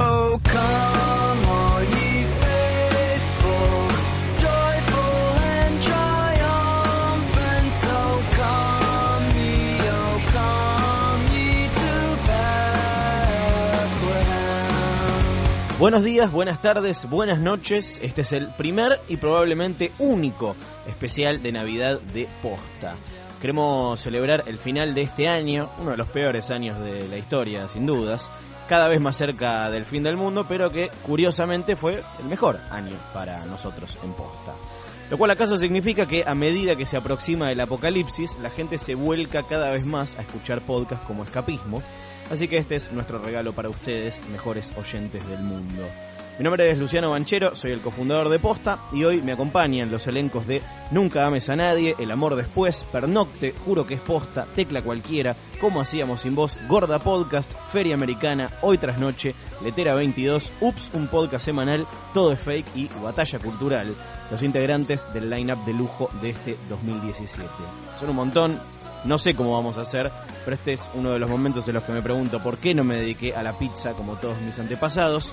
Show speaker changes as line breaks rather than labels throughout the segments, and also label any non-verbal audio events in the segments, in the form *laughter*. Oh, come all ye faithful, joyful and triumphant. Oh, come ye, oh, come ye to Bethlehem.
Buenos días, buenas tardes, buenas noches. Este es el primer y probablemente único especial de Navidad de Posta. Queremos celebrar el final de este año, uno de los peores años de la historia, sin dudas, cada vez más cerca del fin del mundo, pero que curiosamente fue el mejor año para nosotros en Posta. Lo cual acaso significa que a medida que se aproxima el apocalipsis, la gente se vuelca cada vez más a escuchar podcasts como escapismo, Así que este es nuestro regalo para ustedes, mejores oyentes del mundo. Mi nombre es Luciano Banchero, soy el cofundador de Posta y hoy me acompañan los elencos de Nunca ames a nadie, El amor después, Pernocte, Juro que es Posta, Tecla cualquiera, Cómo hacíamos sin vos, Gorda Podcast, Feria Americana, Hoy tras noche, Letera 22, Ups, un podcast semanal, Todo es fake y Batalla Cultural, los integrantes del line-up de lujo de este 2017. Son un montón, no sé cómo vamos a hacer, pero este es uno de los momentos en los que me pregunto por qué no me dediqué a la pizza como todos mis antepasados.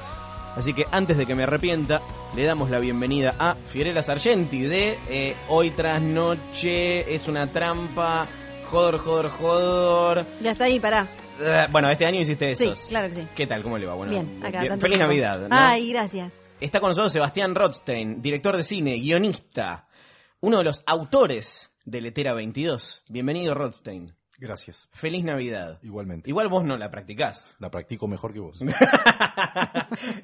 Así que antes de que me arrepienta, le damos la bienvenida a Fiorella Sargenti de eh, Hoy tras Noche, es una trampa, jodor, jodor, jodor.
Ya está ahí, pará.
Eh, Bueno, este año hiciste
Sí,
esos.
claro que sí.
¿Qué tal? ¿Cómo le va? Bueno,
bien, acá.
bien.
tanto
Feliz
tiempo.
Navidad. ¿no?
Ay, gracias.
Está con nosotros Sebastián Rothstein, director de cine, guionista, uno de los autores de Letera 22. Bienvenido, Rothstein.
Gracias.
Feliz Navidad.
Igualmente.
Igual vos no la practicás.
La practico mejor que vos.
*laughs*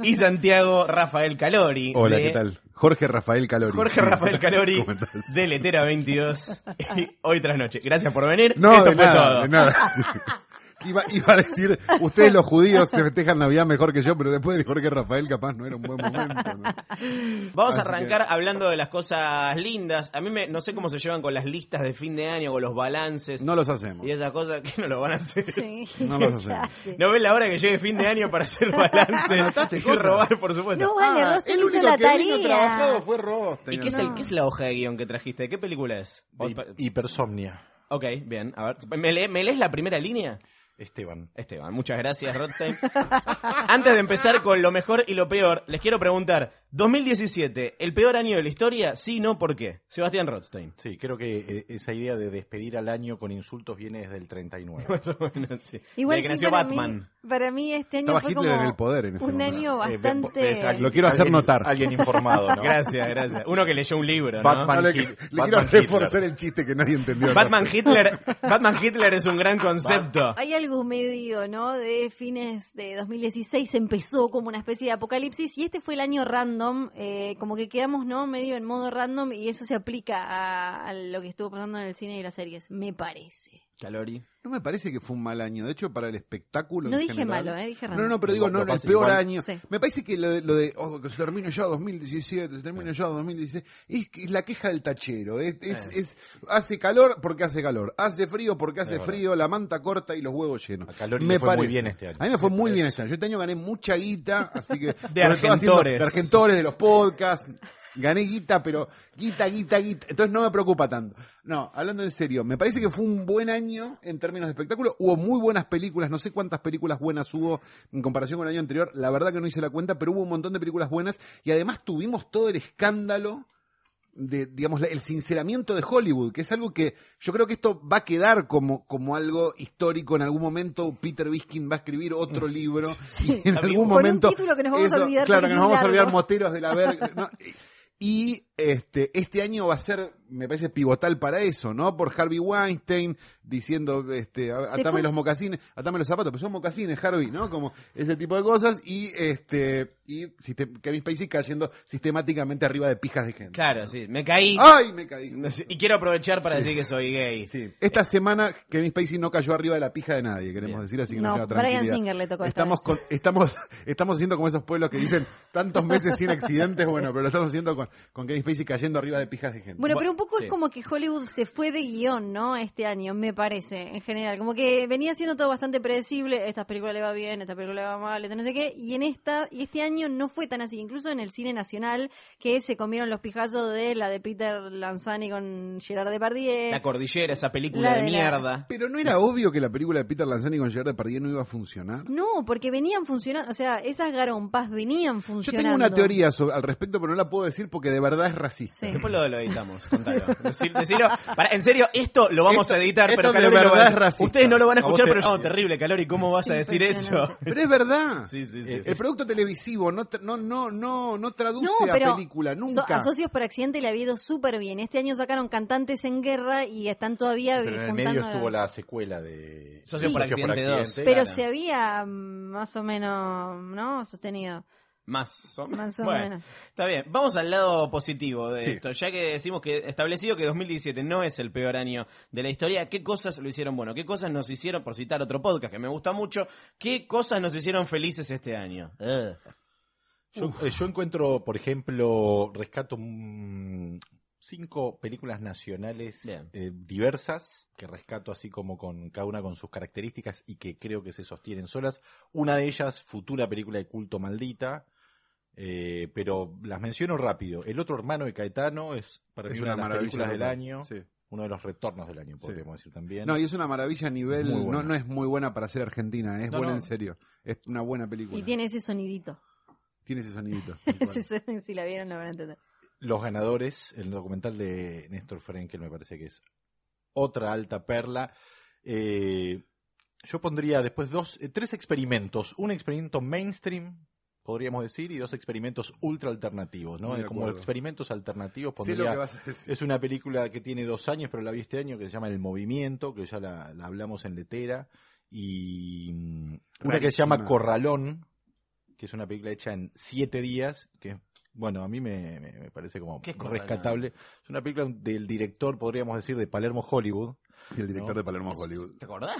Y Santiago Rafael Calori.
Hola,
de-
¿qué tal? Jorge Rafael Calori.
Jorge
*laughs*
Rafael Calori,
¿Cómo estás?
de Letera 22, *laughs* y hoy tras noche. Gracias por venir.
No,
Esto
de
fue
nada,
todo.
de nada.
*laughs*
Sí. *laughs* Iba, iba a decir, ustedes los judíos se festejan Navidad mejor que yo, pero después de Jorge Rafael capaz no era un buen momento. ¿no?
Vamos a
Así
arrancar hablando de las cosas lindas. A mí me, no sé cómo se llevan con las listas de fin de año, con los balances
No los hacemos.
y esas cosas que no lo van a hacer.
Sí.
No los hacemos.
*laughs* Ya sé.
No ven la hora que llegue fin de año para
*laughs*
hacer balances y
cosas.
robar, por supuesto.
No, vale,
Ah,
Rosten
el
hizo
único
la
que vino trabajado
tarea.
fue Rosten.
¿Y qué es, el, qué es la hoja de guión que trajiste? ¿De qué película es? Vos pa-
Hipersomnia,
Ok, bien. A ver, ¿me, le- me lees la primera línea?
Esteban.
Esteban, muchas gracias, Rothstein. *laughs* Antes de empezar con lo mejor y lo peor, les quiero preguntar: 2017, ¿el peor año de la historia? Sí, no, ¿por qué? Sebastián Rothstein.
Sí, creo que eh, esa idea de despedir al año con insultos viene desde el 39.
Más o menos, sí.
Igual
Desde que
sí,
nació
para
Batman.
mí, para mí este año
Estaba
fue
Hitler
como
en el poder en ese
un
momento.
año
Eh, ve- po-
bastante...
ves, alguien-
Lo quiero hacer
alguien-
notar.
Alguien informado, ¿no?
Gracias, gracias. Uno que leyó un libro, ¿no?
Batman.
No, le, le
Hit- Batman
quiero
Hitler.
reforzar el chiste que nadie entendió.
Batman Hitler, Batman Hitler es un gran concepto.
Hay algo medio, ¿no? De fines de 2016 empezó como una especie de apocalipsis y este fue el año random, eh, como que quedamos, ¿no? Medio en modo random y eso se aplica a, a lo que estuvo pasando en el cine y las series, me parece.
Calori.
No me parece que fue un mal año. De hecho, para el espectáculo.
No
en
dije
general-
malo, eh, dije
No,
random.
no, pero digo,
Igual,
no,
lo
no, el
pasa
peor
igual.
año.
Sí.
Me parece que lo de, lo de, oh, que se termino ya 2017, se termino ya 2016, es, que es la queja del tachero. Es, es, es- hace calor porque hace calor, hace frío porque hace
verdad.
frío, la manta corta y los huevos llenos.
A Calori le fue muy bien este año.
A mí me fue
Me
muy bien
parece.
este año. Yo este año gané mucha guita, así que. sobre todo
argentores.
haciendo- De argentores, de los podcasts. Gané guita, pero guita, guita, guita. Entonces no me preocupa tanto. No, hablando en serio, me parece que fue un buen año en términos de espectáculo. Hubo muy buenas películas, no sé cuántas películas buenas hubo en comparación con el año anterior. La verdad que no hice la cuenta, pero hubo un montón de películas buenas. Y además tuvimos todo el escándalo de, digamos, la- el sinceramiento de Hollywood, que es algo que yo creo que esto va a quedar como, como algo histórico en algún momento. Peter Biskin va a escribir
Mm.
otro libro y en
Con
algún
un
momento.
título que nos vamos a olvidar
Claro,
porque
que
es
nos
muy
vamos a olvidar
largo.
moteros de la verga. ¿no? Y este, este año va a ser, me parece, pivotal para eso, ¿no? Por Harvey Weinstein diciendo, este, a-
Se
atame
fue-
los mocasines, atame los zapatos, pero son mocasines, Harvey, ¿no? Como ese tipo de cosas. Y este, y sistem- Kevin Spacey cayendo sistemáticamente arriba de pijas de gente.
Claro, sí. Me caí.
¡Ay, me caí!
Y quiero aprovechar para decir que soy gay.
Sí. Esta semana Kevin Spacey no cayó arriba de la pija de nadie, queremos
Bien.
decir, así que
No,
nos lleva
Bryan
tranquilidad.
Singer le tocó esta
estamos,
vez.
con- estamos, estamos haciendo como esos pueblos que dicen tantos meses sin accidentes, bueno, pero lo estamos haciendo con, con Kevin Spacey cayendo arriba de pijas de gente.
Bueno,
Bu-
pero un poco
sí.
es como que Hollywood se fue de guión, ¿no? Este año, me parece, en general. Como que venía siendo todo bastante predecible. Esta película le va bien, esta película le va mal, esta no sé qué. Y en esta, y este año no fue tan así. Incluso en el cine nacional, que se comieron los pijazos de la de Peter Lanzani con Gerard Depardieu.
La cordillera, esa película
La
de,
de la-
mierda.
Pero no era obvio que la película de Peter Lanzani con Gerard Depardieu no iba a funcionar.
No, porque venían funcionando, o sea, esas garompas venían
Yo
funcionando.
tengo una teoría sobre- al respecto, pero no la puedo decir porque de verdad es racista.
Sí.
Después lo, lo editamos,
*laughs*
contalo. Decir- decilo. Pará, en serio, esto lo vamos
Esto-
a editar,
esto
pero
de
Calori lo
verdad
va a-
es racista.
Ustedes no lo van a
A vos
escuchar,
te-
pero no, terrible, Calori, ¿cómo vas a decir eso?
Impresionante.
Pero es
*laughs*
verdad.
Sí, sí, sí.
Eh,
sí.
El producto televisivo no, tra- no, no, no, no traduce
No,
a
pero
película,
so-
nunca.
a Socios por Accidente le ha ido súper bien. Este año sacaron Cantantes en Guerra y están todavía
Pero en el
juntando
medio
la-
estuvo la secuela de
Socio por Accidente 2.
Pero
Claro.
se había mm, más o menos, ¿no? Sostenido.
Más o
Más o
Bueno,
menos.
Está bien, vamos al lado positivo de
Sí.
esto. Ya que decimos que establecido que 2017 no es el peor año de la historia, ¿qué cosas lo hicieron bueno? ¿Qué cosas nos hicieron, por citar otro podcast que me gusta mucho, qué cosas nos hicieron felices este año? Ugh.
Eh. Yo, eh, yo encuentro, por ejemplo, rescato mm, cinco películas nacionales
Bien.
eh, diversas, que rescato así como con cada una con sus características y que creo que se sostienen solas. Una de ellas, futura película de culto maldita, eh, pero las menciono rápido. El otro hermano de Caetano es para mí
es una
una, de las
maravilla.
películas del año,
Sí.
uno de los retornos del año,
Sí.
podríamos decir también.
No, y es una maravilla a nivel.
Muy
No,
buena.
no es muy buena para ser argentina, ¿eh? es
No,
buena
no.
en serio. Es una buena película.
Y tiene ese sonidito. *laughs*
Tiene ese sonidito.
Ese son- si la vieron, la van a entender.
Los ganadores, el documental de Néstor Frenkel me parece que es otra alta perla. Eh, yo pondría después dos, eh, tres experimentos. Un experimento mainstream, podríamos decir, y dos experimentos ultra alternativos, ¿no?
Muy de
Como
acuerdo.
experimentos alternativos
Sé lo
pondría
que vas a decir.
es una película que tiene dos años, pero la vi este año, que se llama El Movimiento, que ya la, la hablamos en Letera. Y mm, una que se
Rarísima.
llama Corralón, que es una película hecha en siete días, que bueno, a mí me, me- me parece como
¿Qué es Corralón?
rescatable. Es una película del director, podríamos decir, de Palermo Hollywood.
Y el director
No.
de Palermo Hollywood.
¿Te acordás?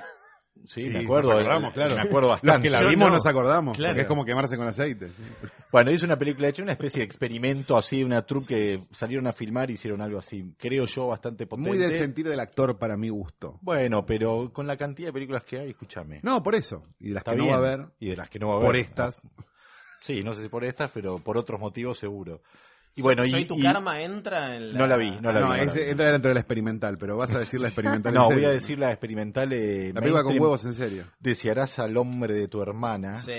Sí,
Sí,
me acuerdo. eh,
nos acordamos, claro.
Me acuerdo
Los
bastante.
que la
Yo
vimos
no.
nos acordamos,
Claro.
porque es como quemarse con aceite. sí.
Bueno, es una película hecha, una especie de experimento así, una troupe que salieron a filmar y hicieron algo así, creo yo, bastante potente.
Muy del sentir del actor para mi gusto.
Bueno, pero con la cantidad de películas que hay, escúchame.
No, por eso. Y las
Está
que no
bien.
va a ver,
Y de las que no va a haber. ah.
por estas.
Sí, no sé si por estas, pero por otros motivos seguro. Y bueno,
Soy
y,
tu
y-
karma entra en la...
No la vi, no la
No,
vi,
ese
vi.
entra dentro de la experimental, pero vas a decir la experimental. en
No,
serio.
voy a decir la experimental eh,
La película con
mainstream,
huevos en serio.
Desearás al hombre de tu hermana.
Sí,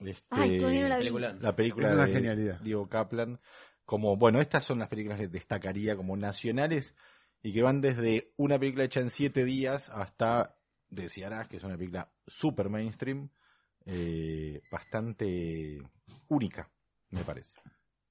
Este,
Ay, todavía no la vi.
peliculón.
la película
Es una
de
genialidad.
Diego Kaplan. Como, bueno, estas son las películas que destacaría como nacionales y que van desde una película hecha en siete días hasta Desearás, que es una película super mainstream, eh, bastante única, me parece.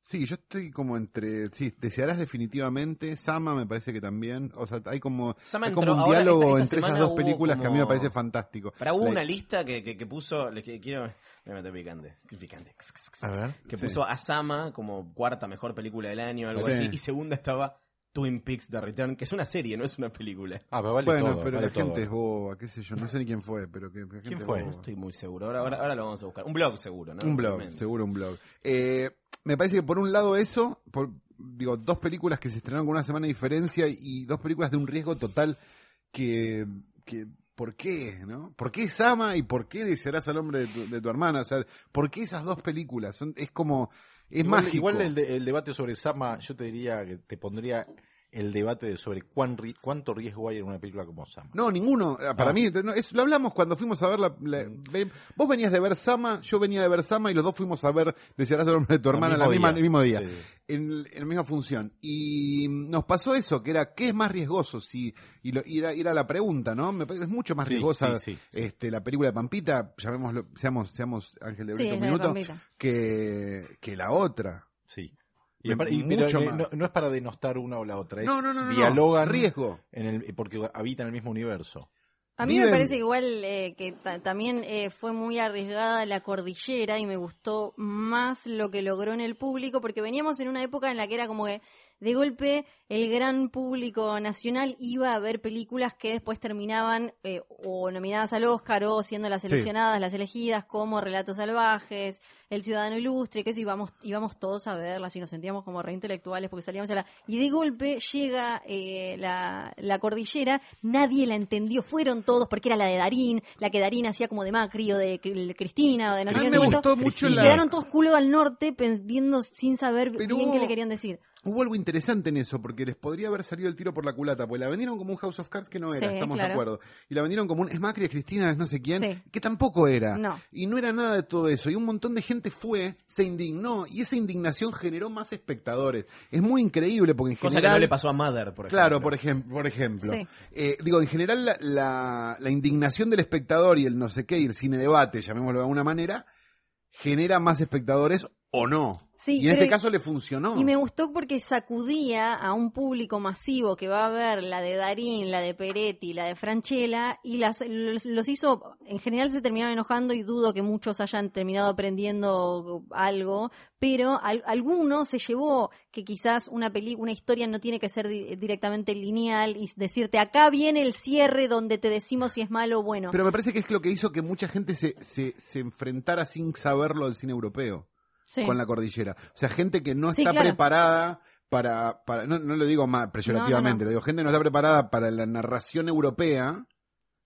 Sí, yo estoy como entre. Sí, desearás definitivamente. Sama me parece que también. O sea, hay como,
Sama
hay como
entró-
un
ahora,
diálogo
esta- esta
entre esas
semana
dos
hubo
películas que a mí me
como-
parece fantástico.
Para hubo
La-
una lista que, que, que puso, le que- quiero, me meto picante, picante,
A ver.
que
Sí.
puso a Sama como cuarta mejor película del año, algo
Sí.
así, y segunda estaba Twin Peaks The Return, que es una serie, no es una película.
Ah, pero vale
bueno,
todo,
pero
vale
la gente
todo.
es boba, qué sé yo. No sé ni quién fue, pero que, la gente
¿Quién
es
fue?
boba.
No estoy muy seguro, ahora, ahora, ahora lo vamos a buscar. Un blog seguro, ¿no?
Un blog,
Obviamente.
seguro un blog. Eh, me parece que por un lado eso, por, digo, dos películas que se estrenaron con una semana de diferencia y dos películas de un riesgo total que, que ¿por qué? ¿No? ¿Por qué Sama y por qué desearás al hombre de tu, de tu hermana? O sea, ¿por qué esas dos películas? Son, es como, es
igual,
mágico.
igual el, de- el debate sobre Sama, yo te diría que te pondría el debate de sobre cuán ri- cuánto riesgo hay en una película como Sama.
No, ninguno. Eh, Para
Ah. Mm.
mí, no, es- lo hablamos cuando fuimos a ver la, la- ve- Vos venías de ver Sama, yo venía de ver Sama y los dos fuimos a ver Desearás al hombre de tu
Al
hermana la
mismo
misma,
día.
el mismo día.
Sí.
en, el- en la misma función. Y nos pasó eso, que era, ¿qué es más riesgoso? Si, y, lo, y era, y era la pregunta, ¿no? Me parece que es mucho más
Sí,
riesgosa
sí, sí.
Este, la película de Pampita, llamémoslo, seamos, seamos Ángel de
Sí,
Brito un
la de
minuto,
Pampita.
que, que la otra.
Sí.
Me-
Y, apar- y-
mucho
pero, eh,
más.
no, no es para denostar una o la otra, es
No, no, no, no, no.
dialogan
Riesgo.
en el, porque habitan el mismo universo.
A mí
Viven-
me parece que igual eh, que ta- también eh, fue muy arriesgada la cordillera y me gustó más lo que logró en el público porque veníamos en una época en la que era como que de golpe el gran público nacional iba a ver películas que después terminaban eh, o nominadas al Oscar o siendo las seleccionadas, las elegidas, como Relatos Salvajes, El Ciudadano Ilustre, que eso íbamos, íbamos todos a verlas y nos sentíamos como reintelectuales porque salíamos a la... Y de golpe llega eh, la, la cordillera, nadie la entendió, fueron todos porque era la de Darín, la que Darín hacía como de Macri o de Cri- Cristina o de no sé
A mí
qué,
me
no sé cuánto.
gustó mucho
Y
la...
quedaron todos culo al norte pen- viendo sin saber
Pero
bien
hubo-
qué le querían decir.
Hubo algo interesante en eso, porque les podría haber salido el tiro por la culata, porque la vendieron como un House of Cards que no era,
Sí,
estamos de
claro.
acuerdo. Y la vendieron como un es Macri, es Cristina, es no sé quién,
Sí.
que tampoco era.
No.
Y no era nada de todo eso. Y un montón de gente fue, se indignó, y esa indignación generó más espectadores. Es muy increíble, porque en
Cosa que
general...
no le pasó a Mother, por ejemplo.
Claro, por, ejem- por ejemplo.
Sí.
Eh, digo, en general la, la- la indignación del espectador y el no sé qué, y el cine debate, llamémoslo de alguna manera, genera más espectadores o no.
Sí,
y en este
creo-
caso le funcionó.
Y me gustó porque sacudía a un público masivo que va a ver la de Darín, la de Peretti, la de Franchella, y las, los, los hizo, en general se terminaron enojando y dudo que muchos hayan terminado aprendiendo algo, pero al- alguno se llevó que quizás una peli, una historia no tiene que ser di- directamente lineal y decirte, acá viene el cierre donde te decimos si es malo o bueno.
Pero me parece que es lo que hizo que mucha gente se, se, se enfrentara sin saberlo al cine europeo
Sí.
con la cordillera. O sea, gente que no
Sí,
está
claro.
preparada para, para no, no lo digo más peyorativamente,
No, no, no.
lo digo, gente que no está preparada para la narración europea.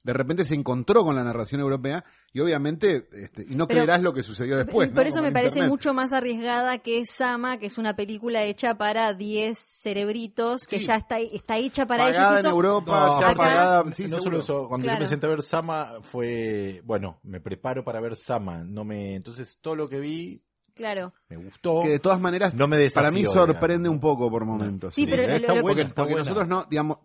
De repente se encontró con la narración europea y obviamente, este, y no
Pero-
creerás lo que sucedió después.
Por
¿no?
eso
Como
me
en
parece
Internet.
mucho más arriesgada que Sama, que es una película hecha para 10 cerebritos, que
Sí.
ya está, está hecha para
Pagada
ellos.
en Europa,
No,
ya
acá-
pagada. Sí,
no
seguro.
solo eso, cuando yo
Claro.
me senté a ver Sama fue, bueno, me preparo para ver Sama, no me, entonces todo lo que vi
Claro.
me gustó.
Que de todas maneras,
No me desafió,
para mí
digamos.
sorprende un poco por momentos.
Sí, pero lo- lo-
porque,
buena, está
porque
buena.
nosotros no, digamos,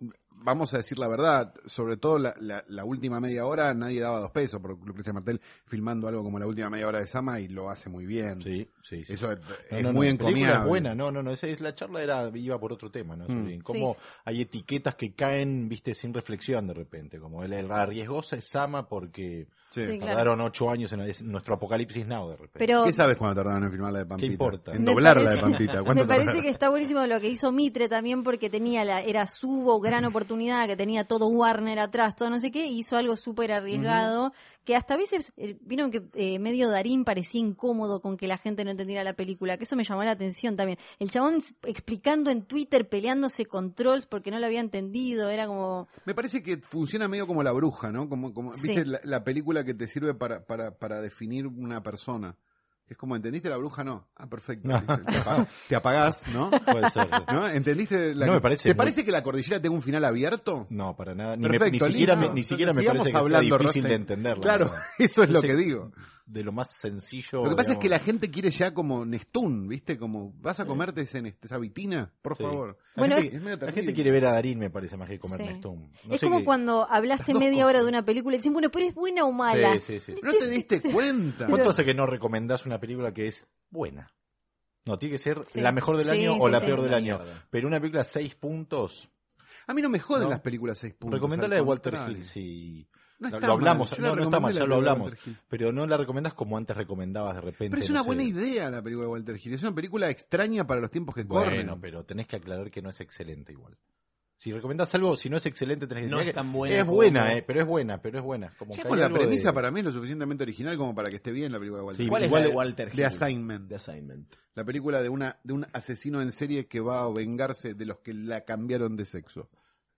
vamos a decir la verdad, sobre todo la, la- la última media hora nadie daba dos pesos por Lucrecia Martel filmando algo como la última media hora de Sama y lo hace muy bien.
Sí, sí, sí.
Eso es,
No,
es
no, no,
muy
la película
encomiable.
es buena, no, no, no, esa es la charla era iba por otro tema, ¿no?
Mm.
Sobre Cómo hay etiquetas que caen, viste, sin reflexión de repente, como la, la riesgosa es Sama porque
Sí.
Sí. claro.
tardaron ocho años en es nuestro apocalipsis now de repente.
Pero
¿Qué sabes cuando tardaron en filmar la de Pampita?
importa?
En
Me
doblar la de
parece-
Pampita. ¿Cuánto
me parece
tardaron?
que está buenísimo lo que hizo Mitre también porque tenía la era su gran oportunidad que tenía todo Warner atrás, todo no sé qué, y hizo algo súper arriesgado que hasta a veces eh, vieron que eh, medio Darín parecía incómodo con que la gente no entendiera la película, que eso me llamó la atención también. El chabón s- explicando en Twitter peleándose con trolls porque no lo había entendido, era como
Me parece que funciona medio como la bruja, ¿no? Como, como
Sí.
¿viste? La, la película que te sirve para, para, para definir una persona. Es como, ¿entendiste la bruja? No. Ah, perfecto.
No.
listo. Te, apa- te apagás, ¿no?
*laughs* Puede ser.
¿No? ¿Entendiste? La
No, me parece
¿Te
muy-
parece que la cordillera tenga un final abierto?
No, para nada. Ni, me-
Perfecto,
ni siquiera,
listo.
me, ni siquiera me
Sigamos
parece que
hablando,
sea difícil
Rostein.
de entenderla.
Claro,
¿no?
*laughs* eso es lo
Ese-
que digo.
De lo más sencillo.
Lo que pasa es
digamos.
que la gente quiere ya como Nestún, ¿viste? Como, ¿vas a comerte ese nest- esa vitina? Por
Sí.
favor.
La
Bueno,
gente-
es medio
la
terrible.
gente quiere ver a Darín, me parece, más que comer
Sí.
Nestum.
es como cuando hablaste media hora de una película y dicen, bueno, pero es buena o mala.
Sí, sí, sí.
No te diste cuenta.
¿Cuánto hace que no recomendás una película que es buena? No, tiene que ser
Sí.
la mejor del
Sí,
año
sí,
o la
sí.
peor del
Una
año.
mierda.
Pero una película seis puntos,
A mí no me joden
No.
las películas seis puntos.
recomendala
al
de Walter
contrario.
Hill, sí.
No
Lo-
está
lo hablamos,
mal. Yo
no,
la
no está mal,
recomendé
ya
la película
lo
de
hablamos.
Walter Hill.
Pero no la recomendás como antes recomendabas de repente.
Pero es
no
una
sé.
buena idea la película de Walter Hill. Es una película extraña para los tiempos que corren.
Bueno, pero tenés que aclarar que no es excelente igual. Si recomendás algo, si no es excelente, tenés que
No
tenés
es
que-
tan buena
Es
como-
buena, eh, pero es buena, pero es buena. Como
Ya
que
con
hay
la
algo de-
premisa para mí es lo suficientemente original como para que esté bien la película de Walter
Sí,
Hill.
¿Cuál es
Igual
la de
de-
Walter Hill?
The Assignment.
The Assignment.
La película de una de un asesino en serie que va a vengarse de los que la cambiaron de sexo.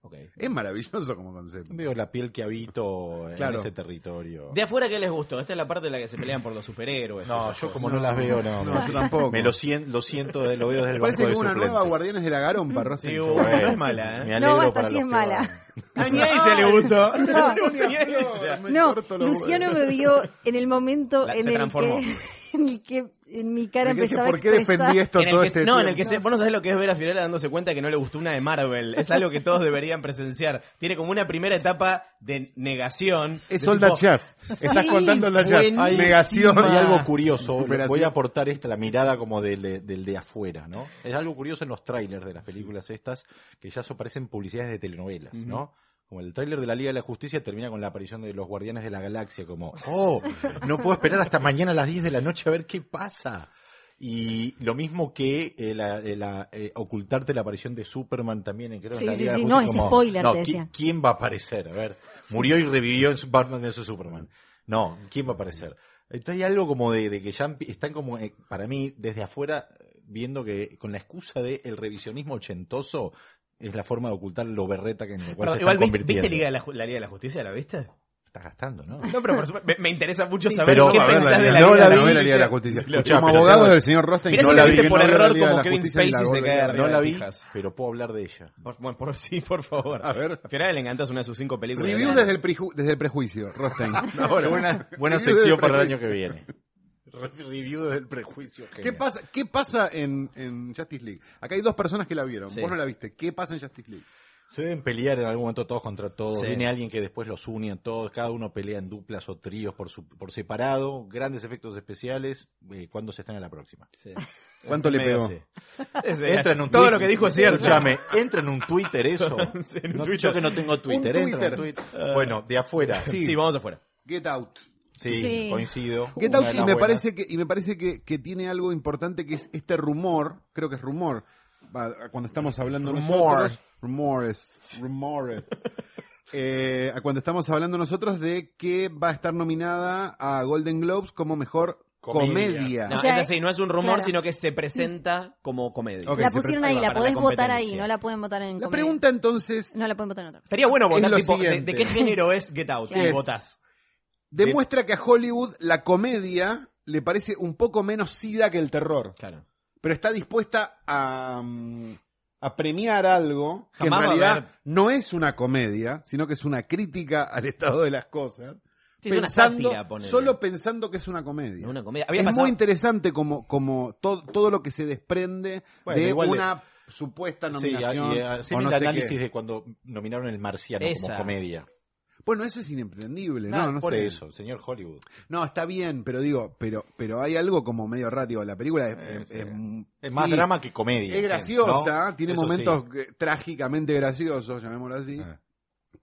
Ok.
Es maravilloso como concepto.
Veo la piel que habito
Claro.
en ese territorio.
De afuera, ¿qué les gustó? Esta es la parte en la que se pelean por los superhéroes.
No,
esas
yo
cosas.
como no, las veo,
No,
no.
*laughs*
yo tampoco.
Me lo, sien- lo siento, de- lo veo desde
Me
el
parece
banco
que
de
una nueva
suplentes.
Guardianes de la Garompa, Rosa.
Sí, hubo- no es mala, ¿eh?
Me
No,
alegro
basta,
para
sí
los
es
que
mala.
van.
*laughs*
Ah, ni a ella le gustó. *laughs*
No,
Ni a ella.
Me
No,
corto los
Luciano
huevos.
me vio en el momento
La-
en,
se
el
transformó.
que, *laughs* en el que en mi cara
Me quedé,
empezaba
¿Por qué
a
defendí
expresar...
esto
En el
todo
que-
este
no, en el
tiempo?
que se, vos no sabés lo que es ver a Fiorella dándose cuenta que no le gustó una de Marvel. Es algo que todos deberían presenciar. Tiene como una primera etapa de negación.
Es
De
All That
tipo,
Jazz. Estás contando All That Jazz.
buenísima.
Negación.
Hay algo curioso,
Recuperación.
voy a aportar esta, la mirada como del de, del de afuera, ¿no? Es algo curioso en los trailers de las películas estas, que ya so- parecen publicidades de telenovelas, ¿no? Como el tráiler de la Liga de la Justicia termina con la aparición de los Guardianes de la Galaxia, como, oh, no puedo esperar hasta mañana a las 10 de la noche a ver qué pasa. Y lo mismo que eh, la- eh, la, eh, ocultarte la aparición de Superman también. eh, Creo, en
Sí,
la
sí,
Liga de
sí,
la
no,
Justicia,
es spoiler,
no,
te
¿qui-
decía.
¿Quién va a aparecer? A ver, murió y revivió en su- Batman vs Superman. No, ¿quién va a aparecer? Entonces hay algo como de, de que ya empi- están como, eh, para mí, desde afuera, eh, viendo que con la excusa de el revisionismo ochentoso es la forma de ocultar lo berreta que en el cual
Perdón,
se
igual,
están
¿viste,
convirtiendo.
viste Liga de la, Ju- la Liga de la Justicia? ¿La viste?
Estás gastando, ¿no?
No, pero por supuesto, me, me interesa mucho
Sí.
saber
Pero-
qué
a ver, la
pensás
Liga-
de la
no
Liga
la
de
vi,
la
la Liga de la
Justicia.
Justicia.
Escuchá,
Como
pero
abogado
tengo-
del señor Rothstein,
Mirá
no
si
la
la
vi.
viste por
no veo la
error
Liga de
como
la
Kevin
Justicia y la
Spacey se
vuelvo a
cae
ver.
arriba.
No la vi,
Fijas.
pero puedo hablar de ella.
Por, bueno, por- sí, por favor.
A ver.
Al final le encantas una de sus cinco películas.
Review
de-
desde el, preju- desde el prejuicio, Rothstein.
*laughs* Ahora, buena, buena
Review del
sección para el
prejuicio.
año que viene. Review del prejuicio.
¿Qué pasa, qué pasa en, en Justice League? Acá hay dos personas que la vieron.
Sí.
Vos no la viste. ¿Qué pasa en Justice League?
Se deben pelear en algún momento todos contra todos.
Sí.
Viene alguien que después los une a todos. Cada uno pelea en duplas o tríos por, su- por separado. Grandes efectos especiales. Eh, ¿Cuándo se están en la próxima?
Sí.
*laughs* ¿Cuánto le
Medio
pegó?
así. *laughs* Es-
Entra en un
todo
Twitter-
lo que dijo es cierto.
Escúchame, entra en un Twitter eso.
*laughs* Sí, en un
No,
Twitter. Ah.
Yo que no tengo Twitter.
Un
entra en un
Twitter.
Twitter. Bueno, de afuera.
Sí.
Sí,
vamos afuera.
Get Out.
Sí.
coincido.
Get
Una
Out
de
y
las
me
buenas.
parece que, y me parece que, que tiene algo importante que es este rumor, creo que es rumor, va, cuando estamos hablando
Rumor.
nosotros, rumores,
*laughs*
rumores, eh, a cuando estamos hablando nosotros de que va a estar nominada a Golden Globes como mejor
Comedia.
comedia.
No,
O sea,
es así, no es un rumor,
claro.
sino que se presenta como comedia.
Ok,
la
se
pusieron
presta-
ahí,
ahí va,
la
para
podés
la
votar ahí,
competencia.
no la pueden votar en
La
comedia.
pregunta entonces
No la pueden votar en otra. cosa.
Sería bueno votar,
lo
tipo, de,
siguiente.
de qué género es Get Out?
Sí.
Y votás.
demuestra que a Hollywood la comedia le parece un poco menos sida que el terror,
Claro.
pero está dispuesta a, mm, a premiar algo que
Jamás va
en
a
realidad
haber-
no es una comedia, sino que es una crítica al estado de las cosas,
Sí, es una
pensando,
sátira, ponele.
solo pensando que es una comedia.
Una comedia. Había
es
pasado-
muy interesante como, como to- todo lo que se desprende
Bueno,
de
igual de-
una supuesta
Sí,
nominación.
y, eh,
o
haceme
no
el
sé
análisis
qué.
de cuando nominaron el marciano
Esa.
como comedia.
Bueno, eso es inentendible,
Nah,
¿no? No
por
sé.
eso, señor Hollywood.
No, está bien, pero digo, pero, pero hay algo como medio rático. La película es, es-
Eh, sí.
es-
Es más
sí,
drama que comedia.
Es graciosa,
¿no?
tiene
Eso
momentos
sí.
que- trágicamente graciosos, llamémoslo así,
Ah.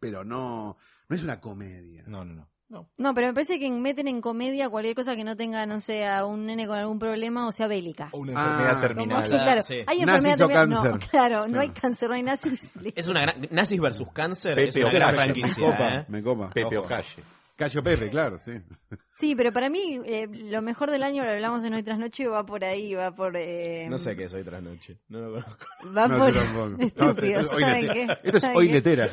pero no, no es una comedia.
No, no, no. No.
No, pero me parece que meten en comedia cualquier cosa que no tenga, no sé, a un nene con algún problema o sea bélica.
O una
Ah,
enfermedad
Como
terminal.
sí, claro.
Sí.
Nazis
Hay
o
enfermedad también. No,
cáncer.
claro, no hay cáncer, no hay *laughs* nazis.
Es una gran... Nazis versus Cáncer
Pepe
es una
o
gran
Calle.
me copa,
franquicia, ¿eh?
me copa.
Pepe
Ojo.
o Calle.
Cayo Pepe, claro, sí.
Sí, pero para mí eh, lo mejor del año, lo hablamos en hoy tras noche, va por ahí, va por... eh,
No sé qué soy tras noche. No lo conozco.
Va
No,
por...
yo
*laughs*
tampoco.
Estúpido,
No, esto es hoy
¿saben
letera.
qué?
Esto es
¿Saben
hoy
qué?
letera.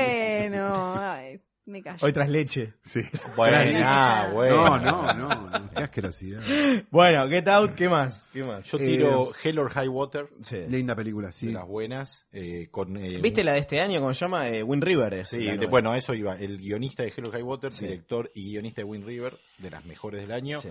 Bueno, ay, me callo.
Hoy tras leche. *laughs*
Sí.
Bueno, ah,
No,
bueno.
no, no, no, qué asquerosidad.
Bueno, Get Out, ¿qué más? ¿Qué más?
Yo tiro Hell or High Water,
Sí.
Linda película,
Eh, de
sí.
las buenas, eh, con... eh,
¿Viste
un-
la de este año, cómo se llama? Eh, Wind River. es
Sí,
la
de-
nueva.
bueno, a eso iba. El guionista de Hell or High Water,
Sí.
director y guionista de Wind River, de las mejores del año.
Sí.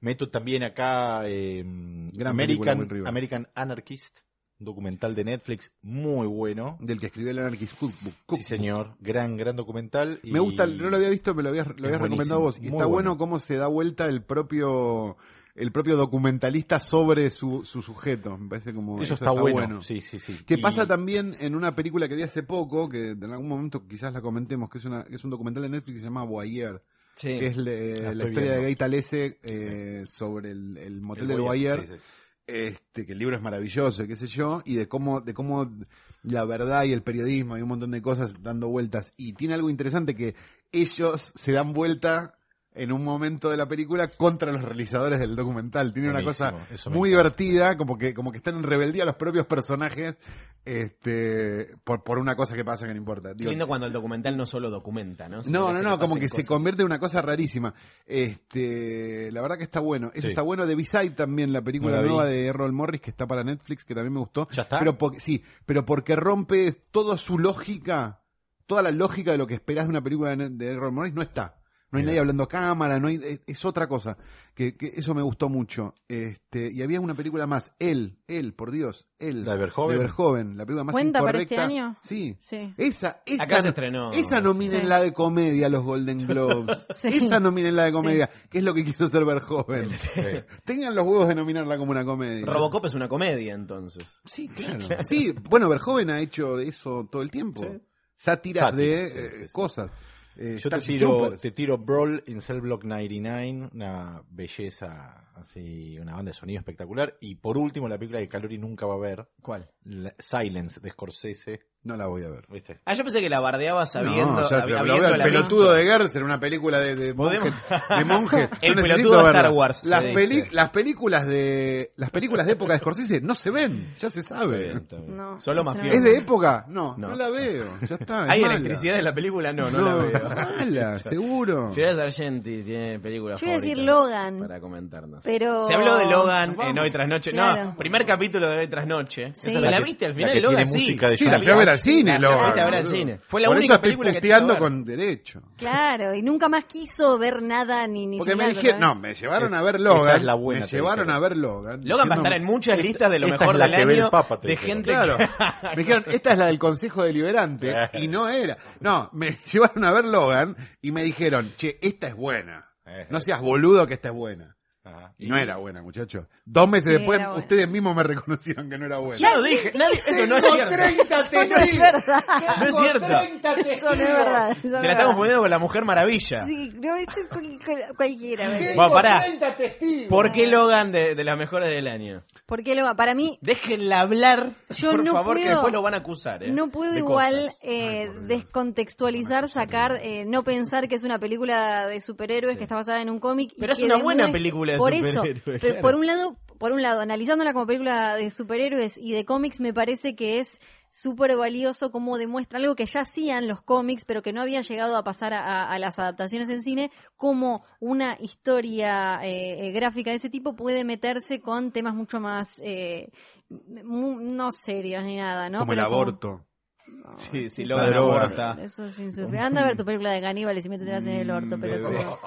Meto también acá eh,
película,
American,
Wind River.
American Anarchist, un documental de Netflix muy bueno.
Del que escribió el Anarchist Cookbook.
Sí, señor. Gran, gran documental. y-
Me gusta, no lo había visto, me lo habías, lo habías
buenísimo,
recomendado vos. Y
muy
está bueno
bueno.
cómo se da vuelta el propio el propio documentalista sobre su, su sujeto. Me parece como.
Eso está, bueno. Sí, sí, sí.
Que
Y-
pasa también en una película que vi hace poco, que en algún momento quizás la comentemos, que es, una, que es un documental de Netflix que se llama Boyer,
Sí.
que es le- la,
estoy
historia de
viendo.
Gay Talese eh, sobre el, el motel
el
del
Boyer,
Boyer, este, que el libro es maravilloso, y qué sé yo, y de cómo, de cómo la verdad y el periodismo y un montón de cosas dando vueltas. Y tiene algo interesante que ellos se dan vuelta en un momento de la película contra los realizadores del documental. Tiene
Buenísimo,
una cosa
eso me
muy
encanta.
divertida, como que, como que están en rebeldía los propios personajes, este, por, por una cosa que pasa que no importa. Digo,
Lindo cuando el documental no solo documenta, ¿no? Sino
no,
que
no,
hace
no, como
pasen
que se
cosas.
convierte en una cosa rarísima. Este, la verdad que está bueno. Eso
Sí.
está bueno. The Beside también, la película
No la vi.
nueva de Errol Morris que está para Netflix, que también me gustó.
¿Ya está?
Pero porque, sí, pero porque rompe toda su lógica, toda la lógica de lo que esperás de una película de, de Errol Morris no está. No hay
Mira.
nadie hablando a cámara, no hay- es, es otra cosa. Que, que eso me gustó mucho. Este, y había una película más, él, él, por Dios, él.
¿La de Verhoeven?
De Verhoeven, la película más
¿Cuenta para
incorrecta.
este año?
Sí.
Sí.
Esa, esa.
Acá se
no-
estrenó.
Esa nominen
Sí.
la de comedia a los Golden Globes.
*laughs* Sí.
Esa nominen la de comedia, que es lo que quiso hacer Verhoeven.
Sí.
*laughs* Tengan los huevos de nominarla como una comedia.
Robocop es una comedia, entonces. *laughs*
Sí, claro. Sí, bueno, Verhoeven ha hecho eso todo el tiempo. Sátiras
Sátiras,
de
sí,
eh,
sí, sí.
cosas. eh,
Yo te
Starship
tiro,
Troopers.
te tiro Brawl in Cell Block 99, una belleza, así, una banda de sonido espectacular. Y por último, la película que Calori nunca va a ver,
¿Cuál?
la- Silence de Scorsese.
No la voy a ver.
¿Viste?
Ah, yo pensé que la bardeaba sabiendo.
no, ya
habi-
te lo
habiendo
veo el
la
pelotudo
visto.
de Gertz en una película de, de
Podemos-
monjes. de
*laughs*
monjes. No
El
necesito
pelotudo de
verla.
Star Wars, se
Las, peli-
dice.
las películas de las películas de época de Scorsese no se ven, ya se
Está
sabe.
bien, está bien.
No,
Solo
es
mafioso.
¿Es de época? No,
No.
no, la veo. Ya está. es
¿Hay
mala.
electricidad en la película? No, no, la veo. *laughs*
Mala, seguro.
Ciudad Sargenti tiene películas
Yo iba a decir
favoritas
Logan.
Para comentarnos.
Pero.
Se habló de Logan en
Vamos.
Hoy Tras Noche. No,
Claro.
primer capítulo de Hoy Tras Noche. Esa
Sí.
es
La
la,
que-
viste al
la
final
que
de Logan,
tiene
sí.
música de
Sí, la fui a ver al cine,
La- la
Logan.
fuiste a ver al
boludo.
cine. Fue la
Por
única
eso estoy
película que te
puteando
hizo ver.
con derecho.
Claro, y nunca más quiso ver nada ni ni
Porque me
soñarlo,
dijeron, no,
¿no?
me llevaron a ver
Esta
Logan.
es la buena,
me
te
llevaron
dijeron.
a ver Logan.
Logan va a
diciendo-
estar en muchas listas de lo
esta
mejor
es la
del
que
año.
ve el Papa, te
de
dijeron.
gente
Claro.
que-
Me dijeron, esta es la del Consejo Deliberante. Y no era. No, me *laughs* llevaron a ver Logan y me dijeron, che, esta es buena. No seas boludo que esta es buena.
Ajá.
Y no era buena, muchachos. Dos meses
Sí,
después,
era buena.
ustedes mismos me reconocieron que no era buena.
Ya lo dije. Nadie, eso no es
Tengo
cierto.
30
Eso no es
testigos. *laughs*
verdad.
No es cierto.
Eso no es verdad. eso no
Se la está
verdad.
confundiendo con la Mujer Maravilla.
Sí, no, esto es cual- cual- cualquiera. ¿verdad?
Bueno, pará.
testigos.
¿Por qué Logan de, de las mejores del año?
¿Por qué lo va? Para mí,
Déjenla hablar,
Yo
por
no
favor, que
puedo-
después lo van a acusar. ¿eh?
no puedo
de
igual
cosas.
eh, descontextualizar, sacar, eh, no pensar que es una película de superhéroes que está basada en un cómic. y
Pero es
que
una buena
demuestra-
película de
por
superhéroes,
Eso,
claro.
pero por un lado, por un lado, analizándola como película de superhéroes y de cómics, me parece que es súper valioso como demuestra algo que ya hacían los cómics, pero que no había llegado a pasar a, a- a las adaptaciones en cine, como una historia eh, eh, gráfica de ese tipo puede meterse con temas mucho más, eh, mu- no serios ni nada, ¿no?
Como el
Pero
aborto.
Sí, sí,
Eso
Logan
es
droga.
aborta.
Eso es insufrible. Anda a ver tu película de caníbales y métete en el orto,
Mm,
pero
bebé. *laughs*
como-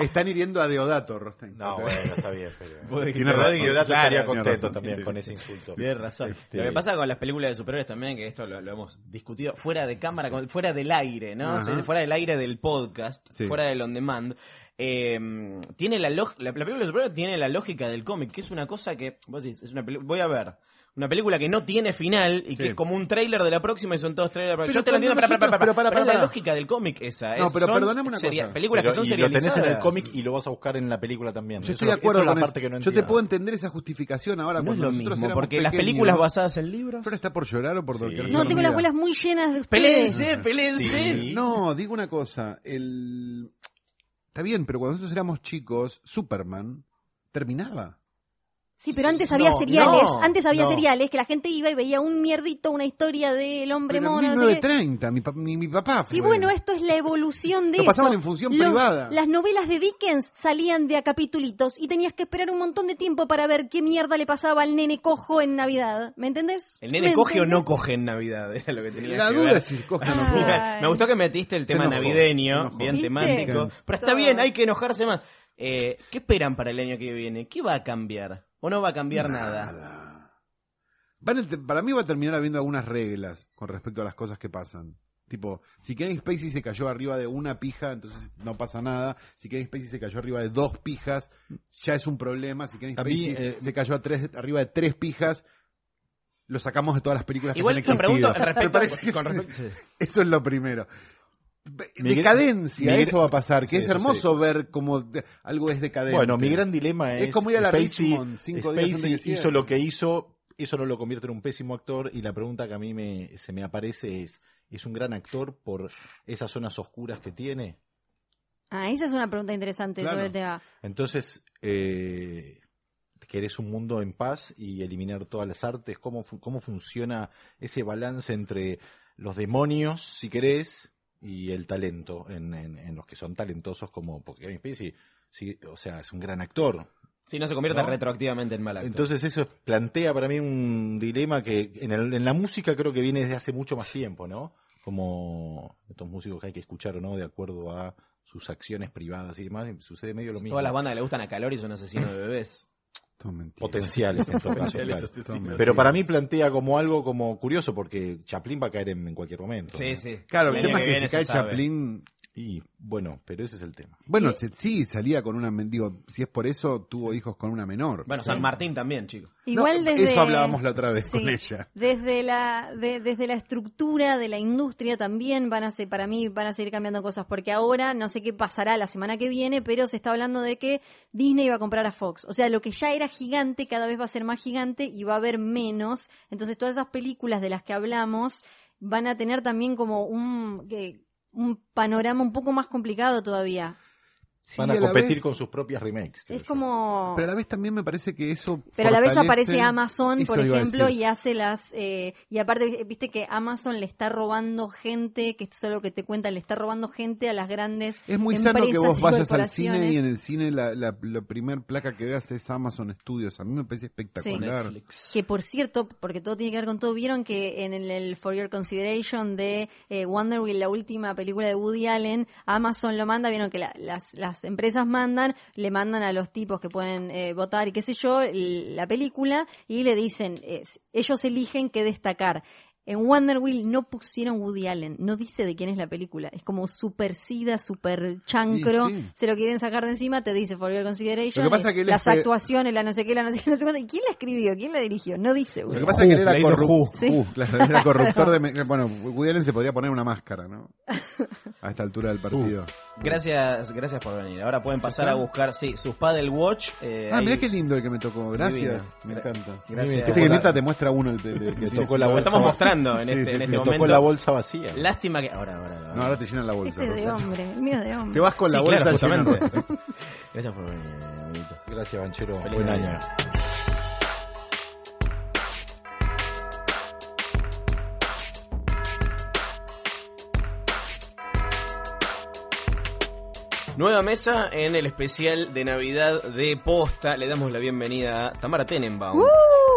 Están hiriendo a Deodato, Rostein.
No, Ah, bueno, está bien. Pero...
Puede que-
Tiene razón.
Rodrigo
Dato
Claro,
estaría
tiene
contento
razón,
también
también con ese insulto.
Tienes razón.
Este-
Lo que pasa con las películas de superhéroes también, que esto lo, lo hemos discutido fuera de cámara, con- fuera del aire, ¿no?
Ajá.
O sea, fuera del aire del podcast,
Sí.
fuera del on demand. eh, tiene la, log- la, la película de superhéroes tiene la lógica del cómic, que es una cosa que, vos decís, es una peli- voy a ver. Una película que no tiene final y que
Sí.
es como un tráiler de la próxima y son todos trailers de la próxima.
Pero
Yo te lo entiendo,
cuando
para, para, para,
nosotros- pero para,
es
para,
la
para.
lógica del cómic esa.
No,
es-
pero
son
perdoname una
seria-
cosa.
Películas
Pero-
que son
y lo tenés en el
serializadas.
cómic y lo vas a buscar en la película también.
Yo
Eso
estoy
es
de
lo-
acuerdo
eso es la
con
parte
eso.
que no
Yo te
entiendo.
puedo entender esa justificación ahora
No es
cuando
lo
nosotros
mismo,
éramos
porque las
pequeños.
películas basadas en libros.
Flor está por llorar o por
Sí.
dormir.
No, tengo las bolas muy llenas de ustedes.
Peleense, peleense.
Sí.
No, digo una cosa. El... Está bien, pero cuando nosotros éramos chicos, Superman terminaba.
Sí, pero antes había
No,
seriales.
no,
antes había
no.
seriales que la gente iba y veía un mierdito, una historia del hombre
Pero
mono.
en
no sé qué.
1930, mi, pa- mi, mi papá fue.
Y bueno, esto es la evolución de
Lo
eso.
pasaban en función privada.
Las novelas de Dickens salían de a capitulitos y tenías que esperar un montón de tiempo para ver qué mierda le pasaba al nene cojo en Navidad. ¿Me entendés?
¿El nene
¿Me
coge o no
entendés?
coge en Navidad? Era lo que tenía
La
que
duda
ver.
es si cogen o no
Ah.
cogen.
Ay.
Me gustó que metiste el tema
enojó, se
navideño,
enojó.
bien
¿Viste?
temático. Pero está
Todo.
bien, hay que enojarse más. Eh, ¿Qué esperan para el año que viene? ¿Qué va a cambiar? ¿O no va a cambiar nada?
Van a te- para mí va a terminar habiendo algunas reglas con respecto a las cosas que pasan. Tipo, si Kevin Spacey se cayó arriba de una pija, entonces no pasa nada. Si Kevin Spacey se cayó arriba de dos pijas, ya es un problema. Si Kevin
A mí,
Spacey
eh,
se cayó a tres, arriba de tres pijas, lo sacamos de todas las películas que
Igual
hayan
te pregunto
existido.
respecto,
Me parece-
con respecto- sí.
Eso es lo primero. Be-
Mi gra-
decadencia,
mi gra-
eso va a pasar, que
Sí,
es
eso
hermoso ver como de- algo es decadente.
Bueno, mi gran dilema es.
Es como ir a la
Spacey-
Richmond, cinco días antes
Spacey
que cierre.
hizo lo que hizo, eso no lo convierte en un pésimo actor. Y la pregunta que a mí me, se me aparece es: ¿es un gran actor por esas zonas oscuras que tiene?
Ah, esa es una pregunta interesante
Claro.
sobre el tema.
Entonces, eh, ¿querés un mundo en paz y eliminar todas las artes? ¿Cómo, fu- ¿Cómo funciona ese balance entre los demonios, si querés, y el talento en, en- en los que son talentosos como porque Kevin Spacey? sí, o sea, es un gran actor.
Sí, no se convierte
¿No?
retroactivamente en mal actor.
Entonces eso plantea para mí un dilema que en, el- en la música creo que viene desde hace mucho más tiempo, ¿no? Como estos músicos que hay que escuchar o no de acuerdo a sus acciones privadas y demás, y sucede medio lo mismo.
Todas las bandas que le gustan a Calori son asesinos de bebés.
Todo mentira.
potenciales en todo caso,
Potenciales
claro.
asesinos.
Todo mentira.
Pero para mí plantea como algo como curioso porque Chaplin va a caer en, en cualquier momento.
Sí,
¿no?
sí.
Claro, el
año
tema es que
viene
si
se
cae
sabe.
Chaplin,
Y Y bueno, pero ese es el tema.
Bueno, se- sí, salía con una. men- Digo, si es por eso, tuvo hijos con una menor.
Bueno,
Sí.
San Martín también, chicos.
Igual
No,
desde.
Eso hablábamos la otra vez
Sí.
con ella.
Desde la, de- desde la estructura de la industria también van a ser, para mí, van a seguir cambiando cosas, porque ahora no sé qué pasará la semana que viene, pero se está hablando de que Disney va a comprar a Fox. O sea, lo que ya era gigante cada vez va a ser más gigante y va a haber menos. Entonces, todas esas películas de las que hablamos van a tener también como un, que- un panorama un poco más complicado todavía.
Sí,
Van a
la
competir
vez-
con sus propias remakes. creo
Es
yo.
como...
Pero a la vez también me parece que eso.
Pero a la vez
fortalece-
aparece Amazon,
Eso
por
iba a
ejemplo,
decir.
y hace las... eh, y aparte, vi- viste que Amazon le está robando gente, que esto es lo que te cuenta, le está robando gente a las grandes...
Es muy sano que
empresas
vos
y
vayas al
corporaciones.
cine y en el cine la, la, la primer placa que veas es Amazon Studios. A mí me parece espectacular.
Netflix.
Que por cierto, porque todo tiene que ver con todo, vieron que en el, el For Your Consideration de eh, Wonder Wheel, la última película de Woody Allen, Amazon lo manda, vieron que la- las, las empresas mandan, le mandan a los tipos que pueden eh, votar y qué sé yo, l- la película y le dicen, es- ellos eligen qué destacar. En Wonder Wheel no pusieron Woody Allen, no dice de quién es la película, es como super sida, super chancro,
Sí, sí.
se lo quieren sacar de encima, te dice For Your Consideration,
Lo que pasa
y
que él
las
espe-
actuaciones, la no sé qué, la no sé qué, no sé cuánto. ¿Y quién la escribió? ¿Quién la dirigió? No dice.
Lo que
boludo.
pasa es que él
Ju,
era,
la Uh, hizo
corru-
Ju.
Sí.
Ju, claro,
*laughs*
era corruptor de... me- Bueno, Woody Allen se podría poner una máscara, ¿no? A esta altura del
Uh.
partido.
Gracias, gracias por venir. Ahora pueden pasar a buscar, sí, sus Paddle Watch. eh,
Ah, mirá
ahí-
qué lindo el que me tocó. Gracias.
Divino.
Me encanta.
Gracias.
Viste que Mirta te muestra uno el, el- el que
Me
tiene-
tocó la
Lo
bolsa.
estamos mostrando en
Sí,
este,
sí,
en
sí,
este
Me
momento.
tocó la bolsa vacía.
Lástima que. Ahora, ahora, ahora.
No, ahora te llenan la bolsa.
Este es de
Rosa.
hombre, el mío es de hombre.
Te vas con la
Sí,
bolsa
claro,
llena.
justamente.
*laughs*
*laughs*
Gracias por venir, amiguito.
Gracias, Banchero.
Feliz
Buen
Navidad.
año.
Nueva mesa en el especial de Navidad de Posta. Le damos la bienvenida a Tamara Tenenbaum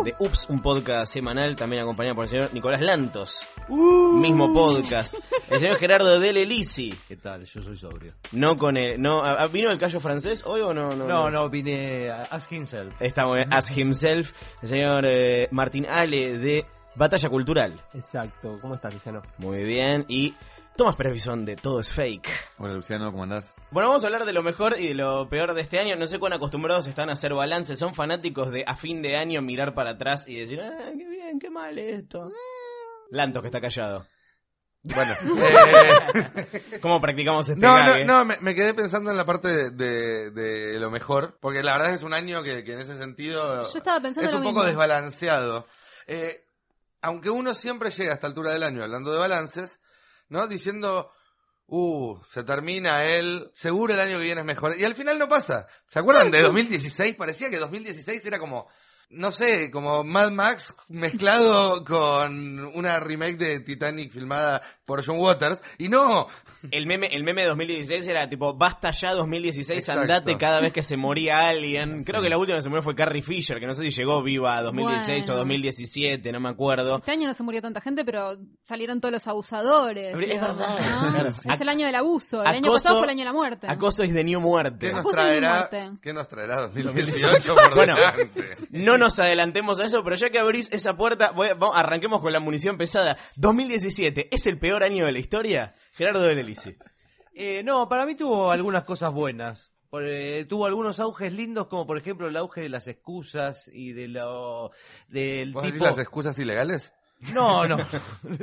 de Ups, un podcast semanal, también acompañada por el señor Nicolás Lantos. Mismo podcast. El señor Gerardo Del Elisi.
¿Qué tal? Yo soy sobrio.
No con el, no, ¿a- a- ¿Vino el callo francés hoy o no? No,
No, no, vine a Ask Himself.
Está muy bien. As himself, el señor eh, Martín Ale de Batalla Cultural.
Exacto. ¿Cómo estás, Luciano?
Muy bien. Y Tomás Pérez Bisón de Todo es Fake.
Hola Luciano, ¿cómo andás?
Bueno, vamos a hablar de lo mejor y de lo peor de este año. No sé cuán acostumbrados están a hacer balance. Son fanáticos de a fin de año mirar para atrás y decir, ah, qué bien, qué mal esto. Lantos que está callado. *laughs*
Bueno,
*laughs*
eh,
¿Cómo practicamos este
no, no,
gague?
no, me, me quedé pensando en la parte de, de- de lo mejor, porque la verdad es un año que, que en ese sentido
Yo estaba pensando
es
lo
un
mismo.
poco desbalanceado. Eh, aunque uno siempre llega a esta altura del año hablando de balances, ¿no? Diciendo, uh, se termina el, seguro el año que viene es mejor. Y al final no pasa. ¿Se acuerdan de 2016? Parecía que 2016 era como, no sé, como Mad Max
*laughs*
mezclado con una remake de Titanic filmada por John Waters. Y no,
El meme, el meme de 2016 era tipo, basta ya 2016,
Exacto.
andate cada vez que se moría alguien. Creo que la última que se murió fue Carrie Fisher, que no sé si llegó viva a 2016 o
Bueno.
2017, no me acuerdo.
Este año no se murió tanta gente, pero salieron todos los abusadores.
Es
digo,
verdad. *laughs*
¿no?
Claro.
Es el año del abuso. El año
Acoso-
pasado fue el año de la muerte.
Acoso es de New Muerte.
¿Qué nos
Acusa de
traerá,
muerte.
¿qué nos traerá 2018 por
Bueno.
delante?
No nos adelantemos a eso, pero ya que abrís esa puerta, voy a- vamos- arranquemos con la munición pesada. 2017, ¿es el peor año de la historia? Gerardo de Lelice.
Eh, no, para mí tuvo algunas cosas buenas. Por, eh, tuvo algunos auges lindos, como por ejemplo el auge de las excusas y de lo. del
¿Vos decís
tipo.
las excusas ilegales?
No,
*laughs*
*laughs* no.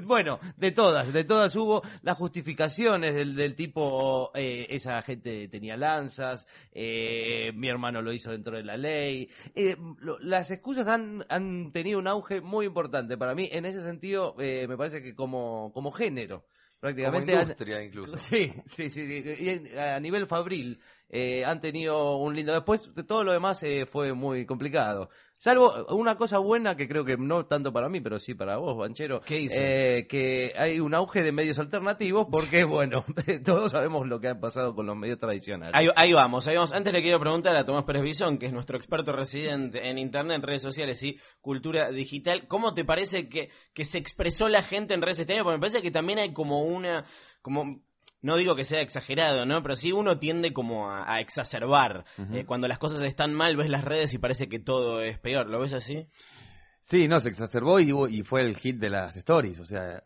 bueno, de todas, de todas hubo las justificaciones del, del tipo, eh, esa gente tenía lanzas, eh, mi hermano lo hizo dentro de la ley. Eh, lo- las excusas han, han tenido un auge muy importante para mí. En ese sentido, eh, me parece que como, como género,
Como
prácticamente. han-
industria
*laughs*
incluso.
Sí, sí, sí, sí. Y en- a nivel fabril eh, han tenido un lindo. Después de todo lo demás eh, fue muy complicado. Salvo una cosa buena que creo que no tanto para mí, pero sí para vos, Banchero.
¿Qué hice?
eh, que hay un auge de medios alternativos porque, *laughs* bueno, todos sabemos lo que ha pasado con los medios tradicionales.
Ahí, ahí vamos, ahí vamos. Antes le quiero preguntar a Tomás Pérez Bisón, que es nuestro experto residente en Internet, en redes sociales y cultura digital, ¿cómo te parece que, que se expresó la gente en redes este año? Porque me parece que también hay como una... como no digo que sea exagerado, ¿no? Pero sí uno tiende como a, a exacerbar. Eh, cuando las cosas están mal, ves las redes y parece que todo es peor. ¿Lo ves así?
Sí, no, se exacerbó y, hubo- y fue el hit de las stories. O sea,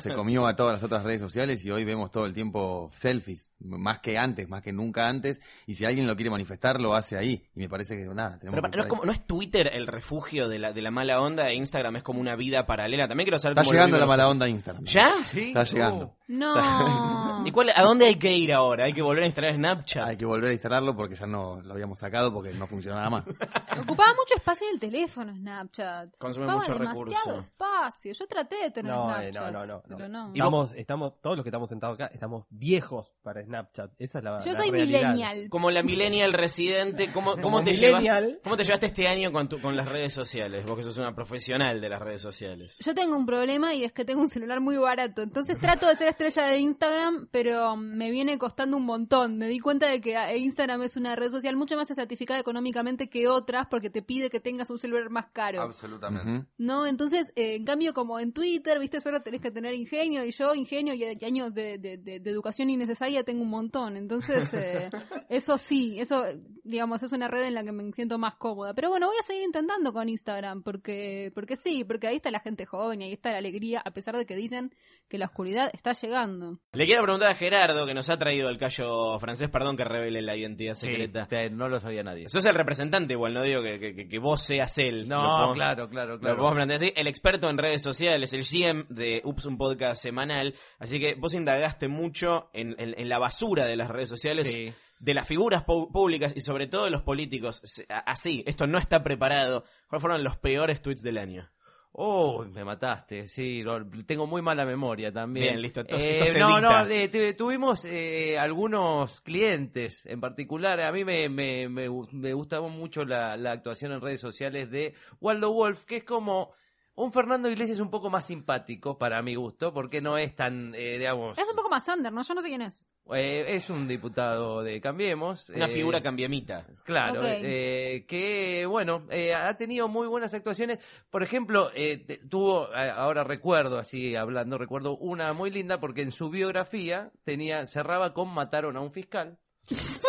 *laughs*
se comió a todas las otras redes sociales y hoy vemos todo el tiempo selfies, más que antes, más que nunca antes. Y si alguien lo quiere manifestar, lo hace ahí. Y me parece que nada, tenemos
Pero pa-
que
no, es
estar
como-
ahí.
no es Twitter el refugio de la, de la mala onda e Instagram es como una vida paralela. También quiero saber
Está
cómo lo
llegando la
viven
mala onda a Instagram.
¿Ya? Uh.
Está llegando.
No.
*laughs*
¿Y cuál, a dónde hay que ir ahora? ¿Hay que volver a instalar
Hay
Snapchat?
que volver a instalarlo porque ya no lo habíamos sacado porque no
*laughs*
funcionaba más.
Ocupaba mucho espacio en el teléfono Snapchat.
Consume
Ocupaba
mucho
demasiado
recurso.
espacio. Yo traté de tener
No, eh,
Snapchat.
no, no, no, no.
pero no.
Estamos, estamos, todos los que estamos sentados acá, estamos viejos para Snapchat. Esa es la
Yo
la
soy
realidad.
millennial.
Como la millennial residente, ¿cómo, cómo
Como
te,
millennial.
llevas- ¿cómo te llevaste este año con, tu- con las redes sociales? Vos que sos una profesional de las redes sociales.
Yo tengo un problema y es que tengo un celular muy barato. Entonces trato de ser estrella de Instagram, pero me viene costando un montón. Me di cuenta de que ah, Instagram es una red social mucho más estratificada económicamente que otras porque te pide que tengas un celular más caro.
Absolutamente.
Ujú.
¿No? Entonces, eh, en cambio, como en Twitter, viste, solo tenés que tener ingenio y yo ingenio y, y años de, de- de- de educación innecesaria tengo un montón. Entonces, eh, eso sí, eso, eh, digamos, es una red en la que me siento más cómoda. Pero bueno, voy a seguir intentando con Instagram porque, porque sí, porque ahí está la gente joven y ahí está la alegría, a pesar de que dicen que la oscuridad está llegando.
Le quiero preguntar a Gerardo, que nos ha traído el callo francés, perdón que revele la identidad
Sí,
secreta.
te- no lo sabía nadie.
Sos el representante igual, no digo que, que- que- que vos seas él. Lo
No,
podemos-
claro, claro,
Lo podemos
claro.
plantear así. El experto en redes sociales, el GM de Ups, un podcast semanal. Así que vos indagaste mucho en, en- en la basura de las redes sociales,
Sí.
de las figuras pu- públicas y sobre todo de los políticos. Se- a- Así, esto no está preparado. ¿Cuáles fueron los peores tweets del año?
Oh, me mataste, sí, lo- tengo muy mala memoria también.
Bien, listo, entonces
Eh,
esto se
no,
edita.
no, eh, tu- tuvimos eh, algunos clientes en particular. A mí me, me, me, gu- me gustaba mucho la, la actuación en redes sociales de Waldo Wolf, que es como un Fernando Iglesias un poco más simpático para mi gusto, porque no es tan, eh, digamos,
Es un poco más under, ¿no? Yo no sé quién es.
eh, es un diputado de Cambiemos.
Una
eh,
figura cambiamita.
Claro,
Ok.
eh, que bueno, eh, ha tenido muy buenas actuaciones. Por ejemplo, eh, te- tuvo, eh, ahora recuerdo, así hablando, recuerdo una muy linda porque en su biografía tenía cerraba con mataron a un
*laughs*
fiscal,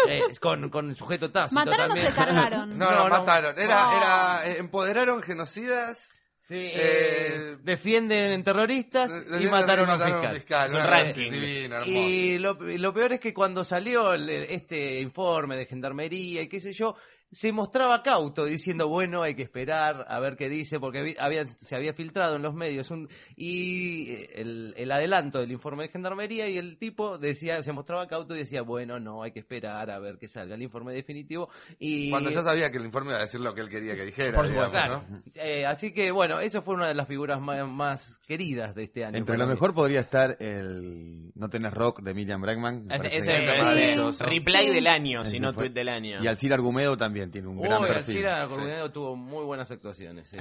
Eh, con, con sujeto tácito
Mataron o
también.
se cargaron. Ah.
No, no,
*laughs* No, no.
mataron. Era,
No.
era, eh, empoderaron genocidas,
Sí, eh,
Eh,
defienden terroristas
eh,
y mataron a un
mataron
fiscal.
Es un
una
ranking.
cosa divina, hermosa.
Y lo, lo peor es que cuando salió el- este informe de gendarmería y qué sé yo, se mostraba cauto diciendo, bueno, hay que esperar a ver qué dice, porque vi- había, se había filtrado en los medios un, y eh, el, el adelanto del informe de gendarmería y el tipo decía, se mostraba cauto y decía, bueno, no, hay que esperar a ver que salga el informe definitivo. eh, Y
Cuando ya sabía que el informe iba a decir lo que él quería que dijera.
Por supuesto,
digamos, ¿no?
Eh, así que bueno, esa fue una de las figuras más, más queridas de este año.
Entre lo
para mí.
mejor podría estar el No tenés rock de Miriam Bregman. me
Ese,
parece
ese
que-
me
Sí.
parece
Sí.
reply del año, si
Ese
no
fue.
tweet del año.
Y Alcira Argumedo también tiene un
Uy,
gran perfil.
Alcira Coronado tuvo muy buenas actuaciones. sí.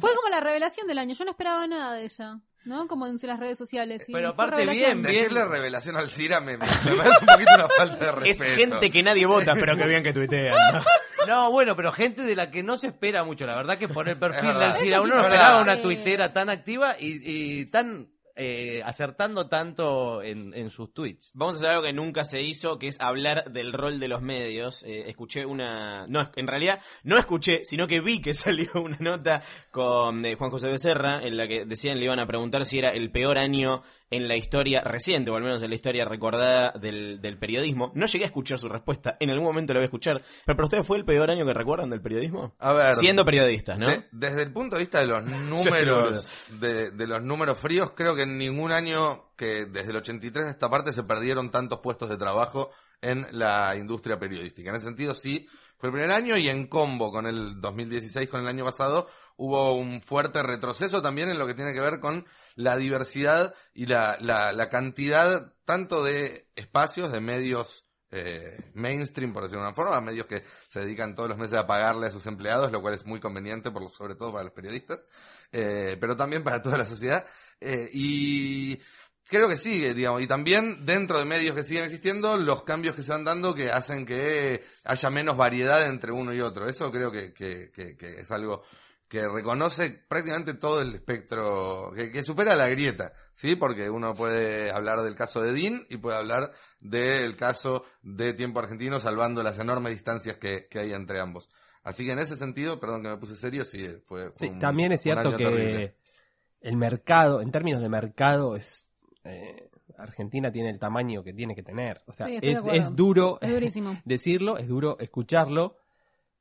Fue como la revelación del año. Yo no esperaba nada de ella, ¿no? Como en las redes sociales. y
Pero
fue
aparte bien,
revelación.
bien.
Decirle revelación al Cira me,
*laughs*
me parece un poquito una falta de
Es
respeto.
gente que nadie
*laughs*
vota, pero que bien que tuitean. ¿no?
No, bueno, pero gente de la que no se espera mucho. La verdad que por el perfil
verdad.
del Cira
Eso
uno no
es
esperaba
verdad.
una tuitera tan activa y, y tan eh, acertando tanto en, en sus tweets.
Vamos a hacer algo que nunca se hizo, que es hablar del rol de los medios. Eh, escuché una... No, en realidad no escuché, sino que vi que *laughs* salió una nota con eh, Juan José Becerra, en la que decían, le iban a preguntar si era el peor año en la historia reciente, o al menos en la historia recordada del, del periodismo. No llegué a escuchar su respuesta, en algún momento la voy a escuchar. Pero para ustedes fue el peor año que recuerdan del periodismo.
A ver.
Siendo periodistas, ¿no?
de- desde el punto de vista de
*laughs*
los números, de, de los números fríos, creo que en ningún año que desde el 83 a esta parte se perdieron tantos puestos de trabajo en la industria periodística. En ese sentido, sí, fue el primer año y en combo con el 2016, con el año pasado, hubo un fuerte retroceso también en lo que tiene que ver con la diversidad y la, la, la cantidad tanto de espacios, de medios eh, mainstream, por decirlo de una forma, medios que se dedican todos los meses a pagarle a sus empleados, lo cual es muy conveniente, por, lo- sobre todo para los periodistas, eh, pero también para toda la sociedad. Eh, y creo que sigue, digamos, y también dentro de medios que siguen existiendo, los cambios que se van dando que hacen que haya menos variedad entre uno y otro. Eso creo que, que- que- que es algo que reconoce prácticamente todo el espectro, que, que supera la grieta, ¿sí? Porque uno puede hablar del caso de Dean y puede hablar del caso de Tiempo Argentino, salvando las enormes distancias que, que hay entre ambos. Así que en ese sentido, perdón que me puse serio, sí, fue, fue
Sí,
un-
también es
un
cierto
año
que
terrible.
el mercado, en términos de mercado, es eh, Argentina tiene el tamaño que tiene que tener. O sea,
Sí, estoy de
es,
acuerdo.
es duro
Es durísimo.
*laughs* decirlo, es duro escucharlo,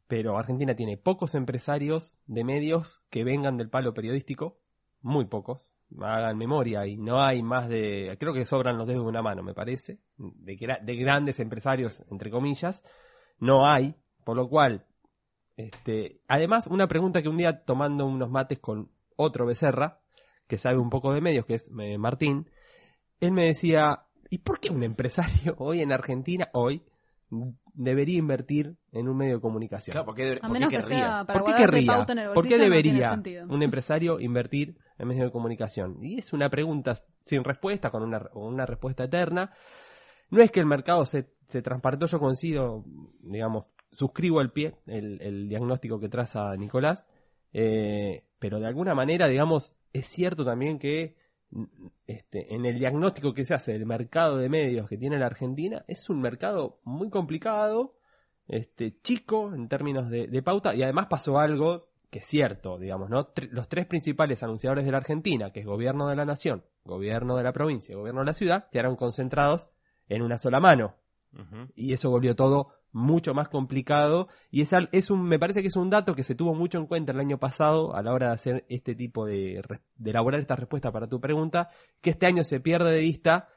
pero Argentina tiene pocos empresarios de medios que vengan del palo periodístico, muy pocos. Hagan memoria y no hay más de, creo que sobran los dedos de una mano, me parece, de, gra- de grandes empresarios, entre comillas, no hay, por lo cual este, además, una pregunta que un día tomando unos mates con otro becerra, que sabe un poco de medios, que es eh, Martín, él me decía, ¿y por qué un empresario *laughs* hoy en Argentina, hoy, debería invertir en un medio de comunicación?
Claro, porque,
A
porque
menos que
querría.
sea para
¿Por qué
guardarse
querría?
pauta en el
¿Por qué
bolsillo, no tiene
debería
sentido. *laughs*
un empresario invertir en medios de comunicación? Y es una pregunta sin respuesta, con una, con una respuesta eterna. No es que el mercado se, se transparentó, yo coincido, digamos, suscribo al pie el, el diagnóstico que traza Nicolás, eh, pero de alguna manera, digamos, es cierto también que mm, este, en el diagnóstico que se hace del mercado de medios que tiene la Argentina, es un mercado muy complicado, este, chico en términos de, de pauta, y además pasó algo que es cierto, digamos, ¿no? Tre- los tres principales anunciadores de la Argentina, que es gobierno de la nación, gobierno de la provincia y gobierno de la ciudad, quedaron concentrados en una sola mano y eso volvió todo mucho más complicado y es, al- es un me parece que es un dato que se tuvo mucho en cuenta el año pasado a la hora de hacer este tipo de, re- de elaborar esta respuesta para tu pregunta que este año se pierde de vista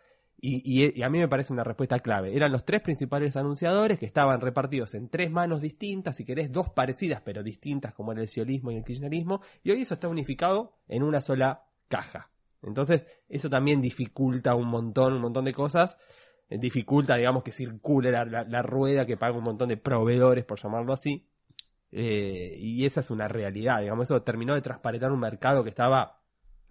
y, y- y a mí me parece una respuesta clave eran los tres principales anunciadores que estaban repartidos en tres manos distintas si querés dos parecidas pero distintas como era el ciolismo y el kirchnerismo y hoy eso está unificado en una sola caja entonces eso también dificulta un montón un montón de cosas eh, dificulta, digamos, que circule la, la- la rueda que paga un montón de proveedores, por llamarlo así. Eh, y esa es una realidad, digamos, eso terminó de transparentar un mercado que estaba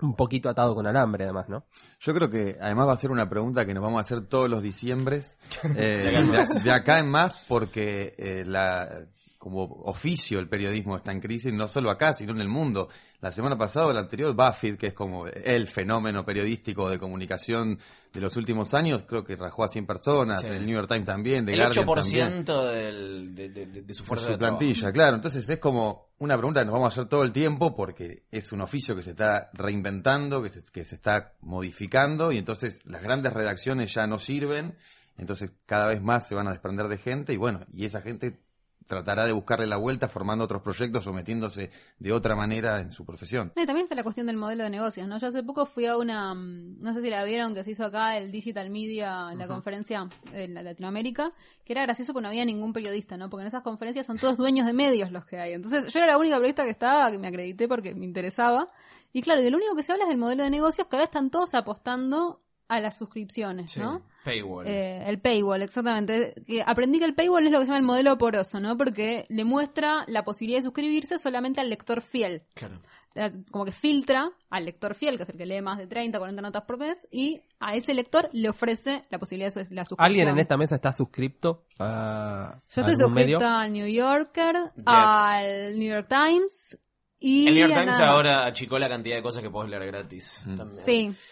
un poquito atado con alambre, además, ¿no?
Yo creo que además va a ser una pregunta que nos vamos a hacer todos
*laughs*
los diciembres, eh, de, de acá en más, porque eh, la, como oficio el periodismo está en crisis, no solo acá, sino en el mundo. La semana pasada, o la anterior, Buffett, que es como el fenómeno periodístico de comunicación de los últimos años, creo que rajó a 100 personas,
Sí.
el New York Times también, The
El
Guardian
8%
también.
del- de, de- de- de su
Por
fuerza
su
de trabajo.
plantilla, claro. Entonces es como una pregunta que nos vamos a hacer todo el tiempo porque es un oficio que se está reinventando, que se, que se está modificando y entonces las grandes redacciones ya no sirven, entonces cada vez más se van a desprender de gente y bueno, y esa gente tratará de buscarle la vuelta formando otros proyectos o metiéndose de otra manera en su profesión.
No, y también está la cuestión del modelo de negocios, ¿no? Yo hace poco fui a una, mm, no sé si la vieron, que se hizo acá el Digital Media, la conferencia en la- Latinoamérica, que era gracioso porque no había ningún periodista, ¿no? Porque en esas conferencias son todos dueños de medios los que hay. Entonces yo era la única periodista que estaba, que me acredité porque me interesaba. Y claro, y de lo único que se habla es del modelo de negocios, que ahora están todos apostando a las suscripciones,
Sí,
¿no?
Paywall.
Eh, el paywall, exactamente. Que aprendí que el paywall es lo que se llama el modelo poroso, ¿no? Porque le muestra la posibilidad de suscribirse solamente al lector fiel.
Claro.
Eh, Como que filtra al lector fiel, que es el que lee más de 30, 40 notas por mes, y a ese lector le ofrece la posibilidad de su- la suscripción.
¿Alguien en esta mesa está suscripto a,
Yo
a
estoy
algún medio?
suscrita al New Yorker,
Ya.
al New York Times y.
el New York
a
Times
nada más.
ahora achicó la cantidad de cosas que podés leer gratis.
Mm.
también. *laughs*
Sí.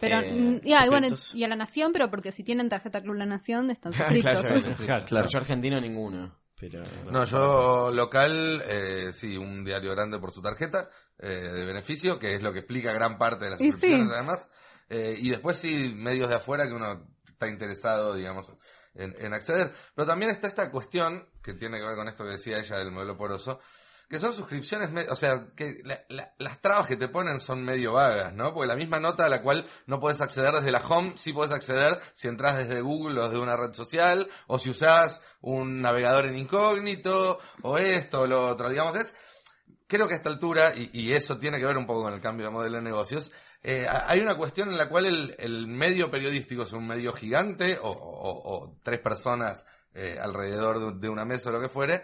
Pero,
Eh,
mm, y, ah, y bueno,
suscriptos.
y a la Nación, pero porque si tienen tarjeta Club La Nación, están
*laughs* Claro,
suscritos.
bueno.
Claro.
Claro.
Yo argentino ninguno. Pero...
No, yo local, eh, sí, un diario grande por su tarjeta eh, de beneficio, que es lo que explica gran parte de las
Y sí.
suscripciones además. Eh, y después sí, medios de afuera que uno está interesado, digamos, en, en acceder. Pero también está esta cuestión, que tiene que ver con esto que decía ella del modelo poroso, que son suscripciones, me- o sea, que la- la- las trabas que te ponen son medio vagas, ¿no? Porque la misma nota a la cual no puedes acceder desde la home, sí puedes acceder si entras desde Google o desde una red social, o si usás un navegador en incógnito, o esto, o lo otro, digamos, es... Creo que a esta altura, y, y eso tiene que ver un poco con el cambio de modelo de negocios, eh, ha- hay una cuestión en la cual el, el medio periodístico es un medio gigante, o, o- o- o tres personas eh, alrededor de- de una mesa o lo que fuere,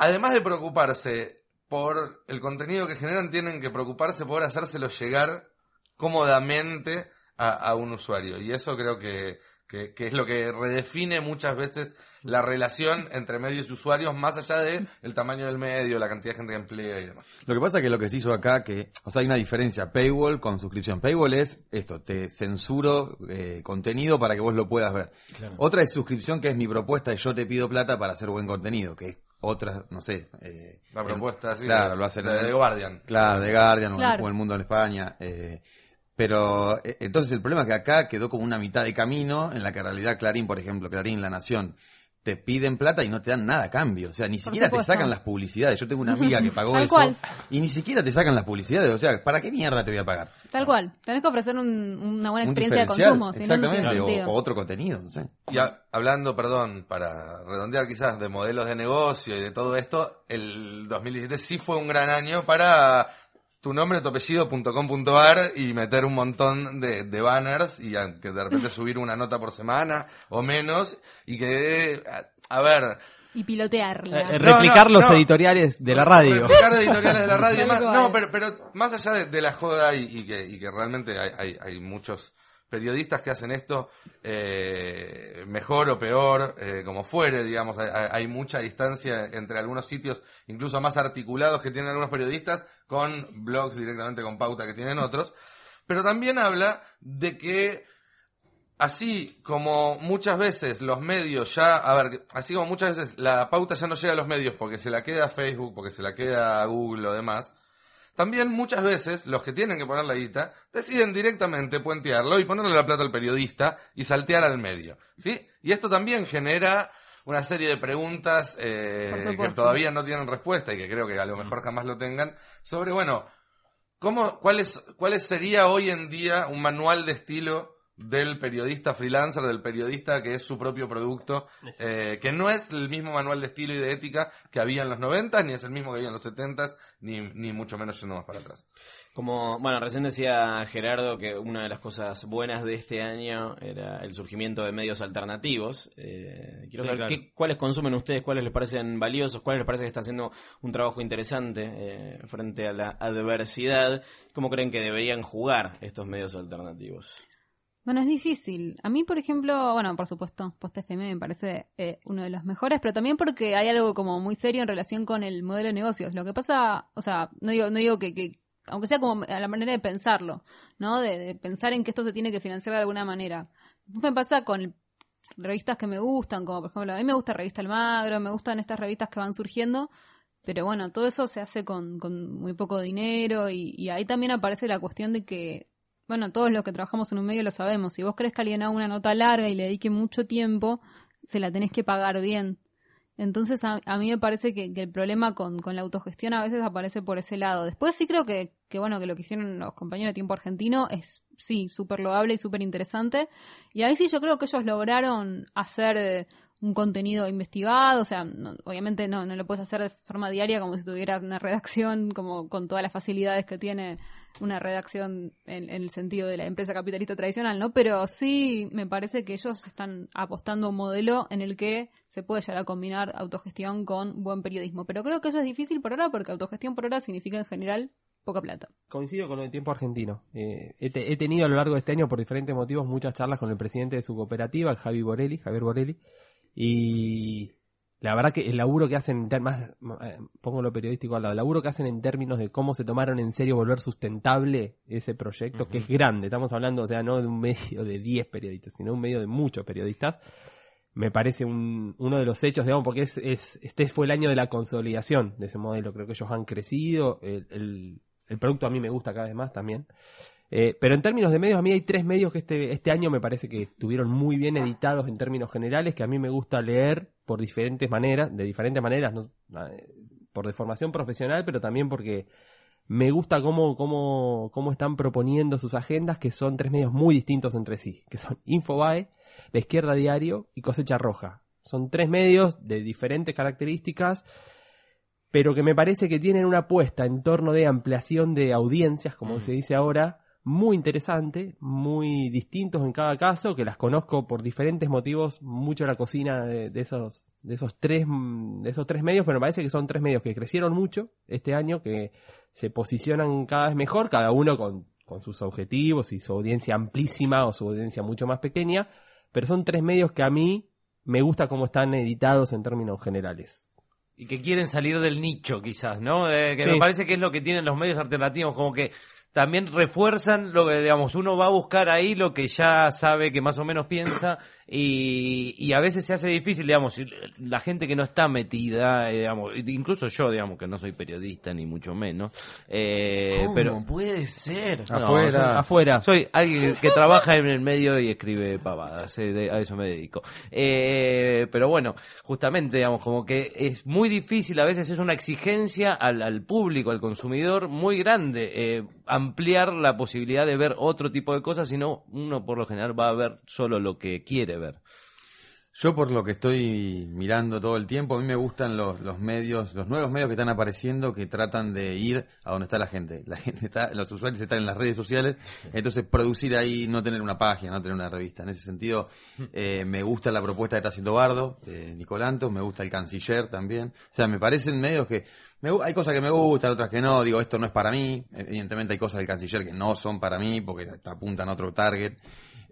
además de preocuparse por el contenido que generan, tienen que preocuparse por hacérselo llegar cómodamente a, a un usuario. Y eso creo que, que- que es lo que redefine muchas veces la relación entre medios y usuarios, más allá de el tamaño del medio, la cantidad de gente que emplea y demás.
Lo que pasa es que lo que se hizo acá, que, o sea, hay una diferencia, paywall con suscripción. Paywall es esto, te censuro eh, contenido para que vos lo puedas ver.
Claro.
Otra es suscripción que es mi propuesta y yo te pido plata para hacer buen contenido, que es otras, no sé. eh,
La propuesta, sí,
Claro,
de-
lo hacen.
de
en-
The Guardian.
Claro, de Guardian o en-
Claro.
o El Mundo en España. eh, pero eh, entonces el problema es que acá quedó como una mitad de camino en la que en realidad Clarín, por ejemplo, Clarín, La Nación, te piden plata y no te dan nada a cambio. O sea, ni siquiera te
supuesto.
sacan las publicidades. Yo
*laughs*
tengo una amiga que pagó
Tal
eso
cual.
y ni siquiera te sacan las publicidades. O sea, ¿para qué mierda te voy a pagar?
Tal cual. Tenés que ofrecer un- una buena
Un
experiencia de
diferencial,
consumo. si no, no tiene
Exactamente, o-
sentido.
o otro contenido, no sé.
Y ha- hablando, perdón, para redondear quizás de modelos de negocio y de todo esto, el 2017 sí fue un gran año para tu nombre, tu apellido.com.ar y meter un montón de, de banners y a- que de repente subir una nota por semana o menos y que, a, a ver,
Y pilotearla.
Eh, eh,
No,
replicar
no,
los
no.
editoriales de la radio.
Replicar editoriales de la radio. y
Tal
más-
cual.
no, pero, pero más allá de, de la joda y, y que, y que realmente hay, hay- hay muchos periodistas que hacen esto eh, mejor o peor, eh, como fuere, digamos, hay, hay- hay mucha distancia entre algunos sitios, incluso más articulados que tienen algunos periodistas, con blogs directamente con pauta que tienen otros. Pero también habla de que Así como muchas veces los medios ya, a ver, así como muchas veces la pauta ya no llega a los medios porque se la queda Facebook, porque se la queda Google o demás, también muchas veces los que tienen que poner la guita deciden directamente puentearlo y ponerle la plata al periodista y saltear al medio, ¿sí? Y esto también genera una serie de preguntas eh,
Por
que
supuesto.
todavía no tienen respuesta y que creo que a lo mejor jamás lo tengan sobre, bueno, ¿Cómo, cuál, es, ¿Cuál sería hoy en día un manual de estilo del periodista freelancer, del periodista que es su propio producto, eh, que no es el mismo manual de estilo y de ética que había en los 90, ni es el mismo que había en los 70, ni, ni mucho menos yendo más para atrás?
Como, bueno, recién decía Gerardo que una de las cosas buenas de este año era el surgimiento de medios alternativos. Eh, quiero
Sí,
saber
claro.
qué- cuáles consumen ustedes, cuáles les parecen valiosos, cuáles les parece que está haciendo un trabajo interesante eh, frente a la adversidad. ¿Cómo creen que deberían jugar estos medios alternativos?
Bueno, es difícil. A mí, por ejemplo, bueno, por supuesto, Post FM me parece eh, uno de los mejores, pero también porque hay algo como muy serio en relación con el modelo de negocios. Lo que pasa, o sea, no digo, no digo que, que- aunque sea como a la manera de pensarlo, ¿no? De, de pensar en que esto se tiene que financiar de alguna manera. Me pasa con revistas que me gustan, como por ejemplo, a mí me gusta Revista Almagro, me gustan estas revistas que van surgiendo, pero bueno, todo eso se hace con, con muy poco dinero y, y ahí también aparece la cuestión de que bueno, todos los que trabajamos en un medio lo sabemos. Si vos crees que alguien haga una nota larga y le dedique mucho tiempo, se la tenés que pagar bien. Entonces, a, a mí me parece que, que el problema con, con la autogestión a veces aparece por ese lado. Después sí creo que, que bueno, que lo que hicieron los compañeros de Tiempo Argentino es, sí, súper loable y súper interesante. Y ahí sí yo creo que ellos lograron hacer eh, un contenido investigado, o sea, no- obviamente no, no lo puedes hacer de forma diaria como si tuvieras una *laughs* redacción, como con todas las facilidades que tiene una redacción en, en el sentido de la empresa capitalista tradicional, ¿no? Pero sí me parece que ellos están apostando a un modelo en el que se puede llegar a combinar autogestión con buen periodismo. Pero creo que eso es difícil por ahora porque autogestión por ahora significa en general poca plata.
Coincido con lo del tiempo argentino. Eh, he, te- he tenido a lo largo de este año, por diferentes motivos, muchas charlas con el presidente de su cooperativa, el Javi Borelli, Javier Borelli, y la verdad que el laburo que hacen, en ter- más, eh, pongo lo periodístico al lado, el laburo que hacen en términos de cómo se tomaron en serio volver sustentable ese proyecto, que es grande, estamos hablando, o sea, no de un medio de 10 periodistas, sino un medio de muchos periodistas, me parece un- uno de los hechos, digamos, porque es, es- este fue el año de la consolidación de ese modelo. Creo que ellos han crecido, el, el- el producto a mí me gusta cada vez más también. Eh, pero en términos de medios, a mí hay tres medios que este, este año me parece que estuvieron muy bien editados en términos generales, que a mí me gusta leer por diferentes maneras, de diferentes maneras, no, eh, por deformación profesional, pero también porque me gusta cómo, cómo, cómo están proponiendo sus agendas, que son tres medios muy distintos entre sí, que son Infobae, la Izquierda Diario y Cosecha Roja. Son tres medios de diferentes características, pero que me parece que tienen una apuesta en torno de ampliación de audiencias, como se dice ahora, muy interesante, muy distintos en cada caso, que las conozco por diferentes motivos, mucho la cocina de, de esos de esos tres mm, de esos tres medios, pero me parece que son tres medios que crecieron mucho este año, que se posicionan cada vez mejor, cada uno con, con sus objetivos y su audiencia amplísima o su audiencia mucho más pequeña, pero son tres medios que a mí me gusta cómo están editados en términos generales.
Y que quieren salir del nicho, quizás, ¿no? Eh, que me
Sí.
parece que es lo que tienen los medios alternativos, como que ta- también refuerzan lo que, digamos, uno va a buscar ahí lo que ya sabe que más o menos piensa *coughs* y, y a veces se hace difícil, digamos, y la gente que no está metida, eh, digamos, incluso yo, digamos, que no soy periodista ni mucho menos, eh,
¿Cómo
pero...
puede ser?
No,
Afuera.
soy-
Afuera.
Soy alguien que trabaja en el medio y escribe pavadas, eh, de- a eso me dedico. Eh, pero bueno, justamente, digamos, como que es muy difícil, a veces es una exigencia al, al público, al consumidor, muy grande, eh, ampliar la posibilidad de ver otro tipo de cosas, sino uno por lo general va a ver solo lo que quiere ver.
Yo por lo que estoy mirando todo el tiempo, a mí me gustan los, los medios, los nuevos medios que están apareciendo que tratan de ir a donde está la gente. La gente está, los usuarios están en las redes sociales, entonces producir ahí, no tener una página, no tener una revista. En ese
*laughs*
sentido, eh, me gusta la propuesta que está haciendo Bardo, de Nicolantos, me gusta el canciller también. O sea, me parecen medios que me gu- hay cosas que me gustan, otras que no, digo, esto no es para mí. Evidentemente hay cosas del canciller que no son para mí porque te- te apuntan a otro target.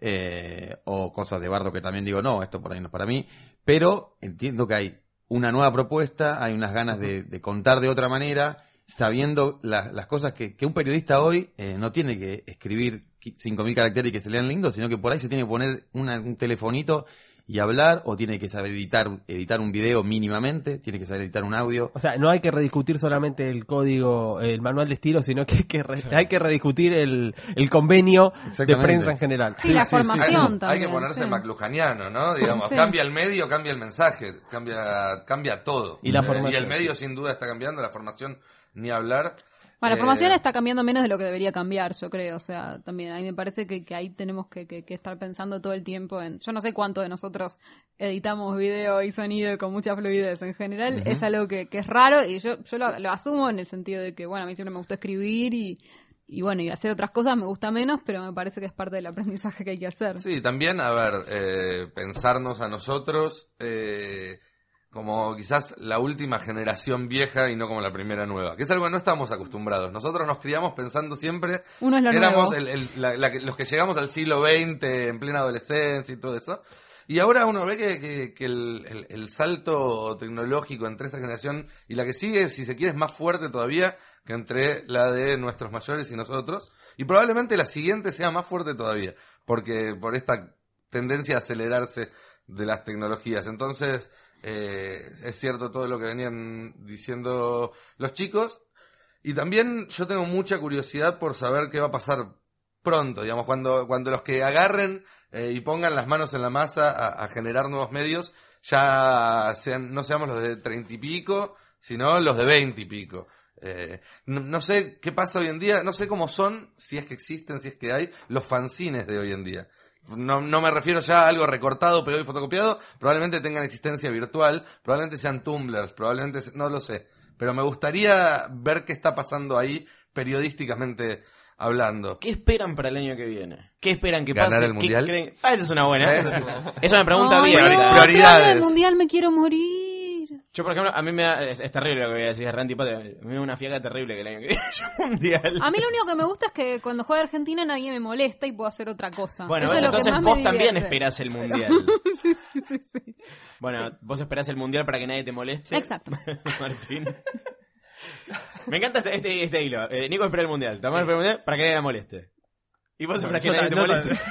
Eh, o cosas de Bardo que también digo, no, esto por ahí no es para mí. Pero entiendo que hay una nueva propuesta, hay unas ganas de, de contar de otra manera, sabiendo la- las cosas que, que un periodista hoy eh, no tiene que escribir qui- 5.000 caracteres y que se lean lindos, sino que por ahí se tiene que poner una- un telefonito y hablar, o tiene que saber editar, editar un video mínimamente, tiene que saber editar un audio.
O sea, no hay que rediscutir solamente el código, el manual de estilo, sino que hay que, re- hay que rediscutir el, el convenio de
Exactamente.
prensa en general.
Sí, la
Hay,
formación también.
hay que ponerse
sí.
maclujaniano, ¿no? Digamos,
Sí.
cambia el medio, cambia el mensaje, cambia, cambia todo.
Y la
Eh,
formación,
el medio sin duda está cambiando, la formación ni hablar.
Bueno, la
Eh,
formación está cambiando menos de lo que debería cambiar, yo creo. O sea, también a mí me parece que, que ahí tenemos que, que- que estar pensando todo el tiempo en... Yo no sé cuánto de nosotros editamos video y sonido con mucha fluidez. En general es algo que, que es raro y yo, yo lo, lo asumo en el sentido de que, bueno, a mí siempre me gustó escribir y, y bueno, y hacer otras cosas me gusta menos, pero me parece que es parte del aprendizaje que hay que hacer.
Sí, también, a ver, eh, pensarnos a nosotros eh, como quizás la última generación vieja y no como la primera nueva, que es algo que no estamos acostumbrados. Nosotros nos criamos pensando siempre,
Uno es lo
éramos
nuevo.
el- el- la- la que- los que llegamos al siglo XX en plena adolescencia y todo eso. Y ahora uno ve que, que- que el, el- el salto tecnológico entre esta generación y la que sigue, si se quiere, es más fuerte todavía que entre la de nuestros mayores y nosotros. Y probablemente la siguiente sea más fuerte todavía, porque por esta tendencia a acelerarse de las tecnologías. Entonces, eh, es cierto todo lo que venían diciendo los chicos. Y también yo tengo mucha curiosidad por saber qué va a pasar pronto, digamos, cuando, cuando los que agarren eh, y pongan las manos en la masa a, a generar nuevos medios, ya sean, no seamos los de treinta y pico, sino los de veinte y pico. Eh, no, no sé qué pasa hoy en día, no sé cómo son, si es que existen, si es que hay, los fanzines de hoy en día. No, no me refiero ya a algo recortado, pegado y fotocopiado, probablemente tengan existencia virtual, probablemente sean tumblers, probablemente, se- no lo sé. Pero me gustaría ver qué está pasando ahí periodísticamente hablando.
¿Qué esperan para el año que viene? ¿Qué esperan que
¿Ganar
pase?
el
¿Qué
Mundial?
creen? Ah, esa es una buena.
¿Eh?
Esa es una pregunta
Ay,
abierta.
no,
Priori-
otra vez,
prioridades.
mundial me quiero morir.
Yo, por ejemplo, a mí me da, es, es terrible lo que voy a decir, es re antipático. A mí me da una fiaca terrible que el año que viene *laughs* haya un mundial.
A mí lo único que me gusta es que cuando juega Argentina nadie me molesta y puedo hacer otra cosa.
Bueno,
Eso
ves,
es lo que
entonces
más me
vos también
divierte. *laughs*
esperás el mundial.
sí, sí, sí, sí.
Bueno, vos esperás el mundial para que nadie te moleste.
Exacto.
*laughs* Martín. Me encanta este, este, este hilo. Eh, Nico espera el mundial. Tamás espera el mundial para que nadie la moleste. Y vos esperás que
yo
nadie te
ta- no
moleste.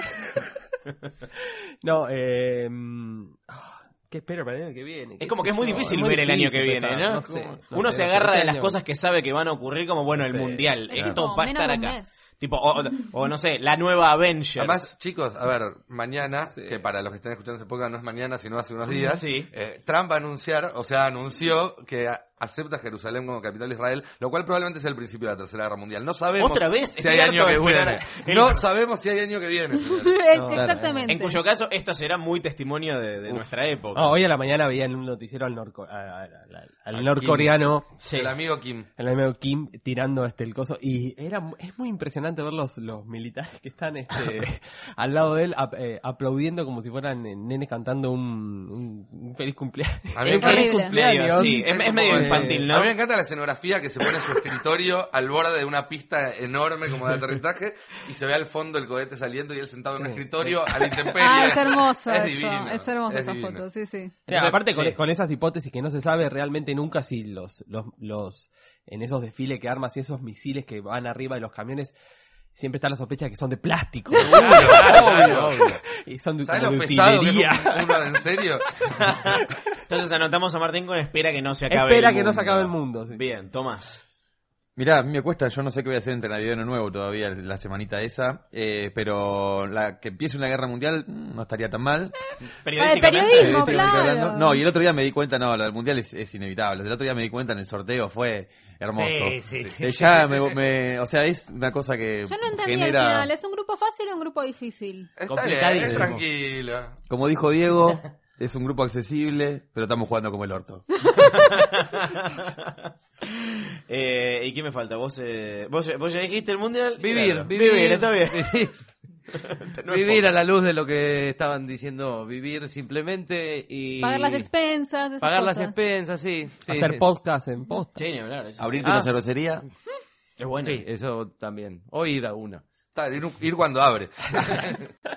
No, eh, *laughs* mm, ah, ¿qué espero para el año que viene?
*laughs* Es como que es muy difícil
muy
ver el año que viene,
difícil pensar,
¿no?
no sé,
Como-
no
Uno
sé,
se
no sé,
agarra de
este
las
año-
cosas que sabe que van a ocurrir, como bueno, el
Sí.
mundial.
Es
Esto
tipo,
va a
menos
estar
de un
acá.
mes.
Tipo, o, o no sé, la nueva Avengers.
Además, chicos, a ver, mañana, que para los que estén escuchando este podcast no es mañana, sino hace unos días,
Sí.
eh, Trump va a anunciar, o sea, anunció que a- acepta Jerusalén como capital de Israel, lo cual probablemente sea el principio de la Tercera Guerra Mundial. No sabemos
Otra vez,
si
estoy
hay año
harto de
que viene.
esperar.
No sabemos si hay año que viene. señores.
*laughs*
Exactamente.
en cuyo caso, esto será muy testimonio de, de nuestra época. *laughs*
Ah, hoy a la mañana veía en un noticiero al, norco- a- a- a- al norcoreano,
Sí.
El amigo Kim.
el amigo Kim, tirando este el coso. Y era mu- es muy impresionante ver los, los militares que están
*laughs*
este, al lado de él ap- eh, aplaudiendo como si fueran eh, nenes cantando un, un- *laughs* un feliz cumpleaños.
A mí
Es
me
un feliz
Horrible.
cumpleaños, sí. Es, es
como-
medio
eh,
infantil,
A
¿no?
mí me encanta la escenografía que se pone en su escritorio *laughs* al borde de una pista enorme como de aterrizaje y se ve al fondo el cohete saliendo y él sentado en un escritorio a
*laughs*
la intemperie.
Ah, es hermoso
Es
eso.
divino,
es hermosa
es
esa
divino.
foto, sí, sí.
O sea, aparte con,
sí.
con esas hipótesis que no se sabe realmente nunca si los, los, los en esos desfiles que armas y esos misiles que van arriba de los camiones siempre está la sospecha de que son de
*laughs*
plástico.
Obvio, obvio.
y son de,
¿Sabes
como
lo
de
pesado que es
utilería.
un- uno en serio?
*laughs* Entonces anotamos a Martín con espera que no se acabe
Espera
el
que
mundo.
no se acabe el mundo. sí.
Bien, Tomás.
Mirá, a mí me cuesta, yo no sé qué voy a hacer entre Navidad y Año Nuevo todavía, la semanita esa, eh, pero la que empiece una guerra mundial mm, no estaría tan mal. Eh,
Periodísticamente.
Ah, periodismo. Mismo,
Periodísticamente
claro.
No, y el otro día me di cuenta, no, lo del mundial es, es inevitable. El otro día me di cuenta en el sorteo, fue hermoso.
Sí, sí, sí,
Eh, ya me, me- o sea, es una cosa que
Yo no entendí
genera,
al final, ¿es un grupo fácil o un grupo difícil?
Está bien, es
Complicadísimo.
tranquilo.
como
*laughs*
dijo Diego, es un grupo accesible, pero estamos jugando como el orto.
Eh, ¿Y qué me falta? ¿Vos, eh, vos, vos ya dijiste el mundial?
Vivir,
Claro.
vivir,
está bien. *laughs*
vivir. Vivir a la luz de lo que estaban diciendo, vivir simplemente y...
Pagar las expensas, esas
Pagar las
cosas.
expensas, sí. sí,
*laughs* Hacer
sí.
podcast en post.
Sí, ni hablar. eso
Abrirte
sí.
una
Ah.
cervecería,
Es bueno.
Sí, eso también. O ir a una.
Está, ir, ir cuando
*laughs*
abre.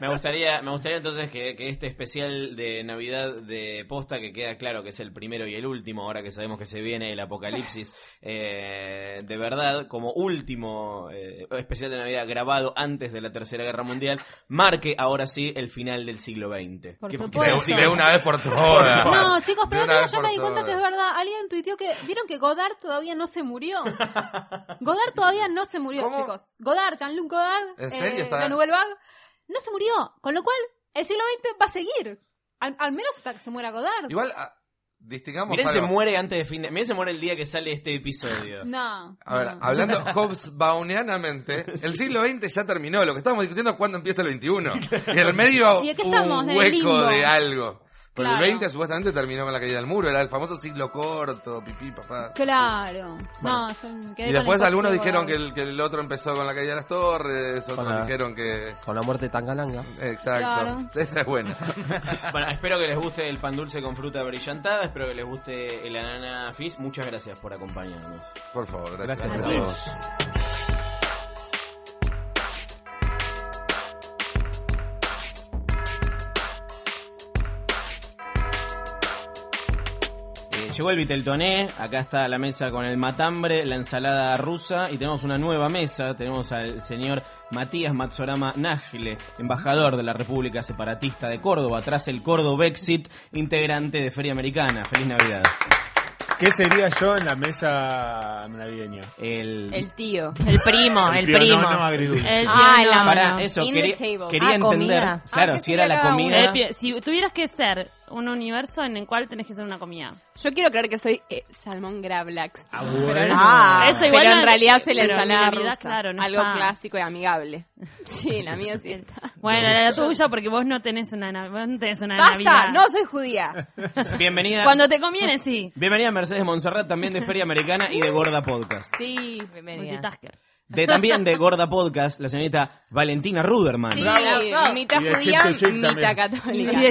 Me gustaría, me gustaría entonces que, que este especial de Navidad de posta, que queda claro que es el primero y el último, ahora que sabemos que se viene el apocalipsis, eh, de verdad, como último eh, especial de Navidad grabado antes de la Tercera Guerra Mundial, marque ahora sí el final del siglo XX.
Por
¿Qué-
supuesto.
De,
Por eso.
de una vez por todas.
No, chicos,
De
pero
una
otro día
vez
yo
por
me di cuenta
todas.
que es verdad. Alguien tuiteó que. ¿Vieron que Godard todavía no se murió? Godard todavía no se murió,
¿Cómo?
chicos. Godard, Jean-Luc Godard,
¿En serio está?
la Nouvelle Vague, no se murió. Con lo cual, el siglo XX va a seguir. Al, al menos hasta que se muera Godard.
Igual, ah, distingamos
Mirá, se
algo.
muere antes de fin de... Mirá, se muere el día que sale este episodio.
No.
A ver,
no. *laughs*
hablando Hobbesbaunianamente, el siglo XX ya terminó. Lo que estamos discutiendo es cuándo empieza el XXI. Y en el medio
¿Y de qué
hubo
estamos?
un
En el
hueco
limbo.
de algo. Pero
Claro.
el 20 supuestamente terminó con la caída del muro. Era el famoso siglo corto, pipí, papá.
Claro. No, yo me quedé
Y
con
después
el
algunos
concepto
dijeron que
Godard.
el, que el otro empezó con la caída de las torres, otros
Con la-
dijeron que...
Con la muerte de Tangalanga.
Exacto. Esa es buena.
Bueno, espero que les guste el pan dulce con fruta brillantada, espero que les guste el anana fizz. Muchas gracias por acompañarnos.
Por favor,
Gracias
gracias.
a
todos.
todos.
Eh, Llegó el Viteltoné, acá está la mesa con el matambre, la ensalada rusa y tenemos una nueva mesa. Tenemos al señor Matías Matsorama Nájile, embajador de la República Separatista de Córdoba, tras el Córdobexit, integrante de Feria Americana. Feliz Navidad.
¿Qué sería yo en la mesa navideña?
El,
El tío. El
*laughs*
primo, el, primo.
pionono agridulce.
El
Ah,
pionono.
la- Pará, eso,
In the
quería,
table.
quería
Ah,
entender.
comida.
Claro,
Ah, ¿qué
si era
sería
la
cada uno?
El
comida.
pi- si tuvieras que ser un universo en el cual tenés que ser una comida.
Yo quiero creer que soy eh, salmón Gravlax.
Ah,
Pero
bueno.
no.
Ah, Eso igual
Pero
no-
en realidad hace la
pero en
ensalada
Navidad,
rusa.
claro, no
algo
está.
clásico y
*laughs*
amigable. Sí, la mía sienta.
Bueno, la tuya porque vos no tenés una, nav- vos no tenés una
Basta,
Navidad.
no soy judía.
*laughs*
Bienvenida.
Cuando te
*laughs*
conviene, sí.
Bienvenida Mercedes Monserrat, también de Feria Americana y de Gorda Podcast.
Sí,
Multitasker.
De
*laughs*
también de Gorda Podcast, la señorita Valentina Ruderman.
mitad
Y de judía, chip to chip mitad también.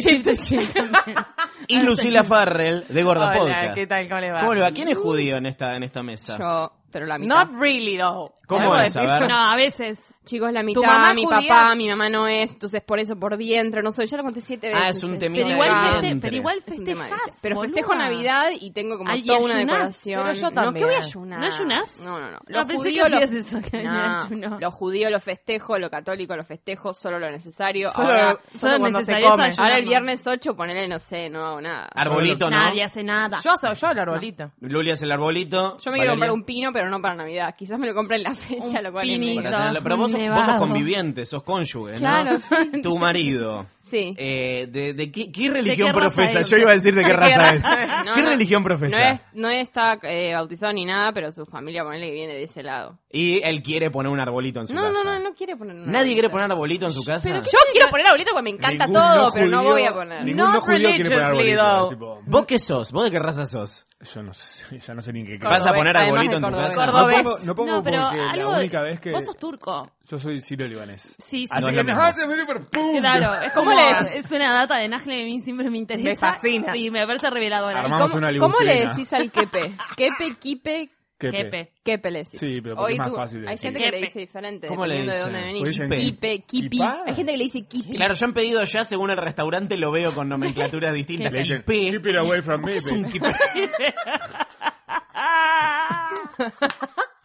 católica.
Y Lucila Farrell, de Gorda
Hola,
Podcast.
¿qué tal? ¿Cómo le va?
¿Cómo le va? ¿Quién es judío en esta, en esta mesa?
*laughs* Yo, pero la mitad.
Not really, though.
¿Cómo
Debo
es? A
decir-
ver.
No, a veces.
Chicos, la
¿Tu mamá
mitad, mi
judía?
papá, mi mamá no es, entonces por eso por vientre, no soy, ya lo conté siete veces.
Ah, es un temita
Pero
de
igual,
Ah,
feste-
vientre.
pero igual
es un tema de-
festejas,
Pero festejo
boluda.
Navidad y tengo como
Ay, y
toda una
ayunás,
decoración.
pero yo
No, ¿qué voy a
también.
ayunar?
¿No ayunás?
No, no, no.
No,
Los
Ah, pensé que
judíos
hacías
lo-
eso, que
No,
no ayuno.
Los judíos lo festejo, lo católico lo festejo, solo lo necesario.
Solo-
ahora,
solo
solo cuando se
necesario es
come.
ayunar,
Ahora el
¿no?
viernes 8, ponele, no sé, no hago nada.
Arbolito, ¿no?
Nadie hace nada.
Yo soy yo el arbolito.
Lulia es el arbolito.
Yo me quiero
Valeria-
comprar un pino, pero no para Navidad. Quizás me lo compre en la fecha, lo cual es
pinito.
Para
negro.
tenerlo- Pero vos, sos- vos sos
Nevado.
conviviente, sos cónyuge, ¿no?
Claro, sí.
Tu marido.
Sí.
Eh, de, de qué, qué
qué
religión
raza
profesa?
es?
Yo iba a decir
*laughs*
de qué
¿De qué
raza es.
raza
No,
¿Qué
no.
religión
No,
profesa?
es, no está eh, bautizado ni nada, pero su familia, ponele, que viene de ese lado.
Y él quiere poner un arbolito en su
No,
casa.
no, no, no quiere poner una
Nadie quiere
bolita.
poner arbolito en su casa.
Yo quiero poner arbolito porque me encanta
Ningún
todo,
no
pero no
judío-
voy a poner.
Ningún no
Not
judío quiere poner
religiously,
arbolito.
though.
tipo,
¿Vos qué sos? ¿Vos de qué raza sos?
yo no sé, ya no sé ni en qué
¿Vas a
Cordobés,
poner
además
arbolito
de
en tu
cordobés.
casa?
No pongo, no pongo
No, pero
porque
algo.
la única vez que
Vos sos turco.
yo soy sirio libanés.
Sí, sí.
Ah, no,
sí.
no, no.
Claro, es como
¿Cómo le-
es una data de Nagle a mí siempre me interesa.
Me fascina.
Y me parece reveladora.
Armamos
¿Cómo,
una
cómo le
libustrina.
decís al quepe? Quepe, quipe,
Quepe.
Quepe.
quepe le decís.
Sí, pero porque es más fácil de
Hay
decir.
gente que le
Quepe.
dice diferente,
¿Cómo le
dependiendo de dónde
dicen?
venís.
Pues dicen
Quipe, quipi.
quipá.
Hay gente que le dice quipi.
*laughs*
Claro, yo han pedido ya según el restaurante, lo veo con nomenclaturas distintas.
Le dicen,
Quipé.
keep it away from me. *laughs*
¿Qué es un
baby".
quipé?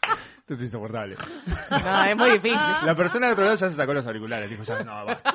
Entonces Eso es insoportable.
No, es muy difícil.
Ah.
La persona de otro lado ya se sacó los auriculares. Dijo, ya no, basta.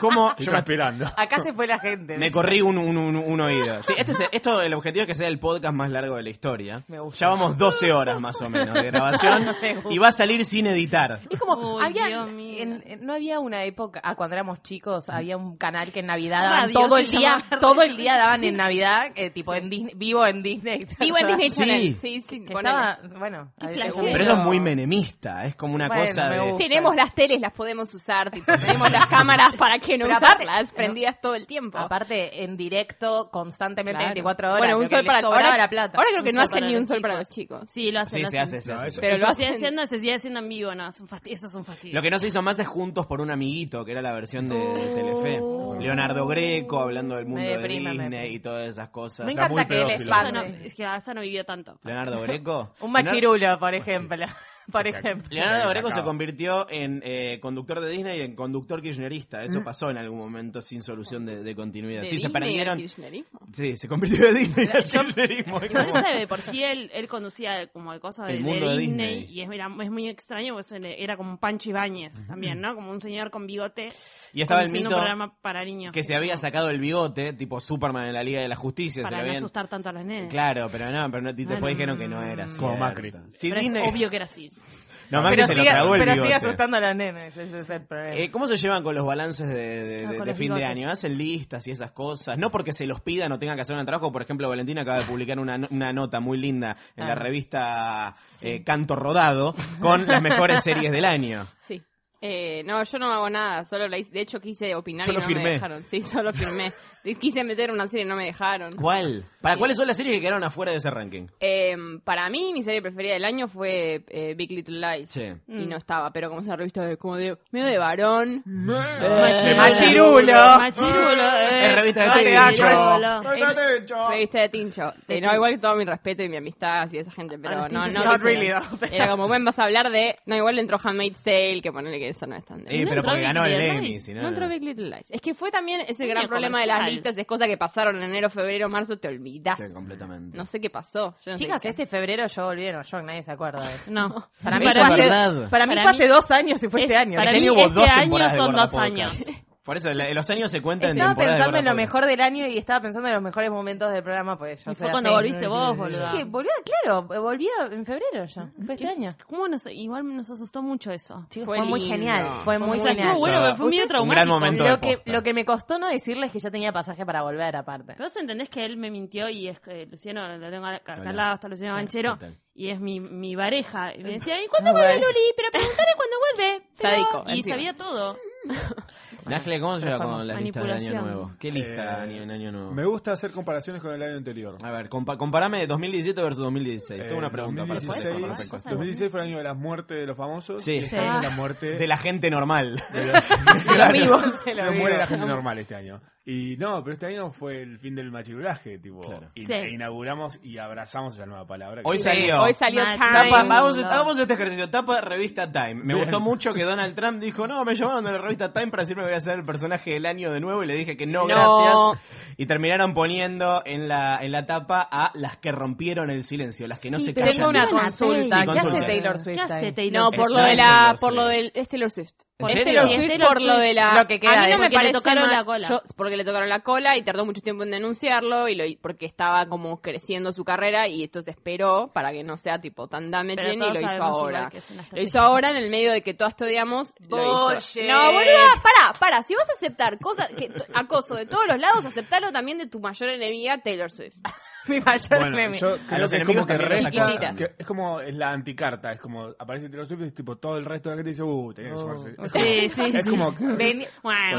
¿Cómo?
Estoy
Yo me-
transpirando.
Acá se fue la gente.
Me corrí un, un, un- un oído. Sí, este es- esto, el objetivo es que sea el podcast más largo de la historia. Ya vamos 12 horas más o menos de grabación.
Me gusta.
y va a salir sin editar.
Es como,
Uy,
había,
Dios
en- en- no había una época, ah, cuando éramos
Mm.
chicos, había un canal que en Navidad
Radio
daban todo
se
el día,
llamaba.
todo el día daban
Sí.
en Navidad, eh, tipo en Disney, vivo en Disney.
Vivo en Disney
Sí.
Channel.
Sí.
Sí, sí,
Que
ponele.
estaba, bueno,
Qué
ahí-
flagelo.
Pero eso es muy menemista. Es como una
Bueno,
cosa
me
de.
gusta.
Tenemos las teles, las podemos usar, tipo, tenemos las cámaras para que no
Pero aparte-
usarlas, prendidas todo el tiempo.
Aparte, en directo, constantemente,
Claro.
24 horas.
Bueno, un
lo que
sol
les
para
sobraba
ahora-
la plata.
Ahora creo que no
sol
hacen
para
ni
los
un sol para los
chicos.
chicos. Sí, lo hacen.
Sí,
lo
se
hacen.
hace, se hace, se
Pero
hace.
lo sigue haciendo, se sigue haciendo en vivo, no, es un fasti- eso es un fastidio.
Lo que nos hizo más es Juntos por un Amiguito, que era la versión de, de Telefe. Leonardo Greco hablando del mundo
Me
de
deprime, me
Disney y todas esas cosas.
Me Está encanta muy que él es pedófilo.
Eso no,
padre.
es que eso no vivió tanto. *laughs*
Leonardo Greco.
Un machirulo, por ejemplo. Por ejemplo.
Leonardo Greco se convirtió en eh, conductor de Disney y en conductor kirchnerista. Eso pasó en algún momento sin solución de, de continuidad.
De
sí, se
Disney al
perdieron.
kirchnerismo.
Sí, se convirtió de Disney al kirchnerismo. Es
Pero
como-
él sabe, de por sí él, él conducía como cosas de,
El
de
mundo de
Disney,
Disney.
y es, era- es muy extraño, pues él era como un Pancho Ibáñez también, ¿no? Como un señor con bigote.
Y estaba el
conduciendo
mito
un programa para niños.
que se había sacado el bigote, tipo Superman en la Liga de la Justicia. se
Para
lo
no
habían-
asustar tanto a los nenes.
Claro, pero no, pero no- y después
Bueno,
dijeron que no era así.
Como Macri.
Sí,
Pero
Disney-
es obvio que era así.
No, Macri se lo
sigue-
tragó el
pero sigue
bigote.
asustando a los nenes, ese es el problema.
Eh, ¿Cómo se llevan con los balances de, de-
Ah,
de-
con
de
los
fin de
bigotes.
año? ¿Hacen listas y esas cosas? No porque se los pidan o tengan que hacer un trabajo. Por ejemplo, Valentina acaba de publicar una, no- una nota muy linda en la
Ah.
revista eh, Canto Rodado con las mejores series del año.
Sí. Eh, no, yo no hago nada, solo la hice- de hecho quise opinar
Solo
y no
firmé.
me dejaron. Sí, solo firmé. Quise meter una serie y no me dejaron.
¿Cuál? ¿Para cuáles son las series que quedaron afuera de ese ranking?
Eh, para mí, mi serie preferida del año fue eh, Big Little Lies.
Sí.
Y no estaba, pero como es una revista de, como de, medio de varón.
Eh,
Machirulo.
machirulo.
Machirulo. eh.
Es revista de
Machirulo.
tincho.
Eh, Revista de tincho. Ah, Eh, no, igual que todo mi respeto y mi amistad hacia esa gente, pero
A los
no,
tinchos
no.
not
quise-
really, though, pero-
Era como, bueno, vas a hablar de... No, igual entró Handmaid's Tale, que ponele que eso no es tan...
Eh,
No
pero
entró
porque
Big
ganó el
Little
Emmy,
Lies.
si no,
No entró
no.
Big Little Lies. Es que fue también ese
Niño
gran problema de las
comercial.
listas, es cosa que pasaron en enero, febrero, marzo, te olvidas.
Sí, completamente.
No sé qué pasó. yo no sé
Chicas,
qué-
este febrero yo volví a Nueva York, nadie se acuerda de eso.
No.
Para mí,
Eso
fue, hace,
es verdad.
para mí
Para
fue
mí-
hace dos años y fue este año.
para
Ese
mí
año hubo
este
dos
año
temporadas de
son
Gorda
dos
Podcast. *laughs* Por eso la- los años se cuentan en
Estaba
temporadas de
pensando en
Gorda
lo
Podcast.
mejor del año y estaba pensando en los mejores momentos del programa, pues yo
Y
soy
fue cuando
así.
volviste vos, boluda.
Dije, boluda, claro, eh, volví a- en febrero ya, fue este año.
¿Cómo nos, igual nos asustó mucho eso.
fue muy genial, fue muy
o sea,
genial.
Estuvo bueno, pero fue
Un
medio
gran
traumático.
momento. de
Lo que,
posta.
lo que me costó no decirles que yo tenía pasaje para volver, aparte.
Pero vos entendés que él me mintió y es que Luciano, lo tengo acá
Hola.
al lado, está Luciano Banchero,
¿Qué tal?
y es mi, mi pareja. Y me decía, ¿y cuándo vuelve Luli? Pero preguntale cuándo vuelve. Pero-
Sádico,
Y
encima.
sabía todo.
Nazcle, ¿cómo se lleva con la lista del año
Manipulación.
nuevo? ¿Qué lista
Eh,
de en año nuevo?
Me gusta hacer comparaciones con el año anterior.
A ver, compa- comparame 2017 versus 2016. Tengo una
Eh,
pregunta para hacer
2016,
con respecto a esto.
2016 fue el año de la muerte de los famosos.
Sí.
Y este
Sí.
año es la muerte
De la gente normal. *laughs*
*laughs*
Claro.
vivos, de los
No muere
vivos.
la gente normal este año. Y no, pero este año fue el fin del machirulaje, tipo.
Claro.
in-
Sí.
e inauguramos y abrazamos esa nueva palabra. que-
Hoy salió.
Hoy salió
Mal.
Time.
Tapa, hagamos, hagamos este ejercicio. Tapa revista Time. Me gustó mucho
*laughs*
que Donald Trump dijo, no, me llamaron de la revista Time para decirme que voy a ser el personaje del año de nuevo y le dije que
No.
no, gracias. Y terminaron poniendo en la, en la tapa a las que rompieron el silencio, las que no
Sí,
se
pero
callan.
Tengo una
Sí,
consulta.
sí,
¿Qué hace
consulta.
Taylor Swift?
¿Qué hace
ahí?
Taylor
No,
Swift?
por lo de
Taylor
la,
Swift.
por lo del, es Taylor Swift.
¿En
Es
serio?
Taylor
Es
Swift
Taylor
por lo de la...
Lo que queda
a mí
de-
no me
porque
parece
le
tocaron
mal.
la cola.
Yo- porque le tocaron la cola y tardó mucho tiempo en denunciarlo y lo, porque estaba como creciendo su carrera y entonces esperó para que no sea tipo tan
Pero
damaging y
todos
lo hizo
sabemos
ahora.
igual que es una
Lo hizo
estrategia.
ahora en el medio de que todas estudiamos. Lo hizo.
Bullshit.
No, boluda, pará, pará. Si vas a aceptar cosas, que, to- acoso de todos los lados, aceptalo también de tu mayor enemiga, Taylor Swift.
*laughs* Mi mayor
Bueno,
meme.
yo creo
los
que es
enemigos
como que
también
*laughs*
los
resta-
acosan.
que es como es la anticarta, es como aparece Taylor Swift y tipo todo el resto de la gente dice, uh, tenía
Oh,
que sumarse. Es
*laughs*
como-
Sí, sí,
Es
sí.
como que-
Vení-
*laughs* Bueno,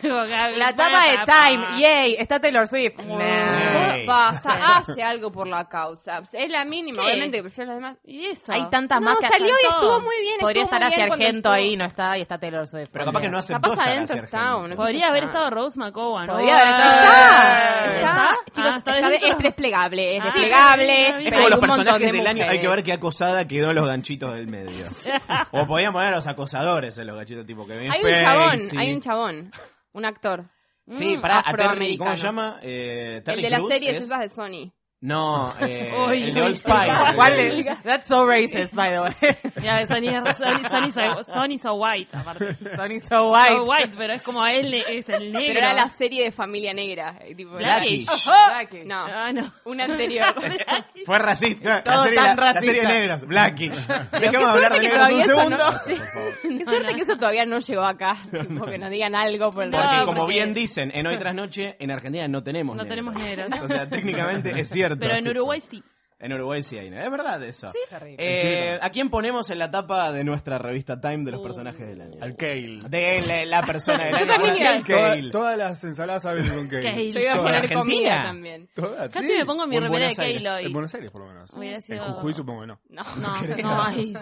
bueno,
La tapa de Time, yay, está Taylor Swift. Nah.
Ey.
Basta, hace algo por la causa. Es la mínima,
¿Qué?
obviamente, que prefiero a los demás.
Y eso.
Hay tantas
No,
más que
salió y
hacen todo.
estuvo muy bien.
Podría
estuvo
estar
muy
hacia
bien cuando
Argento
estuvo.
ahí, no está, y está Taylor Swift.
Pero capaz que no aceptó.
Capaz
estar
adentro
hacia
está,
Argentina.
una cosa
Podría haber
está.
estado Rose McCowan.
Podría haber estado-
Está,
¿Está?
está, chicos,
Ah, está
está de-
dentro.
es desplegable, es
Ah,
desplegable.
sí, sí, sí.
Es
pero
como
hay
los
un montón
personajes
de
del año. Hay que ver
mujeres.
qué acosada quedó en los ganchitos
*laughs*
del medio. o podían poner a los acosadores en los ganchitos, tipo que
Hay un chabón, hay un chabón, un actor.
Sí,
Mm,
pará, a Terry,
afroamericano.
¿cómo se llama? Eh, Terry
El de las
Crews
series
es-
esas de Sony. *laughs*
No, eh,
Uy,
el de Old
uy.
Spice.
¿Cuál
El-
es? That's so racist, by the way.
Ya, Sony, Sony, Sony so, Sony so white, aparte.
Sony so white.
So white, pero es como él es el negro.
Pero era la serie de familia negra. eh, tipo,
Blackish.
Blackish. No,
Ah,
una
*laughs*
anterior.
*laughs* Fue racista.
Todo
la serie,
tan
la- la serie de
racista. *laughs*
negros, Blackish.
Pero qué
Dejemos hablar de
suerte que
negros un
*laughs*
segundo.
todavía eso no- Qué suerte que eso todavía no llegó acá. *laughs* tipo, que nos digan algo por el
Porque,
racismo.
como bien dicen, en Hoy Tras Noche, en Argentina no tenemos
No
negros.
tenemos negros.
*laughs* O sea, técnicamente es cierto.
Pero en Uruguay sí.
En Uruguay sí hay, ¿no? Es verdad eso.
Sí.
Eh, ¿A quién ponemos en la tapa de nuestra revista Time de
Uh.
los personajes del año? Al Kale. De la, la persona del año. Al Kale.
Toda- Todas las ensaladas saben con kale.
Kale. Yo iba a poner
Todas.
comida
Argentina.
también.
Todas,
Casi
sí.
me pongo mi
O en
remera de
Buenos Aires.
Kale hoy.
En Buenos Aires, por lo menos.
Hubiera sido-
En Jujuy supongo que *laughs* no.
No, no,
creo.
no hay.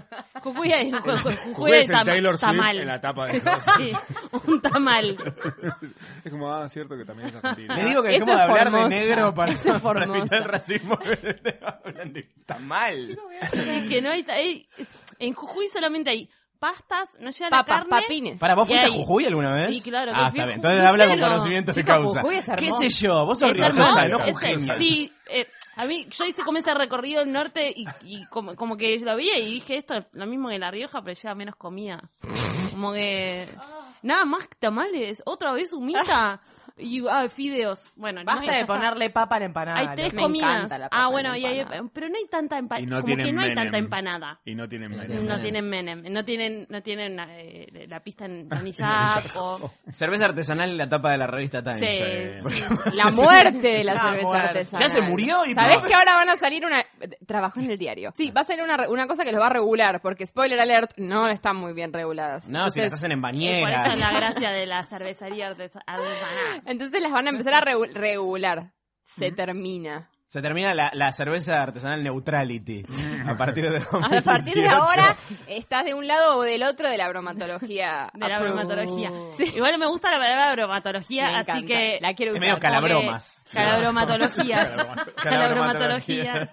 Jujuy
*laughs*
hay. Jujuy,
Jujuy es el
tama-
Taylor Swift
tamal.
en la tapa
*laughs*
de-
Sí, un tamal.
Es como, ah, cierto que también es
*laughs*
argentino.
Le digo que
Eso
dejemos de
es
hablar
Formosa. *laughs*
de negro para, *laughs*
Eso es
para
Formosa.
evitar el racismo. Hablan de- Está mal.
*laughs* Es que no hay, hay- En Jujuy solamente hay pastas, no llega la
Papas,
carne.
papines.
Para, ¿vos
y
fuiste a
hay-
Jujuy alguna vez?
Sí, claro. que
Ah,
fui
está
a Jujuy.
bien. Entonces habla con
Cielo.
conocimiento de
Chicos,
causa.
Jujuy es
¿Qué
hermoso.
sé yo? Vos sos
Es
riojana,
hermoso,
no
es-
jujeña.
Sí, eh, a mí, yo hice como ese recorrido del norte y, y como, como que lo vi y dije esto es lo mismo que La Rioja, pero lleva menos comida. Como que. Nada más que tamales, otra vez humita y ah, fideos. Bueno,
Basta
listo,
de
ya está.
ponerle papa a la empanada.
Hay tres
Me
comidas.
encanta la papa
Ah,
en
bueno,
la
y hay,
empanada.
pero no hay tanta empanada.
Y no
como que
tienen
no hay tanta
Menem.
empanada.
Y no tienen menem.
No tienen menem, no tienen, no tienen eh, la pista en
*laughs*
Anillaco.
Cerveza artesanal en la tapa de la revista Time.
Sí,
La muerte de *laughs* la
La
cerveza
muerte.
artesanal.
Ya se murió y-
¿Sabés que ahora van a salir una. Trabajó en el diario. Sí, va a salir una, re- una cosa que los va a regular, porque spoiler alert, no están muy bien reguladas.
No, si las hacen en
Eh, Por
bañeras.
eso es la gracia de la cervecería artes- artesanal.
Entonces las van a empezar a regu- regular. Se
*laughs*
termina.
Se termina la, la cerveza artesanal neutrality. a partir de
A partir de
2018.
ahora estás de un lado o del otro de la *laughs* bromatología.
De la
Approved.
bromatología. Igual me gusta la palabra bromatología,
Me
así
encanta.
que.
La quiero
Es
usar.
medio calabromas.
Como que-
*laughs*
Calabromatologías.
*laughs*
Calabromatologías.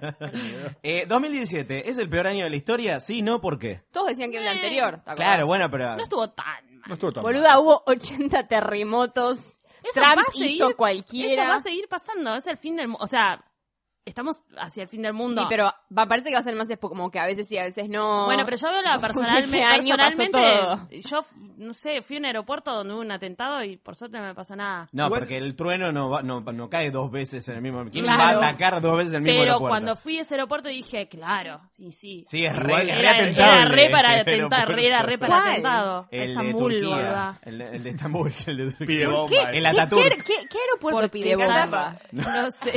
Eh, 2017, ¿es el peor año de la historia? Sí, no, ¿por qué?
Todos decían que era el anterior. ¿te acordás?
Claro, bueno, pero...
No estuvo tan.
No estuvo tan
Boluda, hubo 80 terremotos.
Eso
Trump
va a seguir-
hizo cualquiera.
Eso va a seguir pasando. Es el fin del mundo. O sea, estamos hacia el fin del mundo.
Sí, pero va, parece que va a ser más espo- como que a veces sí, a veces no.
Bueno, pero yo veo la
Este
personalmente.
año pasó todo.
personalmente yo, no sé, fui a un aeropuerto donde hubo un atentado y por suerte no me pasó nada.
No, porque el trueno no, va- no, no cae dos veces en el mismo... ¿Quién
Claro.
va a atacar dos veces en el mismo
Pero
aeropuerto?
cuando fui a ese aeropuerto dije, claro, sí, sí.
Sí, es re,
Igual
es
era,
re
era
atentable
re para
este
atentado,
aeropuerto.
era re para
¿Cuál?
atentado.
El de
Estambul,
Turquía.
boluda.
El, el de Estambul, *laughs* el de Turquía.
¿Qué,
El
qué,
Ataturk.
qué- qué aeropuerto
Porque,
pide
caramba,
bomba?
No sé.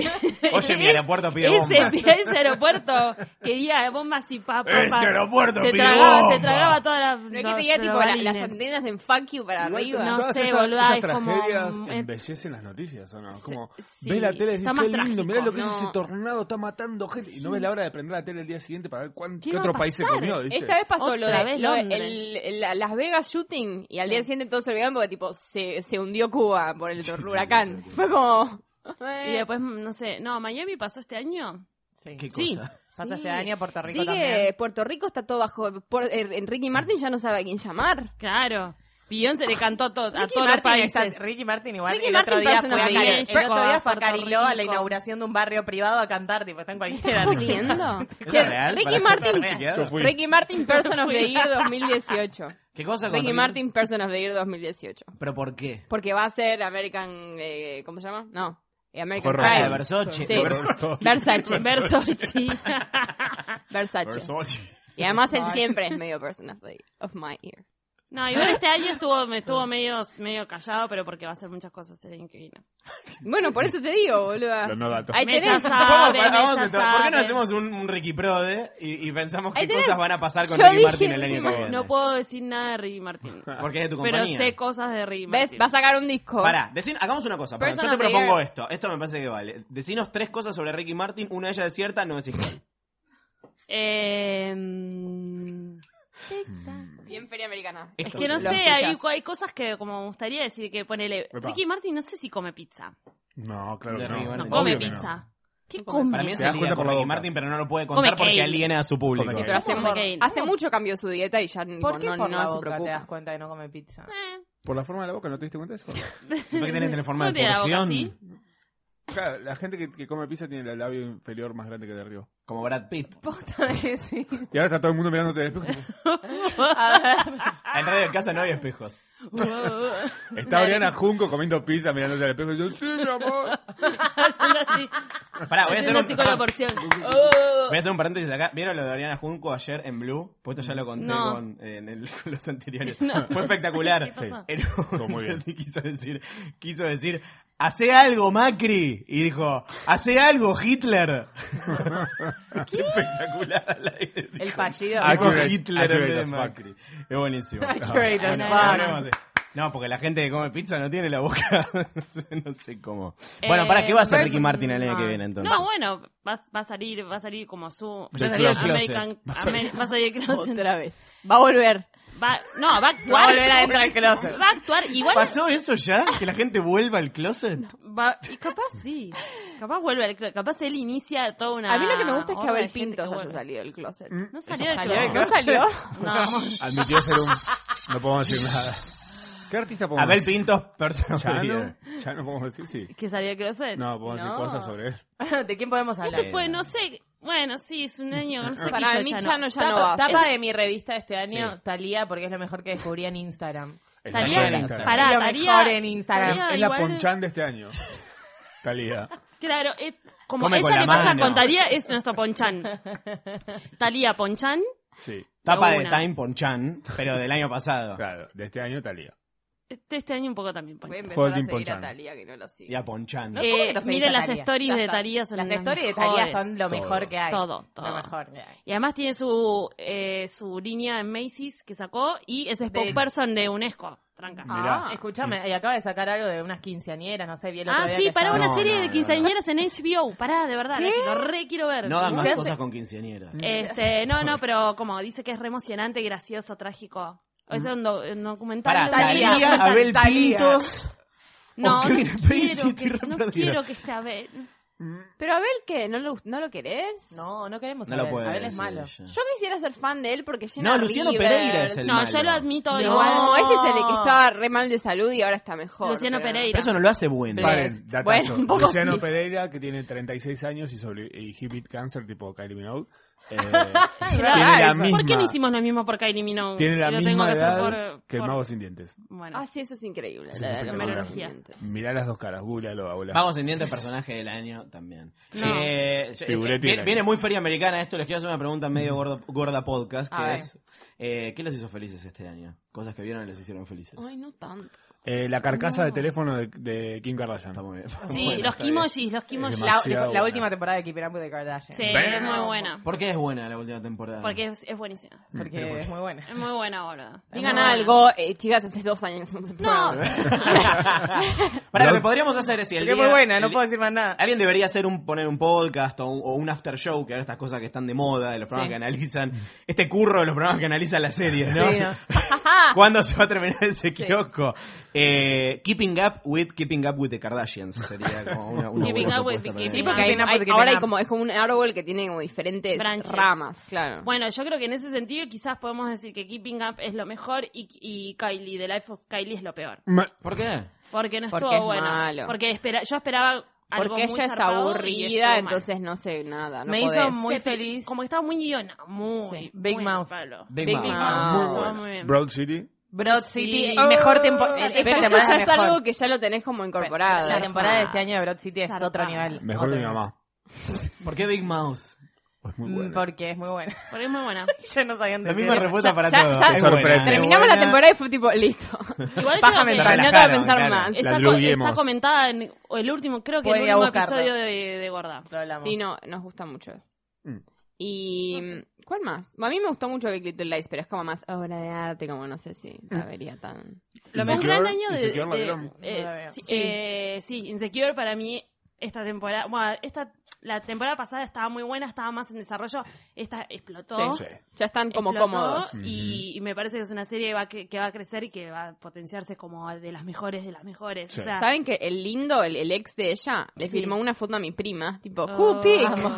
Oye, mi aeropuerto pide bombas.
Ese, *laughs* ese aeropuerto quería bombas y papas.
*laughs* Ese aeropuerto
se
pide
tragaba, Se
bombas.
tragaba todas las.
No hay que
los-
te diga, tipo,
los
la- las
balines.
antenas en fuck you para arriba.
No
Todas
sé,
esas,
boluda,
esas
es como,
tragedias
mm,
embellecen las noticias, ¿o no? Como,
sí,
ves la tele y decís,
está más
qué lindo,
trágico,
mirá lo que
no.
es ese tornado, está matando gente. Y no ves la hora de prender la tele el día siguiente para ver cuán-
¿Qué
qué,
va a
otro país se
pasar?
comió, ¿viste?
Esta vez pasó lo
Otra
de
vez
lo de-
Londres.
el- el- la- Las Vegas shooting y al día siguiente todos se olvidaron porque tipo se, se hundió Cuba por el huracán. Fue como... Eh.
Y después, no sé. No, Miami pasó este año.
Sí.
¿Qué
Sí.
cosa?
Pasa
Sí.
este año a Puerto Rico
Sigue,
también.
Puerto Rico está todo bajo... por- eh, Enrique Martin ya no sabe a quién llamar.
Claro. Beyoncé le cantó a, to- a
Ricky
todos los
Martin
países.
está- Ricky Martin igual.
Ricky
el,
Martin
otro día
parece
fue
una
a Cari-
película.
el otro día fue a
Puerto
Cariló a la
Rico.
inauguración de un barrio privado a cantar, tipo, está en cualquiera.
¿Estás jodiendo?
*laughs*
¿Eso
Che,
es real?
Ricky
Pará,
Martin,
¿está chequeado? Yo fui.
Ricky Martin Person
*laughs*
of the Year 2018.
¿Qué cosa con
Ricky
Ricky?
Martin Person of the Year 2018.
¿Pero por qué?
Porque va a ser American... eh, ¿Cómo se llama? No. eh, American
Horror. Ah,
Crime.
de Versace.
Sí.
De
Versace.
Versace. *laughs*
Versace.
Versace. Y además él siempre es medio person of, the- of my ear.
No, igual este año estuvo, me estuvo medio, medio callado, pero porque va a hacer muchas cosas el año que viene.
Bueno, por eso te digo, boluda.
Los no datos.
Ahí
Mecha
tenés.
sabe,
Vamos, pará,
mecha
vamos entonces. ¿Por qué no
sabe.
hacemos un, un Ricky Prode y, y pensamos qué
Ahí tenés.
cosas van a pasar con
Yo
Ricky
dije
Martin el año
Ricky
que viene?
No puedo decir nada de Ricky Martin.
Porque es *laughs* de tu
Pero
compañía.
sé cosas de Ricky Martin.
¿Ves? Va a sacar un disco.
Pará, decin- hagamos una cosa. pará,
Person
yo te
of the
propongo
year.
esto. Esto me parece que vale. Decinos tres cosas sobre Ricky Martin, una de ellas es cierta, no decís cuál.
Eh, mm,
Mm. Bien feria americana.
es que no sé,
Lo
hay,
escuchás.
hay cosas que como me gustaría decir que ponele...
Epa.
Ricky Martin no sé si come pizza.
No, claro
De
que no.
Ricky Martin.
No
Obvio
come
que no.
pizza. ¿Qué come?
Para mí es
Te das
el
cuenta por
con
la
Ricky
boca.
Martin, pero no lo puede
Come
contar porque
cake.
aliena a su
Come
público.
cake.
Pero hace,
Como que-
hace mucho cambió su dieta y ya
¿Por qué
no,
por
no
la
se
boca te das
preocupa.
cuenta que no come pizza?
Eh,
*laughs*
Por la forma de la boca, ¿no te diste cuenta de eso?
¿Por qué tenés en forma
¿Cómo
de
tiene la boca
porción?
así?
Claro, la gente que, que come pizza tiene el labio inferior más grande que el de arriba.
Como Brad Pitt.
*laughs*
Y ahora está todo el mundo mirándose al espejo.
A
*laughs* En radio en casa no hay espejos.
ver.
*laughs* Está Oriana Junco comiendo pizza mirándose al espejo y yo, sí, mi amor.
Haciendo
*laughs*
así.
Pará, voy a hacer
Haciendo
un- *laughs* Ah.
así con la porción. Oh.
Voy a hacer un paréntesis acá. ¿Vieron lo de Oriana Junco ayer en Blue? Pues esto ya lo conté
No.
con, eh, en el- *laughs* con los anteriores.
No.
Fue espectacular.
¿Qué pasó?
Era un-
Estuvo muy bien.
*laughs* Quiso decir, quiso decir, hace algo Macri. Y dijo, hace algo
*laughs*
Hitler. es espectacular al aire.
El fallido.
Dijo
Accurate,
Hitler en vez de
accurate as
Macri. Es buenísimo. Ah,
Accurate
No,
as
no,
fuck.
no, no, no, No, porque la gente que come pizza no tiene la boca. *laughs* no sé cómo.
Eh,
Bueno, para ¿qué va a hacer Ricky
versus-
Martin el año
ah.
que
no.
viene entonces?
No, bueno, va, va a salir, va a salir como su
a salir del closet.
American,
Va a salir-
Amer- va a salir del closet.
Otra vez. Va a volver.
Va- no, va a
*laughs*
actuar.
Va a volver adentro del closet.
*laughs* Va a actuar igual.
¿Pasó eso ya? ¿Que la gente vuelva al closet?
va- y capaz sí. Capaz vuelve al closet. Capaz él inicia toda una.
A mí lo que me gusta es que
ola de
Abel
gente
Pintos haya
que vuelve. Mm.
salido del closet.
No salió del
¿Salió del
closet.
¿No salió?
No.
Admitió ser un. No podemos decir nada. ¿Qué artista podemos
Abel
decir?
Pintos, persona
Chano.
preferida.
Chano podemos decir, sí.
Que salió del closet.
No, podemos decir cosas sobre él.
¿De quién podemos hablar?
Esto fue, no sé. Bueno, sí, es un año.
Ah.
No sé qué
Para
hizo
mí Chano
Chano.
ya no va.
Tapa,
a
tapa
ser.
de mi revista este año,
Sí.
Talía, porque es lo mejor que descubrí en Instagram.
Es la
Talía,
mejor en Instagram.
pará,
Lo
Talía-
mejor en Instagram.
Talía
Es la
igual-
ponchan de este año.
*laughs*
Talía.
Claro, es, como
Come con
ella
la
le pasa
mano.
con Talía, es nuestro Ponchan. *laughs* Talía Ponchan.
Sí,
Tapa
De
de
una.
Time Ponchan, pero del año pasado.
claro. De este año, Talía.
Este, este año un poco también
Voy a
Ponchan.
empezar a
Joaquín
seguir
Ponchano.
a Talía, que no lo sigue.
Y a Ponchan. Eh,
No, ¿cómo que no seguís
miren
a
las
Talía?
stories
Ya
de
está.
Talía son
Las
las
stories de
mejores.
Talía son lo mejor que hay.
Todo, todo.
Lo mejor que hay.
Y además tiene su, eh, su línea en Macy's que sacó y es spokesperson de UNESCO. Tranca.
Mirá.
Escuchame, Ah, y acaba de sacar algo de unas quinceañeras, no sé, bien el otro
Ah,
día
sí,
que
para
estaba-
una
No,
serie
no,
de
no,
quinceañeras en HBO. Pará, de verdad, la que lo re quiero ver.
No dan
Sí.
más
se hace-
cosas con quinceañeras.
Este, no, no, pero como dice que es re emocionante, gracioso, trágico. Es un, do- un documental.
Para
de una-
Talía.
Talía, Mm. Abel
Talía.
Pintos.
No, no
o Kevin Spacey,
quiero,
estoy
que,
re
no
perdido.
quiero que esté Abel.
Pero Abel, ¿qué? ¿No lo, ¿No lo querés?
No, no queremos
No
saber.
lo puede
Abel es
decir
malo.
ella.
Yo quisiera ser fan de él porque llena
No, Luciano
River.
Pereira es el
No,
malo.
yo lo admito
No,
igual.
ese es el que estaba re mal de salud y ahora está mejor.
Luciano
pero-
Pereira.
Pero eso no lo hace bueno.
Vale.
Paren, datazo.
Bueno, un poco
Luciano
sí.
Pereira, que tiene 36 años y, sobre, y he beat cancer tipo Kylie Minogue.
*laughs*
eh,
Ay,
tiene
¿verdad?
la
¿Por qué
misma-
no hicimos lo mismo por Kylie Minogue?
Tiene la
Y lo tengo
misma
que
edad
hacer por,
que el
por-
Mago Sin Dientes.
Bueno,
Ah, sí, eso es increíble.
Eso
la-
es
la- la-
espectacular.
los dientes.
Mirá las dos caras, googlealo, abuela.
Vamos en diente personaje del año también.
Sí.
Eh, yo-
Figuretti
eh,
del
viene,
año.
viene muy feria americana esto, les quiero hacer una pregunta medio gordo- gorda podcast,
A
que
ver.
es, eh, ¿qué los hizo felices este año? Cosas que vieron y les hicieron felices.
Ay, no tanto.
Eh, la carcasa de teléfono de, de Kim Kardashian.
Está muy bien.
sí,
Bueno,
los
está bien.
kimojis, los kimojis.
La,
Demasiado
la
buena.
última temporada de Keeping Up with the Kardashians.
Sí, es muy buena.
¿Por qué es buena la última
Ah.
temporada?
Porque es, es
*laughs*
buenísima.
Porque es muy buena.
Es muy buena, boludo.
Digan
Muy buena.
algo, eh, chicas, hace dos años que hacemos el
No,
programa.
Para lo que podríamos hacer es si el
Porque es
día-
muy buena, no
el-
puedo decir más nada.
Alguien debería hacer un poner un podcast o un, o un after show, que ahora estas cosas que están de moda, de los programas que analizan, este curro de los programas que analizan las series, ¿no?
Sí, ¿no?
Ah.
*laughs*
¿Cuándo
*laughs*
se va a terminar ese kiosco? Eh, keeping up with Keeping up with the Kardashians sería como una, una
Keeping
buena
up with
propuesta
the
para
Keeping
mí.
porque
Hay-
tiene-
hay-
porque
ahora
tiene-
hay como, es como un árbol que tiene como diferentes
Branches.
ramas, claro.
*laughs* Bueno, yo creo que en ese sentido quizás podemos decir que Keeping Up es lo mejor y, y Kylie, The Life of Kylie es lo peor.
Ma-
¿Por qué?
Porque no
Porque
estuvo
es
bueno.
malo.
Porque espera, yo esperaba algo
Porque
muy
ella es
zarpado y estuvo
aburrida,
mal.
entonces no sé nada. No
Me hizo
podés.
muy
Se-
feliz.
Como que estaba muy guiona, muy.
Sí, Big
muy
Mouth.
palo.
Big,
Big
Mouth.
Mouth.
Ah,
muy
estaba
buena.
muy bien.
Broad City.
Broad City,
Sí. Oh,
mejor temporada.
Oh, Pero eso ya es algo que ya lo tenés como incorporado.
La temporada de este año de Broad City es
Zarpada.
otro nivel.
Mejor
otro
que mi
nivel.
*laughs*
mamá.
¿Por qué Big Mouth?
Es
Mm,
muy buena.
Porque es muy buena.
Porque es muy buena.
*laughs* Yo no sabía
La
dónde
misma
era.
respuesta para
ya-
todos.
ya-
Es buena,
sorprendente.
es
Terminamos la
buena.
temporada y fue tipo,
*laughs*
listo.
*laughs* Igual creo
Bájame
que
el radio.
No te voy
está,
a
relajaron,
pensar
claro.
más.
La
co-
druguemos.
está comentada en el último, creo que
Pueden
el
ir a
último
buscarla.
episodio de, de Gorda.
Lo hablamos.
Sí, no, nos gusta mucho.
Mm.
Y. ¿Cuál más? A mí me gustó mucho Big Little Lies, pero es como más obra de arte, como no sé
Mm.
si la vería tan.
Lo
Insecure,
mejor gran año de.
Insecure la
de-
vieron.
eh,
No la veo.
sí,
Sí.
eh, sí, Insecure para mí, esta temporada. Bueno, esta, la temporada pasada estaba muy buena, estaba más en desarrollo. Esta explotó.
Sí.
Ya están como
explotó
cómodos.
Y, y me parece que es una serie que va, que, que va a crecer y que va a potenciarse como de las mejores de las mejores.
Sí.
O sea,
¿Saben que el lindo, el, el ex de ella, le
Sí.
filmó una foto a mi prima? Tipo,
oh,
"Who pig?"
amo.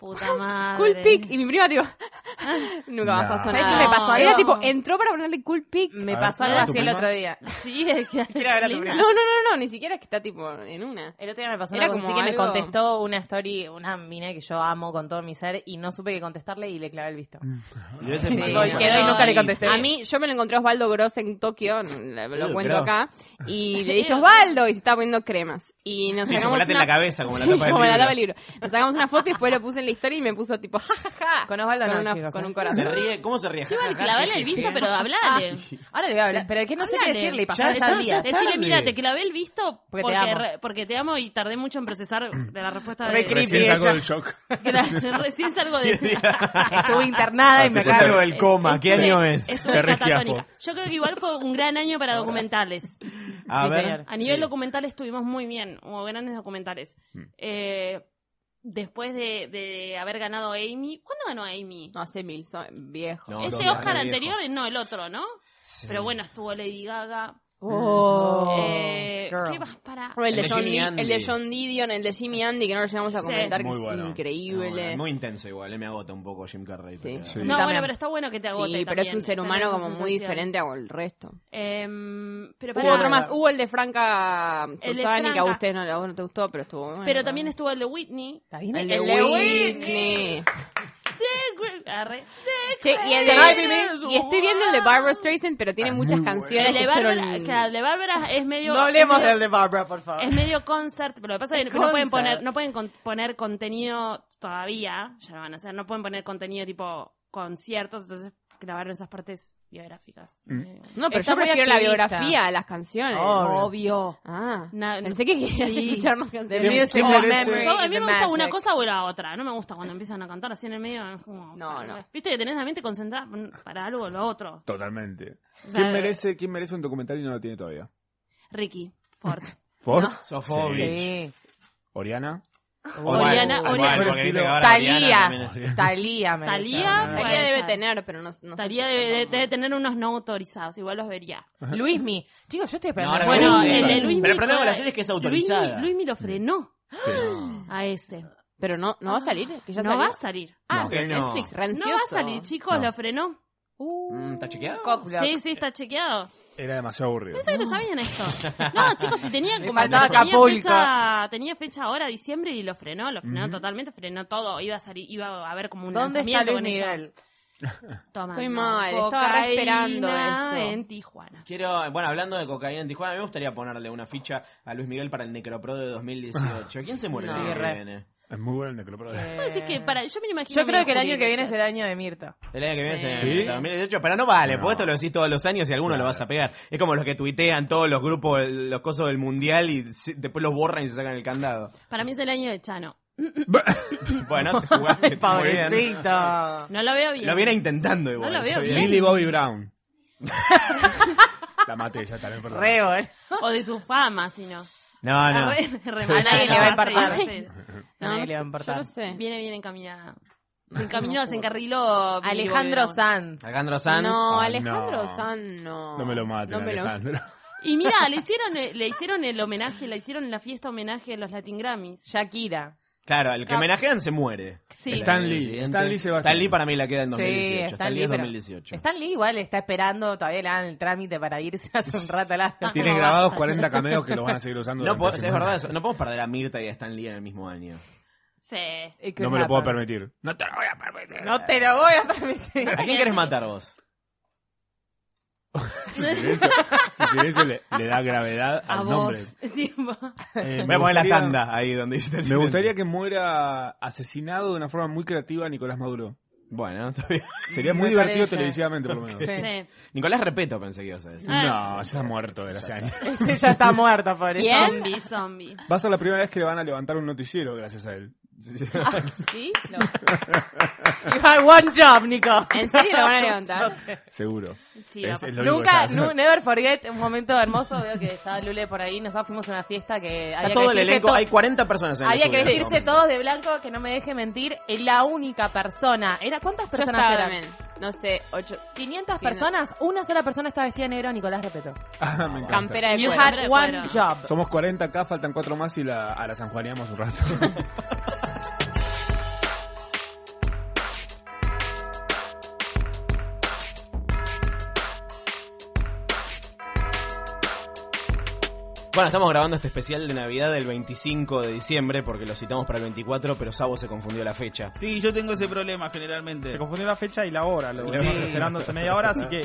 Puta madre.
Cool pic. Y mi prima, tipo, *laughs* nunca más
No.
pasó
¿Sabes
nada.
qué me pasó
Era
algo?
tipo, entró para ponerle cool pic.
Me A ver, pasó ¿a algo ver tu así el prima? otro
*laughs*
día. Sí, es que- Quiero ver a tu
No,
prima.
no, no, no, ni siquiera es que está tipo en una.
El otro día me pasó
Era
una cosa
como
así que me
algo-
contestó una story, una mina que yo amo con todo mi ser y no supe qué contestarle y le clavé el visto.
Mm. Y ese
Sí,
es
quedó y nunca le contesté.
A mí, yo me lo encontré a Osvaldo Gross en Tokio, lo, lo
Eh,
cuento
Gross.
acá,
*laughs*
y le dije, Osvaldo, y se estaba poniendo cremas. Y nos
Sí,
sacamos
chocolate en
una-
la cabeza, como
*laughs*
la
Sí,
tapa del
como la
libro.
tapa del libro. Nos sacamos una foto y después lo puse en la historia y me puso tipo, jajaja, con Osvaldo con,
no,
una-
chicos,
con
eh.
un corazón.
Se ríe, ¿cómo se ríe?
Yo iba a clavarle el visto, pero hablale.
*laughs*
Ahora le voy a hablar. Pero que no
sé qué decirle y pasar
el
ya el día.
Decirle,
Tarde.
mira, te clavé el visto
Porque te
porque, porque,
amo.
re- porque te amo y tardé mucho en procesar de la respuesta
Re
de...
creepy
Recién salgo
ella.
del shock.
Claro, *laughs* recién
*laughs*
salgo de...
Estuve internada y me
Te salgo
acabo
Ah, del coma, ¿qué año es?
Estuve catatónica. Yo creo que igual fue un gran año para documentales.
A
Sí,
ver.
señor. A nivel
Sí.
documental estuvimos muy bien, hubo grandes documentales.
Mm.
Eh, después de, de haber ganado Amy, ¿cuándo ganó Amy?
No, hace mil, viejo.
No,
Ese
no,
Oscar
no,
anterior, no, el otro, ¿no? Pero bueno, estuvo Lady Gaga.
Oh,
Eh,
girl.
¿Qué vas para?
O el, de
El de
John
Jimmy
Di-
Andy.
el de John Didion, el de Jimmy Andy, que no lo llegamos a
Sí.
comentar, que
Muy
es
bueno.
increíble.
No, bueno, muy intenso igual, eh, me agota un poco Jim Carrey. pero-
No, bueno, pero está bueno que te agote
Sí, pero es
también,
un ser
tener
humano
esa
como muy
sensación.
diferente al resto.
Em, pero
Hubo
pará.
otro más. Hubo el de Franca Susani, que a
Franca.
usted no, a vos no te gustó, pero estuvo bueno.
Pero también estuvo el de Whitney.
el de Whitney.
The Gre- Arre. The
Che, y, el de-
Gre- Gre-
y estoy viendo el de Barbara Streisand, pero
Ah,
tiene muchas canciones
El de
que son-
Bárbara, o sea, el de Bárbara es medio...
No hablemos
es medio-
del de Barbara, por favor.
Es medio concert, pero lo que pasa es que
Concert.
no pueden poner, no pueden con- poner contenido todavía, ya lo van a hacer, no pueden poner contenido tipo conciertos, entonces grabaron esas partes biográficas.
Mm.
Eh,
No, pero
Está
yo
muy
prefiero la
activista.
biografía a las canciones.
Obvio.
Ah,
Na-
pensé que querías
Sí.
escuchar más canciones.
The
music,
Oh,
the memory,
yo- a mí
the
me gusta
magic.
una cosa o la otra. No me gusta cuando empiezan a cantar así en el medio. es como-
No, no.
Viste que tenés la mente concentrada para algo o lo otro.
Totalmente.
O sea,
¿Quién merece, ¿Quién merece un documental y no lo tiene todavía?
Ricky Ford.
¿Ford?
Sofovich.
¿Oriana?
Oriana,
Igual,
Oriana.
porque viste que ahora Oriana también
*laughs*
es-
Talía. Talía, me
Talía,
Talía
puede
debe
ser.
tener, pero no, no sé
Talía
si-
debe, debe tener unos no autorizados, igual los vería.
Luismi. Chicos, yo estoy
No,
esperando.
ahora
Bueno,
vamos a
el
ver.
de Luismi
Pero el problema
fue-
con la serie es que es autorizada.
Luis, Luismi lo frenó
Sí.
a ese.
Pero no, no va a salir. Que ya
no
salió.
va a salir.
Ah,
No,
pero
que no.
Netflix,
No
rancioso.
va a salir, chicos,
No.
lo frenó.
Mm, ¿Está chequeado?
Sí, sí, está chequeado.
Era demasiado aburrido.
*laughs* Pensé que no sabían
*laughs*
esto. No, chicos, si tenían como
faltaba
tenía
Acapulco.
fecha, tenía fecha ahora, diciembre, y lo frenó, lo frenó totalmente, frenó todo. Iba a salir, iba a haber como un
¿Dónde está
lanzamiento
Luis
con eso.
Miguel?
Tomando
Estoy mal, estaba re esperando
cocaína
eso.
en Tijuana.
Quiero, bueno, hablando de cocaína en Tijuana, a mí me gustaría ponerle una ficha a Luis Miguel para el Necropro de
*laughs*
2018. ¿Quién se muere el
Sí,
año que
re.
viene?
Es muy bueno el necropro.
Puedo decir que para, yo me lo imagino
Yo creo
medio
que el año que viene es
Julio
el año de Mirta.
*laughs* El año que viene se-
¿Sí?
2018, pero no vale,
No.
porque esto lo decís todos los años y alguno lo vas a pegar. Es como los que tuitean todos los grupos, el- los cosos del mundial y se- después los borran y se sacan el candado.
Iglesias. Para mí es el año de Chano.
Bueno, te jugaste muy bien.
Pobrecito.
No lo veo bien.
Lo viene intentando
No
igual.
lo veo
está
bien.
Millie
*laughs*
Bobby Brown. La maté ya, también, perdón.
Re bueno.
O de su fama, si no.
No,
*laughs*
no.
Re- remata
A nadie
la
le va a
base,
importar.
¿viste?
No,
No,
nadie le
no
va a
sé, yo
importar.
no sé.
Viene bien *laughs* encaminada. Se encaminó, se encarriló.
Alejandro
Sanz.
Sanz.
Alejandro Sanz.
No,
Ah,
Alejandro
no.
San no.
No me lo maten,
No me lo-
Alejandro.
Y
*laughs*
mira, le hicieron, le hicieron el homenaje, le hicieron la fiesta homenaje a los Latin Grammys.
Shakira.
Claro, el que
Cap-
homenajean se muere.
Sí.
El año
Stan Lee,
siguiente.
Stan Lee se va a-
Stan Lee para mí la queda en 2018.
Sí,
Stan Lee es
pero-
2018.
Stan Lee igual está esperando, todavía le dan el trámite para irse hace un rato a la...
Tiene grabados 40 cameos que los van a seguir usando.
No,
durante este
podemos-
la
es
semana.
verdad, eso, no podemos perder a Mirta y a Stan Lee en el mismo año.
Sí.
It could
No me lo puedo
happen.
permitir. No te lo voy a permitir.
No te lo voy a permitir.
*laughs*
¿A quién querés matar vos?
Su silencio,
*laughs*
su
*laughs*
silencio le, le da gravedad *laughs* al
A vos.
nombre.
*laughs*
Tipo,
Eh,
Voy
me
a poner la
gustaría-
tanda ahí donde hiciste el
Me
silencio.
gustaría que muera asesinado de una forma muy creativa Nicolás Maduro. *laughs*
Bueno, está bien.
Sería muy
Me
divertido
parece.
televisivamente, por lo menos.
Sí.
sí.
Nicolás Repeto pensé que ibas a decir.
No, ya ha muerto de hace años.
Ese ya está muerto, por eso.
Zombie, zombie.
Va a ser la primera vez que le van a levantar un noticiero gracias a él.
¿Sí? Lo-
You had one job, Nico.
¿En serio lo
*laughs*
van a levantar?
*laughs* Seguro.
Sí, va a
Es- es
pasar.
lo único que
pues. Nunca,
sabe hacer.
nu- never forget, un momento hermoso, veo que estaba Lule por ahí, nosotros fuimos a una fiesta que
Está
había
todo
que
el
vestirse
elenco,
to-
hay 40 personas en el
había que
estudio en este
vestirse
momento.
todos de blanco, que no me deje mentir, es la única persona. Era ¿Cuántas
Yo
personas
estaba
eran?
también. No sé, ocho.
500 personas, una sola persona estaba vestida de negro, Nicolás Repeto.
*laughs* Ah, me encanta.
Campera de
You
cuero.
had
de
one
cuero.
job.
Somos 40 acá, faltan 4 más y la, a la sanjuaneamos un rato.
Bueno, estamos grabando este especial de Navidad del 25 de diciembre porque lo citamos para el 24, pero Sabo se confundió la fecha.
Sí, yo tengo ese problema generalmente.
Se confundió la fecha y la hora, lo
Sí.
estamos esperando hace media hora, así que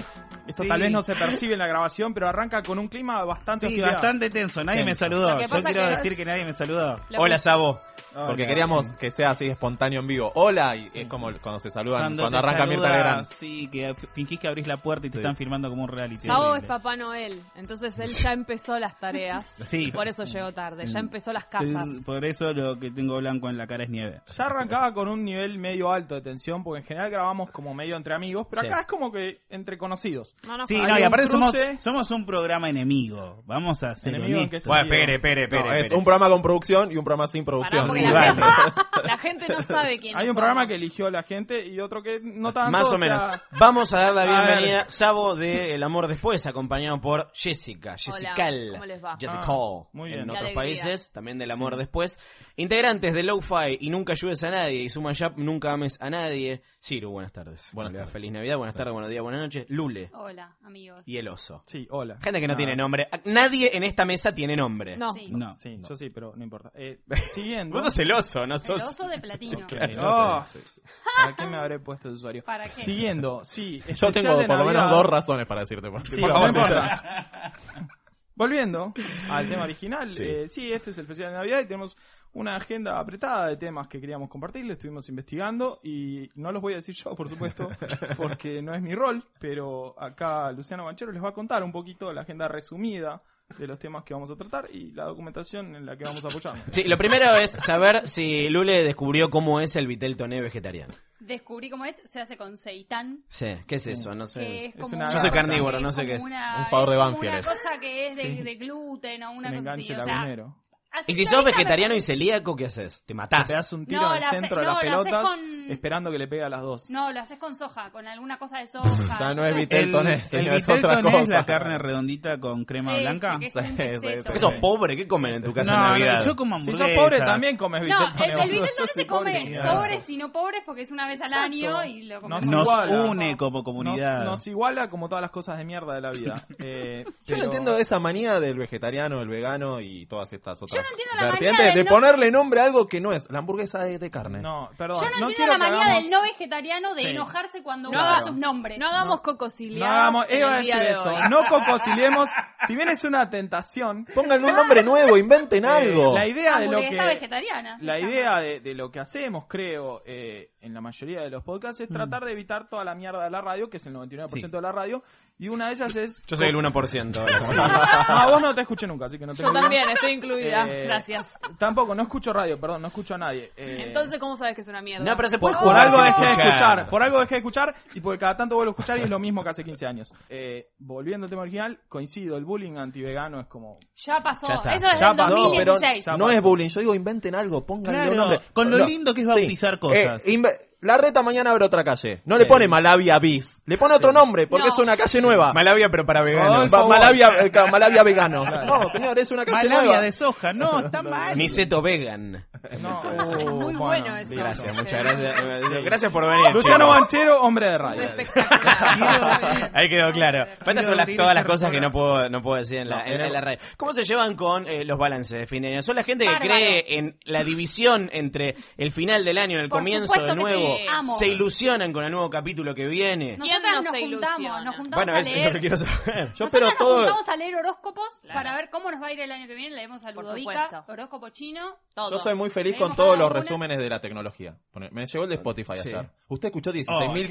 esto
Sí.
tal vez no se percibe en la grabación, pero arranca con un clima bastante
Sí,
hostigado.
bastante tenso. Nadie me
Tenso.
saludó.
*laughs* Lo que
Yo
pasa
quiero
que-
decir que nadie me saludó.
Lo que- Hola,
Sabo.
Hola.
Porque queríamos que sea así espontáneo en vivo. Hola, y eh, es como cuando se saludan, cuando,
te
arranca
saluda,
Mirta Legrand.
Sí, que f- fingís que abrís la puerta y te
Sí.
están filmando como un reality.
Sabo es
Horrible.
Papá Noel, entonces él ya empezó las tareas.
Sí.
Por eso llegó tarde, ya empezó las
Te-
casas.
Por eso lo que tengo blanco en la cara es nieve.
Ya arrancaba con un nivel medio alto de tensión, porque en general grabamos como medio entre amigos, pero
Sí.
acá es como que entre conocidos.
Sí,
Hay
no, y
un
aparte somos,
cruce,
somos un programa enemigo. Vamos a ser
¿Enemigo en qué
honestos.
Bueno, espere, espere, espere. es un programa con producción y un programa sin producción.
porque
La gente no sabe quién
Hay un programa que eligió la gente y otro que no tanto.
Más o
sea,
menos. Vamos a dar la
A ver.
bienvenida, Sabo, de El Amor Después, acompañado por Jessica, Jessical,
¿cómo les va?
Jessica,
Ah, muy bien.
en
Qué
otros
alegría.
países, también del Amor Después. Integrantes de Lo-Fi y Nunca Ayudes a Nadie y Suma Yap, Nunca Ames a Nadie. Ciro, buenas tardes. Buenas Feliz Navidad, buenas tardes, buenos días, buenas noches. Lule
Hola, amigos.
y El Oso.
Sí, hola.
Gente que no,
No.
tiene nombre. Nadie en esta mesa tiene nombre.
No.
Sí,
No.
yo sí, pero no importa.
*laughs*
Eh, siguiendo.
Vos sos el oso, no sos...
de
platino.
Oh.
Claro. ¿Para qué me habré puesto de usuario?
¿Para qué?
Siguiendo, sí.
Yo
especial
tengo
de
por lo menos
Navidad.
dos razones para decirte por qué.
Sí,
Por
no
favor,
importa.
*laughs*
Volviendo al tema original,
Sí.
eh, sí, este es el Festival de Navidad y tenemos una agenda apretada de temas que queríamos compartirles, estuvimos investigando y no los voy a decir yo,
*laughs*
por supuesto, porque no es mi rol, pero acá Luciano Banchero les va a contar un poquito la agenda resumida de los temas que vamos a tratar y la documentación en la que vamos apoyando.
Sí, lo primero es saber si Lule descubrió cómo es el vitel toné vegetariano.
Descubrí cómo es, se hace con seitan.
Sí, ¿qué es eso? No
que
sé.
es como
Yo soy
una-
carnívoro, no sé
como
qué es.
una- es como Una cosa que es de,
Sí.
de gluten o una cosa
un
así.
enganche
O sea,
lagunero.
así
Y si
que
sos
ahorita me-
vegetariano y celíaco, ¿qué haces? Te matás.
Te das un tiro
No,
en el
la hace-
centro de
no,
las
la haces
pelotas
con-
esperando que le pegue a las dos.
No, lo haces con soja, con alguna cosa de
*laughs*
soja.
Ya no es vitel toné, señor,
El
es
vitel
otra
toné es
cosa.
la carne redondita con crema
Sí,
blanca.
sí, que es un queso.
Porque sos pobre, ¿qué comen en tu casa
No,
en
no,
Navidad?
yo como
Si sos
hamburguesas.
pobre, también
comes
eh, No, *laughs* el, el vitel no se come
Claro.
pobres sino pobres porque es una vez al año y lo comemos.
Nos, une como comunidad.
Nos, nos iguala como todas las cosas de mierda de la
*laughs*
vida. Eh,
Yo no
pero-
entiendo esa manía del vegetariano, el vegano y todas estas otras
entiendo la manía
vertientes
del
de
no-
ponerle nombre a algo que no es. La hamburguesa es de carne.
No,
Yo
perdón.
no, entiendo
quiero
la
que
manía
hagamos-
del no vegetariano de
Sí.
enojarse cuando
No
usa
haga-
sus nombres.
No hagamos cocosiliadas
No hagamos,
en
iba a
el
decir
día de
eso.
hoy.
No cococilemos. Si bien es una tentación. eh,
Pónganle un nombre
*laughs*
nuevo, inventen algo.
La idea
Ah,
de lo
Hamburguesa
que.
vegetariana. se
La
llama.
idea de, de lo que hacemos, creo, eh, en la mayoría de los podcasts
Mm.
es tratar de evitar toda la mierda de la radio, que es el 99% de la radio, y una de ellas es...
Yo soy el 1%.
*laughs* Ah, vos no te escuché nunca, así que no te
Yo
incluyo.
también, estoy incluida.
Eh,
Gracias.
Tampoco, no escucho radio, perdón, no escucho a nadie. Eh,
Entonces, ¿cómo sabes que es una mierda?
No, pero se
por,
puede
por
jugar
algo
sin
dejé de
escuchar.
escuchar, por algo dejé de escuchar y porque cada tanto vuelvo a escuchar y es lo mismo que hace 15 años. Eh, volviendo al tema original, coincido, el bullying antivegano es como...
Ya pasó.
Ya está.
Eso es
Ya
del
pasó,
2016.
pero
Ya
no
pasó.
es bullying. Yo digo, inventen algo, pónganle
Claro,
un nombre.
con lo
No,
lindo que es
sí.
bautizar cosas.
Eh, inve- la reta mañana abre otra calle. No le pone Malavia Bis. Le pone otro nombre porque
No.
es una calle nueva.
Malavia, pero para veganos.
Va- Malavia, eh, claro,
*laughs*
Malavia Vegano. No, señor, es una calle
Malavia
*laughs*
nueva.
de soja, *laughs* no, está mal.
Niceto Vegan.
es muy
bueno eso.
Gracias, muchas
*laughs*
gracias. Gracias por venir.
Luciano
chicos.
Banchero, hombre de radio.
Ahí quedó claro. Estas son las-
decir
todas las
esta
cosas que
persona.
no puedo, no puedo decir en la,
No,
en
pero-
la radio. ¿Cómo se llevan con eh, los balances de fin de año? Son la gente que
Bárbaro.
cree en la división entre el final del año y el
Por
comienzo
supuesto
del
que
nuevo.
sí. Amo.
Se ilusionan con el nuevo capítulo que viene.
¿Quién no
Nosotras nos
se
juntamos,
ilusiona?
nos juntamos
Bueno,
a
eso es lo
leer.
que quiero saber.
Yo
Nosotras nos juntamos a leer horóscopos para ver cómo nos va a ir el año que viene. Leemos a
Por
Ludovica, horóscopo chino, todo.
Yo soy muy feliz
Leemos
con todos
cada
los
una.
resúmenes de la tecnología. Pone- Me llegó el de Spotify
Sí.
ayer. Usted escuchó
Oh,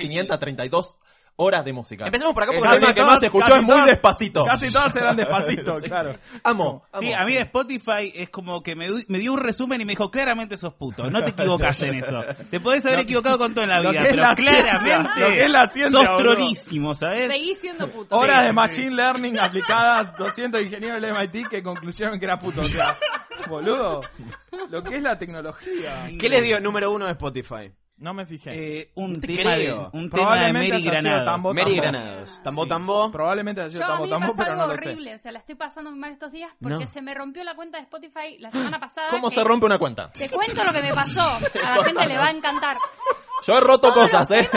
16.532 horas de música.
Empecemos por acá,
El
porque
tema
casi
que
todas-
más se escuchó
casi
es muy
todas-
despacito.
Casi
*laughs*
todas eran despacito,
Sí.
claro.
Amo, amo.
Sí, a mí de Spotify es como que me, du- me dio un resumen y me dijo, claramente sos puto, no te equivocaste en eso. Te podés haber
Lo-
equivocado con todo en la
lo
vida,
que es
pero
la ciencia,
claramente
lo que es la ciencia,
sos
boludo.
tronísimo, ¿sabes?
Seguís siendo puto.
Horas
Sí.
de Machine Learning aplicadas, 200 ingenieros del MIT que concluyeron que era puto. O sea, boludo, lo que es la tecnología.
¿Qué les dio número uno de Spotify?
No me fijé.
Eh, un
Te
tema de-
creo.
un tema de
Probablemente
Mary
haya sido
Granados.
Tambo
Mary
Tambo.
Granados. Tambo Tambo.
Probablemente haya
Yo
sido
a mí
Tambo
me
Tambo,
pasó
pero
algo
no lo sé.
horrible, o sea, la estoy pasando muy mal estos días porque
No.
se me rompió la cuenta de Spotify la semana pasada.
¿Cómo
que-
se rompe una cuenta?
Te cuento lo que me pasó, a
*laughs*
la gente le va a encantar.
Yo he
Todos
roto cosas,
los
¿eh?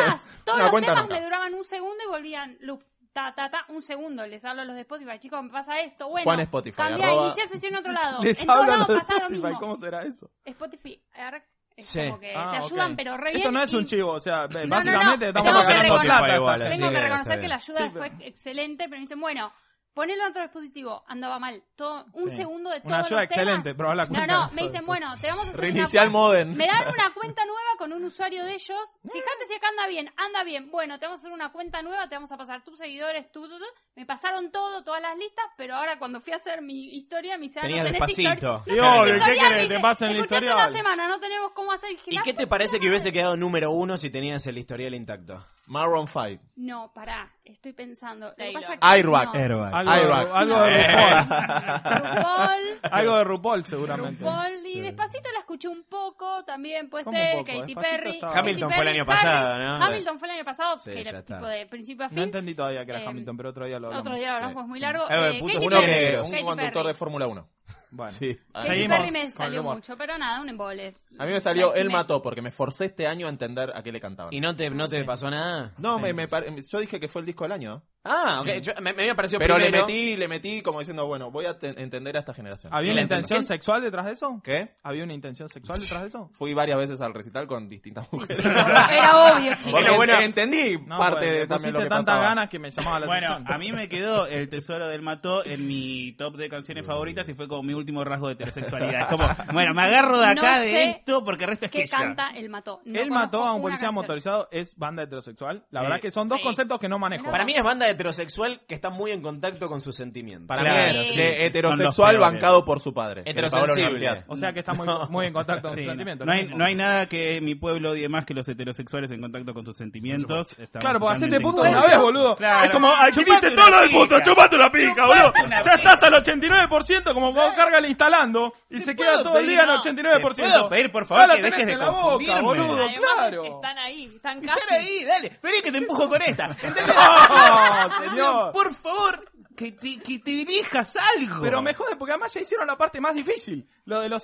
Todos
Una
los
cuenta
temas
rota.
me duraban un segundo y volvían loop. ta, ta, ta, un segundo, les hablo a los de Spotify, chicos, me pasa esto, bueno,
Juan Spotify,
cambia,
arroba-
inicia sesión
*laughs*
en otro lado,
Les
en todos
hablan
lados
de
pasa lo
Spotify,
mismo.
¿Cómo será eso?
Spotify, ar- es
Sí.
como que
Ah,
te
ok.
ayudan, pero re bien.
Esto no es
y-
un chivo, o sea,
No, no, no,
básicamente
tengo
estamos
que
ganando
reconocer-
plata. está
Tengo que
bien.
reconocer que la ayuda
Sí,
fue excelente, pero me dicen, bueno, ponelo en otro dispositivo, andaba mal, todo, un
Sí.
segundo de todo.
Una ayuda excelente, pero la
No,
cuenta.
no, me dicen, bueno, te vamos a hacer una
Reiniciar modem.
me dan una cuenta nueva con un usuario de ellos. Fíjate si acá anda bien, anda bien. Bueno, te vamos a hacer una cuenta nueva, te vamos a pasar tus seguidores, tú, tú, tú. Me pasaron todo, todas las listas, pero ahora cuando fui a hacer mi historia, me hicieron.
Tenías
no tenés
despacito.
histori- no
Y
tenés
obvio, ¿qué
historial,
querés?
me
Te
dice,
pasan el
"Escuchate
historial".
una semana, no tenemos cómo hacer el
¿Y qué te parece que hubiese quedado número uno si tenías el historial intacto?
Maroon 5.
No, pará, estoy pensando. Lo que pasa es que-
Airbag.
no.
Algo,
Airbag.
algo de
RuPaul.
RuPaul. algo de RuPaul, seguramente.
RuPaul, y despacito la escuché un poco, también puede
¿Cómo
ser,
un poco?
Katy
Despacito
Perry.
estaba-
Katy
Hamilton
Perry,
fue el año
Harry-
pasado, ¿no?
Hamilton fue el año pasado,
Sí,
que era
ya está.
tipo de principio a fin.
No entendí todavía que era
Eh,
Hamilton, pero otro día lo hablamos.
Otro día lo hablamos, es muy largo.
Eh,
Eh,
puto,
Katy
uno
Perry,
negro,
Katy
un conductor
Perry.
de Fórmula 1.
Bueno.
Sí.
Katy Perry me salió mucho, pero nada, un embole.
A mí me salió
Lástima.
Él mató porque me forcé este año a entender a qué le cantaban.
¿Y no te, no te pasó nada?
No, me, me pare- yo dije que fue el disco del año. ¿eh?
Ah, ok. Yo- me, me había parecido
Pero le
primero.
metí, le metí como diciendo, bueno, voy a te- entender a esta generación.
¿Había
Y
una
la entiendo.
intención sexual detrás de eso?
¿Qué?
¿Había una intención sexual detrás de eso?
*laughs* Fui varias veces al recital con distintas mujeres.
era *laughs* obvio, chico.
Porque
Bueno,
entendí
No,
parte
pues,
de
le
Eh, también lo
pusiste
que
tanta
pasaba.
ganas que me llamaba la
bueno,
atención.
a mí me quedó El Tesoro del Mató en mi top de canciones favoritas y fue como mi último rasgo de heterosexualidad. Es como, bueno, me agarro de acá
No
de
sé
esto porque el resto es
¿Qué
que
canta El Mató? No
Él
conozco
mató a un
una
policía
canción.
motorizado, es banda heterosexual. La
Eh,
verdad que son dos conceptos que no manejo.
Para mí es banda heterosexual que está muy en contacto con sus sentimientos.
Para mí es de heterosexual bancado por su padre. que le pagó la
Heterosensible.
universidad.
O sea que
*laughs*
está muy, muy en contacto con sus sentimientos.
No
lo
hay,
mismo.
no hay nada que mi pueblo odie más que los heterosexuales en contacto con sus sentimientos. Estamos
Claro, porque hacete
totalmente
puto
en
una
contra.
vez, boludo.
Claro.
Es como, ay, chupiste
Chupate
todo
una
lo del puto,
pija.
chupate una pija,
Chupate
boludo.
una
Ya estás al 89% como cuando carga el instalando y se queda
puedo
todo el día en
pedir, no.
89%.
Te puedo pedir, por favor,
Ya la
que dejes
tenés
de
en la boca,
confundirme.
boludo,
Además,
claro.
Están ahí, están
Están
casi.
ahí, dale. Vení que te empujo con esta. ¿Entendés? *laughs*
No, señor.
Por favor, que te, que te dirijas algo.
Pero me jode porque además ya hicieron la parte más difícil. Lo de los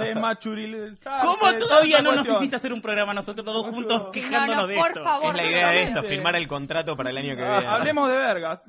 *laughs*
de machurilizar.
¿Cómo todavía no nos hiciste hacer un programa nosotros los dos juntos
Sí, no,
quejándonos
no,
de
por
esto?
favor,
Es la idea de esto,
Exactamente.
firmar el contrato para el año que viene.
Ah, hablemos de vergas.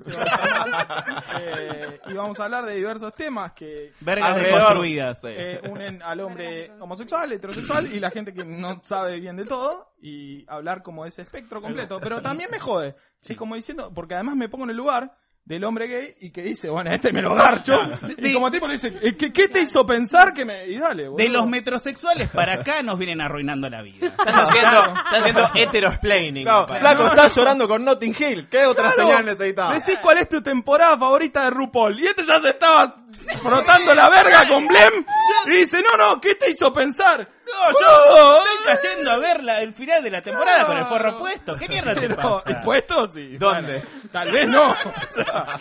Eh, y vamos a hablar de diversos temas que
Vergas
alrededor,
reconstruidas.
eh, unen al hombre homosexual, heterosexual y la gente que no sabe bien de todo y hablar como ese espectro completo. Pero también me jode. Es como diciendo, porque además me pongo en el lugar del hombre gay y que dice, bueno, este me lo garcho. Y como tipo le dice, eh, ¿qué, qué te hizo pensar que me...? Y dale, boludo.
De los metrosexuales para acá nos vienen arruinando la vida.
Estás
*laughs*
haciendo, estás haciendo heterosplaining.
No,
Para-
flaco, estás llorando con Notting Hill. ¿Qué otra
Claro.
señal necesitabas?
Decís cuál es tu temporada favorita de RuPaul. Y este ya se estaba frotando la verga con Blem. Y dice, no, no, ¿qué te hizo pensar?
No, yo estoy cayendo a ver la- el final de la temporada con el forro puesto. ¿Qué mierda te
Pero,
pasa?
¿Puesto? Sí.
¿Dónde?
Bueno, *laughs* tal vez no. O sea,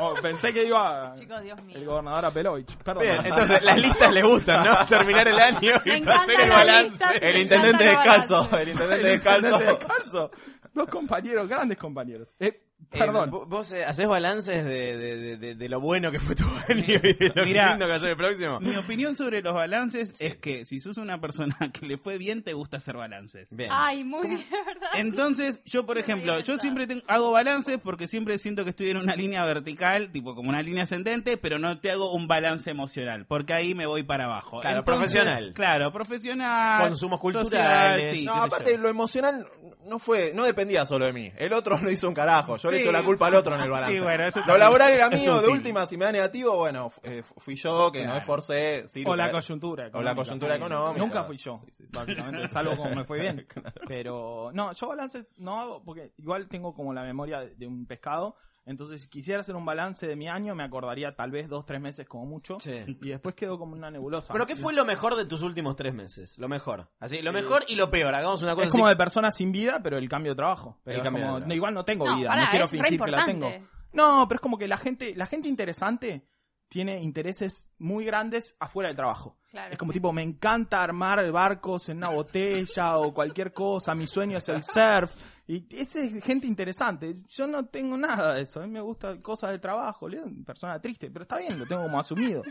oh, pensé que iba
Chicos, Dios mío.
el gobernador Apelovich. Perdón.
Bien, entonces las listas les gustan,
*laughs*
¿no? Terminar
*laughs*
el año
Me
y
encantan
hacer el
las
balance.
listas, me
El intendente
encanta la
descalzo.
balanza.
El
El
intendente
intendente
descalzo.
descalzo. Dos compañeros, grandes compañeros. Eh,
Eh,
perdón.
vo- vos eh, haces balances de, de- de- de- de lo bueno que fue tu *laughs* año y de *laughs* lo
Mirá.
lindo que va a ser el próximo.
Mi opinión sobre los balances es que si sos una persona que le fue bien, te gusta hacer balances.
Bien.
Ay, muy bien, *laughs* ¿verdad?
Entonces, yo por ejemplo, yo siempre tengo- hago balances porque siempre siento que estoy en una línea vertical, tipo como una línea ascendente, pero no te hago un balance emocional, porque ahí me voy para abajo.
Claro, profesional.
Claro, profesional.
Consumos
social,
culturales.
sí,
No,
qué sé
aparte
yo.
lo emocional no fue, no dependía solo de mí. El otro no hizo un carajo. Yo le echo la culpa al otro en el balance.
Sí, bueno, eso
lo
también
laboral era
es
mío, de
útil.
última, si me da negativo, bueno, fu- eh, fu- fui yo que no
Claro.
esforcé. sí,
o la
eh,
coyuntura económica.
O la coyuntura económica.
Nunca fui yo, básicamente, salvo como me
*laughs*
fue bien. Pero, no, yo balances no hago, porque igual tengo como la memoria de de un pescado, entonces si quisiera hacer un balance de mi año, me acordaría tal vez dos, tres meses como mucho,
Sí.
y después quedo como una nebulosa.
Pero ¿qué fue lo mejor de tus últimos tres meses? Lo mejor. Así, lo mejor y lo peor. Hagamos una cosa
Es como
así.
de persona sin vida, pero el cambio de trabajo. Pero
El
es
cambio de
como,
trabajo.
no, igual no tengo
No,
vida,
pará,
no quiero
es re
fingir que la tengo.
importante.
No, pero es como que la gente, la gente interesante tiene intereses muy grandes afuera del trabajo.
Claro,
es como
sí.
tipo, me encanta armar barcos en una botella o cualquier cosa, mi sueño es el surf. Y esa es gente interesante. Yo no tengo nada de eso. A mí me gusta cosas de trabajo. Leo, persona triste, pero está bien, lo tengo como asumido.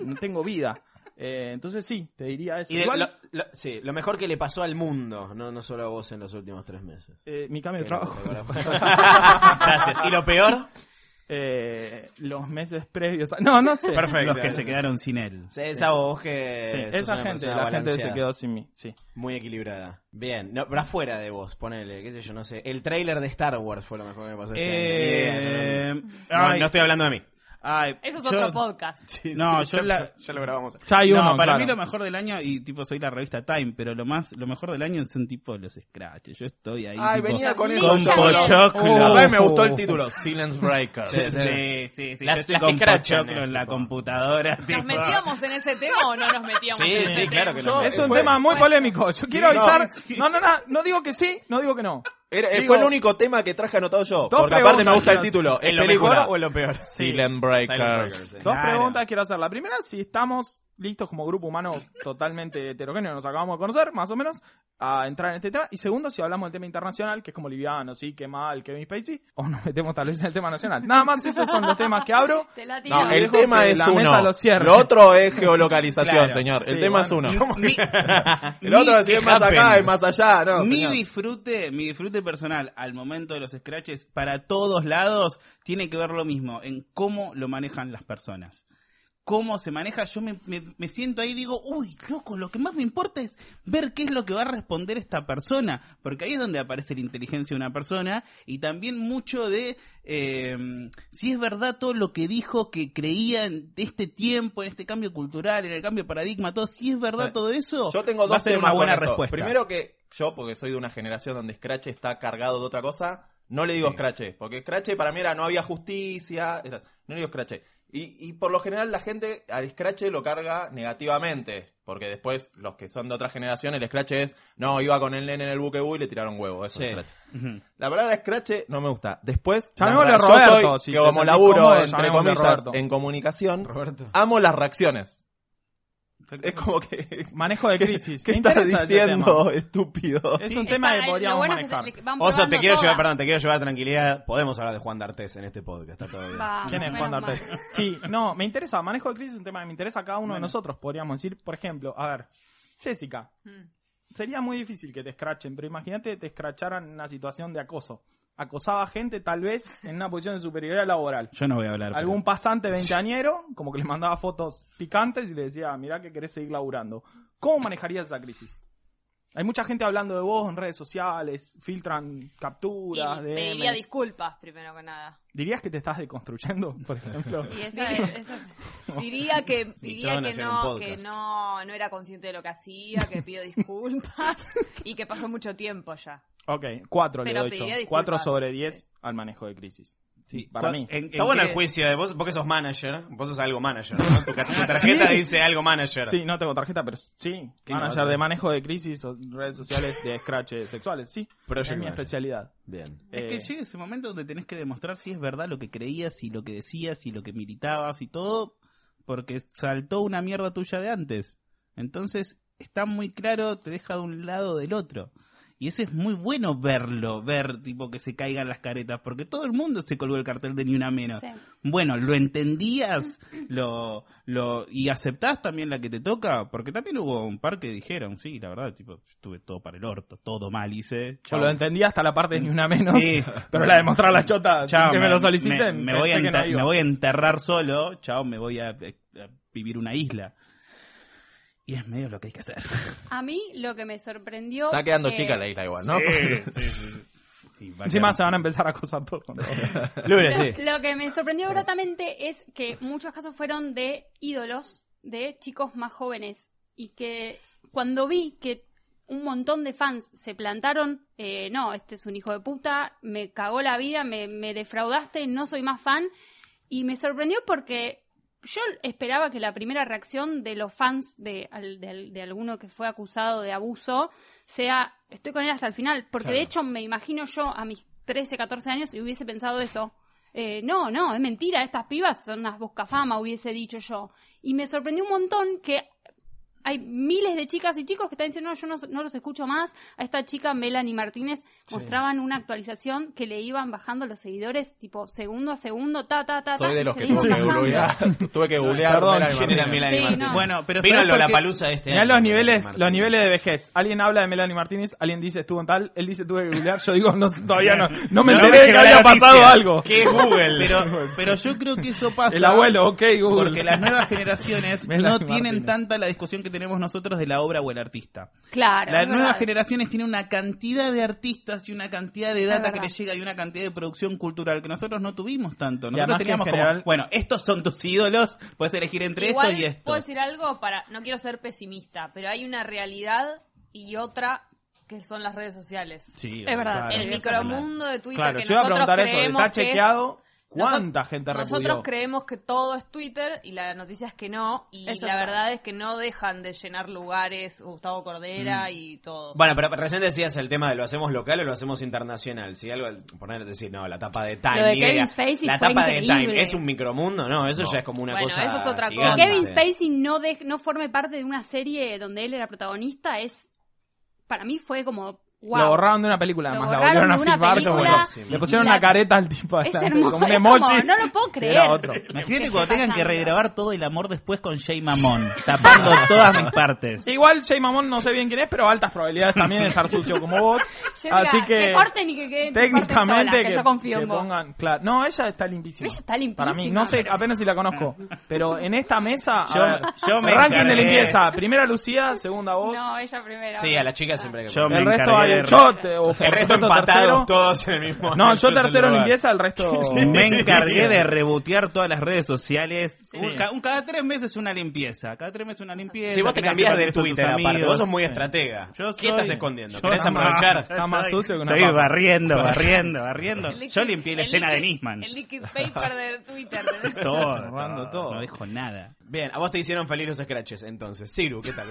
No tengo vida. Eh, entonces sí, te diría eso.
Y de-
Igual,
lo, lo- sí, lo mejor que le pasó al mundo, no, no solo a vos en los últimos tres meses.
eh, mi cambio de
Que no
trabajo.
te
*laughs*
acordás. Gracias. ¿Y lo peor?
Eh, los meses previos. a- No, no sé.
Perfecto. Los que se quedaron sin él.
Sí, esa vos que
Sí,
sos
esa
una
gente,
persona
la gente
balanceada.
se quedó sin mí. Sí.
Muy equilibrada. Bien, no, pero afuera de vos, ponele, qué sé yo, no sé. El tráiler de Star Wars fue lo mejor que me pasó. este
Eh,
año. Ni idea, yo no- no,
ay.
no estoy hablando de mí.
Ay,
Eso es
yo-
otro podcast.
No, yo la-
ya lo grabamos.
no,
uno,
para
claro.
mí lo mejor del año, y tipo soy la revista Time, pero lo más, lo mejor del año son tipo los scratches. Yo estoy ahí.
Ay,
tipo,
venía con eso,
Con
ya lo-
pochoclo.
Oh. Ay, me gustó el título, Silence Breaker.
Sí, sí, sí, sí,
Las-
yo estoy
las eh,
con
que crachan,
pochoclo en la computadora. tipo.
¿Nos metíamos en ese tema o no nos metíamos
Sí,
en
sí,
ese
claro
tema?
que no.
es un
Fue-
tema muy polémico. Yo quiero
no,
avisar. No, no, no, no digo que sí, no digo que no.
Era- eh,
Digo-
fue el único tema que traje anotado yo.
Dos
Porque aparte me
preguntas,
gusta el
no sé.
título. ¿Es
¿En lo
película
mejor
o en lo peor? Silent Breakers.
Dos preguntas quiero hacer. La primera, si estamos listos como grupo humano totalmente heterogéneo, nos acabamos de conocer, más o menos, a entrar en este tema. Y segundo, si hablamos del tema internacional, que es como liviano, sí, qué mal, Kevin Spacey, o nos metemos tal vez en el tema nacional. Nada más, esos son los temas que abro.
Te la tiro.
No, el
Dejo
tema
que
es
la
uno.
mesa lo cierre.
otro es geolocalización,
Claro,
señor. El
sí,
tema
bueno.
es uno.
Mi-
*laughs* el otro es si
mi
es más
happen.
acá, es más allá. No,
mi
señor.
disfrute, mi disfrute personal al momento de los scratches para todos lados tiene que ver lo mismo en cómo lo manejan las personas. Cómo se maneja, yo me, me- me siento ahí y digo, uy, loco, lo que más me importa es ver qué es lo que va a responder esta persona, porque ahí es donde aparece la inteligencia de una persona y también mucho de eh, si es verdad todo lo que dijo que creía en este tiempo, en este cambio cultural, en el cambio de paradigma, todo, si es verdad todo eso,
Yo tengo
va a
dos
ser una
temas con
buena
eso.
respuesta.
Primero que yo, porque soy de una generación donde Scratch está cargado de otra cosa, no le digo Scratch, porque Scratch para mí era no había justicia, era- no le digo Scratch. Y, y por lo general la gente al Scratch lo carga negativamente, porque después los que son de otra generación, el Scratch es, no, iba con el nene en el buquebú y le tiraron huevo, eso es Scratch. La palabra Scratch no me gusta. Después, la
Llamémosle
verdad,
Roberto,
yo soy,
si
que
te
como
sentís
laburo,
cómodo,
entre
llamémosle
comillas,
Roberto.
en comunicación, amo las reacciones. Es como que...
Manejo de crisis.
*laughs* ¿Qué
Me
estás
interesa ese
diciendo,
tema.
estúpido?
Es un tema que podríamos
bueno es que
manejar.
se le- van
Oso, te
probando
quiero llevar,
todas.
perdón, te quiero llevar tranquilidad. Podemos hablar de Juan D'Artes en este podcast, está todo bien.
Vamos,
¿Quién es
menos
Juan
mal.
D'Artes? Sí, no, me interesa. Manejo de crisis es un tema que me interesa a cada uno de nosotros. Podríamos decir, por ejemplo, a ver, Jessica,
Mm.
sería muy difícil que te escrachen, pero imagínate te escracharan en una situación de acoso. Acosaba gente, tal vez, en una posición de superioridad laboral.
Yo no voy a hablar.
Algún pasante veinteañero, como que le mandaba fotos picantes y le decía, mirá que querés seguir laburando. ¿Cómo manejarías esa crisis? Hay mucha gente hablando de vos en redes sociales, filtran capturas,
Y pediría
DMs.
disculpas primero que nada.
¿Dirías que te estás deconstruyendo, *laughs* por ejemplo?
Y esa es-
Diría,
esa es-
*laughs* diría que
Y
diría
todos
que
hacían un
no
podcast.
que no no era consciente de lo que hacía, que pido disculpas *laughs* y que pasó mucho tiempo ya.
Ok, cuatro le
Pero
doy yo.
pediría disculpas.
Cuatro sobre diez al manejo de crisis. Sí, para mí.
Está bueno el juicio de vos, porque sos manager, vos sos algo manager, ¿no? tu, tar-
*laughs*
tu tarjeta
Sí.
dice algo manager.
Sí, no tengo tarjeta, pero sí.
¿Qué
Manager
innovador?
de manejo de crisis, o redes sociales
*laughs*
de scratches sexuales, sí.
Project
es mi
manager.
especialidad. Eh,
Bien.
Es que llega ese momento donde tenés que demostrar si es verdad lo que creías, si lo que decías, si lo que militabas y todo, porque saltó una mierda tuya de antes. Entonces, está muy claro, te deja de un lado o del otro. Y eso es muy bueno verlo, ver tipo que se caigan las caretas, porque todo el mundo se colgó el cartel de ni una menos.
Sí.
Bueno, lo entendías, lo, lo, y aceptás también la que te toca, porque también hubo un par que dijeron, sí, la verdad, tipo, estuve todo para el orto, todo mal hice.
Yo
chau.
lo entendí hasta la parte de ni una menos,
Sí.
*laughs* pero la de mostrar la chota,
Chao,
que me, lo soliciten.
me- me voy a
pensé que no
enter-
iba.
me voy a enterrar solo, chao, me voy a, eh, a vivir una isla. Y es medio lo que hay que hacer.
A mí lo que me sorprendió.
Está quedando
eh,
chica la isla igual, ¿no?
*laughs*
Encima se van a empezar a acosar por
lo, lo que me sorprendió gratamente es que muchos casos fueron de ídolos, de chicos más jóvenes. Y que cuando vi que un montón de fans se plantaron, eh, no, este es un hijo de puta, me cagó la vida, me, me defraudaste, no soy más fan. Y me sorprendió porque yo esperaba que la primera reacción de los fans de, al- de al- de alguno que fue acusado de abuso sea, estoy con él hasta el final. Porque de hecho me imagino yo a mis 13, 14 años y hubiese pensado eso. Eh, no, no, es mentira, estas pibas son unas buscafama, hubiese dicho yo. Y me sorprendió un montón que hay miles de chicas y chicos que están diciendo, no, yo no, no los escucho más. A esta chica, Melanie Martínez,
Sí.
mostraban una actualización que le iban bajando los seguidores, tipo, segundo a segundo, ta, ta, ta, ta,
Soy
y
de los
se
que
le iban
tuve que
bajando.
googlear. Tuve que googlear.
Perdón,
Melanie
¿quién era
Martínez.
Melanie Sí, Martínez? no.
Bueno, pero
Vino
¿sabes por
la
qué?
palusa de este
Mirá
año.
los niveles, los niveles de vejez. Alguien habla de Melanie Martínez, alguien dice estuvo en tal, él dice tuve que googlear, yo digo no, todavía no, no me
No,
enteré
no,
de que
la
había
noticia.
pasado algo.
¿Qué es Google? *laughs*
*laughs*
Pero- pero yo creo que eso pasa.
El abuelo, ok, Google.
Porque las nuevas
*laughs*
generaciones
Melanie
no tienen
Martínez.
tanta la discusión que tenemos nosotros de la obra o el artista.
Claro.
Las
es
nuevas
verdad.
generaciones tienen una cantidad de artistas y una cantidad de
Es
data que
verdad.
les llega y una cantidad de producción cultural que nosotros no tuvimos tanto.
además
Nosotros
que en
teníamos
general-
como, bueno, estos son tus ídolos, puedes elegir entre
Igual,
esto y esto.
puedo
pues,
decir algo para, no quiero ser pesimista, pero hay una realidad y otra que son las redes sociales.
Sí,
es verdad.
claro.
el micromundo de Twitter
Claro,
que
yo iba a
nosotros
preguntar eso,
creemos
¿está
que es-
chequeado? ¿Cuánta
Noso-
gente
Nosotros
repudió?
creemos que todo es Twitter y la noticia es que no. Y
Eso
la
está.
verdad es que no dejan de llenar lugares Gustavo Cordera
Mm.
y todos.
Bueno, pero recién decías el tema de lo hacemos local o lo hacemos internacional. Si algo, poner, decir, no, la tapa de Time.
Lo de
ni
Kevin
idea.
Spacey
la
fue
tapa de Time
increíble.
es un micromundo, no, eso ya es como una
Bueno,
cosa.
eso es otra
Que
gigante.
Kevin Spacey no, dej- no forme parte de una serie donde él era protagonista es. Para mí fue como. ¡Wow!
Lo borraron de una película,
Lo
además la
borraron
volvieron a
de una
filmar, yo,
película.
bueno, le pusieron
Y
una
la-
careta al tipo
Es
adelante,
hermoso,
como un
es como,
emoji.
no lo puedo
que era
creer.
otro.
Imagínate
¿Qué
cuando
está
tengan que
pasando?
regrabar todo el amor después con Jay Mamón,
*laughs*
tapando todas mis partes.
Igual Jay Mamón no sé bien quién es, pero altas probabilidades también de estar sucio como vos.
Yo, mira,
Así que
corten y que queden
técnicamente
sola, que,
que,
yo confío
que
en vos.
pongan, claro, no, ella está limpísima.
Ella está limpísima.
Para mí, no sé, apenas si
*laughs*
la conozco. Pero en esta mesa, a
Yo-
ver,
yo me
ranking de
encargué.
limpieza. Primera Lucía, segunda vos.
No, ella primero.
Sí, a la chica siempre hay que
Yo me
el resto
encargué
hay
de-
el shot. eh, o por
El resto
supuesto
empatados
tercero.
*laughs* todos en el mismo.
No, yo
en el
tercero en
lugar.
limpieza, el resto.
*laughs*
*laughs*
Me encargué de rebotear todas las redes sociales.
Sí.
Un ca- un- cada tres meses una limpieza. Cada tres meses una limpieza.
Si vos te
Tenés
cambiás
que
de
hacer tus
Twitter aparte,
amigos.
vos sos muy
Sí.
estratega.
Yo soy-
¿Qué estás escondiendo?
yo-
¿Querés
Está más-
aprovechar?
*laughs* está más
Estoy-
sucio que una
estoy
papa. *laughs*
barriendo,
barriendo, barriendo. Yo limpié la
El
escena de
liquid-
Nisman.
El liquid paper de Twitter.
*laughs* Todo,
Borrando todo.
No dejo nada.
Bien, a vos te hicieron feliz los scratches, entonces. Siru, ¿qué tal?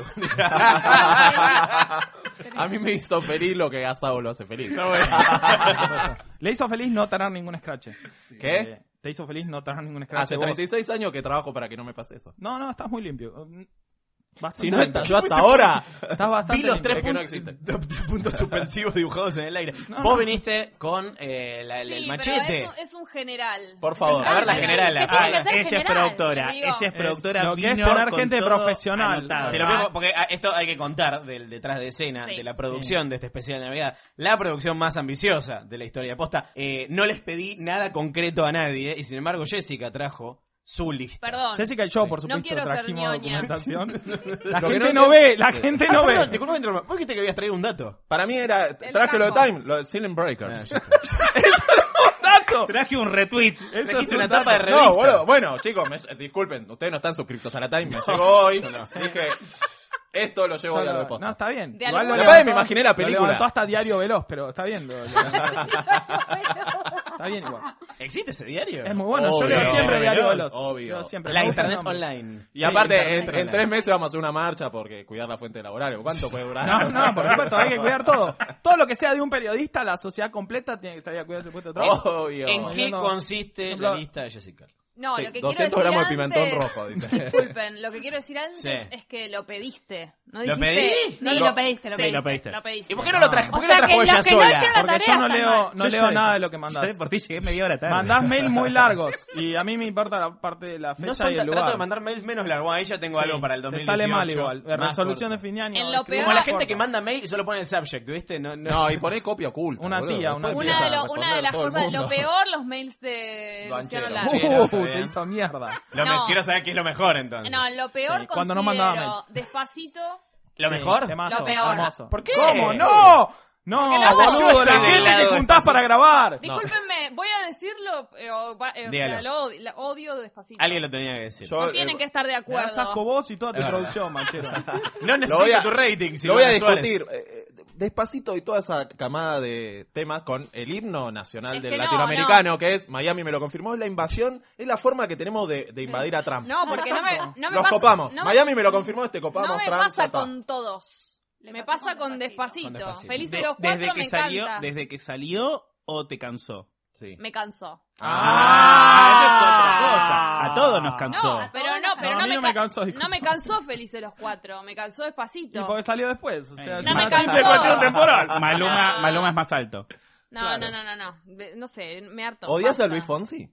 A mí me hizo feliz lo que Gasao lo hace feliz.
*laughs* Le hizo feliz no tener ningún scratch.
¿Qué?
Eh, Te hizo feliz no tener ningún scratch.
Hace
vos.
36 años que trabajo para que no me pase eso.
No, no, estás muy limpio. Mm, Bastante
Si no,
limpio.
yo hasta ahora
Estás bastante
Vi los
limpio.
tres
Es que no
puntos,
existe. *laughs*
tres *laughs* puntos suspensivos dibujados en el aire.
No,
Vos
no.
viniste con eh, la- el, el
Sí, pero
machete.
es un, es un general.
Por favor.
A ver, la
Ah,
general.
¿qué
la-
tiene que
Ah,
ser
Ella es
general?
productora.
Te digo.
Ella es productora.
lo que es
vino
tener
con
gente
todo
profesional.
anotado.
Te lo pongo porque ah, esto hay que contar del detrás de escena,
Sí.
de la producción de este especial de Navidad. La producción más ambiciosa de la historia de posta. Eh, no les pedí nada concreto a nadie y sin embargo Jessica trajo su lista.
Perdón.
Jessica y yo, por supuesto,
quiero ser
trajimos
ñoña. *laughs*
*laughs*
documentación. La
Lo que no
gente no
entiendo-
ve, la
Sí.
gente
Ah,
no
perdón,
ve.
disculpame interrumpir. Vos dijiste que habías traído un dato.
Para mí era. Traje lo de Time, lo de Silent Breaker.
Ah,
*laughs*
Traje un retweet.
Eso
Trajiste
es
una
un dato.
tapa de revista.
No, boludo, bueno, chicos, me- disculpen, ustedes no están suscritos a la Time, me llegó hoy. Dije, esto lo llevo hoy a lo de
No,
posta.
está bien.
De
Igual lo
alguna-
Capaz que me
levantó-
imaginé la
lo levantó
película.
hasta Diario Veloz, pero está bien. lo- lo- está bien igual.
¿Existe ese diario?
Es muy bueno, yo
Obvio.
leo siempre
Obvio.
Diario Veloz.
Obvio.
Leo siempre.
La
Me gusta el
internet
nombre.
online.
Y
Sí,
aparte,
internet
en, en
online.
tres meses vamos a hacer una marcha porque cuidar la fuente laboral. ¿Cuánto puede durar?
No, no, por supuesto, hay que cuidar todo. Todo lo que sea de un periodista, la sociedad completa tiene que salir a cuidar su puesto de trabajo.
Obvio.
¿En qué
No, no.
consiste la
Ejemplo-
lista de Jessica?
No,
Sí,
lo que quiero
200
decir
gramos de
antes-
pimentón rojo, dice.
*laughs*
*laughs*
Disculpen, lo que quiero decir antes
Sí.
es que lo pediste. No
¿Lo
dijiste,
pedí?
No,
Sí, lo pediste, lo
Sí,
pediste.
lo pediste.
Lo pediste.
¿Y por qué no lo trajo?
O
¿Por qué
sea
lo
que
trajo
los
ella
que no
sola?
hicieron la
Porque yo
tarea
no
están
leo,
mal.
no leo nada de lo que mandás.
Yo por ti llegué media hora tarde.
Mandás mail
*laughs*
muy largos y a mí me importa la parte de la
No
fecha
son,
y el
trato
lugar.
de mandar mails menos largo. A ella tengo algo para el
Te
2018.
sale mal igual. Eh,
Más
Resolución
corto.
de fin de año.
En lo
escribo
Como la
más
gente que
corta.
manda mail y solo pone el subject, ¿viste? No, no.
No, y poné copia oculta.
Una
boludo.
tía, una
Después
tía.
Una de, lo-
empieza a
una de
responder
las
todo el
cosas,
mundo.
lo peor, los mails de
Banchero.
Luciano
Sí,
Lange.
no,
Uh,
está bien.
te hizo mierda.
Lo
No.
me- quiero saber qué es lo mejor entonces.
No, lo peor
Sí,
considero
cuando no mandaba mails.
despacito.
¿Lo
Sí,
mejor?
temazo,
Lo peor.
hermoso.
¿Por qué?
¿Cómo? ¡No! No,
Porque la hago yo,
boludo, la
estoy del
gente
lado
que juntás para grabar.
Discúlpenme, voy a decirlo, eh, o va- eh, o sea,
Dígalo.
lo, odi- la odio de despacito.
Alguien lo tenía que decir.
Yo,
No
eh,
tienen que estar de
Me das asco
acuerdo.
vos y toda tu
Es verdad.
producción, manchero.
*laughs*
No
Lo voy
necesito
a-
tu rating.
lo voy a
Silvana Suárez.
discutir eh, eh, despacito y toda esa camada de temas con el himno nacional
Es
del
que no,
latinoamericano, que es Miami me lo confirmó, es la invasión, es la forma que tenemos de, de invadir a Trump.
No, porque no me, no me
Nos
pasa,
copamos.
no me-
Miami me lo confirmó, este copamos
no me
Trump. ya
pasa
está.
con todos. Me pasa con despacito.
Con Despacito.
Feliz
De-
de los cuatro
desde que
me
salió,
encanta.
desde que salió o te cansó.
Sí.
Me cansó.
Ah,
Ah, eso es otra cosa. A todos nos
No,
cansó.
pero no,
No,
pero
a
no,
mí
me,
no me
ca-
cansó, disculpa.
no me cansó Felices los Cuatro, me cansó
Y
Despacito.
porque salió después. O sea,
No
es
me
una-
cansó.
de cualquier temporal.
*laughs*
Maluma, Maluma es más alto.
No, no, no, no, no, De- no sé, me harto.
¿Odias a
basta.
Luis Fonsi?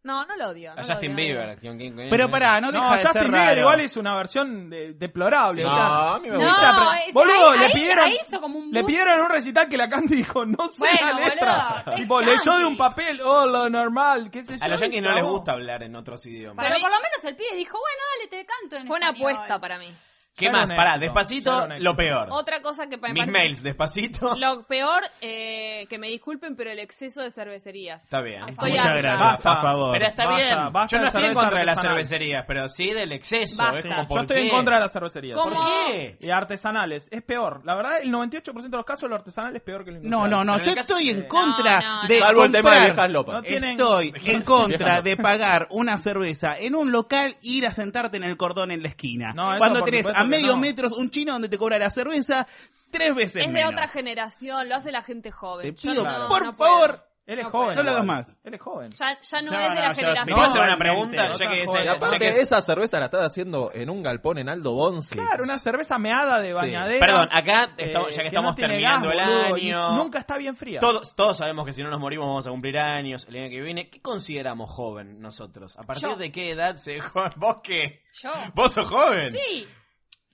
No, no lo odio. no
A
lo
Justin
odio.
Bieber.
Pero pará, no
deja de
Justin
ser
Bieber
raro.
igual hizo una versión de- deplorable.
Sí.
o sea,
No, a mí me
hizo
gusta.
apre-
No, es-
boludo,
ahí-
le
ahí-
pidieron.
ahí hizo como un
le
bus.
pidieron en un recital que la canta y dijo, no sé
Bueno,
la letra.
boludo,
tipo,
es
leyó de
yankee.
un papel, oh, lo normal, qué sé yo.
A los
y
yankees no les
clavó.
gusta hablar en otros idiomas.
Pero por lo menos el pibe dijo, bueno, dale, te canto en
Fue una
español.
apuesta para mí.
¿Qué
Ya
más?
era un
Pará,
éxito, ya era
despacito,
un éxito.
lo peor.
Otra cosa que me
Mis
parece-
mails, despacito.
Lo peor, eh, que me disculpen, pero el exceso de cervecerías.
Está bien.
Estoy
Muchas
harta.
gracias,
Basta.
por favor. Pero está
Basta,
bien.
basta
Yo no
de
estoy en
cerveza
contra de las
artesanal.
cervecerías, pero sí del exceso.
Basta.
Es ¿eh? como,
Yo
¿por
estoy
qué?
en contra de las cervecerías.
¿Por qué?
Y artesanales. Es peor. La verdad, el 98% de los casos lo artesanal es peor que lo
No,
industrial.
no, no, yo estoy en contra de
Salvo el tema de
comprar.
viejas lopas. No tienen- *laughs*
Estoy en
Viejas
contra
lopas.
de pagar una cerveza en un local e ir a sentarte en el cordón en la esquina.
No, eso
Cuando
por
tenés
supuesto
a
que
medio
no.
metros un chino donde te cobra la cerveza tres veces
Es de
menos.
otra generación, lo hace la gente joven.
Te
Yo
pido,
no,
por
no puedo.
favor.
Él es
No
joven.
No lo hagas
igual.
más.
Él es joven.
Ya, ya no,
No,
es de
no,
la
yo-
generación.
No,
¿Me puedo hacer una
realmente,
pregunta?
no
Ya
tan
que, es-
joven.
ya
Aparte,
que es- esa cerveza la estás haciendo en un galpón en Aldo Bonce.
Claro, una cerveza meada de bañadera. eh,
Perdón, acá estamos- ya que estamos terminando el año.
Nunca está bien fría.
Todos, todos sabemos que si no nos morimos vamos a cumplir años el año que viene. ¿Qué consideramos joven nosotros? ¿A partir
Yo.
de qué edad se joven? ¿Vos qué?
Yo.
¿Vos sos joven?
Sí.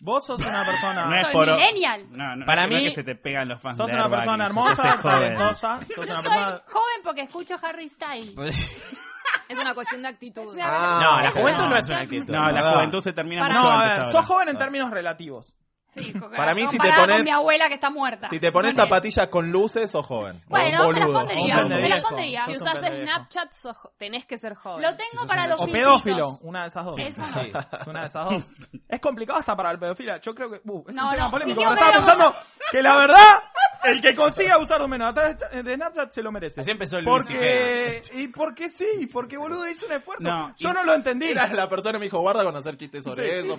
Vos sos una
*laughs*
persona.
No es
Soy
por-
millennial.
No, no,
Para
no es
mí,
que se te pegan los fans
Sos
de
una
Airbag
persona
y se-
hermosa,
sos joven.
talentosa.
*laughs*
Sos
Yo
una
soy
persona.
joven porque escucho Harry Styles. *laughs*
Es una cuestión de actitud.
Ah,
No, la juventud no es una actitud.
No, la
¿verdad?
juventud se termina
Para-
mucho
no, a
antes
ver,
ahora. Ah.
sos joven en términos relativos.
Sí,
Para mí, si te
comparada con
pones-
mi abuela que está muerta.
Si te pones zapatillas con luces, o joven.
Bueno,
o un
me las
boludo.
pondría,
O un
me
boludo.
las pondría.
Si
Sos un
usas
pendejo.
Snapchat, sos jo- tenés que ser joven.
Lo tengo para los
O
filtritos.
pedófilo, una de esas dos.
Sí, Eso no.
Sí, es una de esas dos. Es complicado hasta para el pedófilo. Yo creo que. uh, es
No,
un tema
no,
polémico.
dijimos
Pero
que
estaba
lo vamos
pensando que la verdad, el que consiga usar un menos atrás de Snapchat se lo merece.
Así empezó el
Porque. ¿Y porque sí? Porque boludo hizo un esfuerzo.
No,
Yo no lo entendí.
Mira, la persona me dijo, guarda con hacer chistes sobre
Sí, sí,
eso.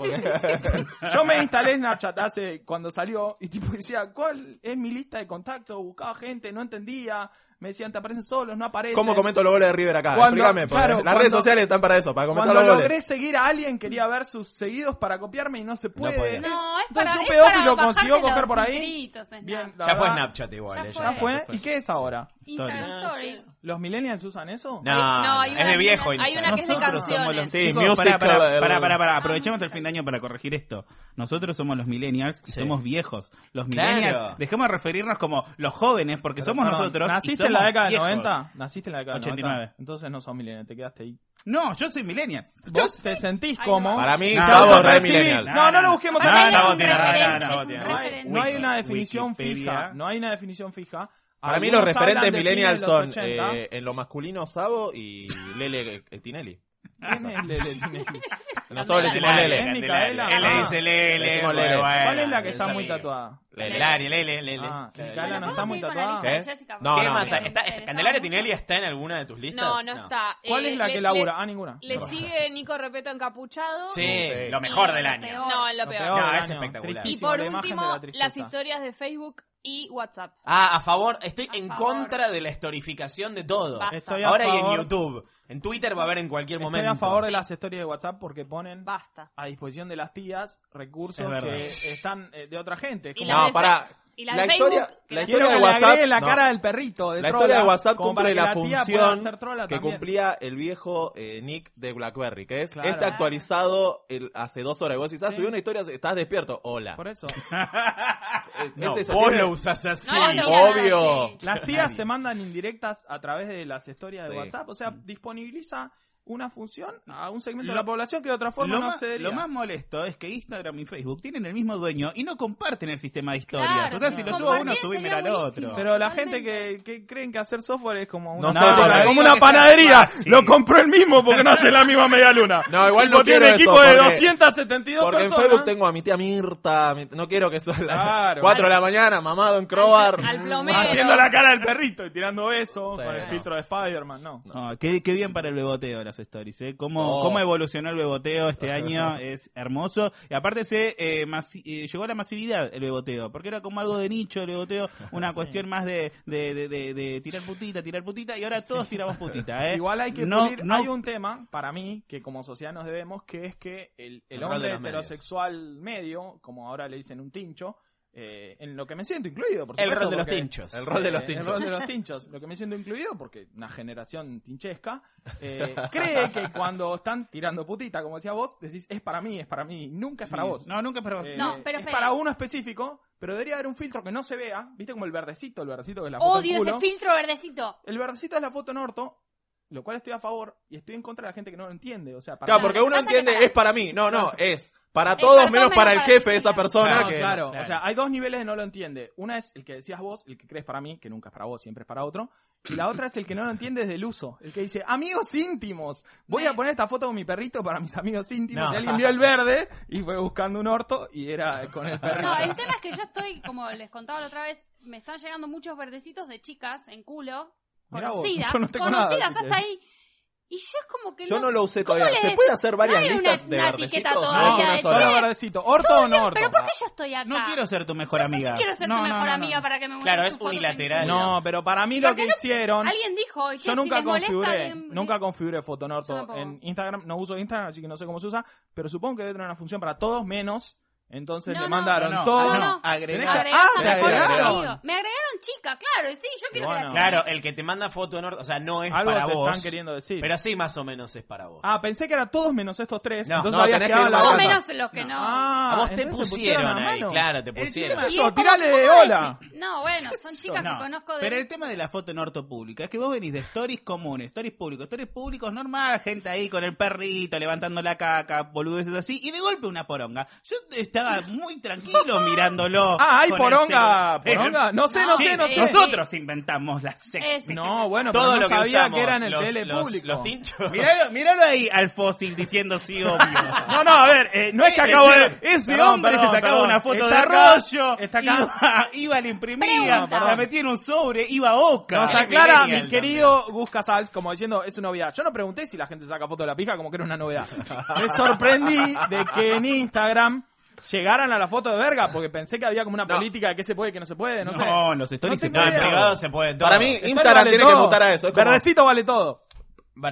porque... *laughs*
Yo me instalé Snapchat hace cuando salió y tipo decía, ¿cuál es mi lista de contacto? Buscaba gente, no entendía. Me decían, te aparecen solos, no aparecen.
¿Cómo comento los goles de River acá?
Cuando-
Explícame. porque
claro,
las
cuando-
redes sociales están para eso, para comentar
Cuando
los goles.
logré seguir a alguien, quería ver sus seguidos para copiarme y no se puede.
podía.
No, es para,
Entonces un
es para
pedófilo
bajarte
consiguió
los
coger por ahí.
filtritos, Snapchat.
Bien, la
Ya fue
verdad,
Snapchat igual.
Ya
eh,
Ya fue. ¿Y qué es ahora?
Instagram Stories.
¿Los millennials usan eso?
No, no,
hay
es
una
de viejo.
que- hay
Instagram.
una que es de
Nosotros somos los
canciones.
Sí,
chicos, pará,
musical,
pará,
el-
pará, pará, pará, aprovechemos el fin de año para corregir esto. Nosotros somos los millennials y somos viejos. Los
Claro.
millennials, dejemos de referirnos como los jóvenes porque somos
Perdón,
nosotros. y
¿Naciste
somos
en la década
viejos.
de 90? ¿Naciste en la década
89.
de 90? Entonces no sos millennial, te quedaste ahí.
No, yo soy millennial. Yo
¿Vos te sentís como?
Para mí,
No,
Sabo
Vos
re
recibís-
millennial.
No, no lo busquemos
Para
acá.
mí es un
Sabo tiene razón,
referente,
Sabo
es un
tiene razón.
referente.
No hay una definición
Wikipedia.
fija. No hay una definición fija.
Para mí
Algunos
los referentes
hablan de
millennials
fines de
son
los 80.
eh, en lo masculino Sabo y Lele eh, Tinelli.
¿Quién es Lele?
*laughs*
Nosotros le decimos
Candelaria,
Lele.
Candelaria.
Él le dice
Lele,
decimos
bueno,
Lele.
bueno,
¿Cuál es la que
él
está muy
sabía.
tatuada?
Lele, Lele, Lele, Lele.
Ah,
Lele.
Candelaria no
Bueno,
está
¿podemos
muy
seguir con la
tatuada.
lista de
¿Eh?
Jessica?
No,
¿Qué
no,
más?
no.
¿Está- está- ¿Candelaria Tinelli está en alguna de tus listas?
No, no está.
¿Cuál
Eh,
es la
le-
que
le-
labura? Ah, ninguna.
Le sigue Nico Repeto encapuchado.
Sí,
Sí.
lo mejor del
Lo
año.
peor.
No, lo
Lo
peor.
peor
No,
del
es
año.
espectacular.
Y
Tristísimo,
por
la imagen de
último,
la tristeza.
las historias de Facebook y WhatsApp.
Ah, a favor, estoy en
favor.
contra de la estorificación de todo.
Basta.
Estoy a
Ahora y en
favor-
YouTube. En Twitter va a haber en cualquier
Estoy
momento.
a favor de las historias de WhatsApp porque ponen
Basta.
a disposición de las tías recursos
Es verdad.
que están eh, de otra gente. Es
Y
como-
la
No,
de
pará.
Fe- y la
La
de
historia-
Facebook, que
la
la
Quiero
historia
que
de
le
WhatsApp,
agregue la
no.
cara del perrito. De
La
trola,
historia de WhatsApp
como
cumple
para que
la,
la tía pueda hacer
función
trola
que
también.
cumplía el viejo eh, Nick de BlackBerry, que es
Claro.
este actualizado el- hace dos horas. Y vos quizás
Sí.
subí una historia, estás despierto. Hola. *laughs*
Por eso.
Eh,
No,
es eso,
vos
tiene-
lo usás así.
No, no, no.
Obvio.
Las tías se mandan indirectas a través de las historias de
Sí. Mm.
WhatsApp. O sea, disponibiliza una función a un segmento de
Lo-
la población que de otra forma
Lo,
no
más,
accedería.
lo más molesto es que Instagram y Facebook tienen el mismo dueño y no comparten el sistema de historias.
Claro,
o sea,
sí.
si lo subo a uno,
Compartir
subímela
sería
al
buenísimo.
otro.
Pero la gente
Totalmente.
que, que creen que hacer software es como una,
No sé, pero
como
digo
una
que
panadería.
está fácil.
Lo compró el mismo porque no hace la misma media luna.
No, igual
Tipo,
no
tiene
quiero
equipo
eso,
de
porque-
272
Porque en
personas.
Facebook tengo a mi tía Mirta, a mi- no quiero que sea las
Claro.
4 de la mañana, mamado en Croar.
Al plomero.
Haciendo la cara del perrito y tirando besos
Sí,
con el
no.
filtro de Spider-Man, no.
Ah, qué, qué bien para el beboteo la las stories. ¿eh? Cómo,
Oh.
cómo evolucionó el beboteo
*laughs*
este año es hermoso. Y aparte se eh, masi- eh, llegó a la masividad el beboteo, porque era como algo de nicho el beboteo,
*laughs*
una cuestión más de, de, de, de- de tirar putita, tirar putita, y ahora todos tiramos putita. ¿eh?
Igual hay que
no,
pulir-
no
hay un tema, para mí, que como sociedad nos debemos, que es que el, el
El rol de
hombre
los medios.
heterosexual medio, como ahora le dicen un tincho, eh, en lo que me siento incluido, por
El
supuesto,
rol de los
porque-
tinchos. El rol de los
eh,
tinchos.
El rol de los tinchos. *laughs* Lo que me siento incluido, porque una generación tinchesca, eh,
*laughs*
cree que cuando están tirando putita, como decía vos, decís, es para mí, es para mí, nunca es para
Sí.
vos. Eh,
No, nunca es para vos. No, pero
es
espera.
para uno específico, pero debería haber un filtro que no se vea, viste como el verdecito, el verdecito que es la foto en
Odio ese
culo.
filtro verdecito.
El verdecito es la foto en orto, lo cual estoy a favor y estoy en contra de la gente que no lo entiende. O sea, para
Claro, porque uno entiende, es para mí. No, no, es para todos menos para el jefe de esa persona
Claro,
que.
claro. o sea, hay dos niveles de no lo entiende. Una es el que decías vos, el que crees para mí, que nunca es para vos, siempre es para otro. Y la otra es el que no lo entiende desde el uso. El que dice, amigos íntimos, voy a poner esta foto con mi perrito para mis amigos íntimos.
No.
Y alguien vio el verde y fue buscando un orto y era
*laughs*
con el perrito.
No, el tema es que yo estoy, como les contaba la otra vez, me están llegando muchos verdecitos de chicas en culo,
Mirá vos,
conocidas,
yo no tengo nada,
conocidas
así que-
hasta ahí. Y yo es como que
Yo no lo usé
¿Cómo
todavía.
les
¿Se
des-
puede hacer varias
no hay
listas
una-
de
una
verdecitos?
etiqueta
No,
todavía
una
de
sola.
che,
verdecito, orto
todo
o no
bien,
orto.
Pero ¿por qué yo estoy acá?
No quiero ser tu mejor amiga.
quiero ser tu mejor amiga para que me muestres
Claro,
tus
es
fotos en
unilateral.
culo.
No, pero para mí lo que hicieron.
Alguien dijo hoy que
Yo
si
nunca
les molesta,
configuré,
den-
nunca configuré
Yo
Fotonorto
tampoco.
en Instagram, no uso Instagram, así que no sé cómo se usa, pero supongo que debe tener una función para todos menos, entonces
No, no.
le mandaron
No, no,
todo.
no, no.
Tenés
Agregar.
que-
Agregar.
Ah,
Me
te agregaron.
agregaron, me agregaron chica, claro, y sí, yo quiero que la chica-
Claro, el que te manda foto en orden, o sea, no es
Algo
para
te
vos.
están queriendo decir.
Pero sí, más o menos es para vos.
Ah, pensé que era todos menos estos tres,
No,
entonces
no,
habías
tenés que
quedado
ir
la
más
otra.
menos los que no.
Ah,
a vos te
entonces te
pusieron,
pusieron a
ahí,
mano.
claro, te
El
pusieron.
tema
Y
es
es como,
tirale
¿cómo
de
decís?
hola.
No, bueno, son chicas
No,
que conozco de...
Pero el tema de la foto en orto pública es que vos venís de stories comunes, stories públicos, stories públicos normal, gente ahí con el perrito levantando la caca, boludeces así, y de golpe una poronga. Yo estaba muy tranquilo mirándolo.
Ah, hay
con el
poronga,
celular.
poronga. No sé, no
Sí,
sé, no sé.
Nosotros inventamos la sex.
No, bueno, pero no sabía que era en el tele público.
Eh, *laughs*
Miralo, miralo ahí al fósil diciendo sí, obvio. No, no, a ver, eh,
no es que acabo de-
Ese
Perdón,
hombre
perdón,
que sacaba
perdón.
una foto
Está
de
acá,
rollo,
está acá.
*laughs* Iba, iba, la imprimía,
Pregunta.
la metía en un sobre, iba a Oca.
Nos aclara mi querido Gus Casals como diciendo, es una novedad. Yo no pregunté si la gente saca foto de la pija como que era una novedad. Me sorprendí de que en Instagram llegaran a la foto de verga porque pensé que había como una política de qué se puede y qué no se puede. No, sé.
No, en los stories se
tengo
puede.
idea.
En privado se puede todo.
Para mí,
Stories
Instagram
vale
tiene que
todo.
votar a eso. Es como
Verdecito vale todo.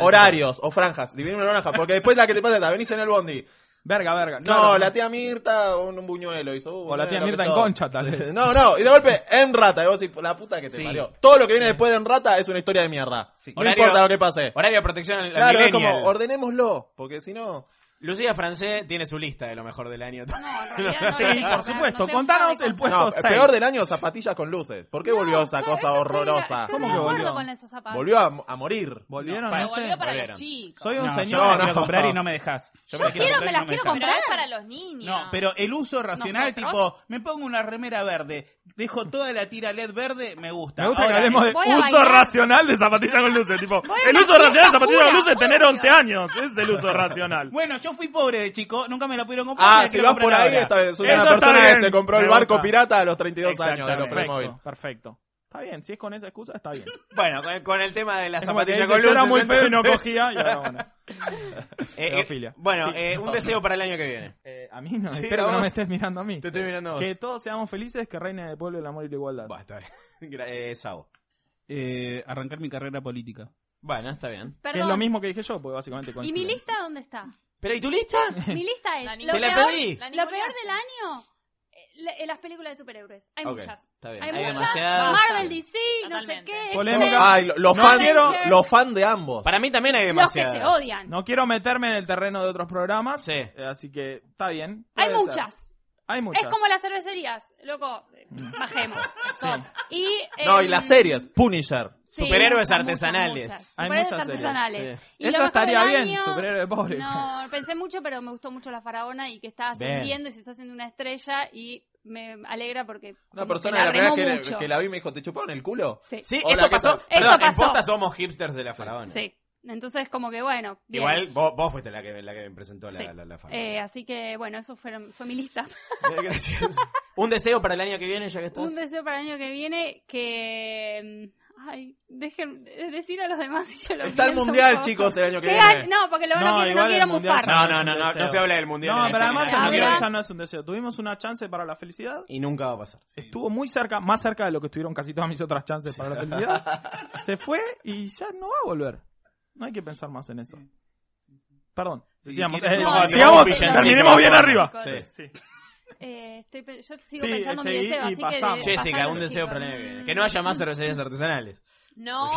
horarios o franjas. Divino una naranja. Porque después la que te pasa es la venís en el bondi.
Verga, verga.
No,
claro.
la tía Mirta un, un buñuelo hizo. uh,
O la tía
lo que
Mirta en
yo.
concha, tal
*laughs*
vez.
No, no, y de golpe, en rata. Y vos decís, la puta que te
Sí.
parió. Todo lo que viene después de en rata es una historia de mierda. No
Horario-
importa lo que pase.
Horario de protección al, al
Claro, es
millennial.
como, ordenémoslo, porque si no...
Lucía Francé tiene su lista de lo mejor del año. *laughs*
Sí, por supuesto. Contanos el puesto
No, el
seis.
peor del año, zapatillas con luces. ¿Por qué volvió esa cosa horrorosa?
estoy ¿Cómo de que acuerdo volvió? con
esos zapatos.
Volvió a, a morir.
¿Volvieron
No,
a ese?
volvió para
los Volvieron.
chicos.
Soy un
No,
señor.
yo me las quiero comprar y no me
*laughs*
dejas.
Yo
me las
quiero,
comprar y
me
no
las quiero
dejas.
comprar.
es para los niños.
No, pero el uso racional,
¿Nosotros?
tipo, me pongo una remera verde, dejo toda la tira LED verde, me gusta.
Me gusta que
Ahora,
hablemos de
voy a
uso
bailar.
racional de zapatillas con luces. Tipo,
Voy a
el
una
uso racional
fiesta
de zapatillas con
pura,
luces es tener 11 años. Ese es el uso racional.
Bueno, yo fui pobre de chico, nunca me lo pudieron comprar.
Ah,
me
si
quiero
vas
comprar
por ahí,
ahora.
está bien. Soy una persona que se compró el barco pirata a los 32 años de los
Exactamente.
Playmobil.
Perfecto. Está bien, si es con esa excusa,
*laughs*
está bien.
Bueno, con, con el tema de las
Es como que
zapatillas
dice,
con
yo
luces.
era muy feo y no
entonces-
cogía, y ahora bueno.
*laughs* Eh, eh,
Pedofilia.
bueno,
Sí.
eh, un deseo para el año que viene.
a mí No,
Sí,
espero
a
que no me
vos.
estés mirando a mí.
Te estoy mirando a vos.
Que todos seamos felices, que reine en el pueblo el amor y la igualdad.
Basta.
*laughs*
Gra- eh, Sabo.
Eh, arrancar mi carrera política.
Bueno, está bien.
Que es lo mismo que dije yo, porque básicamente
¿Y mi
coincide.
lista dónde está?
¿Pero y tu lista?
Mi lista es.
Te
lo
la
peor,
pedí.
lo peor del año. eh, le- Las películas de superhéroes. Hay
Ok,
muchas.
está bien.
Hay,
Hay
muchas.
demasiadas.
Marvel, DC, no sé qué. X-Men.
Ay, lo- los
No
fans
quiero-
los fan de ambos.
Para mí también hay
Los que demasiadas. se odian.
No quiero meterme en el terreno de otros programas. eh, Así que está bien. puede
Hay
ser.
muchas.
Hay muchas. Mm.
Es como las cervecerías, loco. eh, Bajemos. Stop. Y,
No,
em,
y las series, Punisher.
Sí, Superhéroes muchas, artesanales. muchas.
Hay
Superhéroes
muchas series.
artesanales.
sí.
Y lo
Eso
mejor
estaría
del
bien,
año-
superhéroe pobre.
No, pensé mucho, pero me gustó mucho la faraona y que está
Bien.
ascendiendo y se está haciendo una estrella y me alegra porque
Una
como que
persona de la
remó
primera que,
mucho.
que la vi me dijo, ¿te chuparon el culo?
Sí.
Sí,
Hola,
esto
¿qué
pasó.
tal?
Perdón,
Esto
en
pasó.
posta somos hipsters de la faraona.
Sí. Entonces, como que bueno. bien.
Igual vos, vos fuiste la que, la que me presentó la,
Sí.
la, la fama.
Eh, así que bueno, eso fueron- fue mi
*laughs*
lista.
Gracias. Un deseo para el año que viene, ya que estás.
*laughs* Un deseo para el año que viene que. mm, Ay, dejen eh, decir a los demás si yo lo
Está el
pienso un
mundial,
poco.
chicos, el año que
¿Qué
viene.
hay? No, porque lo van a
No,
quiero, no
igual
quiero
el mundial
mufar.
No,
es
no,
un
no, no,
deseo.
no se habla del mundial
No,
en
pero
esta
además el
mesa.
mundial
Ah,
Ahora-
ya no es un deseo. Tuvimos una chance para la felicidad.
Y nunca va a pasar.
Estuvo muy cerca, más cerca de lo que estuvieron casi todas mis otras chances para la
*laughs*
felicidad. Se fue y ya no va a volver. No hay que pensar más en eso. Perdón. Decíamos,
quieren-
eh,
No, no,
sigamos,
no, no,
terminemos
no,
bien
no,
arriba.
chicos.
Sí.
Eh, estoy pe- yo sigo
Sí,
pensando en mi
seguí
deseo,
y
así
pasamos.
que. de-
Jessica,
pasalo,
un deseo
chicos.
para el año que viene. Que no haya más cervecerías
*laughs*
artesanales.
No,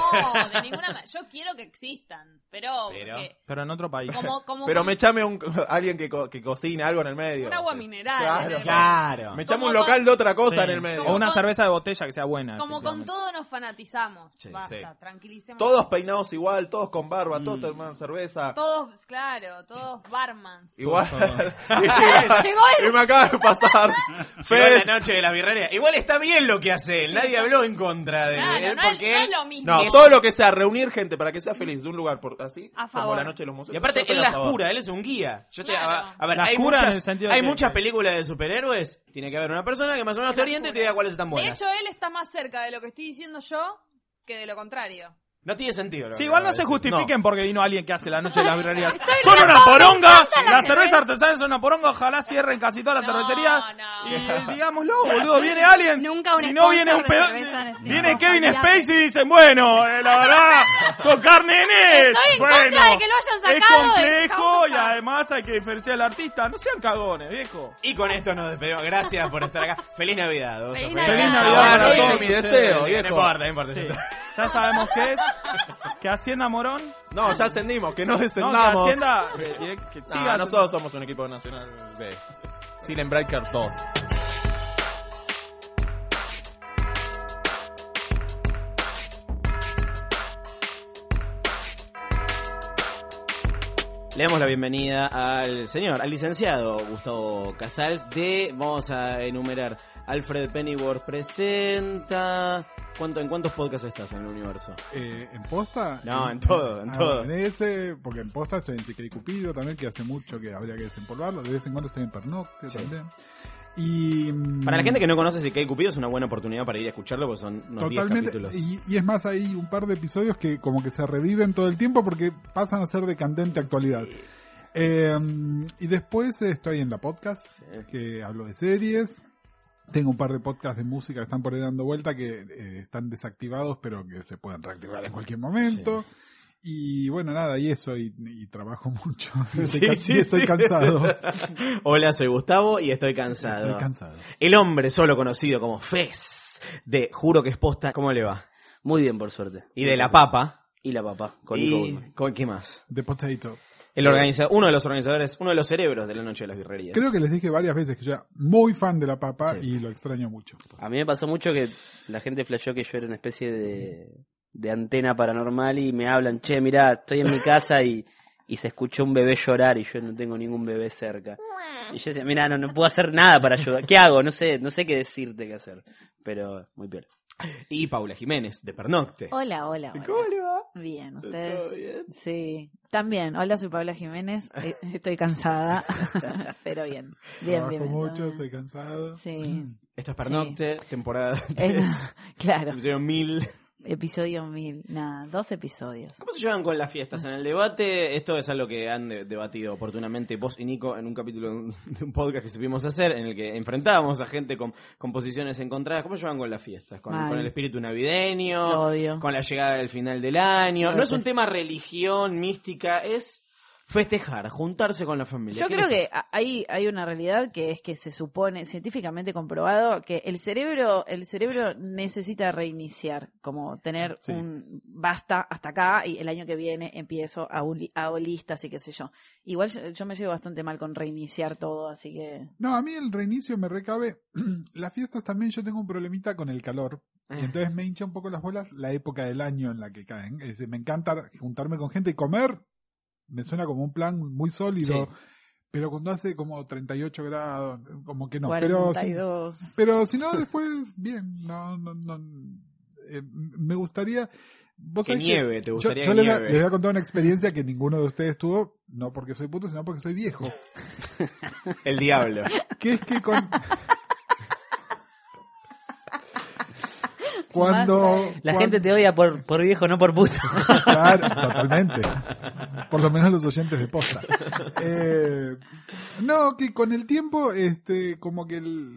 de ninguna manera. Yo quiero que existan, pero, porque-
Pero en otro país.
como, como
Pero me echame un, *laughs* alguien que, co- que cocina algo en el medio.
un agua mineral.
Claro,
¿entendés?
Me echame un
Como
local de otra cosa
Sí.
en el medio.
O una cerveza de botella que sea buena.
Como con
efectivamente.
todo nos fanatizamos.
Sí,
Basta,
sí.
tranquilicemos.
Todos peinados igual, todos con barba,
Mm.
todos toman cerveza.
Todos, claro, todos barmans.
Igual.
*laughs*
*laughs*
*laughs* Llegó el-
y me acaba
*laughs*
de pasar.
Fue
Fede.
la noche de la birrería. Igual está bien lo que hace él. Nadie habló en contra de
Claro,
él.
no es-
porque
no es
él-
lo mismo.
No,
Es-
todo lo que sea reunir gente para que sea feliz de un lugar por, así,
A
como
favor.
la noche de los museos.
Y aparte,
Yo estoy
él
a
las
favor.
cura, él es un guía. Yo te,
Claro.
a, a ver,
Las
hay
cura en el
muchas,
sentido
hay
que-
muchas películas de superhéroes. Tiene que haber una persona que más o menos te oriente y te diga cuáles están
De
buenas.
hecho, él está más cerca de lo que estoy diciendo yo que de lo contrario.
no tiene sentido. lo que
Sí, igual no
acabo de
se
decir.
justifiquen porque vino alguien que hace la noche de las birrerías.
Estoy
Son
re
una poronga.
contenta la
Las
que
cervezas artesanales son una poronga. Ojalá cierren casi todas las cervecerías. Y digámoslo, boludo. Viene alguien.
Nunca un
si no viene un
sponsor de
pedo.
cerveza en este
Viene
momento.
Kevin
Olvídate.
Spacey y dicen, bueno, eh, la verdad, tocar nenes.
Estoy en
bueno,
contra de que lo hayan sacado
Es
de
complejo
House
y además hay que diferenciar al artista. No sean cagones, viejo.
Y con esto nos despedimos. Gracias por estar acá. Feliz Navidad. oso.
Feliz Navidad para
Bueno,
todos
mi
ustedes.
deseo.
Sí,
No importa, no importa.
Sí. Ya sabemos qué es. Que Hacienda Morón.
No, ya ascendimos, que no
No,
descendamos.
que Hacienda. eh, direct- que
No,
siga
nosotros somos un equipo nacional B. Silent Breaker 2.
Le damos la bienvenida al señor, al licenciado Gustavo Casals de, vamos a enumerar, Alfred Pennyworth presenta... ¿Cuánto, ¿En cuántos podcasts estás en el universo?
Eh, ¿En posta?
No, en todo, en
Ah,
todo.
bueno, en ese, porque en posta estoy en Secret Cupido también, que hace mucho que habría que desempolvarlo. De vez en cuando estoy en Pernocte
Sí.
también. Y. mm,
Para la gente que no conoce si hay Cupido es una buena oportunidad para ir a escucharlo porque son unos 10
Totalmente.
capítulos. *laughs*
Y, y es más, hay un par de episodios que como que se reviven todo el tiempo porque pasan a ser de candente actualidad. Eh, y después estoy en la podcast, que hablo de series. Tengo un par de podcasts de música que están por ahí dando vuelta que eh, están desactivados pero que se pueden reactivar en cualquier momento. Y bueno, nada, y eso, y, y trabajo *laughs* mucho. Y estoy
Sí,
ca-
sí,
y estoy
sí.
cansado.
*laughs* Hola, soy Gustavo y estoy cansado.
Estoy cansado.
El hombre solo conocido como Fez de Juro que es posta. ¿Cómo le va?
Muy bien, por suerte.
Y de La Papa.
Y la papá, con Nico
¿Y
Goodman.
con qué más?
De Potato.
El organiza uno de los organizadores, uno de los cerebros de la Noche de las Birrerías.
Creo que les dije varias veces que yo era muy fan de la papa y lo extraño mucho.
A mí me pasó mucho que la gente flasheó que yo era una especie de, de antena paranormal y me hablan, che, mirá, estoy en mi casa y, y se escuchó un bebé llorar y yo no tengo ningún bebé cerca.
Ah.
Y yo decía, mirá, no, no puedo hacer nada para ayudar. ¿Qué hago? No sé, no sé qué decirte qué hacer. Pero muy bien.
Y Paula Jiménez, de Pernocte.
Hola, hola. hola.
¿Cómo le va?
Bien, ustedes. Sí, también. Hola, soy Paula Jiménez. Eh, Estoy cansada, *laughs* pero bien. Bien,
trabajo
bien. bien.
mucho, estoy cansado.
Sí.
Esto es Pernocte, temporada
Eh,
3.
*laughs* claro.
Episodio 1000.
Episodio mil. Nada, dos episodios.
¿Cómo Pues se llevan con las fiestas? En el debate, esto es algo que han de- debatido oportunamente vos y Nico en un capítulo de un- de un podcast que supimos hacer, en el que enfrentábamos a gente con, con posiciones encontradas. ¿Cómo se llevan con las fiestas? Con,
Mal.
con el espíritu navideño, con la llegada del final del año.
Lo
No es un
detesto.
tema religión, mística, es festejar, juntarse con la familia.
Yo
¿Qué
creo
les-
que a- hay, hay una realidad que es que se supone, científicamente comprobado, que el cerebro, el cerebro necesita reiniciar, como tener un basta hasta acá y el año que viene empiezo a, un, li- a listas y qué sé yo. Igual yo, yo me llevo bastante mal con reiniciar todo, así que...
*clears throat* No, a mí el reinicio me recabe. *clears throat* Las fiestas también yo tengo un problemita con el calor.
Ah.
Y entonces me hincha un poco las bolas la época del año en la que caen. Es decir, me encanta juntarme con gente y comer. Me suena como un plan muy sólido. Pero cuando hace como 38 grados, como que no. Pero, si-
42.
pero si no, después, bien. No, no, no. Eh, me gustaría. Vos
Que
sabés
nieve, te gustaría
yo, yo
que
les voy a-
nieve.
Les voy a contar una experiencia que ninguno de ustedes tuvo, no porque soy puto, sino porque soy
*laughs*
viejo.
*laughs* El diablo.
Que es que con... Cuando...
La
cuan-
gente te odia por, por viejo, no por puto. *laughs*
Claro, totalmente. Por lo menos los oyentes de posta. *laughs* Eh, no, que con el tiempo, este, como que el,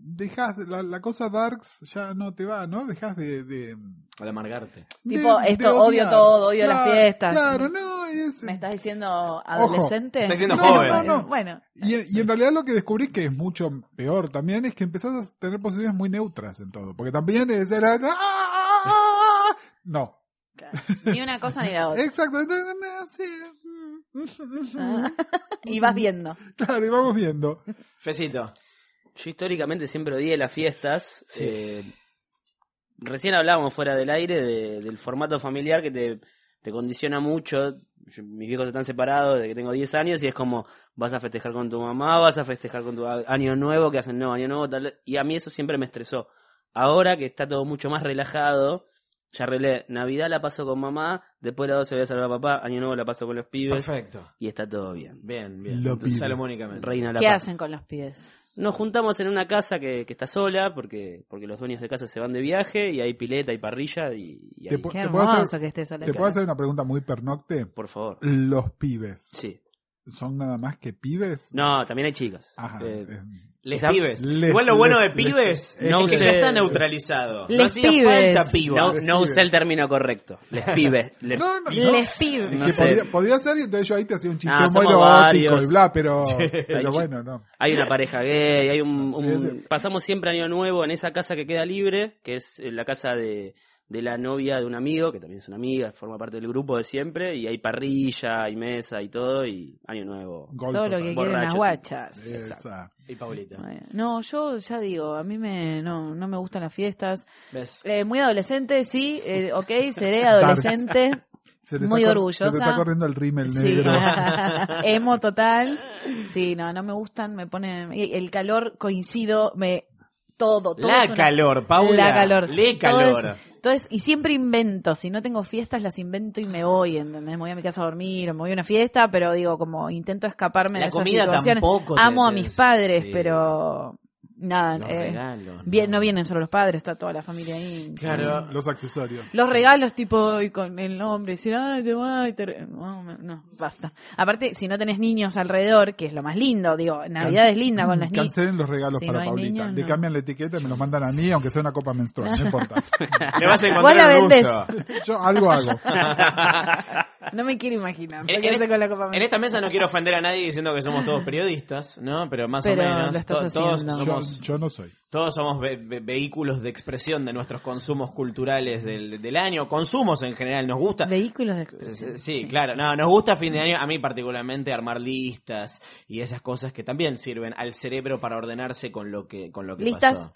dejas la, la cosa darks ya no te va, ¿no? Dejas de, de
Al amargarte.
Tipo,
de- de
esto odio
odiar.
todo, odio
Claro,
las fiestas.
Claro, no, es...
¿Me estás diciendo adolescente?
Estás diciendo
No,
joven.
no,
No, no.
Bueno,
Y, en- y en realidad lo que descubrí que es mucho peor también es que empezás a tener posiciones muy neutras en todo. Porque también es... era- ¡Ah, ah, ah, ah! No.
ni una cosa ni la otra.
Exacto.
Ah. Y vas viendo.
Claro, y vamos viendo.
Fecito. Yo históricamente siempre odié las fiestas.
Sí.
Eh, recién hablábamos fuera del aire de- del formato familiar que te, te condiciona mucho. Yo- mis viejos están separados desde que tengo 10 años y es como vas a festejar con tu mamá, vas a festejar con tu a- año nuevo, que hacen no, año nuevo, tal. Y a mí eso siempre me estresó. Ahora que está todo mucho más relajado, ya arreglé. Navidad la paso con mamá, después de la 12 voy a salvar a papá, año nuevo la paso con los pibes.
Perfecto.
Y está todo bien.
Bien,
bien.
Lo Entonces, pido. salomónicamente.
Reina la
¿Qué
paz.
hacen con los pies?
Nos juntamos en una casa que, que está sola porque, porque los dueños de casa se van de viaje y hay pileta y parrilla y, y
Te
ahí-
pu- te puedo hacer- ¿Te puedo hacer una pregunta muy pernocte?
Por favor.
Los pibes.
Sí.
¿Son nada más que pibes?
No, también hay chicas.
Ajá.
Eh,
Les
¿sab-
pibes. Igual lo bueno de
les-
pibes
no
es que
usé-
ya está neutralizado. no
Les
hacía
pibes.
falta piba.
No, no usé el término correcto. Les
*laughs*
pibes. Les,
No, no, no.
les pibes.
Que
No sé.
podía, podía ser y entonces yo ahí te hacía un chiste
Ah,
muy
somos
robótico
varios.
y bla,
*laughs*
pero, pero
Hay chi-
bueno, no.
Hay una pareja gay,
*laughs*
hay un, un- pasamos siempre año nuevo en esa casa que queda libre, que es eh, la casa de, de la novia de un amigo, que también es una amiga, forma parte del grupo de siempre, y hay parrilla, hay mesa y todo, y año nuevo.
Gol Todo lo total. que quieren las guachas.
Exacto.
Y Paulita.
No, yo ya digo, a mí me, no, no me gustan las fiestas.
¿Ves?
Eh, muy adolescente, sí, eh, ok, seré adolescente.
*laughs* Se te
muy
está cor-
orgullosa.
Se te está corriendo el rímel
Sí.
negro.
*laughs* Emo total. Sí, no, no me gustan, me pone y el calor coincido, me todo, todo
La
es una-
calor, Paula.
La calor.
Le
Todo es-
calor.
todo es- y siempre invento, si no tengo fiestas las invento y me voy, ¿entendés? Me voy a mi casa a dormir, o me voy a una fiesta, pero digo, como intento escaparme
La
de esas
comida
situaciones.
tampoco te-
Amo a
te-
mis padres,
sí.
pero nada,
Los
eh,
regalos,
bien, no vienen solo los padres, está toda la familia ahí.
Claro. Los accesorios.
Los regalos, tipo, y con el nombre, decir, ay, te va, y te re-". No, me- no, basta. Aparte, si no tenés niños alrededor, que es lo más lindo, digo, Navidad
Can-
es linda con las niñas.
Cancelen los regalos
Si
para
no hay
Paulita.
niños,
Le
no.
cambian la etiqueta y me los mandan a mí, aunque sea una copa menstrual.
*laughs*
No importa.
Le vas a encontrar
Vos la
un
vendés.
uso.
Yo algo hago.
*laughs*
*laughs*
No me quiero imaginar.
En,
¿Qué
en-
hace con la Copa
en esta mesa no quiero ofender a nadie diciendo que somos todos periodistas, ¿no? Pero más
Pero
o menos.
lo estás
to- todos
haciendo.
somos.
Yo, yo no soy.
Todos somos ve- ve- vehículos de expresión de nuestros consumos culturales del, del año, consumos en general, nos gusta.
Vehículos de
expresión. Sí, claro, no, nos gusta a fin de año, a mí particularmente, armar listas y esas cosas que también sirven al cerebro para ordenarse con lo que, con lo que
Listas
pasó.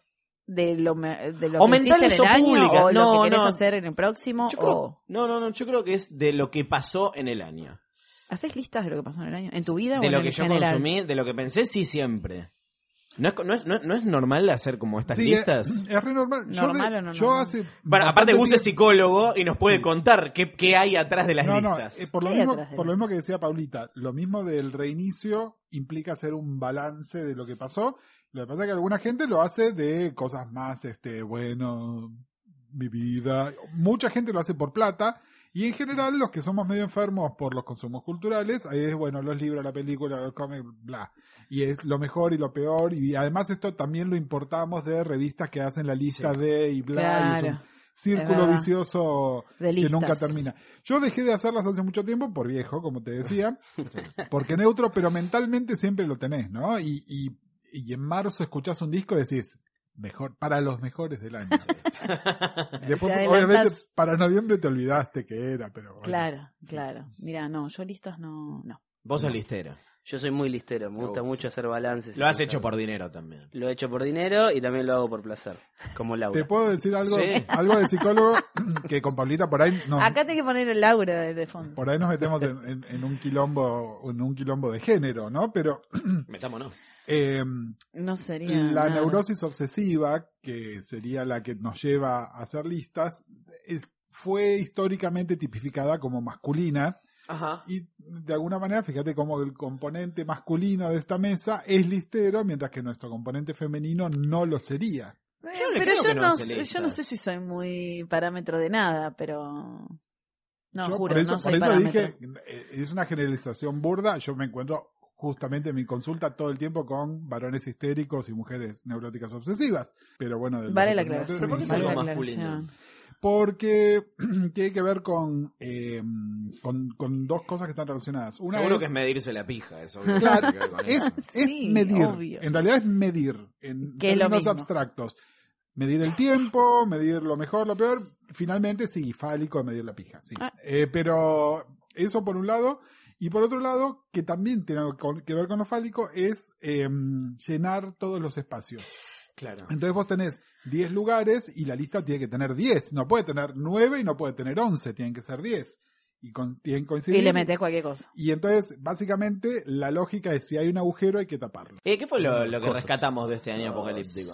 de lo, me- de lo
O
que hiciste
mentales
en el
o
año,
públicas.
o lo
No,
que querés
no.
hacer en el próximo,
Yo creo-
o...
No, no, no, yo creo que es de lo que pasó en el año.
¿Haces listas de lo que pasó en el año? ¿En tu vida o
De
en
lo
el
que yo
general?
consumí, de lo que pensé, sí, siempre. No es, no es, no- no es normal hacer como estas
Sí,
listas.
es, es re normal. Yo
¿Normal
de-
o no
yo
normal?
hace
Bueno, aparte Gus
bastante
es psicólogo y nos puede contar qué, qué hay atrás de las
No, no,
listas.
eh, por, lo
¿Qué hay
mismo,
atrás de
por
la-
lo mismo que decía Paulita, lo mismo del reinicio implica hacer un balance de lo que pasó. Lo que pasa es que alguna gente lo hace de cosas más, este, bueno, mi vida. Mucha gente lo hace por plata. Y en general, los que somos medio enfermos por los consumos culturales, ahí es, bueno, los libros, la película, los cómics, bla. Y es lo mejor y lo peor. Y además esto también lo importamos de revistas que hacen la lista de y bla. y es un
Claro. Es
círculo
verdad.
vicioso
De
que
listas.
nunca termina. Yo dejé de hacerlas hace mucho tiempo por viejo, como te
*laughs*
decía, porque neutro, pero mentalmente siempre lo tenés, ¿no? Y, y, y en marzo escuchás un disco y decís, mejor, para los mejores del año. *laughs* Después,
Te
obviamente,
adelantás.
para noviembre te olvidaste que era, pero bueno.
Claro, claro. Mira, no, yo listas no, no.
Vos sos listero.
Yo soy muy listero, me gusta mucho hacer balances.
Lo has hecho por dinero también.
Lo he hecho por dinero y también lo hago por placer, como Laura.
Te puedo decir algo,
Sí.
algo de psicólogo que con Paulita por ahí no,
Acá tenés que poner el Laura de,
*clears throat*
de fondo.
por ahí nos metemos en, en- en un quilombo, en un quilombo de género, ¿no? Pero
Metámonos.
eh,
No sería
la
nada.
neurosis obsesiva, que sería la que nos lleva a hacer listas, es- fue históricamente tipificada como masculina.
Ajá.
Y de alguna manera, fíjate cómo el componente masculino de esta mesa es listero, mientras que nuestro componente femenino no lo sería.
Eh, pero yo no, sé- yo no sé si soy muy parámetro de nada, pero. No,
Yo
juro,
por eso,
no
por
soy
eso
parámetro.
dije, eh, es una generalización burda. Yo me encuentro justamente en mi consulta todo el tiempo con varones histéricos y mujeres neuróticas obsesivas. Pero bueno, del-
Vale la
del-
aclaración,
del-
¿Pero por qué es vale algo la masculino? aclaración.
Porque *clears throat* tiene que ver con, eh, con, con dos cosas que están relacionadas. Una
Seguro
es-
que es medirse la pija, eso.
Claro,
tiene que ver con
es,
eso.
es
Sí,
medir.
obvio.
En realidad es medir. En
Que es lo
términos
mismo.
abstractos. Medir el tiempo, medir lo mejor, lo peor. Finalmente, sí, fálico, medir la pija. sí.
Ah.
Eh, pero eso por un lado. Y por otro lado, que también tiene algo con- que ver con lo fálico, es eh, llenar todos los espacios.
*laughs* Claro.
Entonces vos tenés 10 lugares y la lista tiene que tener 10. No puede tener 9 y no puede tener 11. Tienen que ser 10. Y con, tienen que coincidir.
Y le metes cualquier cosa.
Y entonces, básicamente, la lógica es si hay un agujero hay que taparlo.
Eh, ¿Qué fue lo, lo que
Cosas.
rescatamos de este año apocalíptico?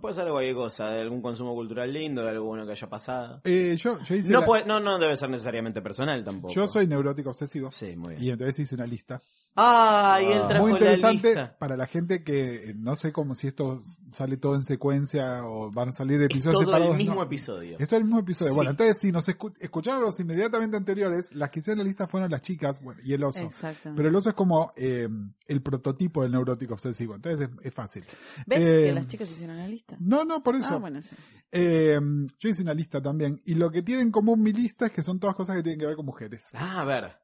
Puede ser de cualquier cosa, de algún consumo cultural lindo, de algo bueno que haya pasado.
Eh, yo, yo hice
No,
la-
puede- no, no debe ser necesariamente personal tampoco.
yo soy neurótico obsesivo.
Sí, muy bien.
Y entonces hice una lista.
Ah, y él trajo
Muy
la
interesante
lista.
para la gente que eh, no sé cómo si esto sale todo en secuencia o van a salir episodios
todo el
separados.
mismo
no.
episodio.
Esto es el mismo episodio.
Sí.
Bueno, entonces si nos escu- escucharon los inmediatamente anteriores, las que hicieron la lista fueron las chicas bueno, y el oso.
Exactamente.
Pero el oso es como eh, el prototipo del neurótico obsesivo. Entonces es, es fácil.
¿Ves
Eh,
que las chicas hicieron la lista?
No, no, por eso.
Ah, bueno, sí.
Eh, yo hice una lista también. Y lo que tiene en común mi lista es que son todas cosas que tienen que ver con mujeres.
Ah, a ver.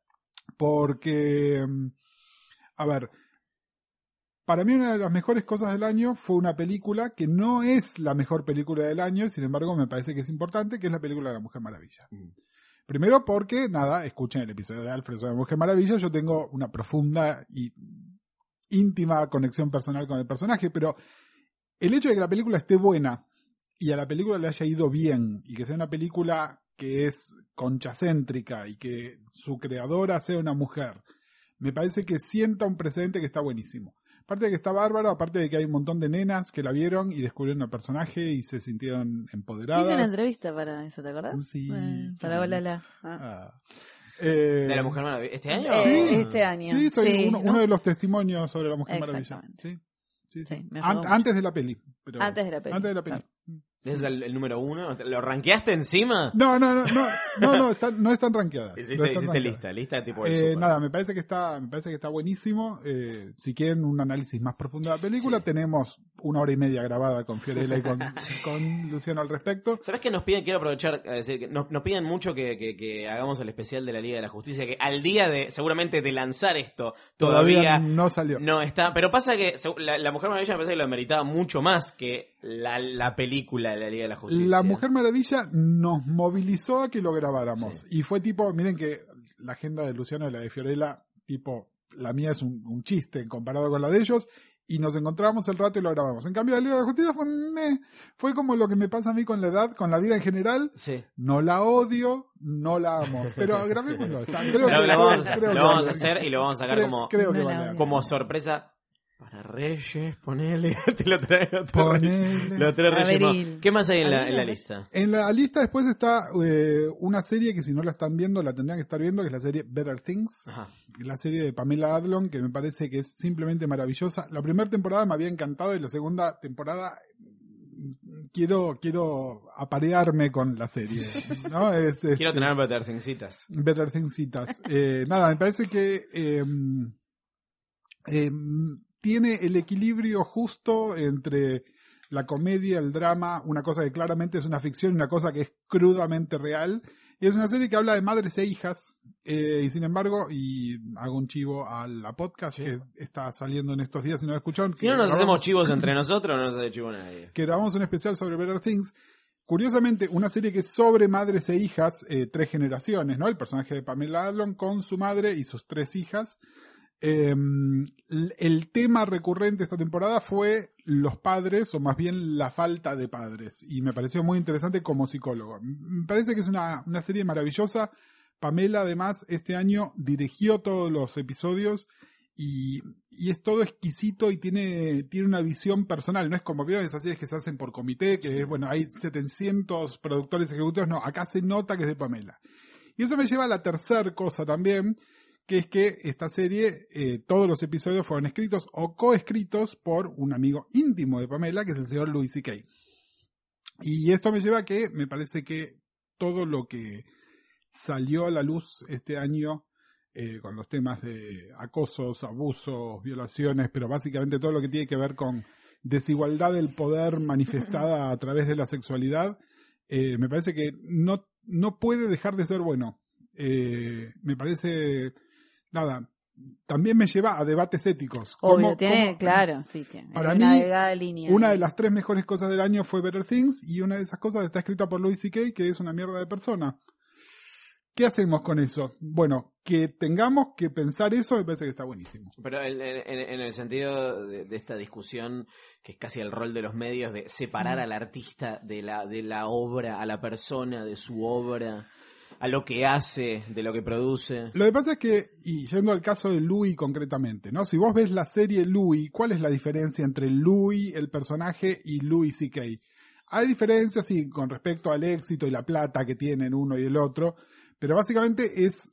Porque, mm, a ver, para mí una de las mejores cosas del año fue una película que no es la mejor película del año, sin embargo me parece que es importante, que es la película de la Mujer Maravilla. Primero porque, nada, escuchen el episodio de Alfred sobre la Mujer Maravilla, yo tengo una profunda y íntima conexión personal con el personaje, pero el hecho de que la película esté buena y a la película le haya ido bien y que sea una película que es conchacéntrica y que su creadora sea una mujer, me parece que sienta un precedente que está buenísimo. Aparte de que está bárbaro, aparte de que hay un montón de nenas que la vieron y descubrieron al personaje y se sintieron
Te hice una
empoderadas. Uh,
entrevista para eso, ¿te acordás?
Sí.
Eh, para Olala. Ah.
Ah. Eh,
De la Mujer Maravilla. ¿Este año?
Eh,
Sí.
este año.
Sí, soy
Sí,
uno,
¿no?
uno de los testimonios sobre la Mujer Maravilla.
Exactamente.
Sí, sí, sí.
me
An-
ayudó mucho.
antes de la peli. pero-
Antes de la peli,
Antes de la peli.
¿Es el, el número uno? ¿Lo rankeaste encima?
No, no, no, no, no, no, está- no están rankeadas.
Hiciste,
No están
hiciste pues,
rankeadas.
lista, lista tipo el
Eh,
super.
nada, me parece que está, me parece que está buenísimo. Eh, si quieren un análisis más profundo de la película, tenemos una hora y media grabada con Fiorella y
*laughs*
con, con Luciano al respecto.
¿Sabes que nos piden? Quiero aprovechar a decir que nos, nos piden mucho que, que- que hagamos el especial de la Liga de la Justicia, que al día de, seguramente de lanzar esto, todavía,
no salió.
no está. Pero pasa que seg- la, la Mujer Maravilla me parece que lo meritaba mucho más que la, la película de la Liga de la Justicia.
La Mujer Maravilla nos movilizó a que lo grabáramos. Y fue tipo, miren que la agenda de Luciano y la de Fiorella, tipo, la mía es un, un chiste comparado con la de ellos. Y nos encontramos el rato y lo grabamos. En cambio, la Liga de la Justicia fue, meh. fue como lo que me pasa a mí con la edad, con la vida en general. No la odio, no la amo. Pero grabémoslo. está- creo
Lo-
que-
lo vamos a hacer,
creo que
lo vamos a
vale.
hacer y lo vamos a sacar
Creo-
como,
creo que vale.
como sorpresa. Para Reyes, ponele. *laughs* Te lo trae, lo trae-
Ponele.
lo trae Reyes.
Abril.
¿Qué más hay en la, en la
Abril.
lista?
En la lista después está eh, una serie que si no la están viendo, la tendrían que estar viendo, que es la serie Better Things. La serie de Pamela Adlon, que me parece que es simplemente maravillosa. La primera temporada me había encantado y la segunda temporada mm, quiero, quiero aparearme con la serie. ¿no? Es, este,
Quiero tener batercincitas.
Better Things citas. Eh, nada, me parece que eh, eh, tiene el equilibrio justo entre la comedia, el drama, una cosa que claramente es una ficción y una cosa que es crudamente real. Y es una serie que habla de madres e hijas, eh, y sin embargo, y hago un chivo a la podcast que está saliendo en estos días, si no lo escucharon.
Si no nos hacemos chivos entre
*laughs*
nosotros, no nos hace chivo nadie.
que grabamos un especial sobre Better Things. Curiosamente, una serie que es sobre madres e hijas, eh, tres generaciones, ¿no? El personaje de Pamela Adlon con su madre y sus tres hijas. Eh, l- el tema recurrente esta temporada fue los padres, o más bien la falta de padres. Y me pareció muy interesante como psicólogo. M- Me parece que es una, una serie maravillosa. Pamela, además, este año dirigió todos los episodios y, y es todo exquisito y tiene, tiene una visión personal. No es como videos así, es que se hacen por comité, que es, bueno, hay 700 productores ejecutivos. No, acá se nota que es de Pamela. Y eso me lleva a la tercera cosa también, que es que esta serie, eh, todos los episodios fueron escritos o coescritos por un amigo íntimo de Pamela, que es el señor Louis C.K. Y esto me lleva a que me parece que todo lo que salió a la luz este año eh, con los temas de acosos, abusos, violaciones, pero básicamente todo lo que tiene que ver con desigualdad del poder
*laughs*
manifestada a través de la sexualidad, eh, me parece que no, no puede dejar de ser bueno. Eh, me parece, nada, también me lleva a debates éticos.
Obvio,
¿Cómo-
tiene,
cómo-
claro, sí, tiene
para
una
mí,
delgada línea.
una de las tres mejores cosas del año fue Better Things y una de esas cosas está escrita por Louis C.K., que es una mierda de persona. ¿Qué hacemos con eso? Bueno, que tengamos que pensar eso me parece que está buenísimo.
Pero en, en- en- en el sentido de, de esta discusión, que es casi el rol de los medios, de separar
Mm.
al artista de la, de la obra, a la persona, de su obra, a lo que hace, de lo que produce.
Lo que pasa es que, y yendo al caso de Louis concretamente, ¿no? Si vos ves la serie Louis, ¿cuál es la diferencia entre Louis, el personaje, y Louis C.K.? Hay diferencias, sí, con respecto al éxito y la plata que tienen uno y el otro, pero básicamente es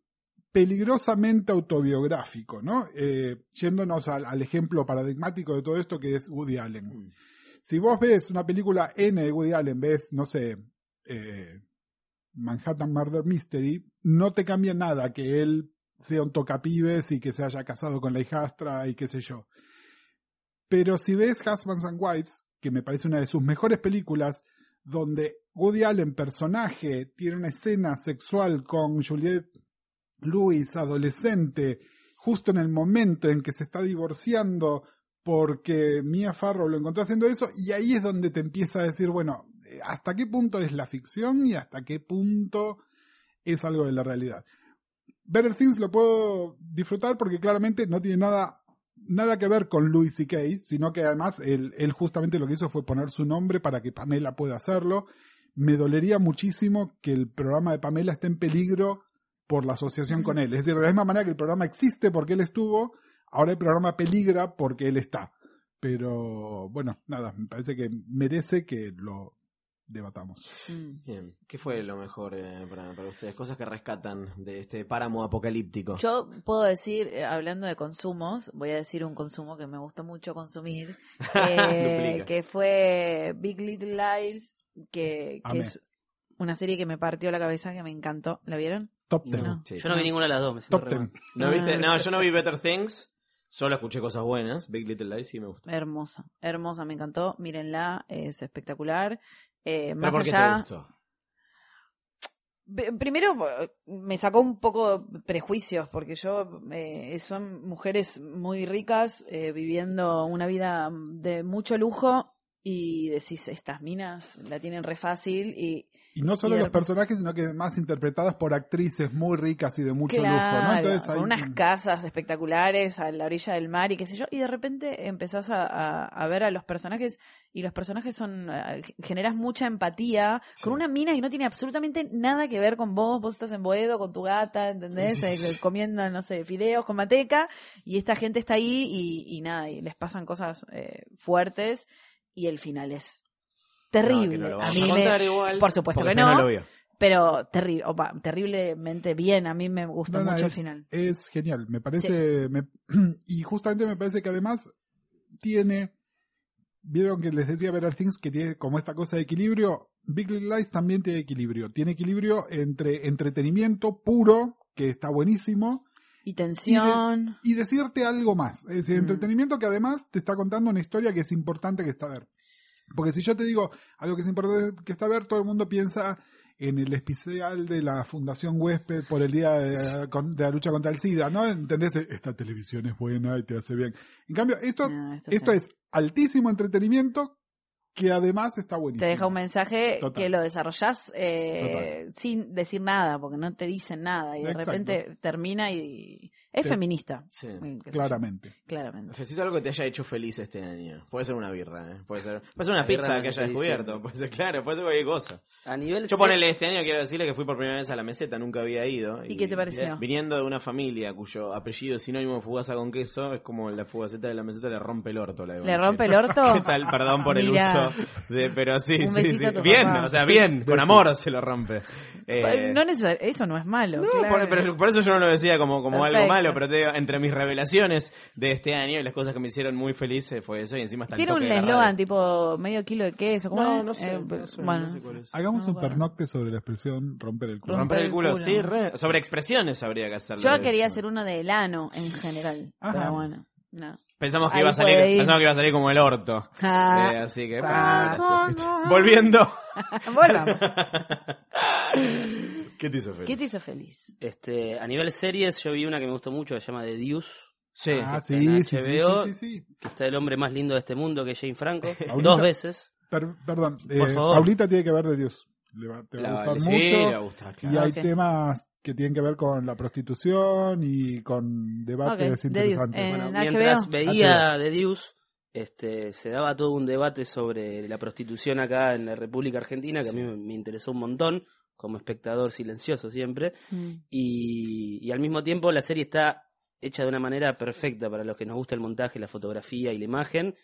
peligrosamente autobiográfico, ¿no? Eh, yéndonos al, al ejemplo paradigmático de todo esto que es Woody Allen. Si vos ves una película N de Woody Allen, ves, no sé, eh, Manhattan Murder Mystery, no te cambia nada que él sea un tocapibes y que se haya casado con la hijastra y qué sé yo. Pero si ves Husbands and Wives, que me parece una de sus mejores películas, donde Woody Allen, personaje, tiene una escena sexual con Juliette Lewis, adolescente, justo en el momento en que se está divorciando porque Mia Farrow lo encontró haciendo eso, y ahí es donde te empieza a decir, bueno, eh, ¿hasta qué punto es la ficción y hasta qué punto es algo de la realidad? Better Things lo puedo disfrutar porque claramente no tiene nada nada que ver con Louis C.K., sino que además él, él justamente lo que hizo fue poner su nombre para que Pamela pueda hacerlo. Me dolería muchísimo que el programa de Pamela esté en peligro por la asociación con él. Es decir, de la misma manera que el programa existe porque él estuvo, ahora el programa peligra porque él está. Pero bueno, nada, me parece que merece que lo debatamos.
Bien, ¿qué fue lo mejor eh, para, para ustedes? Cosas que rescatan de este páramo apocalíptico.
Yo puedo decir, eh, hablando de consumos, voy a decir un consumo que me gustó mucho consumir, eh,
Duplica.
que fue Big Little Lies, que, que
Amé.
es una serie que me partió la cabeza, que me encantó. ¿La vieron?
Top
ten.
Sí.
Yo no vi ninguna de las dos, me siento re mal.
¿No, viste? no, yo no
*laughs*
vi Better Things, solo escuché cosas buenas. Big Little Lies sí me
Eh,
gustó.
Hermosa, hermosa, me encantó. Mírenla, es espectacular. Eh,
¿Pero
más
por qué te
allá.
gustó?
Be- Primero eh, me sacó un poco de prejuicios porque yo eh, son mujeres muy ricas eh, viviendo una vida de mucho lujo y decís estas minas la tienen re fácil y
Y no solo
Y
los
el-
personajes, sino que más interpretadas por actrices muy ricas y de mucho lujo, ¿no?
claro,
Entonces ahí-
con unas casas espectaculares a la orilla del mar y qué sé yo y de repente empezás a, a- a ver a los personajes y los personajes son eh, generas mucha empatía con una mina que no tiene absolutamente nada que ver con vos vos estás en Boedo con tu gata ¿entendés?
Sí, sí,
Eh,
sí.
comiendo no sé fideos con mateca y esta gente está ahí y, y nada y les pasan cosas eh, fuertes y el final es terrible
No, que no lo
a
vamos
mí
a
me-
contar igual,
por supuesto
porque
que
yo no
no
lo veo.
pero terrible, opa, terriblemente bien. A mí me gustó
No, no,
mucho el
es-
final.
Es genial, me parece. me- *clears throat* y justamente me parece que además tiene. Vieron que les decía Better Things que tiene como esta cosa de equilibrio. Big Little Lies también tiene equilibrio. Tiene equilibrio entre entretenimiento puro, que está buenísimo.
Y tensión. Mm.
Y, decirte algo más. Es decir, entretenimiento que además te está contando una historia que es importante que está a ver. Porque si yo te digo algo que es importante que está a ver, todo el mundo piensa en el especial de la Fundación Huésped por el día de, con- de la lucha contra el SIDA, ¿no? ¿Entendés? Esta televisión es buena y te hace bien. En cambio, esto, esto es altísimo entretenimiento que además está buenísimo.
Te deja un mensaje
Total.
que lo desarrollás eh, sin decir nada, porque no te dicen nada. Y de
Exacto.
repente termina y Es
Te-
feminista.
Sí.
Mm, qué sé yo.
Claramente.
Claramente.
Necesito algo que te haya hecho feliz este año. Puede ser una birra, ¿eh? Puede ser, puede ser una
La birra
pizza
me
que
hace
haya
feliz,
descubierto.
sí.
Puede ser, claro, puede ser cualquier cosa.
A nivel
Yo
C-
ponele este año, quiero decirle que fui por primera vez a la meseta, nunca había ido.
¿Y qué te pareció?
Viniendo de una familia cuyo apellido es sinónimo de fugaza con queso, es como la fugaceta de la meseta le rompe el orto. La de
¿Le
Bonchero.
rompe el
*laughs*
orto?
¿Qué tal? Perdón por
Mirá.
el uso. De, pero sí,
Un
sí,
besito
sí.
a tu
Bien,
papá.
o sea, bien, con amor se lo rompe. Eh,
Pues, No necesar- eso no es malo.
No,
claro.
por, pero por eso yo no lo decía como, como algo
Perfecto.
malo, pero te digo, entre mis revelaciones de este año y las cosas que me hicieron muy felices fue eso y encima está el
Tiene
toque
un
de la
eslogan tipo medio kilo de queso. ¿cómo
No,
es?
no sé,
Eh,
no sé,
bueno,
no sé cuál es.
Hagamos un pernocte sobre la expresión romper el culo.
radio. Romper el culo, sí, re. Sobre expresiones habría que hacerlo.
Yo
de
quería
hecho.
hacer uno de helano en general. Pero bueno, no.
Pensamos que,
Ahí
iba a salir,
puede ir.
pensamos que iba a salir como el orto.
Ah.
Eh, así que,
*laughs* Ah.
bueno, ahora sí. *laughs* Volviendo.
*laughs* Volvamos.
*laughs*
¿Qué te hizo
¿Qué te hizo feliz?
Este, a nivel series, yo vi una que me gustó mucho, que se llama The Deuce.
Sí.
Ah,
que está
sí,
en
sí, sí,
HBO,
sí, sí,
Que está el hombre más lindo de este mundo, que es
*laughs*
Jane Franco.
Paulita-
dos veces.
Per- perdón, eh,
Por favor.
Paulita tiene que ver de Dios. Le va, te va
La-
a gustar
sí,
mucho.
le va a gustar, claro.
Y hay
Ok.
temas que tienen que ver con la prostitución y con debates
Ok, de Dios. eh,
interesantes.
Bueno, mientras veía The Deuce, este, se daba todo un debate sobre la prostitución acá en la República Argentina, que a mí me- me interesó un montón, como espectador silencioso siempre.
Mm.
Y, y al mismo tiempo la serie está hecha de una manera perfecta para los que nos gusta el montaje, la fotografía y la imagen.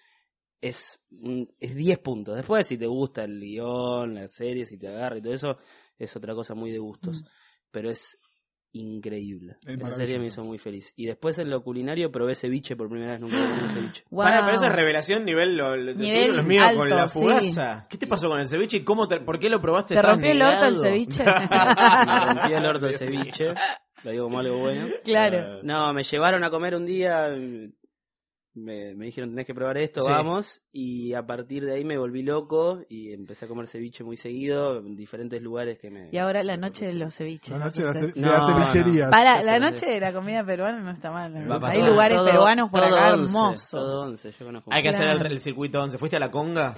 Es, mm, es 10 puntos. Después, si te gusta el guión, la serie, si te agarra y todo eso, es otra cosa muy de gustos.
Mm.
Pero es increíble. Esa
maravilloso.
serie me hizo muy feliz. Y después en lo culinario probé ceviche por primera vez, nunca había comido
*laughs*
ceviche.
Pará, pero esa es revelación nivel lo, lo-
Nivel
lo mío con
alto,
la
sí.
fugaza. ¿Qué te pasó con el ceviche y cómo te- por qué lo probaste
¿Te
tan
rompió el orto el
negado? *laughs*
ceviche?
me rompí el orto el ceviche. Lo digo como algo bueno.
*laughs* Claro.
No, me llevaron a comer un día. Me, me dijeron, tenés que probar esto,
Sí.
vamos. Y a partir de ahí me volví loco y empecé a comer ceviche muy seguido en diferentes lugares que me.
Y ahora la noche de los ceviches.
La
¿vas
noche
a
de las
hacer?
ce- de las
No, no.
cevicherías.
Para,
Yo
la
sé,
noche de la comida peruana no está mal.
Va a
Hay
pasar.
lugares
Todo-
peruanos por
todo
acá
once,
hermosos.
todo
once, yo conozco.
Hay que hacer el,
Claro.
el circuito 11. ¿Fuiste a la conga?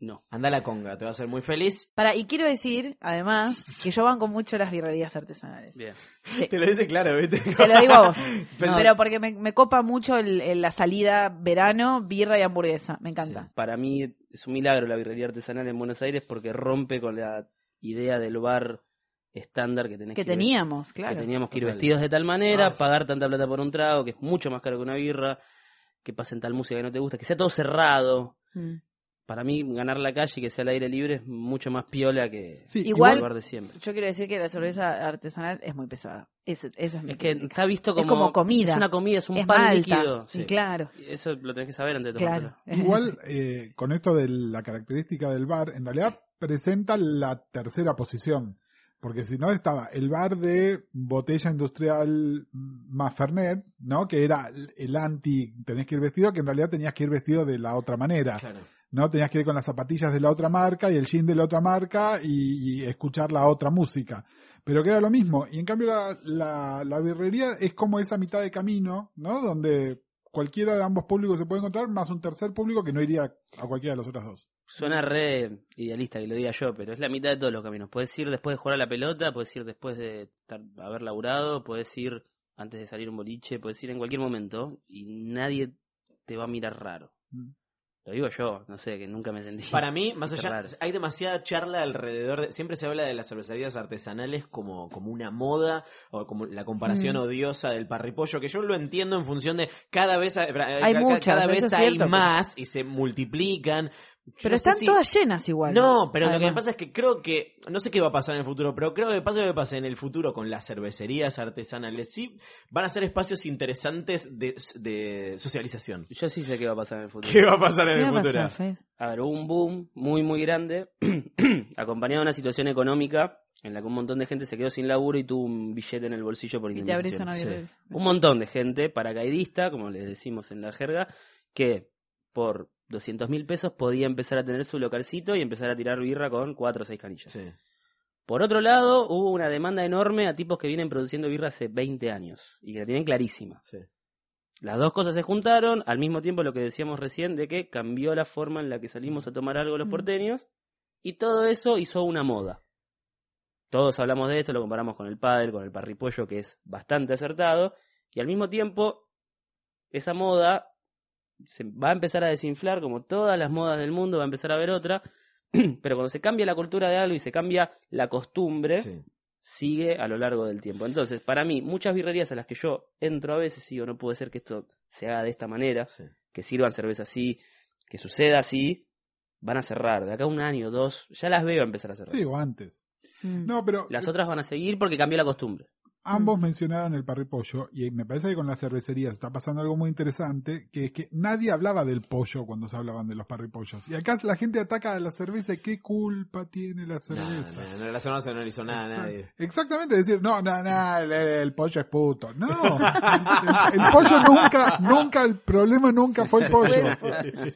No.
Anda a la conga, te va a hacer muy feliz.
Para, y quiero decir,
*laughs*
además, que yo banco mucho las birrerías artesanales.
Bien.
Sí.
Te lo dice claro, ¿viste?
Te lo digo
*laughs*
a vos.
Pero-
No, Pero porque me, me copa mucho el- el- la salida verano, birra y hamburguesa. Me encanta.
Para mí es un milagro la birrería artesanal en Buenos Aires porque rompe con la idea del bar estándar que tenés
Que
que ver.
teníamos, claro.
Que teníamos que ir
Total.
vestidos de tal manera,
Ah, sí.
pagar tanta plata por un trago, que es mucho más caro que una birra, que pasen tal música que no te gusta, que sea todo cerrado.
Mm.
Para mí, ganar la calle y que sea al aire libre es mucho más piola que
igual,
el bar de siempre.
yo quiero decir que la cerveza artesanal es muy pesada. Eso, eso es, mi
Es que
crítica.
está visto como,
es como comida.
Es una comida, es un
Es
pan
malta.
líquido.
Y claro.
Eso lo tenés que saber antes de tomártelo.
Claro.
*laughs*
*laughs*
*laughs*
Igual, eh, con esto de la característica del bar, en realidad presenta la tercera posición. Porque si no estaba el bar de botella industrial más Fernet, ¿no? Que era el- el anti, tenés que ir vestido, que en realidad tenías que ir vestido de la otra manera. ¿No? Tenías que ir con las zapatillas de la otra marca y el jean de la otra marca y, y escuchar la otra música. Pero que era lo mismo. Y en cambio la, la, la birrería es como esa mitad de camino, ¿no? Donde cualquiera de ambos públicos se puede encontrar, más un tercer público que no iría a cualquiera de las otras dos.
Suena re idealista que lo diga yo, pero es la mitad de todos los caminos. Puedes ir después de jugar a la pelota, puedes ir después de estar- haber laburado, puedes ir antes de salir a un boliche, puedes ir en cualquier momento y nadie te va a mirar raro.
Mm.
Lo digo yo, no sé, que nunca me sentí.
Para mí,
*laughs*
más
Qué
allá,
raro.
hay demasiada charla alrededor de... Siempre se habla de las cervecerías artesanales como, como una moda o como la comparación
Mm.
odiosa del parripollo, que yo lo entiendo en función de cada vez hay,
Hay muchas,
cada
eso es
vez hay
cierto, pero-
más y se multiplican. Yo
Pero
no sé
están
si-
todas llenas igual.
No, pero lo que me
Además.
pasa es que creo que, no sé qué va a pasar en el futuro, pero creo que pasa lo que pasa en el futuro con las cervecerías artesanales. Sí, van a ser espacios interesantes de, de socialización.
Yo sí sé qué va a pasar en el futuro.
¿Qué va a pasar en
¿Qué
el
va a
futuro?
pasar, A ver, hubo un boom muy, muy grande, *clears throat* acompañado de una situación económica en la que un montón de gente se quedó sin laburo y tuvo un billete en el bolsillo por
Y te
indemnización.
abrís una birrería.
Un montón de gente, paracaidista, como les decimos en la jerga, que por 200 mil pesos podía empezar a tener su localcito y empezar a tirar birra con cuatro o seis canillas. Por otro lado, hubo una demanda enorme a tipos que vienen produciendo birra hace 20 años y que la tienen clarísima. Las dos cosas se juntaron, al mismo tiempo lo que decíamos recién de que cambió la forma en la que salimos a tomar algo los
Mm.
porteños y todo eso hizo una moda. Todos hablamos de esto, lo comparamos con el pádel, con el parripollo que es bastante acertado Y al mismo tiempo, esa moda se va a empezar a desinflar, como todas las modas del mundo, va a empezar a haber otra. *clears throat* Pero cuando se cambia la cultura de algo y se cambia la costumbre, sigue a lo largo del tiempo. Entonces, para mí, muchas birrerías a las que yo entro a veces, y digo, no puede ser que esto se haga de esta manera, que sirvan cerveza así, que suceda así, van a cerrar. De acá a un año, dos, ya las veo empezar a cerrar.
Sí, o antes. No, pero
Las otras van a seguir porque cambió la costumbre.
Ambos mencionaron el parripollo y me parece que con las cervecerías está pasando algo muy interesante, que es que nadie hablaba del pollo cuando se hablaban de los parripollos. Y acá la gente ataca a la cerveza y qué culpa tiene la cerveza.
No, no, la zona no le hizo nada a nadie.
Exactamente, decir, no, no, no, el, el pollo es puto. No, el, el pollo nunca, nunca, el problema nunca fue
*laughs*
el pollo.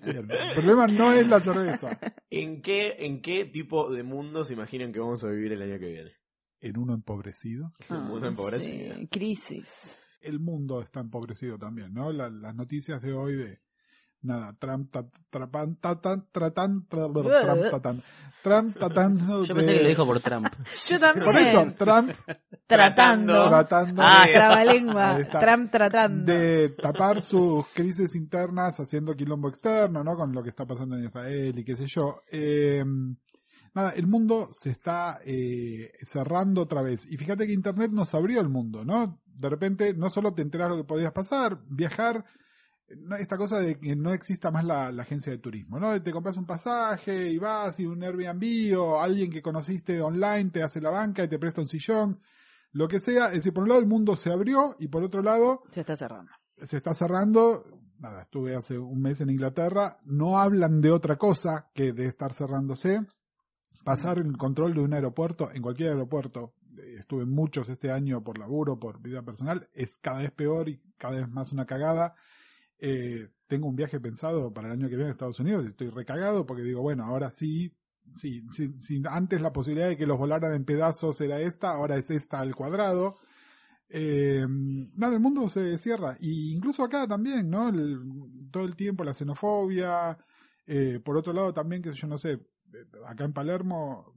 El problema no es la cerveza.
¿En qué, ¿En qué tipo de mundo se imaginan que vamos a vivir el año que viene?
En uno empobrecido.
Un
Ah,
Ah,
mundo empobrecido.
Crisis.
El mundo está empobrecido también, ¿no? La- las noticias de hoy de nada, Trump ta- trapan- ta- tan- tratan- tra-
*laughs*
Trump tatan- Trump tratando
Yo pensé
de-
que lo dijo por Trump. *laughs*
Yo también.
Por eso, Trump
Tratando.
tratando
Ah,
de-
trabalengua.
Ahí está.
Trump tratando.
de tapar sus crisis internas haciendo quilombo externo, ¿no? Con lo que está pasando en Israel y qué sé yo. Eh, nada, el mundo se está eh, cerrando otra vez. Y fíjate que Internet nos abrió el mundo, ¿no? De repente no solo te enteras lo que podías pasar, viajar, no, esta cosa de que no exista más la, la agencia de turismo, ¿no? Te compras un pasaje y vas y un Airbnb o alguien que conociste online te hace la banca y te presta un sillón, lo que sea. Es decir, por un lado el mundo se abrió y por otro lado...
Se está cerrando.
Se está cerrando. Nada, estuve hace un mes en Inglaterra. No hablan de otra cosa que de estar cerrándose. Pasar el control de un aeropuerto, en cualquier aeropuerto, eh, estuve en muchos este año por laburo, por vida personal, es cada vez peor y cada vez más una cagada. Eh, tengo un viaje pensado para el año que viene a Estados Unidos y estoy recagado porque digo, bueno, ahora sí, sí, sí, sí, antes la posibilidad de que los volaran en pedazos era esta, ahora es esta al cuadrado. Eh, nada, el mundo se cierra. Y incluso acá también, ¿no? El- todo el tiempo la xenofobia. eh, por otro lado también, que yo no sé, eh, acá en Palermo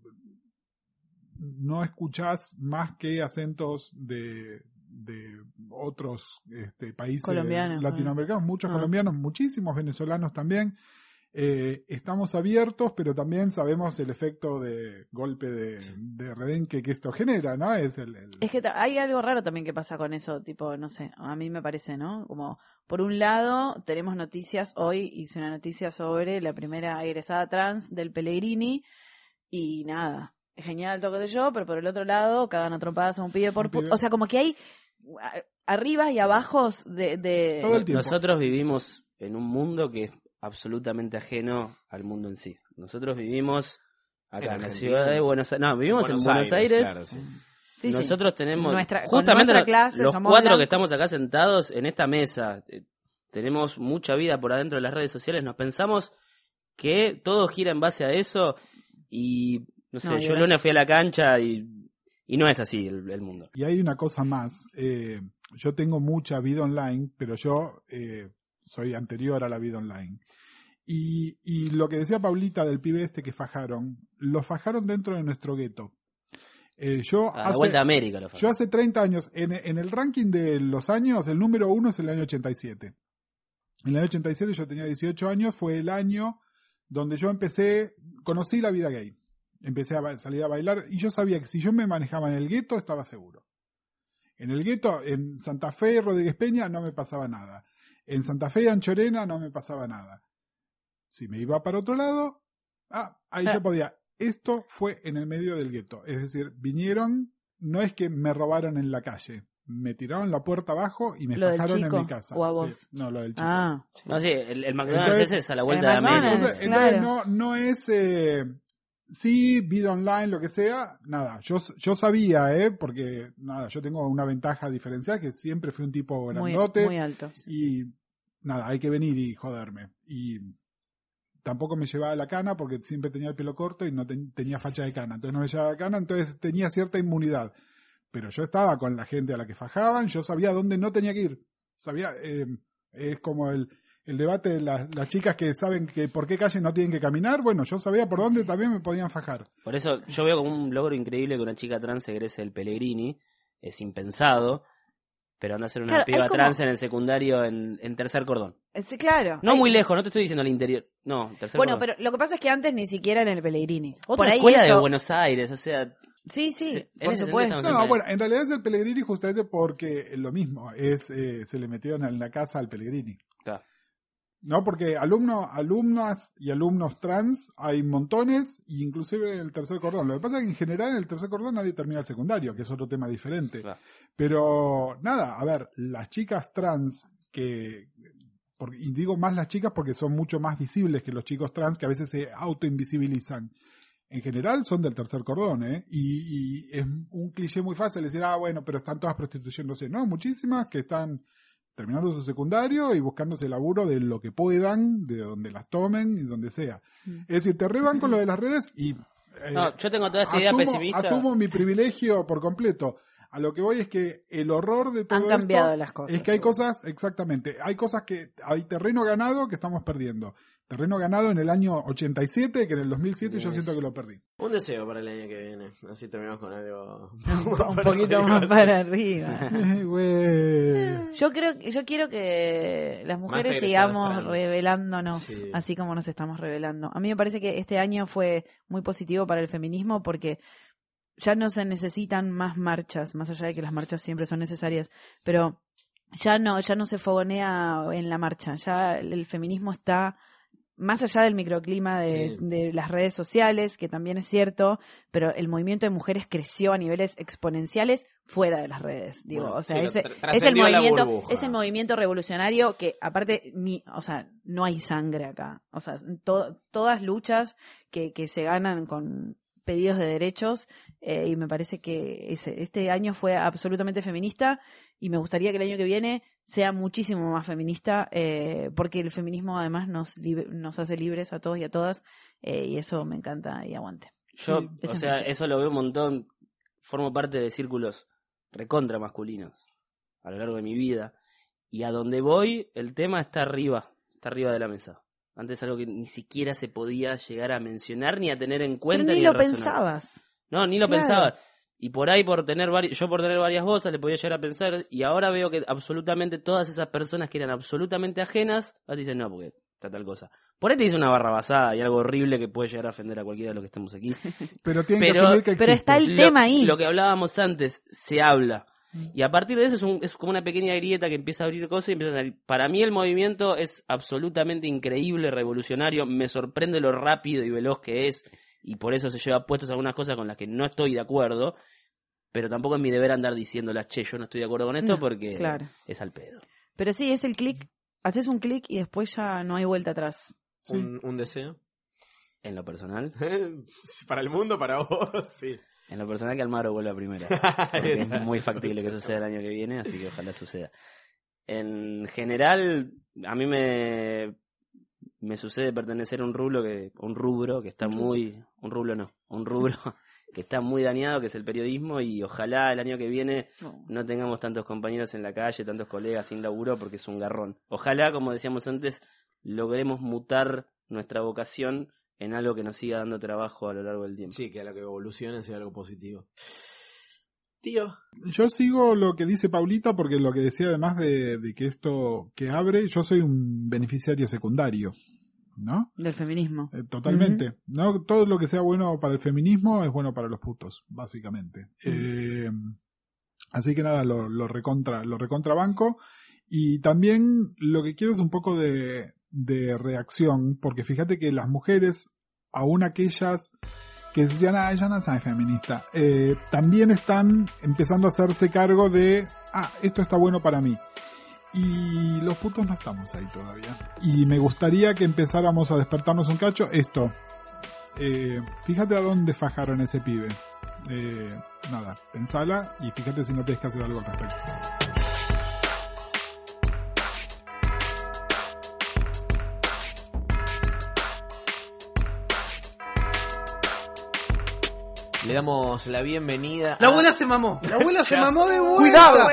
no escuchás más que acentos de, de otros este, países
Colombianos,
latinoamericanos, muchos
Ah.
colombianos, muchísimos venezolanos también. Eh, estamos abiertos, pero también sabemos el efecto de golpe de, de redenque que esto genera, ¿no? Es el- el
Es que ta- hay algo raro también que pasa con eso, tipo, no sé, a mí me parece, ¿no? Como, por un lado, tenemos noticias, hoy hice una noticia sobre la primera egresada trans del Pellegrini y nada, genial todo de yo, pero por el otro lado, cagan atropadas a un pibe por...
Un
pu-
pibe.
O sea, como que hay a- arribas y abajos de... de-
Nosotros vivimos en un mundo que es absolutamente ajeno al mundo en sí. Nosotros vivimos
En
acá en la
Argentina.
ciudad de Buenos Aires. No, vivimos
Buenos
en Buenos
Aires,
Aires.
claro, sí.
Sí, sí.
Nosotros tenemos
Nuestra- con
justamente
nuestra
lo-
clase
los
somos
cuatro
blancos.
que estamos acá sentados en esta mesa. eh, tenemos mucha vida por adentro de las redes sociales. Nos pensamos que todo gira en base a eso y no sé,
No,
yo
yo-
el lunes fui a la cancha y, y no es así el- el mundo.
Y hay una cosa más. eh, yo tengo mucha vida online, pero yo eh, soy anterior a la vida online. Y, y lo que decía Paulita del pibe este que fajaron, lo fajaron dentro de nuestro gueto. Eh, yo
A la vuelta a América lo fajaron.
Yo hace 30 años, en, en el ranking de los años, el número uno es el año 87. En el año 87 yo tenía 18 años, fue el año donde yo empecé, conocí la vida gay. Empecé a ba- salir a bailar y yo sabía que si yo me manejaba en el gueto estaba seguro. En el gueto, en Santa Fe, Rodríguez Peña, no me pasaba nada. En Santa Fe, Anchorena, no me pasaba nada. Si me iba para otro lado, ah, ahí yo podía. Esto fue en el medio del gueto. Es decir, vinieron, no es que me robaron en la calle. Me tiraron la puerta abajo y me
Lo del
fajaron en
chico,
mi casa.
o a
Sí,
vos.
no, lo del chico.
Ah.
No, sí, el, el McDonald's ese es a la vuelta de América.
Entonces, entonces no, no es. Eh, sí, vida online, lo que sea. Nada, yo, yo sabía, ¿eh? Porque, nada, yo tengo una ventaja diferencial que siempre fui un tipo
Muy-
grandote.
muy alto.
Y, nada, hay que venir y joderme. Y tampoco me llevaba la cana porque siempre tenía el pelo corto y no ten- tenía facha de cana. Entonces no me llevaba la cana, entonces tenía cierta inmunidad. Pero yo estaba con la gente a la que fajaban, yo sabía dónde no tenía que ir. Sabía, eh, es como el, el debate de las, las chicas que saben que por qué calle no tienen que caminar. Bueno, yo sabía por dónde también me podían fajar.
Por eso yo veo como un logro increíble que una chica trans egrese del Pellegrini. Es impensado. Pero anda a ser una
Claro,
piba
hay como-
trans en el secundario en, en tercer cordón.
Eh, Sí, claro.
No
Hay-
muy lejos, no te estoy diciendo al interior. No, tercer
Bueno,
cordón.
pero lo que pasa es que antes ni siquiera en el Pellegrini.
Otra
Por ahí
escuela de
eso-
Buenos Aires, o sea.
Sí, sí,
se-
por
en ese sentido
supuesto.
estamos en
No,
Pellegrini.
bueno, en realidad es el Pellegrini justamente porque lo mismo, es eh, se le metieron en la casa al Pellegrini. No, porque alumno, alumnas y alumnos trans hay montones, e inclusive en el tercer cordón. Lo que pasa es que en general en el tercer cordón nadie termina el secundario, que es otro tema diferente. Pero nada, a ver, las chicas trans que porque- y digo más las chicas porque son mucho más visibles que los chicos trans que a veces se autoinvisibilizan. En general son del tercer cordón, ¿eh? Y, y es un cliché muy fácil decir, ah, bueno, pero están todas prostituyéndose. No, muchísimas que están terminando su secundario y buscándose laburo de lo que puedan, de donde las tomen y donde sea.
Mm.
Es decir, te reban con lo de las redes y... eh,
No, yo tengo toda esta idea
asumo-
pesimista.
Asumo mi privilegio por completo. A lo que voy es que el horror de todo
Han cambiado
esto
las cosas,
Es que hay cosas, exactamente, hay cosas que hay terreno ganado que estamos perdiendo. Terreno ganado en el año 87, que en el 2007 yo
Yes.
siento que lo perdí.
Un deseo para el año que viene. Así terminamos con algo. *laughs*
*laughs* Un poquito más para arriba.
Eh, güey.
Yo creo, yo quiero que las mujeres
egresados
sigamos
trans.
revelándonos,
Sí.
así como nos estamos revelando. A mí me parece que este año fue muy positivo para el feminismo porque ya no se necesitan más marchas, más allá de que las marchas siempre son necesarias, pero ya no, ya no se fogonea en la marcha, ya el el feminismo está más allá del microclima de,
Sí.
de las redes sociales, que también es cierto, pero el movimiento de mujeres creció a niveles exponenciales fuera de las redes. Digo,
Bueno,
o sea,
sí, lo
ese-
tr-
es el
trascendió la
movimiento,
burbuja.
es el movimiento revolucionario que aparte mi, o sea, no hay sangre acá. O sea, to- todas luchas que, que se ganan con pedidos de derechos eh, y me parece que ese- este año fue absolutamente feminista y me gustaría que el año que viene sea muchísimo más feminista eh, porque el feminismo además nos libe- nos hace libres a todos y a todas eh, y eso me encanta y aguante.
Yo,
Sí, ese
o
es
sea,
mi deseo.
eso lo veo un montón. Formo parte de círculos recontra masculinos a lo largo de mi vida. Y a donde voy, el tema está arriba, está arriba de la mesa. Antes algo que ni siquiera se podía llegar a mencionar ni a tener en
Pero
cuenta.
ni lo
a razonar.
pensabas.
No, ni lo
Claro.
pensaba. Y por ahí, por tener vari- yo por tener varias cosas, le podía llegar a pensar. Y ahora veo que absolutamente todas esas personas que eran absolutamente ajenas, ahora te dicen, no, porque está tal cosa. Por ahí te dice una barrabasada y algo horrible que puede llegar a ofender a cualquiera de los que
*laughs*
estamos aquí.
Pero tienen que asumir que existe.
lo- Lo que hablábamos antes, se habla. Y a partir de eso es, un- es como una pequeña grieta que empieza a abrir cosas y empiezan a salir. Para mí el movimiento es absolutamente increíble, revolucionario. Me sorprende lo rápido y veloz que es. Y por eso se lleva puestos algunas cosas con las que no estoy de acuerdo. Pero tampoco es mi deber andar diciéndolas, che, yo no estoy de acuerdo con esto
No,
porque
claro.
es al pedo.
Pero sí, es el clic, haces un clic y después ya no hay vuelta atrás.
¿Un, un deseo?
En lo personal.
*laughs* para el mundo, para vos, *laughs* sí.
En lo personal que Almagro
*laughs*
vuelva primero. Porque es muy factible que suceda el año que viene, así que ojalá suceda. En general, a mí me, me sucede pertenecer a un rubro que, un rubro que está
Un rubro.
muy, un rubro no, un rubro *laughs* que está muy dañado, que es el periodismo, y ojalá el año que viene
No.
no tengamos tantos compañeros en la calle, tantos colegas sin laburo, porque es un garrón. Ojalá, como decíamos antes, logremos mutar nuestra vocación en algo que nos siga dando trabajo a lo largo del tiempo.
Sí, que a lo que evolucione sea algo positivo.
Yo sigo lo que dice Paulita porque lo que decía además de, de que esto que abre, yo soy un beneficiario secundario, ¿no? Eh,
Del feminismo.
Totalmente. ¿no? Todo lo que sea bueno para el feminismo es bueno para los putos, básicamente. Eh, así que nada, lo, lo recontra, lo recontrabanco. Y también lo que quiero es un poco de, de reacción, porque fíjate que las mujeres, aún aquellas que decían, ah, ella no es feminista, eh, también están empezando a hacerse cargo de, ah, esto está bueno para mí. Y los putos no estamos ahí todavía. Y me gustaría que empezáramos a despertarnos un cacho. Esto. Eh, fíjate a dónde fajaron ese pibe. Eh, nada, pensala y fíjate si no tienes que hacer algo al respecto.
Le damos la bienvenida.
La
a-
abuela se mamó. La abuela se
Ya
mamó
sé.
de vuelta.
Cuidado.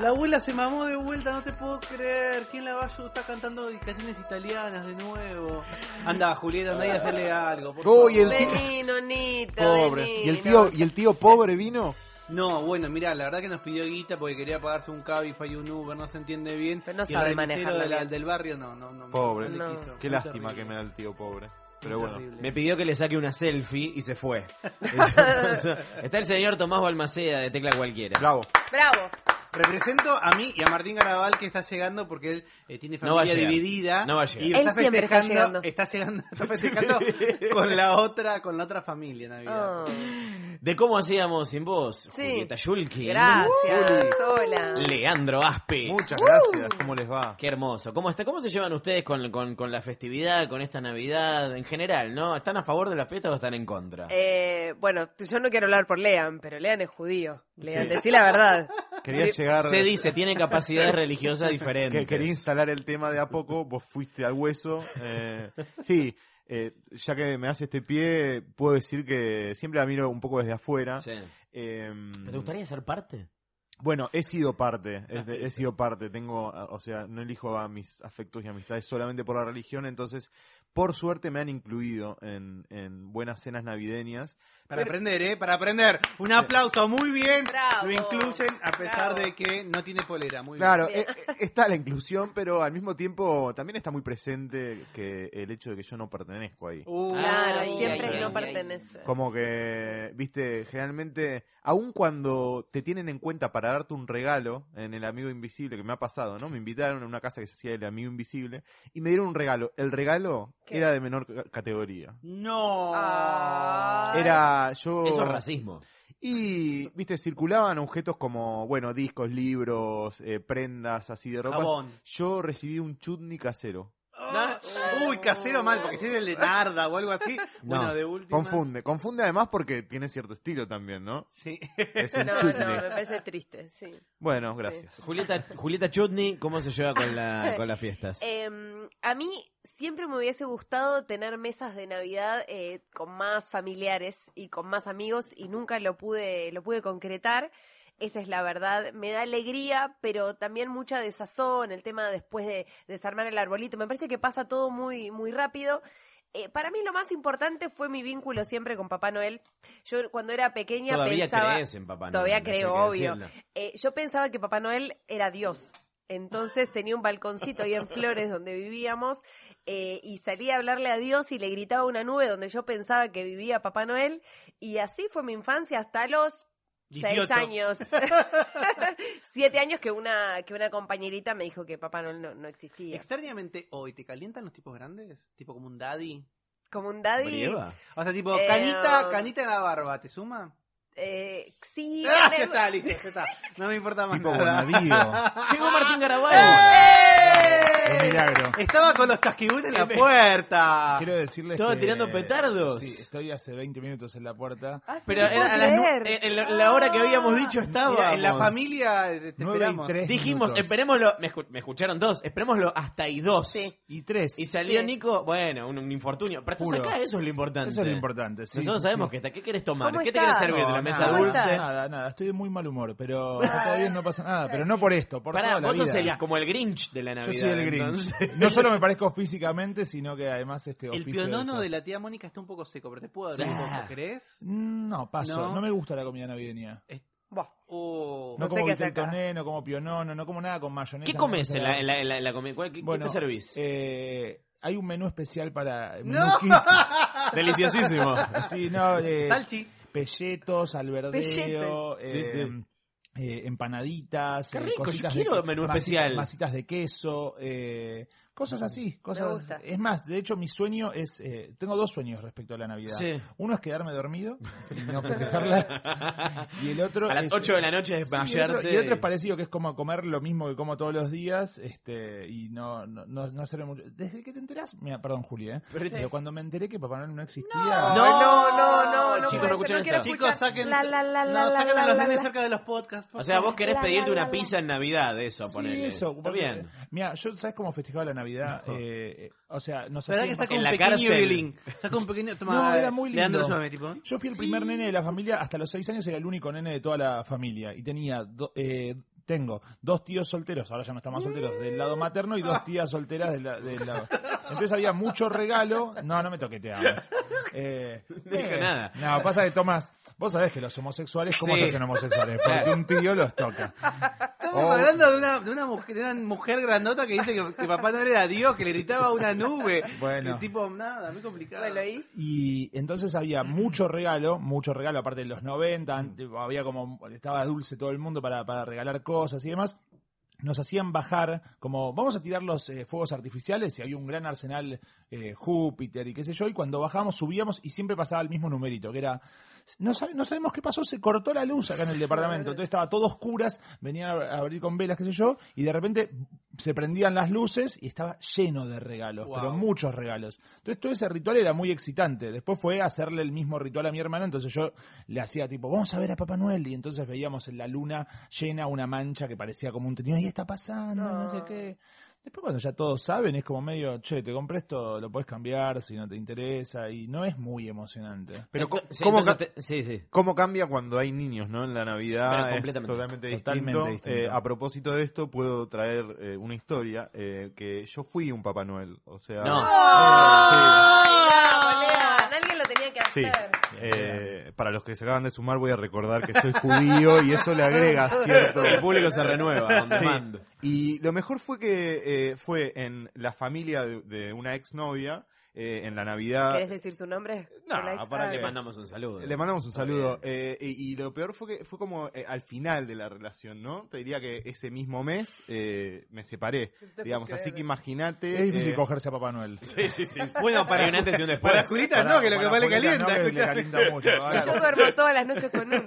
La abuela se mamó de vuelta, no te puedo creer. ¿Quién la va a ayudar? Está cantando canciones italianas de nuevo. Anda, Julieta, anda y hacerle algo. por
Uy, el
favor.
tío-
Vení, nonita,
Pobre.
vení,
Y el tío,
no.
y el tío pobre vino.
No, bueno, mira, la verdad que nos pidió guita porque quería pagarse un Cabify y un Uber, no se entiende bien. Pero
no sabe manejarlo bien.
del barrio no, no, no.
Pobre.
no le quiso.
Qué
Muy
lástima
terrible.
que me da el tío pobre.
Pero bueno,
Terrible.
me pidió que le saque una selfie y se *laughs* fue. Está el señor Tomás Balmaceda de Tecla Cualquiera.
Bravo.
Bravo.
Represento a mí y a Martín Garabal que está llegando porque él eh, tiene
No va a
familia
llegar.
dividida.
No va a llegar.
Y
Él
está
siempre está
festejando, está llegando.
*laughs*
Está festejando con la otra, con la otra familia Navidad.
De cómo hacíamos sin vos,
Sí.
Julieta Yulkin.
Gracias, hola.
Eh. Leandro Aspe.
Muchas
gracias.
¿Cómo les va?
Qué hermoso. ¿Cómo, está? ¿Cómo se llevan ustedes con, con, con la festividad, con esta Navidad en general, no? ¿Están a favor de la fiesta o están en contra?
Eh, bueno, t- yo no quiero hablar por Lean, pero Lean es judío. Lean,
Sí.
decí la verdad.
Quería
Sí.
llegar.
Se dice, tiene capacidades religiosas diferentes.
*laughs* Que quería instalar el tema de a poco, vos fuiste al hueso. eh, sí, eh, ya que me hace este pie, puedo decir que siempre la miro un poco desde afuera.
Sí.
Em,
¿Pero ¿Te gustaría ser parte?
Bueno, he sido parte, es de- he sido parte, tengo, a- o sea, no elijo a mis afectos y amistades solamente por la religión, entonces, por suerte me han incluido en, en buenas cenas navideñas.
Para
Ah, Pero-
aprender, ¿eh? Para aprender. Un aplauso, muy bien.
Bravo.
Lo incluyen a pesar
Bravo.
de que no tiene polera. Muy
Claro,
bien.
eh, eh, está la inclusión, pero al mismo tiempo también está muy presente que el hecho de que yo no pertenezco ahí.
Claro,
Ay,
siempre
ay,
no
ay,
pertenece.
Como que, viste, generalmente, aun cuando te tienen en cuenta para darte un regalo en el amigo invisible, que me ha pasado, ¿no? Me invitaron a una casa que se hacía el amigo invisible y me dieron un regalo. El regalo era de menor ca- categoría.
No.
Era yo.
Eso es racismo.
Y, viste, circulaban objetos como, bueno, discos, libros, eh, prendas así de ropa.
Jabón.
Yo recibí un chutney casero.
No. Oh, Uy, casero mal, porque si es el de Narda o algo así.
No,
Bueno, de última.
Confunde, confunde además porque tiene cierto estilo también, ¿no?
Sí.
Es un
no,
chutney.
no, me parece triste, sí.
Bueno, gracias.
Julieta, Julieta Chutney, ¿cómo se lleva con,
*laughs*
*laughs*
la, con las fiestas?
Eh, a mí siempre me hubiese gustado tener mesas de Navidad eh, con más familiares y con más amigos y nunca lo pude, lo pude concretar. Esa es la verdad. Me da alegría, pero también mucha desazón, el tema después de desarmar el arbolito. Me parece que pasa todo muy, muy rápido. Eh, para mí lo más importante fue mi vínculo siempre con Papá Noel. Yo cuando era pequeña
Todavía
pensaba...
crees en Papá Noel,
Todavía
esto hay
creo,
que
obvio.
decirlo.
Eh, yo pensaba que Papá Noel era Dios. Entonces tenía un balconcito ahí en Flores donde vivíamos eh, y salía a hablarle a Dios y le gritaba a una nube donde yo pensaba que vivía Papá Noel. Y así fue mi infancia hasta los
18.
seis años. Siete años que una, que una compañerita me dijo que Papá Noel no, no existía.
Extrañamente hoy, ¿te calientan los tipos grandes? Tipo como un daddy.
Como un daddy.
O sea, tipo,
Eh,
canita, canita en la barba, ¿te suma?
eh, sí.
Ah, *laughs*
en
ya
el-
está, listo, ya está. No me importa más
Tipo
nada. *laughs*
Bonavío.
Llegó Martín Garabal.
Un milagro.
¡Eh! Estaba con los casquibunes en la
Ah,
puerta.
Quiero decirles
Estaba
que-
tirando petardos.
Sí, estoy hace 20 minutos en la puerta.
Pero era a las nu- en la, la hora que
Ah,
habíamos dicho estaba.
Mira, en la familia eh, te esperamos.
Dijimos, esperémoslo. Me, escu- me escucharon dos. Esperémoslo hasta y dos.
Y tres.
Y salió
Sí.
Nico, bueno, un, un infortunio. Pero estás
Juro.
acá, eso es lo importante.
Eso es lo importante, sí,
Nosotros
sí,
sabemos
sí.
que está. ¿Qué querés tomar? ¿Qué te querés servir de la
No,
mesa
nada,
dulce?
Nada, nada. Estoy de muy mal humor, *laughs* pero todo bien, no pasa nada. Pero no por esto, por
Pará,
toda la
vos sos
vida.
el- como el Grinch de la Navidad.
Yo soy el Grinch.
entonces.
*laughs* No solo me parezco físicamente, sino que además este
El
oficio
pionono
de
de la tía Mónica está un poco seco, pero te puedo dar
Sí.
un poco, ¿crees?
No, paso.
No.
No. me gusta la comida navideña.
Oh.
No como vitel toné, no como pionono, no como nada con mayonesa.
*laughs* ¿Qué comes
no
en
como
la,
salada.
en la- en la- en la comida? ¿Cuál- ¿Qué, qué
Bueno,
te servís?
eh, hay un menú especial para... menú
¡No!
kids.
*laughs* Deliciosísimo.
Sí, no, eh,
Salchi.
Pelletos, alberdeo,
Pelletes. Sí,
eh, eh, empanaditas,
Qué
eh,
rico, yo
cositas
quiero
de,
menú
masitas-
especial.
masitas de queso, eh, cosas así, cosas.
gusta.
Es más, de hecho mi sueño es, eh, tengo dos sueños respecto a la Navidad.
Sí.
Uno es quedarme dormido y
*laughs*
no festejarla, y el otro
A las
es-
8 de la noche desmayarte.
Sí, y, el otro, y el otro es parecido, que es como comer lo mismo que como todos los días este y no, no, no, no hacerme mucho. ¿Desde que te enterás? Mira, perdón, Juli, ¿eh?
Pero-
Pero, cuando me enteré que Papá Noel no existía.
No, este no, no, no, no
Chicos,
puede ser, no quiero Chicos, saquen,
La, la, la,
no,
la,
saquen
la,
a los
la,
nenes
la.
cerca de los podcasts. por
O sea, vos
favor.
querés
La, la,
pedirte
la,
una
la.
pizza en Navidad, eso,
Sí,
ponele.
eso.
Está bien.
Mira, yo, ¿sabes cómo festejaba la Navidad? Eh, eh, o sea, nos
¿Verdad que
hacían
saca
bajar-
un En la pequeño cárcel. violín?
Saca un pequeño... Toma,
No, era
eh,
muy
Leandro,
lindo.
súbame, tipo.
Yo fui el primer nene de la familia, hasta los seis años era el único nene de toda la familia. Y tenía do- eh, tengo dos tíos solteros, ahora ya no están más solteros, del lado materno y dos tías solteras del, la- del lado. Entonces había mucho regalo. No, no me toqueteaba. Eh,
No dijo
eh,
nada.
No, pasa que Tomás, vos sabés que los homosexuales, ¿cómo
Sí.
se hacen homosexuales? Porque
Claro.
un tío los toca.
Estamos
Oh.
hablando de una, de, una mujer, de una mujer grandota que dice que, que papá no era Dios, que le gritaba a una nube.
Bueno.
El tipo, nada, muy complicado.
Y entonces había mucho regalo, mucho regalo, aparte de los 90, an- tipo, había como, estaba dulce todo el mundo para, para regalar cosas y demás. Nos hacían bajar, como vamos a tirar los eh, fuegos artificiales, y había un gran arsenal eh, Júpiter y qué sé yo, y cuando bajábamos subíamos y siempre pasaba el mismo numerito, que era, no, sabe- no sabemos qué pasó, se cortó la luz acá en el departamento, entonces estaba todo oscuras, venían a abrir con velas, qué sé yo, y de repente se prendían las luces y estaba lleno de regalos, pero muchos regalos. Entonces todo ese ritual era muy excitante. Después fue hacerle el mismo ritual a mi hermana, entonces yo le hacía tipo, vamos a ver a Papá Noel, y entonces veíamos en la luna llena una mancha que parecía como un teñido, y está pasando, no
Ah.
sé qué. Después cuando ya todos saben, es como medio, che, te compré esto, lo puedes cambiar si no te interesa, y no es muy emocionante.
Pero co-
Sí,
¿cómo,
entonces
ca-
te-
sí.
¿Cómo cambia cuando hay niños, no? En la
Pero
Navidad es
completamente.
totalmente distinto.
Totalmente distinto.
Eh, a propósito de esto, puedo traer eh, una historia eh, que yo fui un Papá Noel. O sea... eh,
No.
Sí.
Boluda, Alguien lo tenía que
Sí,
hacer.
eh, para los que se acaban de sumar voy a recordar que soy judío y eso le agrega cierto...
El público se renueva, on
Sí.
demand.
Y lo mejor fue que eh, fue en la familia de, de una exnovia, eh, en la Navidad...
¿Querés decir su nombre?
No, para que
Ah, Le mandamos un saludo.
Le mandamos un saludo. Eh, y, y lo peor fue que fue como eh, al final de la relación, ¿no? Te diría que ese mismo mes eh, me separé,
puedo
digamos. Así
creer.
que imagínate.
Es difícil
eh,
cogerse a Papá Noel.
*laughs* Sí, sí, sí.
Bueno, para-
Hay un antes y un después.
para Julita no, que lo que más le
Julita
calienta,
que le
escuchá.
calienta mucho.
Yo duermo todas las noches con uno.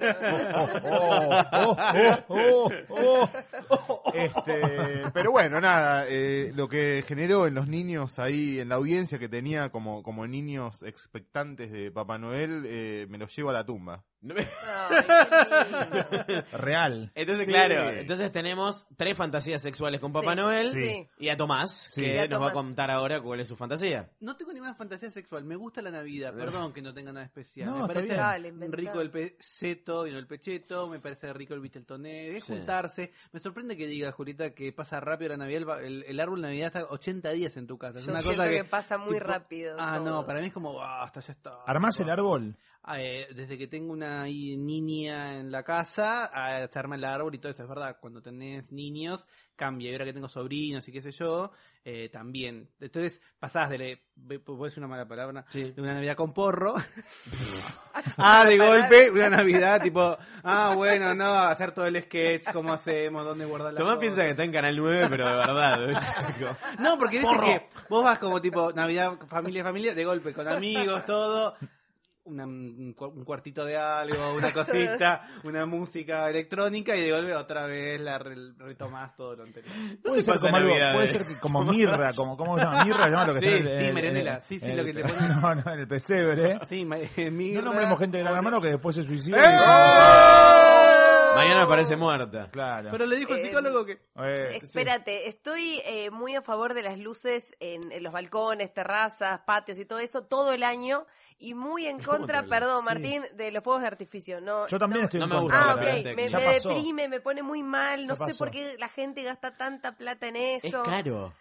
*laughs* Este, pero bueno, nada, eh, lo que generó en los niños ahí, en la audiencia que tenía como, como niños expectantes de Papá Noel, eh, me los llevo a la tumba.
*laughs*
Real.
Entonces,
Sí.
claro, entonces tenemos tres fantasías sexuales con Papá
Sí.
Noel
Sí.
y a Tomás,
Sí.
que
Y a
nos va a
Tomás.
contar ahora cuál es su fantasía.
No tengo ninguna fantasía sexual, me gusta la Navidad, perdón que no tenga nada especial.
No,
me
está
parece
bien. Dale,
inventá.
rico el peseto y no el pecheto, me parece rico el Viteltoné, es
Sí.
juntarse. Me sorprende que diga, Julita, que pasa rápido la Navidad, el ba- el, el árbol de Navidad está 80 días en tu casa. Es
Yo
una
siento
cosa
que,
que,
pasa muy
tipo,
rápido.
Ah,
todo.
no, para mí es como, ah, hasta ya está.
¿Armás el árbol?
Ah, eh, desde que tengo una ahí niña en la casa, ah, se arma el árbol y todo eso, es verdad. Cuando tenés niños, cambia. Y ahora que tengo sobrinos y qué sé yo, eh, también. Entonces, pasás de, la- ve- ¿puedo decir una mala palabra? De una Navidad con porro. ah, de golpe, una Navidad tipo, ah, bueno, no, hacer todo el sketch, cómo hacemos, dónde guardar la
Tomás piensa que está en Canal 9, pero de *laughs* verdad.
*laughs* No, porque viste
Porro.
que vos vas como tipo Navidad, familia, familia, de golpe, con amigos, todo. una- un cu- un cuartito de algo, una cosita, una música electrónica y de golpe otra vez la re- retomás todo lo anterior.
Puede ser como algo, puede ser que *laughs* como mirra, como ¿cómo se llama? Mirra, se llama lo que
Sí,
está en el-
sí,
en el-
merendela,
en el-
sí, sí,
en
lo
el-
que te
*laughs*
ponen.
No, no, en el pesebre.
Sí, *laughs* mirra. ¡Eh!
No nombremos gente de la hermano que después se suicida.
Mañana aparece muerta.
Claro.
Pero le dijo el
Eh,
psicólogo que...
Espérate, estoy eh, muy a favor de las luces en, en los balcones, terrazas, patios y todo eso todo el año y muy en contra, perdón
Sí.
Martín, de los fuegos de artificio. No,
Yo también
no-
estoy en
no me
contra,
gusta. Ah,
la verdad,
ok, me,
ya
me
pasó.
deprime, me pone muy mal, no
Ya
sé
pasó.
por qué la gente gasta tanta plata en eso.
Es caro.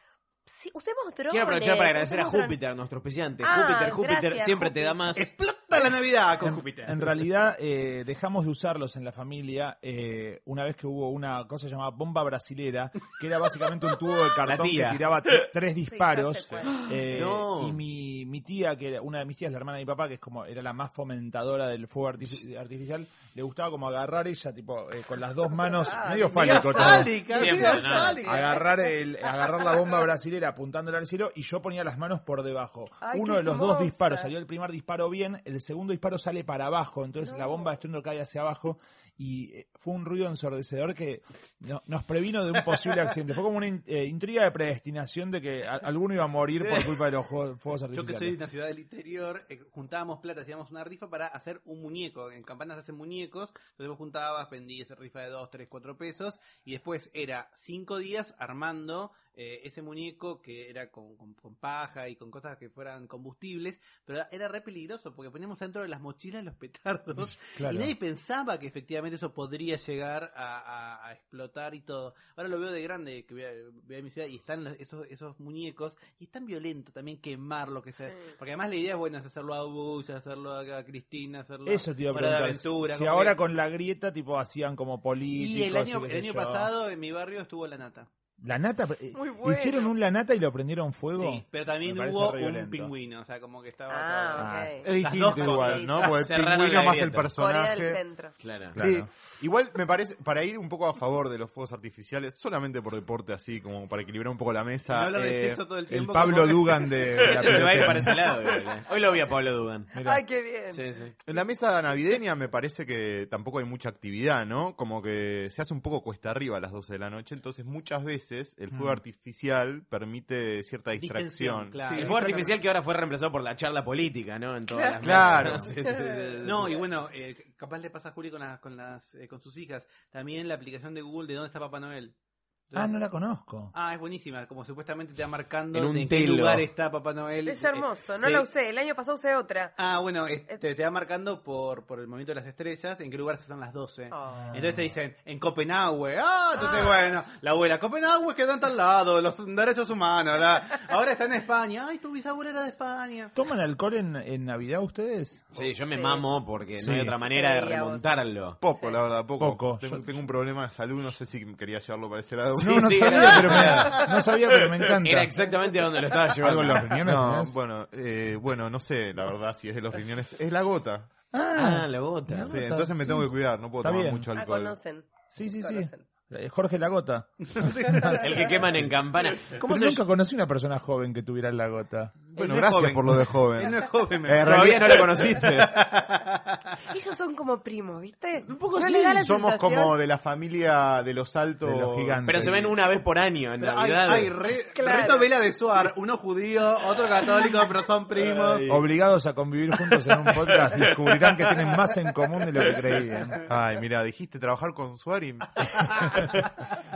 Sí, usemos drones.
Quiero aprovechar para agradecer a
usemos drones.
Júpiter, nuestro auspiciante.
Ah,
Júpiter, Júpiter
gracias,
siempre te da más.
¡Explota la Navidad con Júpiter!
En realidad, eh, dejamos de usarlos en la familia eh, una vez que hubo una cosa llamada bomba brasilera, que era básicamente un tubo de cartón que
tía.
tiraba t- tres disparos. eh,
No.
Y mi, mi tía, que era una de mis tías, la hermana de mi papá, que es como era la más fomentadora del fuego artifici- artificial, le gustaba como agarrar ella, tipo, eh, con las dos manos, Ah, medio medio fálico todo. fálica, medio Siempre, ¿no? fálica. Agarrar, el, agarrar la bomba brasilera brasilera apuntándola al cielo y yo ponía las manos por debajo. Ay, Uno qué de los hermosa. dos disparos salió el primer disparo bien, el segundo disparo sale para abajo, entonces la bomba de estruendo cae hacia abajo y eh, fue un ruido ensordecedor que no- nos previno de un posible accidente. Fue como una in- eh, intriga de predestinación de que a- alguno iba a morir por culpa de
*laughs*
los juegos, fuegos
Yo que soy de
artificiales.
una ciudad del interior, eh, juntábamos plata, hacíamos una rifa para hacer un muñeco. En campanas hacen muñecos, entonces vos juntabas, vendías rifa de 2, 3, 4 pesos, y después era 5 días armando eh, ese muñeco que era con, con- con paja y con cosas que fueran combustibles, pero era re peligroso porque poníamos dentro de las mochilas los
*laughs*
petardos Claro. y nadie pensaba que efectivamente eso podría llegar a, a- a explotar y todo. Ahora lo veo de grande, que voy a, voy a mi ciudad y están los- esos, esos muñecos y es tan violento también quemarlo que se...
Sí.
Porque además la idea es buena, es hacerlo a Bush, hacerlo a Cristina, hacerlo
Eso te iba a
Hora de
preguntar.
Aventura,
si
como
ahora
que-
con la grieta, tipo, hacían como políticos.
Y el año,
qué
el
sé
año
yo.
pasado en mi barrio estuvo la nata.
La nata. eh,
Muy bueno.
Hicieron un la nata y lo prendieron fuego.
Sí, pero también
Me parece
hubo
re
un
violento.
pingüino, o sea, como que estaba...
Ah,
todo-
ok.
Las
Es
dos
distinto
cosas.
igual, ¿no?
Porque el
Cerraron
pingüino
la
más
grieta.
el personaje.
Corea del Centro.
Claro.
Claro.
Igual me parece, para ir un poco a favor de los fuegos artificiales, solamente por deporte así, como para equilibrar un poco la mesa.
No hablar de
eh,
sexo todo el tiempo,
Pablo Dugan
*laughs*
de- de la
Se va a ir
pelota.
para ese lado, igual, eh. Hoy lo vi a Pablo Dugan.
Ay, qué bien.
En la mesa navideña me parece que tampoco hay mucha actividad, ¿no? Como que se hace un poco cuesta arriba a las 12 de la noche, entonces muchas veces el fuego
Mm.
artificial permite cierta
Distensión,
distracción.
claro.
Sí,
el fuego
exactamente.
artificial que ahora fue reemplazado por la charla política, ¿no? En
*laughs*
todas las
Claro.
*laughs*
mesas. *laughs* Sí, sí, sí, sí.
No, y bueno, eh, capaz le pasa a Juli con, las, con, las, eh, con sus hijas. También la aplicación de Google de dónde está Papá Noel.
Ah, no la conozco.
Ah, es buenísima, como supuestamente te va marcando
En un
de en qué
telo.
lugar está Papá Noel. eh,
Es hermoso, no
Sí.
la usé, el año pasado usé otra. *laughs*
Ah, bueno, es- te, te va marcando por, por el movimiento de las estrellas en qué lugar están las 12.
Ah.
Entonces te dicen, en Copenhague. Ah, entonces bueno, la abuela, Copenhague quedó en tal lado, los derechos humanos. la- Ahora está en España. Ay, tu bisabuela era de España.
¿Toman alcohol en, en Navidad ustedes?
Sí, yo me mamo porque
Sí.
no hay otra manera de remontarlo.
Poco, la verdad, poco.
Poco.
Tengo,
Yo-
tengo un problema de salud, no sé si quería llevarlo para ese lado.
Sí, No, no sí, sabía, era- pero me- no sabía, pero *laughs* me encanta. Era
exactamente
a donde lo estaba llevando. ¿Algo en los riñones
No,
tenías?
bueno, eh, bueno, no sé, la verdad, si es de los riñones. Es la gota.
Ah, Ah, la
gota.
la
Sí,
gota,
entonces me
sí.
tengo que cuidar, no puedo
Está
tomar
bien.
mucho
Ah,
alcohol.
Sí, sí, sí. Eh, Jorge *laughs* Lagota.
El que queman en campana. ¿Cómo
¿Cómo
se
nunca conocí una persona joven que tuviera la gota.
Bueno, no es gracias joven. por lo de joven.
*laughs* Él
Él
no
no
es
es
joven.
joven, me- Todavía no lo *laughs*
conociste.
Ellos son como primos, ¿viste? Un
poco
no le da la
Somos
sensación?
como de la familia de los altos.
De los gigantes. Pero se ven una vez por año en
Ay,
Navidad.
ay, re-
Claro.
Reto Vela de Suar, uno judío, otro católico, pero son primos.
Obligados a convivir juntos en un podcast, descubrirán que tienen más en común de lo que creían.
Ay, mira, dijiste trabajar con
*laughs*
Suarim.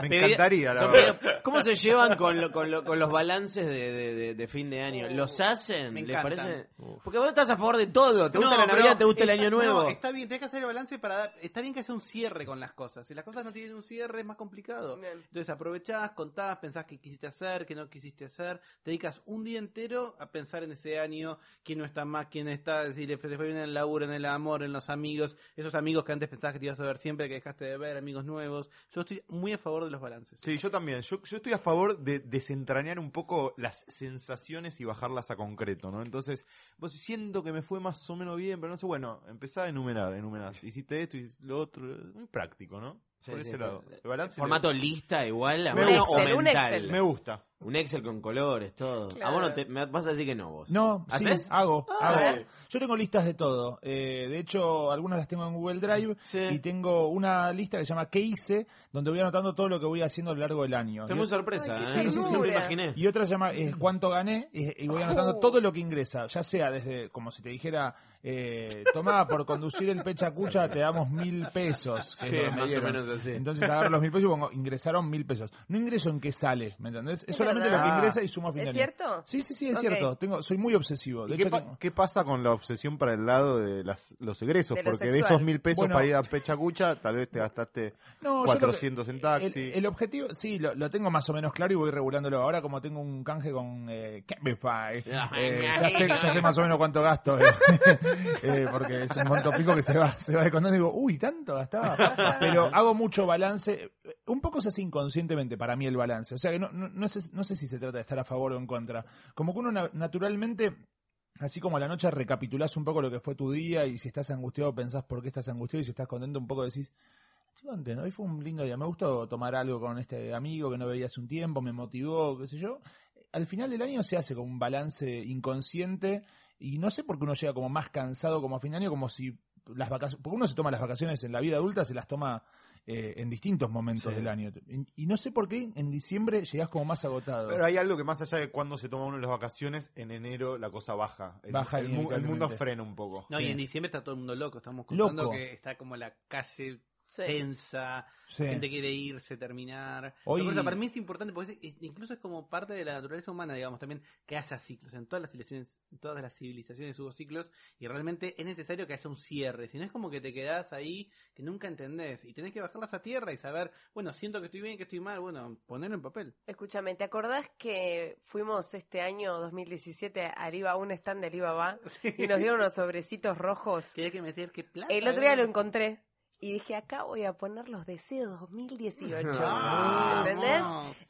Me
Pedía-
encantaría, la
son
verdad.
pedido- ¿Cómo se llevan con, lo- con, lo- con los balances de, de- de- de fin de año? ¿Los hacen?
me
¿Les
encantan.
parece? Porque vos estás a favor de todo. ¿Te gusta
No,
la Navidad?
pero
¿Te gusta el
es-
Año Nuevo?
no, está bien, tenés que hacer el balance para dar. Está bien que haya un cierre con las cosas. Si las cosas no tienen un cierre, es más complicado. Entonces aprovechás, contás, pensás qué quisiste hacer, qué no quisiste hacer. Te dedicas un día entero a pensar en ese año, quién no está más, quién está, si le fue bien en el laburo, en el amor, en los amigos, esos amigos que antes pensabas que te ibas a ver siempre, que dejaste de ver, amigos nuevos. Yo estoy muy a favor de los balances.
Sí, yo también. Yo, yo estoy a favor de desentrañar un poco las sensaciones y bajarlas a concreto, ¿no? Entonces, vos siento que me fue más o menos bien, pero no sé, bueno, empezá a enumerar, enumerás. Hiciste esto y lo otro, muy práctico, ¿no?
Sí,
Por
sí,
ese
pero-
lado. El balance
Formato
le-
lista igual, a
Me
mano
gusta.
o
Un
mental.
Excel, me gusta.
Un Excel con colores, todo. A
Claro.
vos no te, me vas a decir que no vos.
No, sí,
¿Haces?
hago,
Ah,
hago.
a ver.
Yo tengo listas de todo. Eh, de hecho, algunas las tengo en Google Drive y tengo una lista que se llama ¿Qué hice? donde voy anotando todo lo que voy haciendo a lo largo del año.
Estoy
Y
muy
ot-
sorpresa,
Sí,
¿eh?
sí, sí,
No me imaginé.
Y otra se llama eh, ¿Cuánto gané? Y, y voy anotando
Oh.
todo lo que ingresa, ya sea desde, como si te dijera, eh, tomá, por conducir el pechacucha te damos mil pesos.
Sí,
que es lo que me
más o
dieron.
menos así.
Entonces agarro los mil pesos y pongo, ingresaron mil pesos. No ingreso en qué sale, ¿me entendés? Es,
Es
solamente
verdad.
lo que ingresa y sumo a
¿Es
final. de año.
cierto?
Sí, sí, sí, es
Ok.
cierto. Tengo, soy muy obsesivo. De
¿Y qué,
hecho,
pa-
tengo-
qué pasa con la obsesión para el lado de las, los egresos?
De lo
Porque de
sexual.
esos mil pesos
Bueno.
para ir a Pechacucha, tal vez te gastaste
No, yo creo que
400 en taxi.
El, el objetivo, sí, lo, lo tengo más o menos claro y voy regulándolo. Ahora como tengo un canje con eh, Cabify, eh, ya, sé, ya sé más o menos cuánto gasto, eh, *laughs* eh, porque es un monto pico que se va, se va descontando y digo, uy, tanto gastaba. Pero hago mucho balance, eh, un poco se hace inconscientemente para mí el balance. O sea que no, no, no sé, no sé si se trata de estar a favor o en contra. Como que uno na- naturalmente Así como a la noche recapitulás un poco lo que fue tu día y si estás angustiado pensás por qué estás angustiado y si estás contento un poco decís, estoy contento, hoy fue un lindo día, me gustó tomar algo con este amigo que no veía hace un tiempo, me motivó, qué sé yo. Al final del año se hace como un balance inconsciente y no sé por qué uno llega como más cansado como a fin de año, como si las vacaciones, porque uno se toma las vacaciones en la vida adulta, se las toma eh, en distintos momentos
Sí.
del año. Y no sé por qué en diciembre llegás como más agotado.
Pero hay algo que más allá de cuando se toma uno las vacaciones, en enero la cosa baja. El,
Baja
el, mu- el mundo
inevitablemente.
frena un poco.
No, y en diciembre está todo el mundo loco. Estamos contando
Loco.
que está como la calle
Sí.
tensa,
Sí.
gente quiere irse, terminar.
Hoy-
Pero por eso para mí es importante porque es- es- incluso es como parte de la naturaleza humana, digamos, también que haya ciclos. En todas las civilizaciones, en todas las civilizaciones hubo ciclos y realmente es necesario que haya un cierre. Si no es como que te quedás ahí que nunca entendés y tenés que bajarlas a tierra y saber, bueno, siento que estoy bien, que estoy mal, bueno, ponerlo en papel.
Escúchame, ¿te acordás que fuimos este año 2017 a Ariba, un stand de
*laughs*
Alibaba y nos dieron unos sobrecitos rojos?
Que hay que meter que plata.
El otro día lo
¿verdad?
encontré y dije, acá voy a poner los deseos 2018.
*laughs* Ah,
¿Entendés?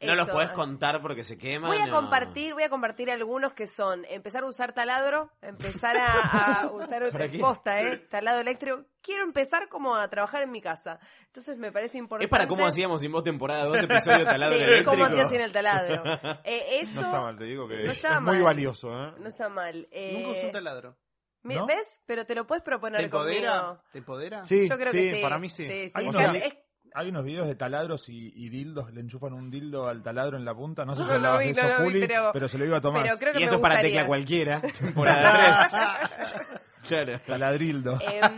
No los
Esto,
podés
ah.
contar porque se queman.
Voy a
no.
compartir, voy a compartir algunos que son empezar a usar taladro, empezar a,
*laughs*
a usar
¿Para qué?
posta, eh, taladro eléctrico. Quiero empezar como a trabajar en mi casa. Entonces me parece importante.
Es para cómo hacíamos sin vos temporada 2, episodio taladro
Sí,
eléctrico.
cómo hacía sin el taladro. Eh, eso
No está mal, te digo que
no
es
estaba
muy
mal.
valioso, ¿eh?
no está mal. Eh,
Nunca usé un taladro.
mi-
¿No?
¿Ves? Pero te lo puedes proponer
¿Te empodera?
*laughs* conmigo.
¿Te empodera?
Sí, Yo creo que sí, para mí sí. sí,
Hay,
sí.
unos,
O sea,
vi-
es-
hay unos videos de taladros y, y dildos, le enchufan un dildo al taladro en la punta.
*laughs*
No sé si
No lo
hablabas
vi,
de eso,
no lo vi,
Juli,
pero-
pero, se lo iba a tomar.
pero creo que
y
me
esto es para
gustaría.
tecla
*laughs*
cualquiera, temporada
Ah.
3. claro.
Taladrildo.
Em,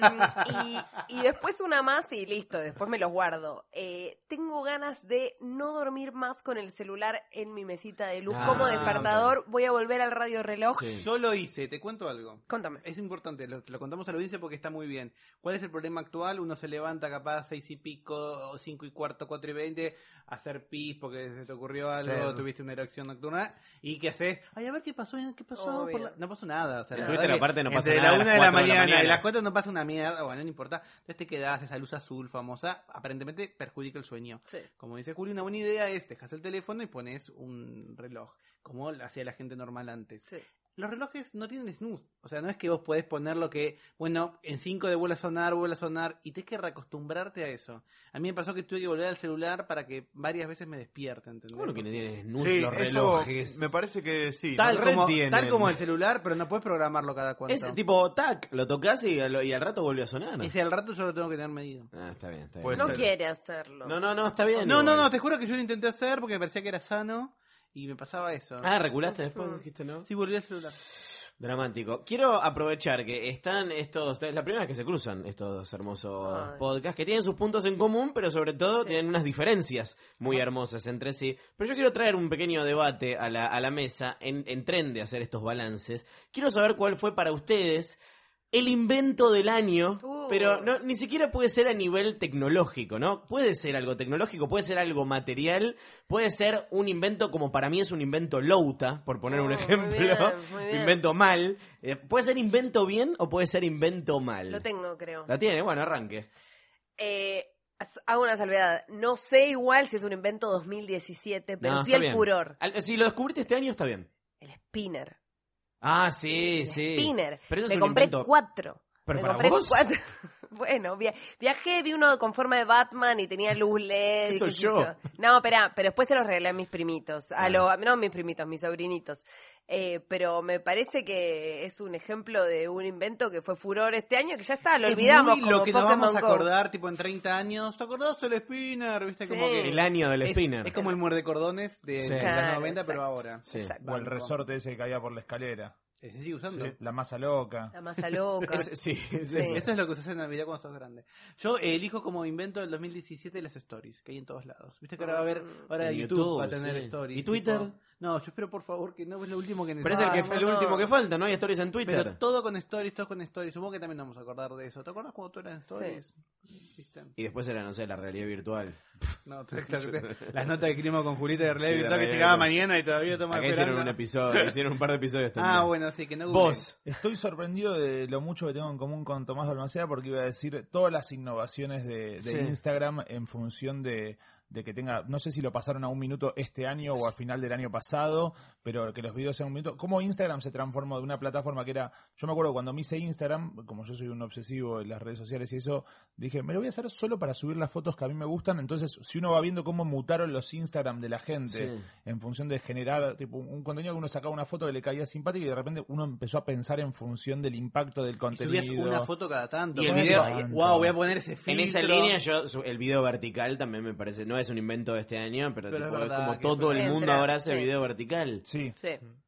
y, y después una más y listo, después me los guardo. Eh, tengo ganas de no dormir más con el celular en mi mesita de luz
Ah,
como
sí,
despertador. Voy a volver al radio reloj.
Yo lo hice, te cuento algo.
Contame.
Es importante, lo, lo contamos a la audiencia porque está muy bien. ¿Cuál es el problema actual? Uno se levanta capaz seis y pico, o cinco y cuarto, cuatro y veinte, a hacer pis porque se te ocurrió algo,
Sí.
tuviste una erección nocturna, y que haces, ay, a ver qué pasó, qué pasó,
Obvio.
por la- no pasó nada. O sea,
En
la
Twitter
verdad que
aparte no pasa
entre
nada a
la
las cuatro
una de la
de la
mañana y
mañana.
las cuatro no pasa una mierda, bueno, no importa. Entonces te quedás, esa luz azul famosa, aparentemente perjudica el sueño. Como dice Julio, una buena idea es, dejas el teléfono y pones un reloj, como lo hacía la gente normal antes. Los relojes no tienen snooze, o sea, no es que vos podés poner lo que, bueno, en 5 de vuelta a sonar, vuelve a sonar, y tenés que reacostumbrarte a eso. A mí me pasó que tuve que volver al celular para que varias veces me despierte, ¿entendés?
Bueno, que no tienen snooze
Sí,
los
eso
relojes.
me parece que sí.
Tal,
¿no?
como,
Retienen.
tal como el celular, pero no puedes programarlo cada cuanto.
Es tipo, tac, lo tocas y, al- y al rato volvió a sonar.
Y si al rato yo lo tengo que tener medido.
Ah, está bien, está bien.
no quiere hacerlo.
No, no, no, está bien.
No, no,
igual.
no, te juro que yo lo intenté hacer porque me parecía que era sano y me pasaba eso.
Ah, reculaste después, dijiste, ¿no?
Sí, volví al celular.
Dramático. Quiero aprovechar que están estos, es la primera vez que se cruzan estos dos hermosos
Ay.
podcasts, que tienen sus puntos en común, pero sobre todo tienen unas diferencias muy
Ah.
hermosas entre sí. Pero yo quiero traer un pequeño debate a la, a la mesa, en, en tren de hacer estos balances. Quiero saber cuál fue para ustedes el invento del año,
Uh.
pero no, ni siquiera puede ser a nivel tecnológico, ¿no? Puede ser algo tecnológico, puede ser algo material, puede ser un invento como para mí es un invento louta, por poner un ejemplo,
Oh,
*laughs*
bien, muy bien.
invento mal. Eh, ¿Puede ser invento bien o puede ser invento mal?
Lo tengo, creo.
La tiene, bueno, arranque.
Eh, as- hago una salvedad. No sé igual si es un invento 2017, pero
No,
sí
está
el
bien.
furor.
Al- si lo descubriste este año está bien.
Spinner.
Ah, sí, sí.
Spinner.
Pero eso
Me
es un
compré
invento-
cuatro.
Pero
Me
para
compré
vos.
cuatro. *laughs* Bueno, via- viajé, vi uno con forma de Batman y tenía luz LED. y
Eso
qué sé
yo. Ah.
No, espera, pero después se los regalé a mis primitos. A lo, a- no, mis primitos, mis sobrinitos. Eh, pero me parece que es un ejemplo de un invento que fue furor este año, que ya está, lo
Es
olvidamos.
muy
como
lo que nos
Pokémon
vamos a
Go.
acordar, tipo en 30 años. ¿Te acordás del Spinner? ¿Viste? Como
Sí.
que
El año del
es-
Spinner.
Es, como el muerde cordones de
Sí.
los
Claro,
90, pero
exacto.
ahora.
O el resorte ese que caía por la escalera.
Ese sigue usando.
La masa loca.
La
*laughs*
*laughs*
masa loca.
Es- sí, es
Sí.
eso.
Eso es lo que usas en Navidad cuando sos grande. Yo eh, elijo como invento del 2017 las stories, que hay en todos lados. Viste que ahora va a haber, ahora
En
YouTube,
YouTube,
va a tener
sí.
stories.
¿Y Twitter?
tipo- no, yo espero por favor que no es lo último que
Pero es el, que, el último que falta, ¿no? Hay stories en Twitter.
Pero todo con stories, todo con stories. Supongo que también nos vamos a acordar de eso. ¿Te acuerdas cuando tú eras en stories? ¿Viste?
Y después era, no sé, la realidad virtual.
*laughs* No, te- claro
*laughs*
que- las notas de clima con Julita de
Sí,
Relay,
la
que
realidad
llegaba
virtual.
mañana y todavía toma
Acá hicieron un episodio, *laughs* hicieron un par de episodios también.
Ah, bueno, sí, que no googleen.
Vos, estoy sorprendido de lo mucho que tengo en común con Tomás Balmaceda porque iba a decir todas las innovaciones de, de
Sí.
Instagram en función de, de que tenga, no sé si lo pasaron a un minuto este año o al final del año pasado, pero que los videos sean un minuto. ¿Cómo Instagram se transformó de una plataforma que era, yo me acuerdo cuando me hice Instagram, como yo soy un obsesivo en las redes sociales y eso, dije, me lo voy a hacer solo para subir las fotos que a mí me gustan, entonces si uno va viendo cómo mutaron los Instagram de la gente
Sí.
en función de generar tipo, un contenido que uno sacaba una foto que le caía simpática y de repente uno empezó a pensar en función del impacto del contenido.
Subías una foto cada tanto.
Y el
Bueno,
video-
tipo, Wow, voy a poner ese
En
filtro.
esa línea, yo su- el video vertical también me parece, no es un invento de este año, pero,
Pero
tipo,
es
es
verdad
como
que
todo el mundo
entra,
ahora hace
sí.
video vertical.
Sí.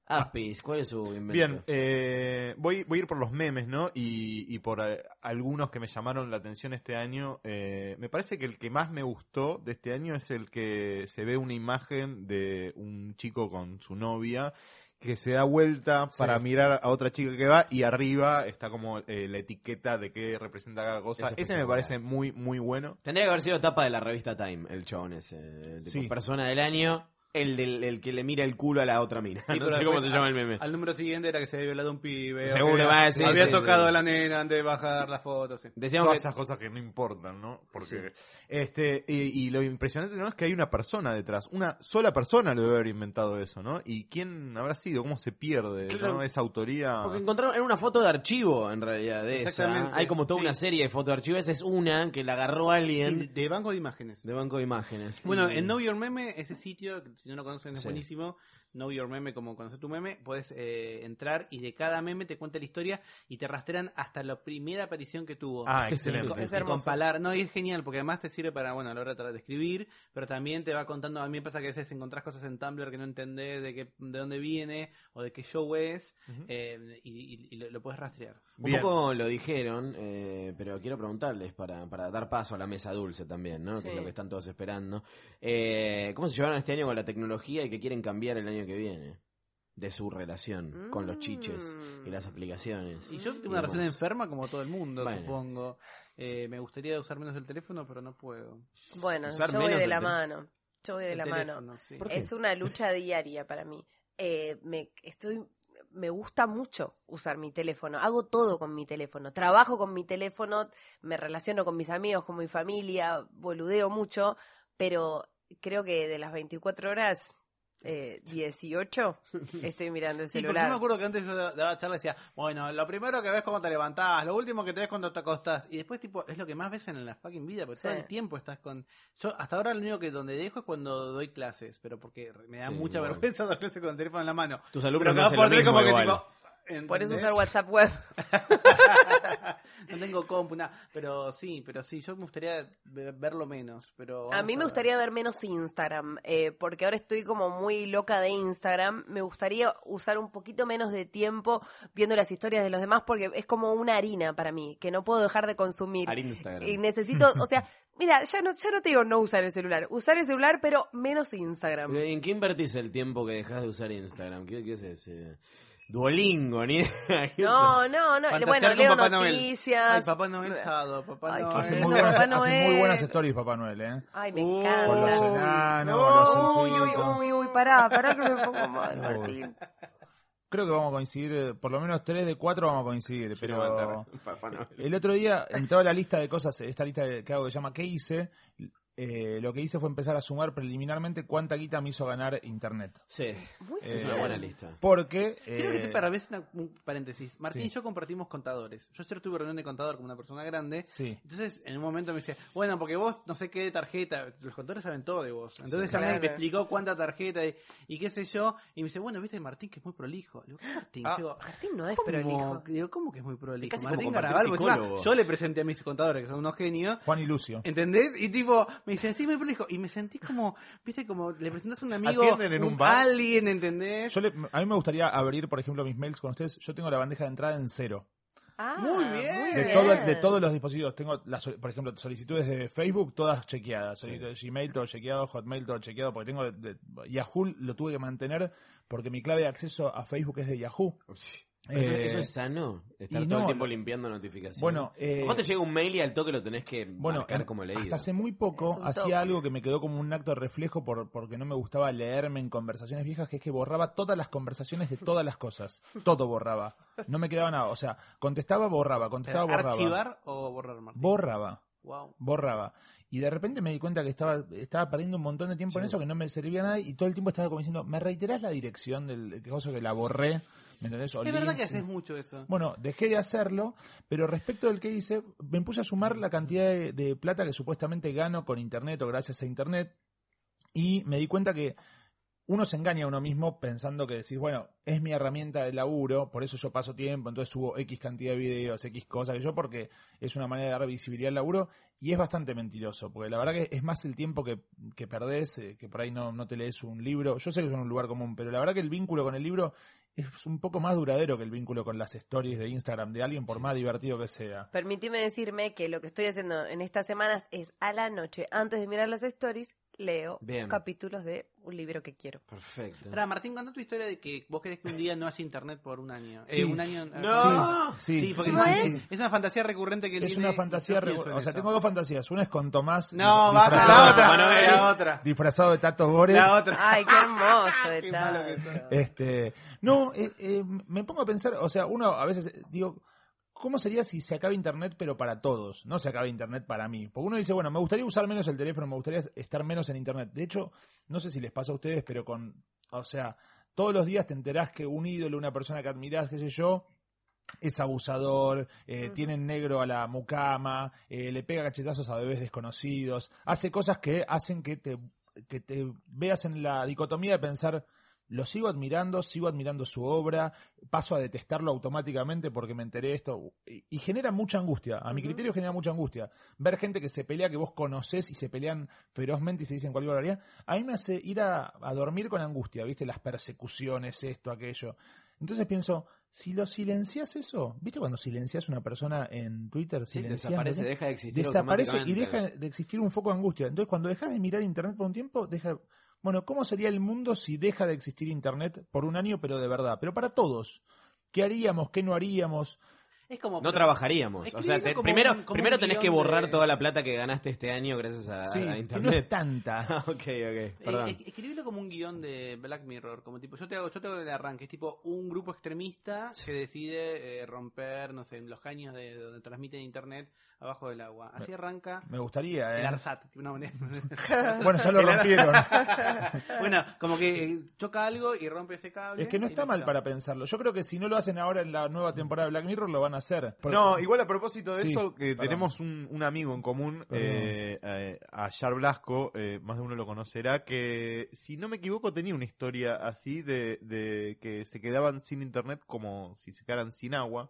Apis, ¿cuál es su invento?
Bien, eh, voy, voy a ir por los memes, ¿no? Y, y por eh, algunos que me llamaron la atención este año. Eh, me parece que el que más me gustó de este año es el que se ve una imagen de un chico con su novia que se da vuelta
Sí.
para mirar a otra chica que va y arriba está como eh, la etiqueta de qué representa cada cosa.
Es
Ese me
espectacular.
parece muy, muy bueno.
Tendría que haber sido tapa de la revista Time, el chabón ese. eh, tipo,
Sí.
Persona del año, el, del el que le mira el culo a la otra mina. *laughs*
Sí,
no
pero
sé cómo se
después
llama
al-
el meme.
Al número siguiente era que se había violado un pibe. o
Seguro,
que
va a
había,
decir,
había
sí,
tocado
sí.
a la nena antes de bajar la foto. Sí.
Todas esas cosas que no importan, ¿no? Porque este y, y lo impresionante no es que hay una persona detrás, una sola persona lo debe haber inventado eso, ¿no? ¿Y quién habrá sido? ¿Cómo se pierde
Claro.
¿no? esa autoría?
Porque encontraron, era una foto de archivo en realidad de
Exactamente,
esa. Hay como toda una serie de fotos de archivo, esa es una que la agarró alguien.
De banco de imágenes.
De banco de imágenes.
Bueno,
Y-
en Know Your Meme, ese sitio, si no lo conocen, es
Sí.
buenísimo. Know Your Meme, como conocer tu meme, puedes eh, entrar y de cada meme te cuenta la historia y te rastrean hasta la primera aparición que tuvo.
Ah, excelente.
Y con-
Es
y
hermoso.
comparar. No, y es genial, porque además te sirve para, bueno, a la hora de tratar de escribir, pero también te va contando. A mí me pasa que a veces encontrás cosas en Tumblr que no entendés de, qué, de dónde viene o de qué show es, eh, y, y- y lo, puedes rastrear.
Un poco lo dijeron, eh, pero quiero preguntarles para, para dar paso a la mesa dulce también, ¿no? Que es
Sí.
lo que están todos esperando. Eh, ¿Cómo se llevaron este año con la tecnología y qué quieren cambiar el año que viene? De su relación con los chiches y las aplicaciones.
Y yo tengo una relación
relación
enferma como todo el mundo,
Bueno.
supongo. Eh, me gustaría usar menos el teléfono, pero no puedo.
Bueno, yo voy de la mano. Yo voy de
El
la mano.
teléfono, sí. ¿Por qué?
Es una lucha diaria para mí. Eh, me estoy me gusta mucho usar mi teléfono. Hago todo con mi teléfono. Trabajo con mi teléfono, me relaciono con mis amigos, con mi familia, boludeo mucho, pero creo que de las 24 horas
*laughs*
eh, 18 estoy mirando el
Sí, porque yo me
celular.
acuerdo que antes yo da- daba charla y decía, bueno, lo primero que ves cuando te levantás, lo último que te ves cuando te acostás, y después tipo, es lo que más ves en la fucking vida, porque
Sí.
todo el tiempo estás con... Yo hasta ahora lo único que donde dejo es cuando doy clases, pero porque me da
Sí,
mucha
igual.
vergüenza *laughs* dar clases con el teléfono en la mano.
Tus alumnos
Pero
no
acá
hacen
por
lo
tener
mismo
como que,
igual.
tipo,
Por eso
¿entendés?
usar WhatsApp web.
*laughs* no tengo compu, nada, pero sí, pero sí, yo me gustaría ve- verlo menos, pero...
A
vamos
mí me
ver.
gustaría ver menos Instagram, eh, porque ahora estoy como muy loca de Instagram. Me gustaría usar un poquito menos de tiempo viendo las historias de los demás, porque es como una harina para mí, que no puedo dejar de consumir.
Al Instagram.
Y necesito, o sea, *laughs* mira, ya no, ya no te digo no usar el celular, usar el celular, pero menos Instagram.
¿En qué invertís el tiempo que dejas de usar Instagram? ¿Qué, qué es ese? Duolingo, ni *laughs* idea.
No, no, no.
Fantasear
Bueno,
con
leo
Papá Noel.
noticias.
Ay, Papá Noel, Jado, Papá
Ay, qué
Noel.
lindo,
Hace muy, buenas,
Papá
hace muy
Noel.
buenas stories, Papá Noel, ¿eh?
Ay, me
Con los
encanta.
enanos,
No,
con
uy,
los
uy,
elfitos.
uy, uy, pará, pará que me pongo mal, Martín.
Creo que vamos a coincidir, eh, por lo menos tres de cuatro vamos a coincidir, pero el otro día entró a la lista de cosas, esta lista que hago que se llama ¿Qué hice? Eh, lo que hice fue empezar a sumar preliminarmente cuánta guita me hizo ganar internet. Eh,
Sí,
bien.
es una buena lista.
Porque...
Quiero que
eh,
sepa, a veces, una- un paréntesis. Martín
Sí.
y yo compartimos contadores. Yo ayer tuve reunión de contador con una persona grande.
Sí.
Entonces, en un momento me dice, bueno, porque vos no sé qué tarjeta, los contadores saben todo de vos. Entonces Sí, ya me claro. explicó cuánta tarjeta y, y qué sé yo. Y me dice, bueno, viste Martín que es muy prolijo. Le digo, ¿qué Martín? Ah. Digo,
Martín no es
¿cómo? prolijo. Digo, ¿cómo que es muy Es prolijo? casi como Martín compartir Garabal, "Ah, porque encima psicólogo. yo le presenté a mis contadores, que son unos genios.
Juan y Lucio.
¿Entendés? Y tipo, me dicen, sí, muy prolijo. Y me sentí como, viste, como le presentas a un amigo,
Atienden en un bar.
alguien, ¿entendés?
Yo le- a mí me gustaría abrir, por ejemplo, mis mails con ustedes. Yo tengo la bandeja de entrada en cero.
Ah,
muy bien.
De, todo- de todos los dispositivos. Tengo, las, sol- por ejemplo, solicitudes de Facebook, todas chequeadas. Solicitudes de Gmail, todo chequeado. Hotmail, todo chequeado. Porque tengo. de- de- Yahoo lo tuve que mantener porque mi clave de acceso a Facebook es de Yahoo.
Pero eso-
Eh,
¿Eso es sano? Estar
y
todo el
no,
tiempo limpiando notificaciones.
Bueno, eh,
¿Cómo te llega un mail y al toque lo tenés que
Bueno,
marcar
en-
como leído?
hasta hace muy poco
Es un toque.
hacía algo que me quedó como un acto de reflejo por, porque no me gustaba leerme en conversaciones viejas, que es que borraba todas las conversaciones de todas las cosas. Todo borraba. No me quedaba nada. O sea, contestaba, borraba, contestaba, borraba.
¿Archivar o borrar, Martín?
Borraba.
Wow.
borraba. Y de repente me di cuenta que estaba, estaba perdiendo un montón de tiempo en eso, que no me servía nada, y todo el tiempo estaba como diciendo, ¿me reiterás la dirección del que cosa que la borré? ¿Me entendés? O
Es verdad
links,
que haces
sí.
mucho eso.
Bueno, dejé de hacerlo, pero respecto del que hice, me puse a sumar la cantidad de, de plata que supuestamente gano con internet o gracias a internet, y me di cuenta que uno se engaña a uno mismo pensando que decís, bueno, es mi herramienta de laburo, por eso yo paso tiempo, entonces subo X cantidad de videos, X cosas que yo, porque es una manera de dar visibilidad al laburo, y es bastante mentiroso, porque la verdad que es más el tiempo que, que perdés, eh, que por ahí no, no te lees un libro. Yo sé que es un lugar común, pero la verdad que el vínculo con el libro es un poco más duradero que el vínculo con las stories de Instagram de alguien, por más divertido que sea.
Eh,
Permitime decirme que lo que estoy haciendo en estas semanas es a la noche, antes de mirar las stories, leo
Bien.
capítulos de un libro que quiero.
Perfecto.
Ahora, Martín, contá tu historia de que vos querés que un día no haya internet por un año. Eh,
Sí.
un año.
No. Sí, sí.
porque
Sí,
es-
sí, sí.
es una fantasía recurrente que
Es
viene
una
y
fantasía,
*laughs* yo pienso
revo-
en
o sea,
eso.
tengo dos fantasías. Una es con Tomás
No,
dif-
va, la
disfrazado-
otra, la otra.
disfrazado de Tato Bores.
La otra.
Ay, qué
*laughs*
hermoso está.
Este, no, eh, eh, me pongo a pensar, o sea, uno a veces eh, digo, ¿cómo sería si se acaba Internet pero para todos? No se acaba Internet para mí. Porque uno dice, bueno, me gustaría usar menos el teléfono, me gustaría estar menos en Internet. De hecho, no sé si les pasa a ustedes, pero con, o sea, todos los días te enterás que un ídolo, una persona que admirás, qué sé yo, es abusador, eh, tiene en negro a la mucama, eh, le pega cachetazos a bebés desconocidos, hace cosas que hacen que te, que te veas en la dicotomía de pensar, lo sigo admirando, sigo admirando su obra, paso a detestarlo automáticamente porque me enteré de esto. Y, y genera mucha angustia, a mi criterio genera mucha angustia. Ver gente que se pelea, que vos conocés y se pelean ferozmente y se dicen cualquier barbaridad, a mí me hace ir a, a dormir con angustia, ¿viste? Las persecuciones, esto, aquello. Entonces pienso, si lo silencias eso, ¿viste cuando silencias una persona en Twitter? Silencias,
desaparece,
¿verdad?
deja de existir
Desaparece y
automáticamente.
deja de existir un foco de angustia. Entonces, cuando dejas de mirar Internet por un tiempo, deja. Bueno, ¿cómo sería el mundo si deja de existir Internet por un año, pero de verdad? Pero para todos. ¿Qué haríamos? ¿Qué no haríamos?
Es como.
No trabajaríamos. O sea,
Escribilo
te-
como
primero,
un- como
primero
un
tenés
guión
que borrar
de-
toda la plata que ganaste este año gracias a,
Sí,
a
que no
internet.
es tanta.
*laughs* ok, ok, perdón.
Eh, eh, escribilo como un guión de Black Mirror, como tipo, yo te hago, yo te hago el arranque, es tipo un grupo extremista que decide eh, romper, no sé, los caños de donde transmiten internet abajo del agua. Así arranca.
Me gustaría,
El
¿eh?
ARSAT, de una manera. *laughs*
Bueno, ya lo
El ar-
rompieron.
*laughs* bueno, como que eh, choca algo y rompe ese cable.
Es que no
y
está mal
listo.
para pensarlo. Yo creo que si no lo hacen ahora en la nueva temporada de Black Mirror, lo van a hacer. Porque-
No, igual a propósito de
Sí,
eso, que
perdón.
tenemos un, un amigo en común, eh, eh, a Yar Blasco, eh, más de uno lo conocerá, que si no me equivoco tenía una historia así de, de que se quedaban sin internet como si se quedaran sin agua.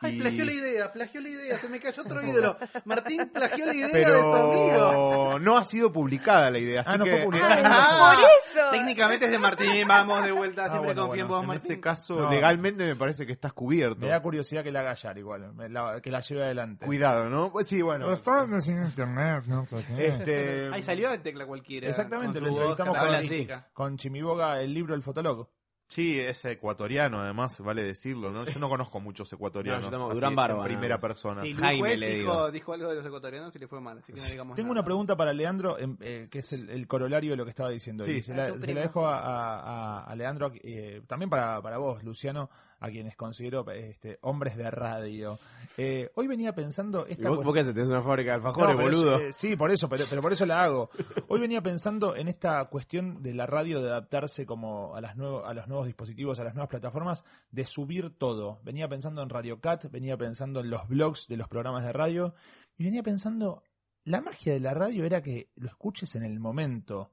Ay,
Y-
plagió la idea, plagió la idea, se me cayó otro ídolo. Martín plagió la idea de su amigo.
Pero no ha sido publicada la idea, así
Ah, no
que...
fue
*laughs*
publicada. Ah, por eso. técnicamente es de Martín, vamos de
Ah,
vuelta, siempre confío en vos,
En
Martín.
ese caso,
No.
legalmente me parece que estás cubierto.
Me da curiosidad que la haga Yar igual, me la- que la lleve adelante.
Cuidado, ¿no? Pues sí, bueno.
Pero estaban sin internet, no sé qué.
Este-
Ahí salió de tecla cualquiera.
¿Eh? Exactamente,
con su
lo
voz
entrevistamos con,
característica.
con Chimiboga, el libro El Fotoloco.
Sí, es ecuatoriano, además, vale decirlo, ¿no? Yo no conozco muchos ecuatorianos.
No, yo tampoco,
así,
Durán
en
Barba, nada
primera
más.
persona.
Sí, Luis Juez dijo, dijo algo de los ecuatorianos y le fue mal, así que no digamos
Tengo una pregunta para Leandro, em, eh, que es el, el corolario de lo que estaba diciendo.
Sí.
y se
A
la,
tu
se la
primo.
dejo a, a- a- a Leandro, eh, también para, para vos, Luciano, a quienes considero este, hombres de radio. Eh, hoy venía pensando...
¿Y
Esta
¿Vos, vos
cuestión-
qué haces? Tenés una fábrica de alfajores,
No, pero
boludo.
es- eh, sí, por eso, pero, pero por eso la hago. Hoy venía pensando en esta cuestión de la radio de adaptarse como a, las nuevo- a los nuevos dispositivos, a las nuevas plataformas, de subir todo. Venía pensando en Radio Cat, venía pensando en los blogs de los programas de radio y venía pensando, la magia de la radio era que lo escuches en el momento.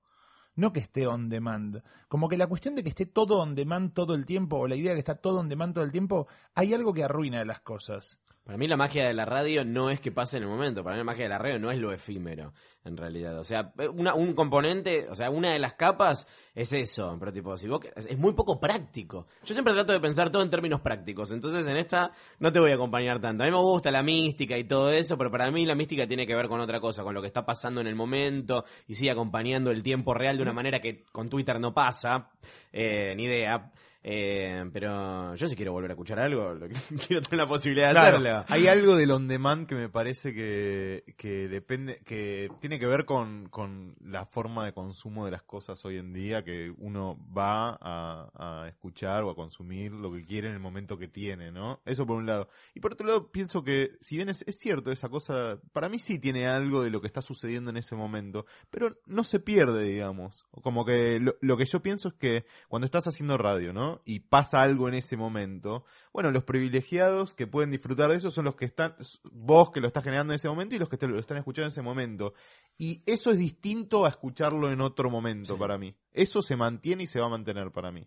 No que esté on demand. Como que la cuestión de que esté todo on demand todo el tiempo, o la idea de que está todo on demand todo el tiempo, hay algo que arruina las cosas.
Para mí la magia de la radio no es que pase en el momento, para mí la magia de la radio no es lo efímero, en realidad. O sea, una- un componente, o sea, una de las capas es eso, pero tipo, si vos, que- es muy poco práctico. Yo siempre trato de pensar todo en términos prácticos, entonces en esta no te voy a acompañar tanto. A mí me gusta la mística y todo eso, pero para mí la mística tiene que ver con otra cosa, con lo que está pasando en el momento y sí, acompañando el tiempo real de una manera que con Twitter no pasa, eh, ni idea. Eh, pero yo si quiero volver a escuchar algo, lo que- *laughs* quiero tener la posibilidad de
Claro,
hacerlo.
Hay algo del on demand que me parece que, que depende, que tiene que ver con, con la forma de consumo de las cosas hoy en día, que uno va a, a escuchar o a consumir lo que quiere en el momento que tiene, ¿no? Eso por un lado. Y por otro lado, pienso que, si bien es, es cierto esa cosa, para mí sí tiene algo de lo que está sucediendo en ese momento, pero no se pierde, digamos. Como que lo, lo que yo pienso es que cuando estás haciendo radio, ¿no? año y pasa algo en ese momento, bueno, los privilegiados que pueden disfrutar de eso son los que están, vos que lo estás generando en ese momento y los que te lo están escuchando en ese momento. Y eso es distinto a escucharlo en otro momento para mí. Eso se mantiene y se va a mantener para mí.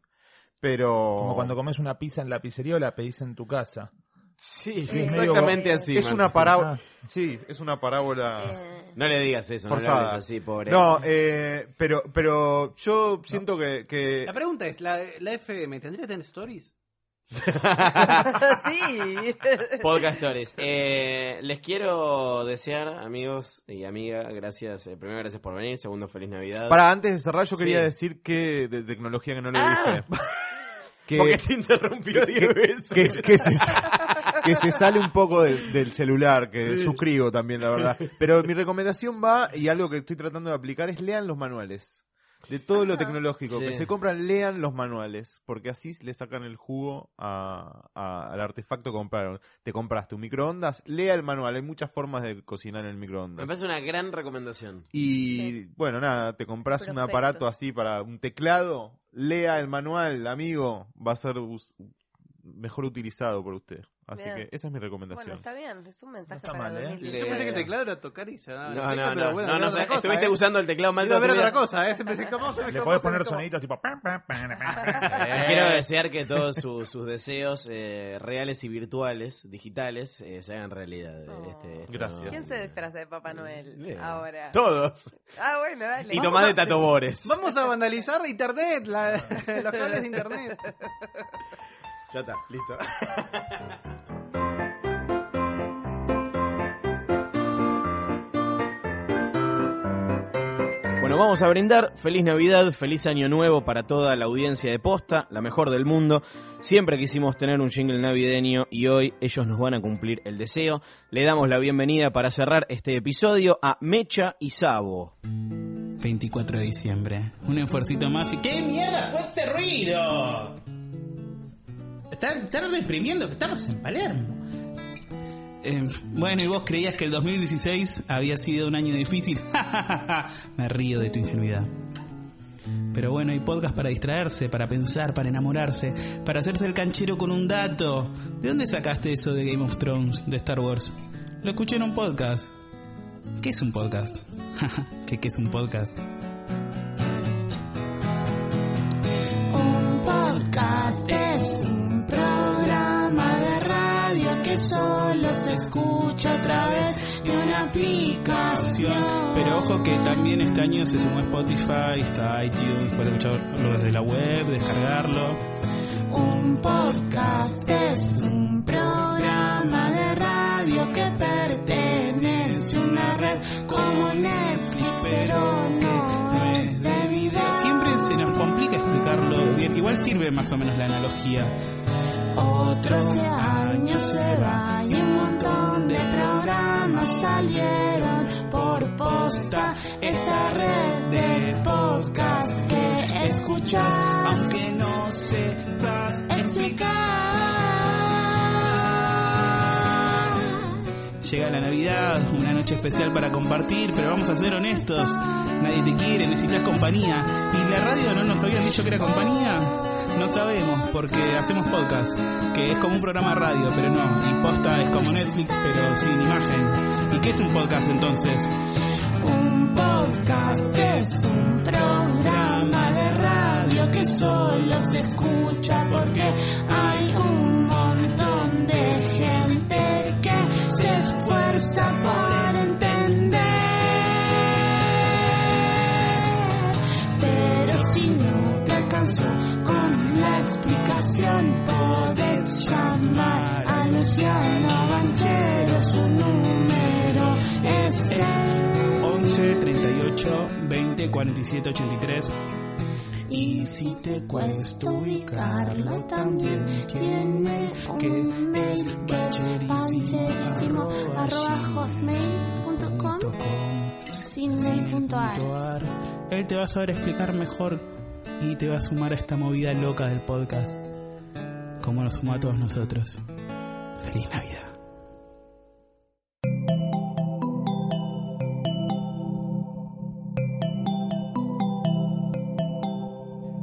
Pero...
Como cuando comes una pizza en la pizzería o la pedís en tu casa.
Sí,
Sí, es medio- Es una
Ah.
parábola. Sí, es una parábola.
Ah. No le digas eso, no le
forzada.
hables así, pobre.
No, eh, pero, pero yo siento que, que
La pregunta es, ¿la, la FM tendría que tener
*laughs*
stories? *laughs*
sí.
*laughs* Podcastores, eh, les quiero desear, amigos y amigas, gracias. eh, primero, gracias por venir. Segundo, feliz Navidad.
Para antes de cerrar, yo quería
Sí.
decir que de tecnología que no le
Ah. *laughs*
dije.
Porque te interrumpió
que-
diez
que-
veces.
Que, que se,
*laughs*
que se sale un poco del, del celular, que
Sí.
suscribo también, la
*laughs*
verdad. Pero mi recomendación va, y algo que estoy tratando de aplicar, es lean los manuales. De todo lo tecnológico
Ah, Sí.
que se compran, lean los manuales, porque así le sacan el jugo a- a- al artefacto que compraron. Te compraste un microondas, lea el manual, hay muchas formas de cocinar en el microondas.
Me parece una gran recomendación.
Y bueno, nada, te compras un
Perfecto.
aparato así para un teclado, lea el manual, amigo, va a ser us- mejor utilizado por usted. Así
Bien.
que esa es mi
Bueno,
recomendación.
está bien, es un mensaje
está
para
mal, ¿eh?
2015.
Yo pensé que teclado era tocar y se daba
No,
la tecla,
no,
pero
no,
bueno,
no,
era
no,
otra
sé, estuviste
¿eh?
usando el teclado más
Iba a
toda
ver
tu
otra
vida.
cosa, ¿eh? Siempre pensé, ¿cómo se me
Le
cómo
podés
se me
poner
cómo?
soniditos tipo. pam, pam, pam,
Les
pam.
quiero desear que
*laughs*
todos su- sus deseos eh, reales y virtuales, digitales, eh, se hagan realidad. eh, este- este nuevo
¿Quién
año.
se disfraza de Papá Noel
Bien.
ahora?
Todos.
Ah, bueno, dale.
Y tomás de tatobores.
Vamos a vandalizar internet, la- *laughs* los cables de internet.
*laughs*
Ya está, listo. Bueno, vamos a brindar. Feliz Navidad, feliz Año Nuevo para toda la audiencia de Posta, la mejor del mundo. Siempre quisimos tener un jingle navideño y hoy ellos nos van a cumplir el deseo. Le damos la bienvenida para cerrar este episodio a Mecha y Sabo.
24 de diciembre.
Un esfuercito más y... ¡Qué mierda fue este ruido! Están, están reprimiendo que estamos en Palermo. Eh, bueno, y vos creías que el 2016 había sido un año difícil. *laughs* Me río de tu ingenuidad. Pero bueno, hay podcast para distraerse, para pensar, para enamorarse, para hacerse el canchero con un dato. ¿De dónde sacaste eso de Game of Thrones, de Star Wars? Lo escuché en un podcast. ¿Qué es un podcast? *laughs* ¿Qué, qué es un podcast?
Un podcast es un programa de radio que solo se escucha a través de una aplicación.
Pero ojo que también este año se sumó Spotify, está iTunes, puedes escucharlo desde la web, descargarlo.
Un podcast es un programa de radio que pertenece a una red como Netflix, pero no es de video.
Siempre se nos complica explicarlo bien, igual sirve más o menos la analogía.
Otro ese año se va y un montón de programas salieron por posta. Esta red de podcast que escuchas, aunque no sepas explicar.
Llega la Navidad, una noche especial para compartir, pero vamos a ser honestos, nadie te quiere, necesitas compañía. ¿Y la radio no nos habían dicho que era compañía? No sabemos, porque hacemos podcast, que es como un programa de radio, pero no, y posta es como Netflix, pero sin imagen. ¿Y qué es un podcast entonces?
Un podcast Este es un programa de radio que solo se escucha porque hay un montón de gente que se esfuerza por entender. Pero si no te alcanzó con la explicación, podés llamar a Luciano Banchero. Su número es el
11 38 20 47 83
Y si te cuesta ubicarlo también, tiene que es pancherísimo arroba hotmail.com sin el punto ar.
puntuar. Él te va a saber explicar mejor y te va a sumar a esta movida loca del podcast. Como nos sumó a todos nosotros. Feliz Navidad.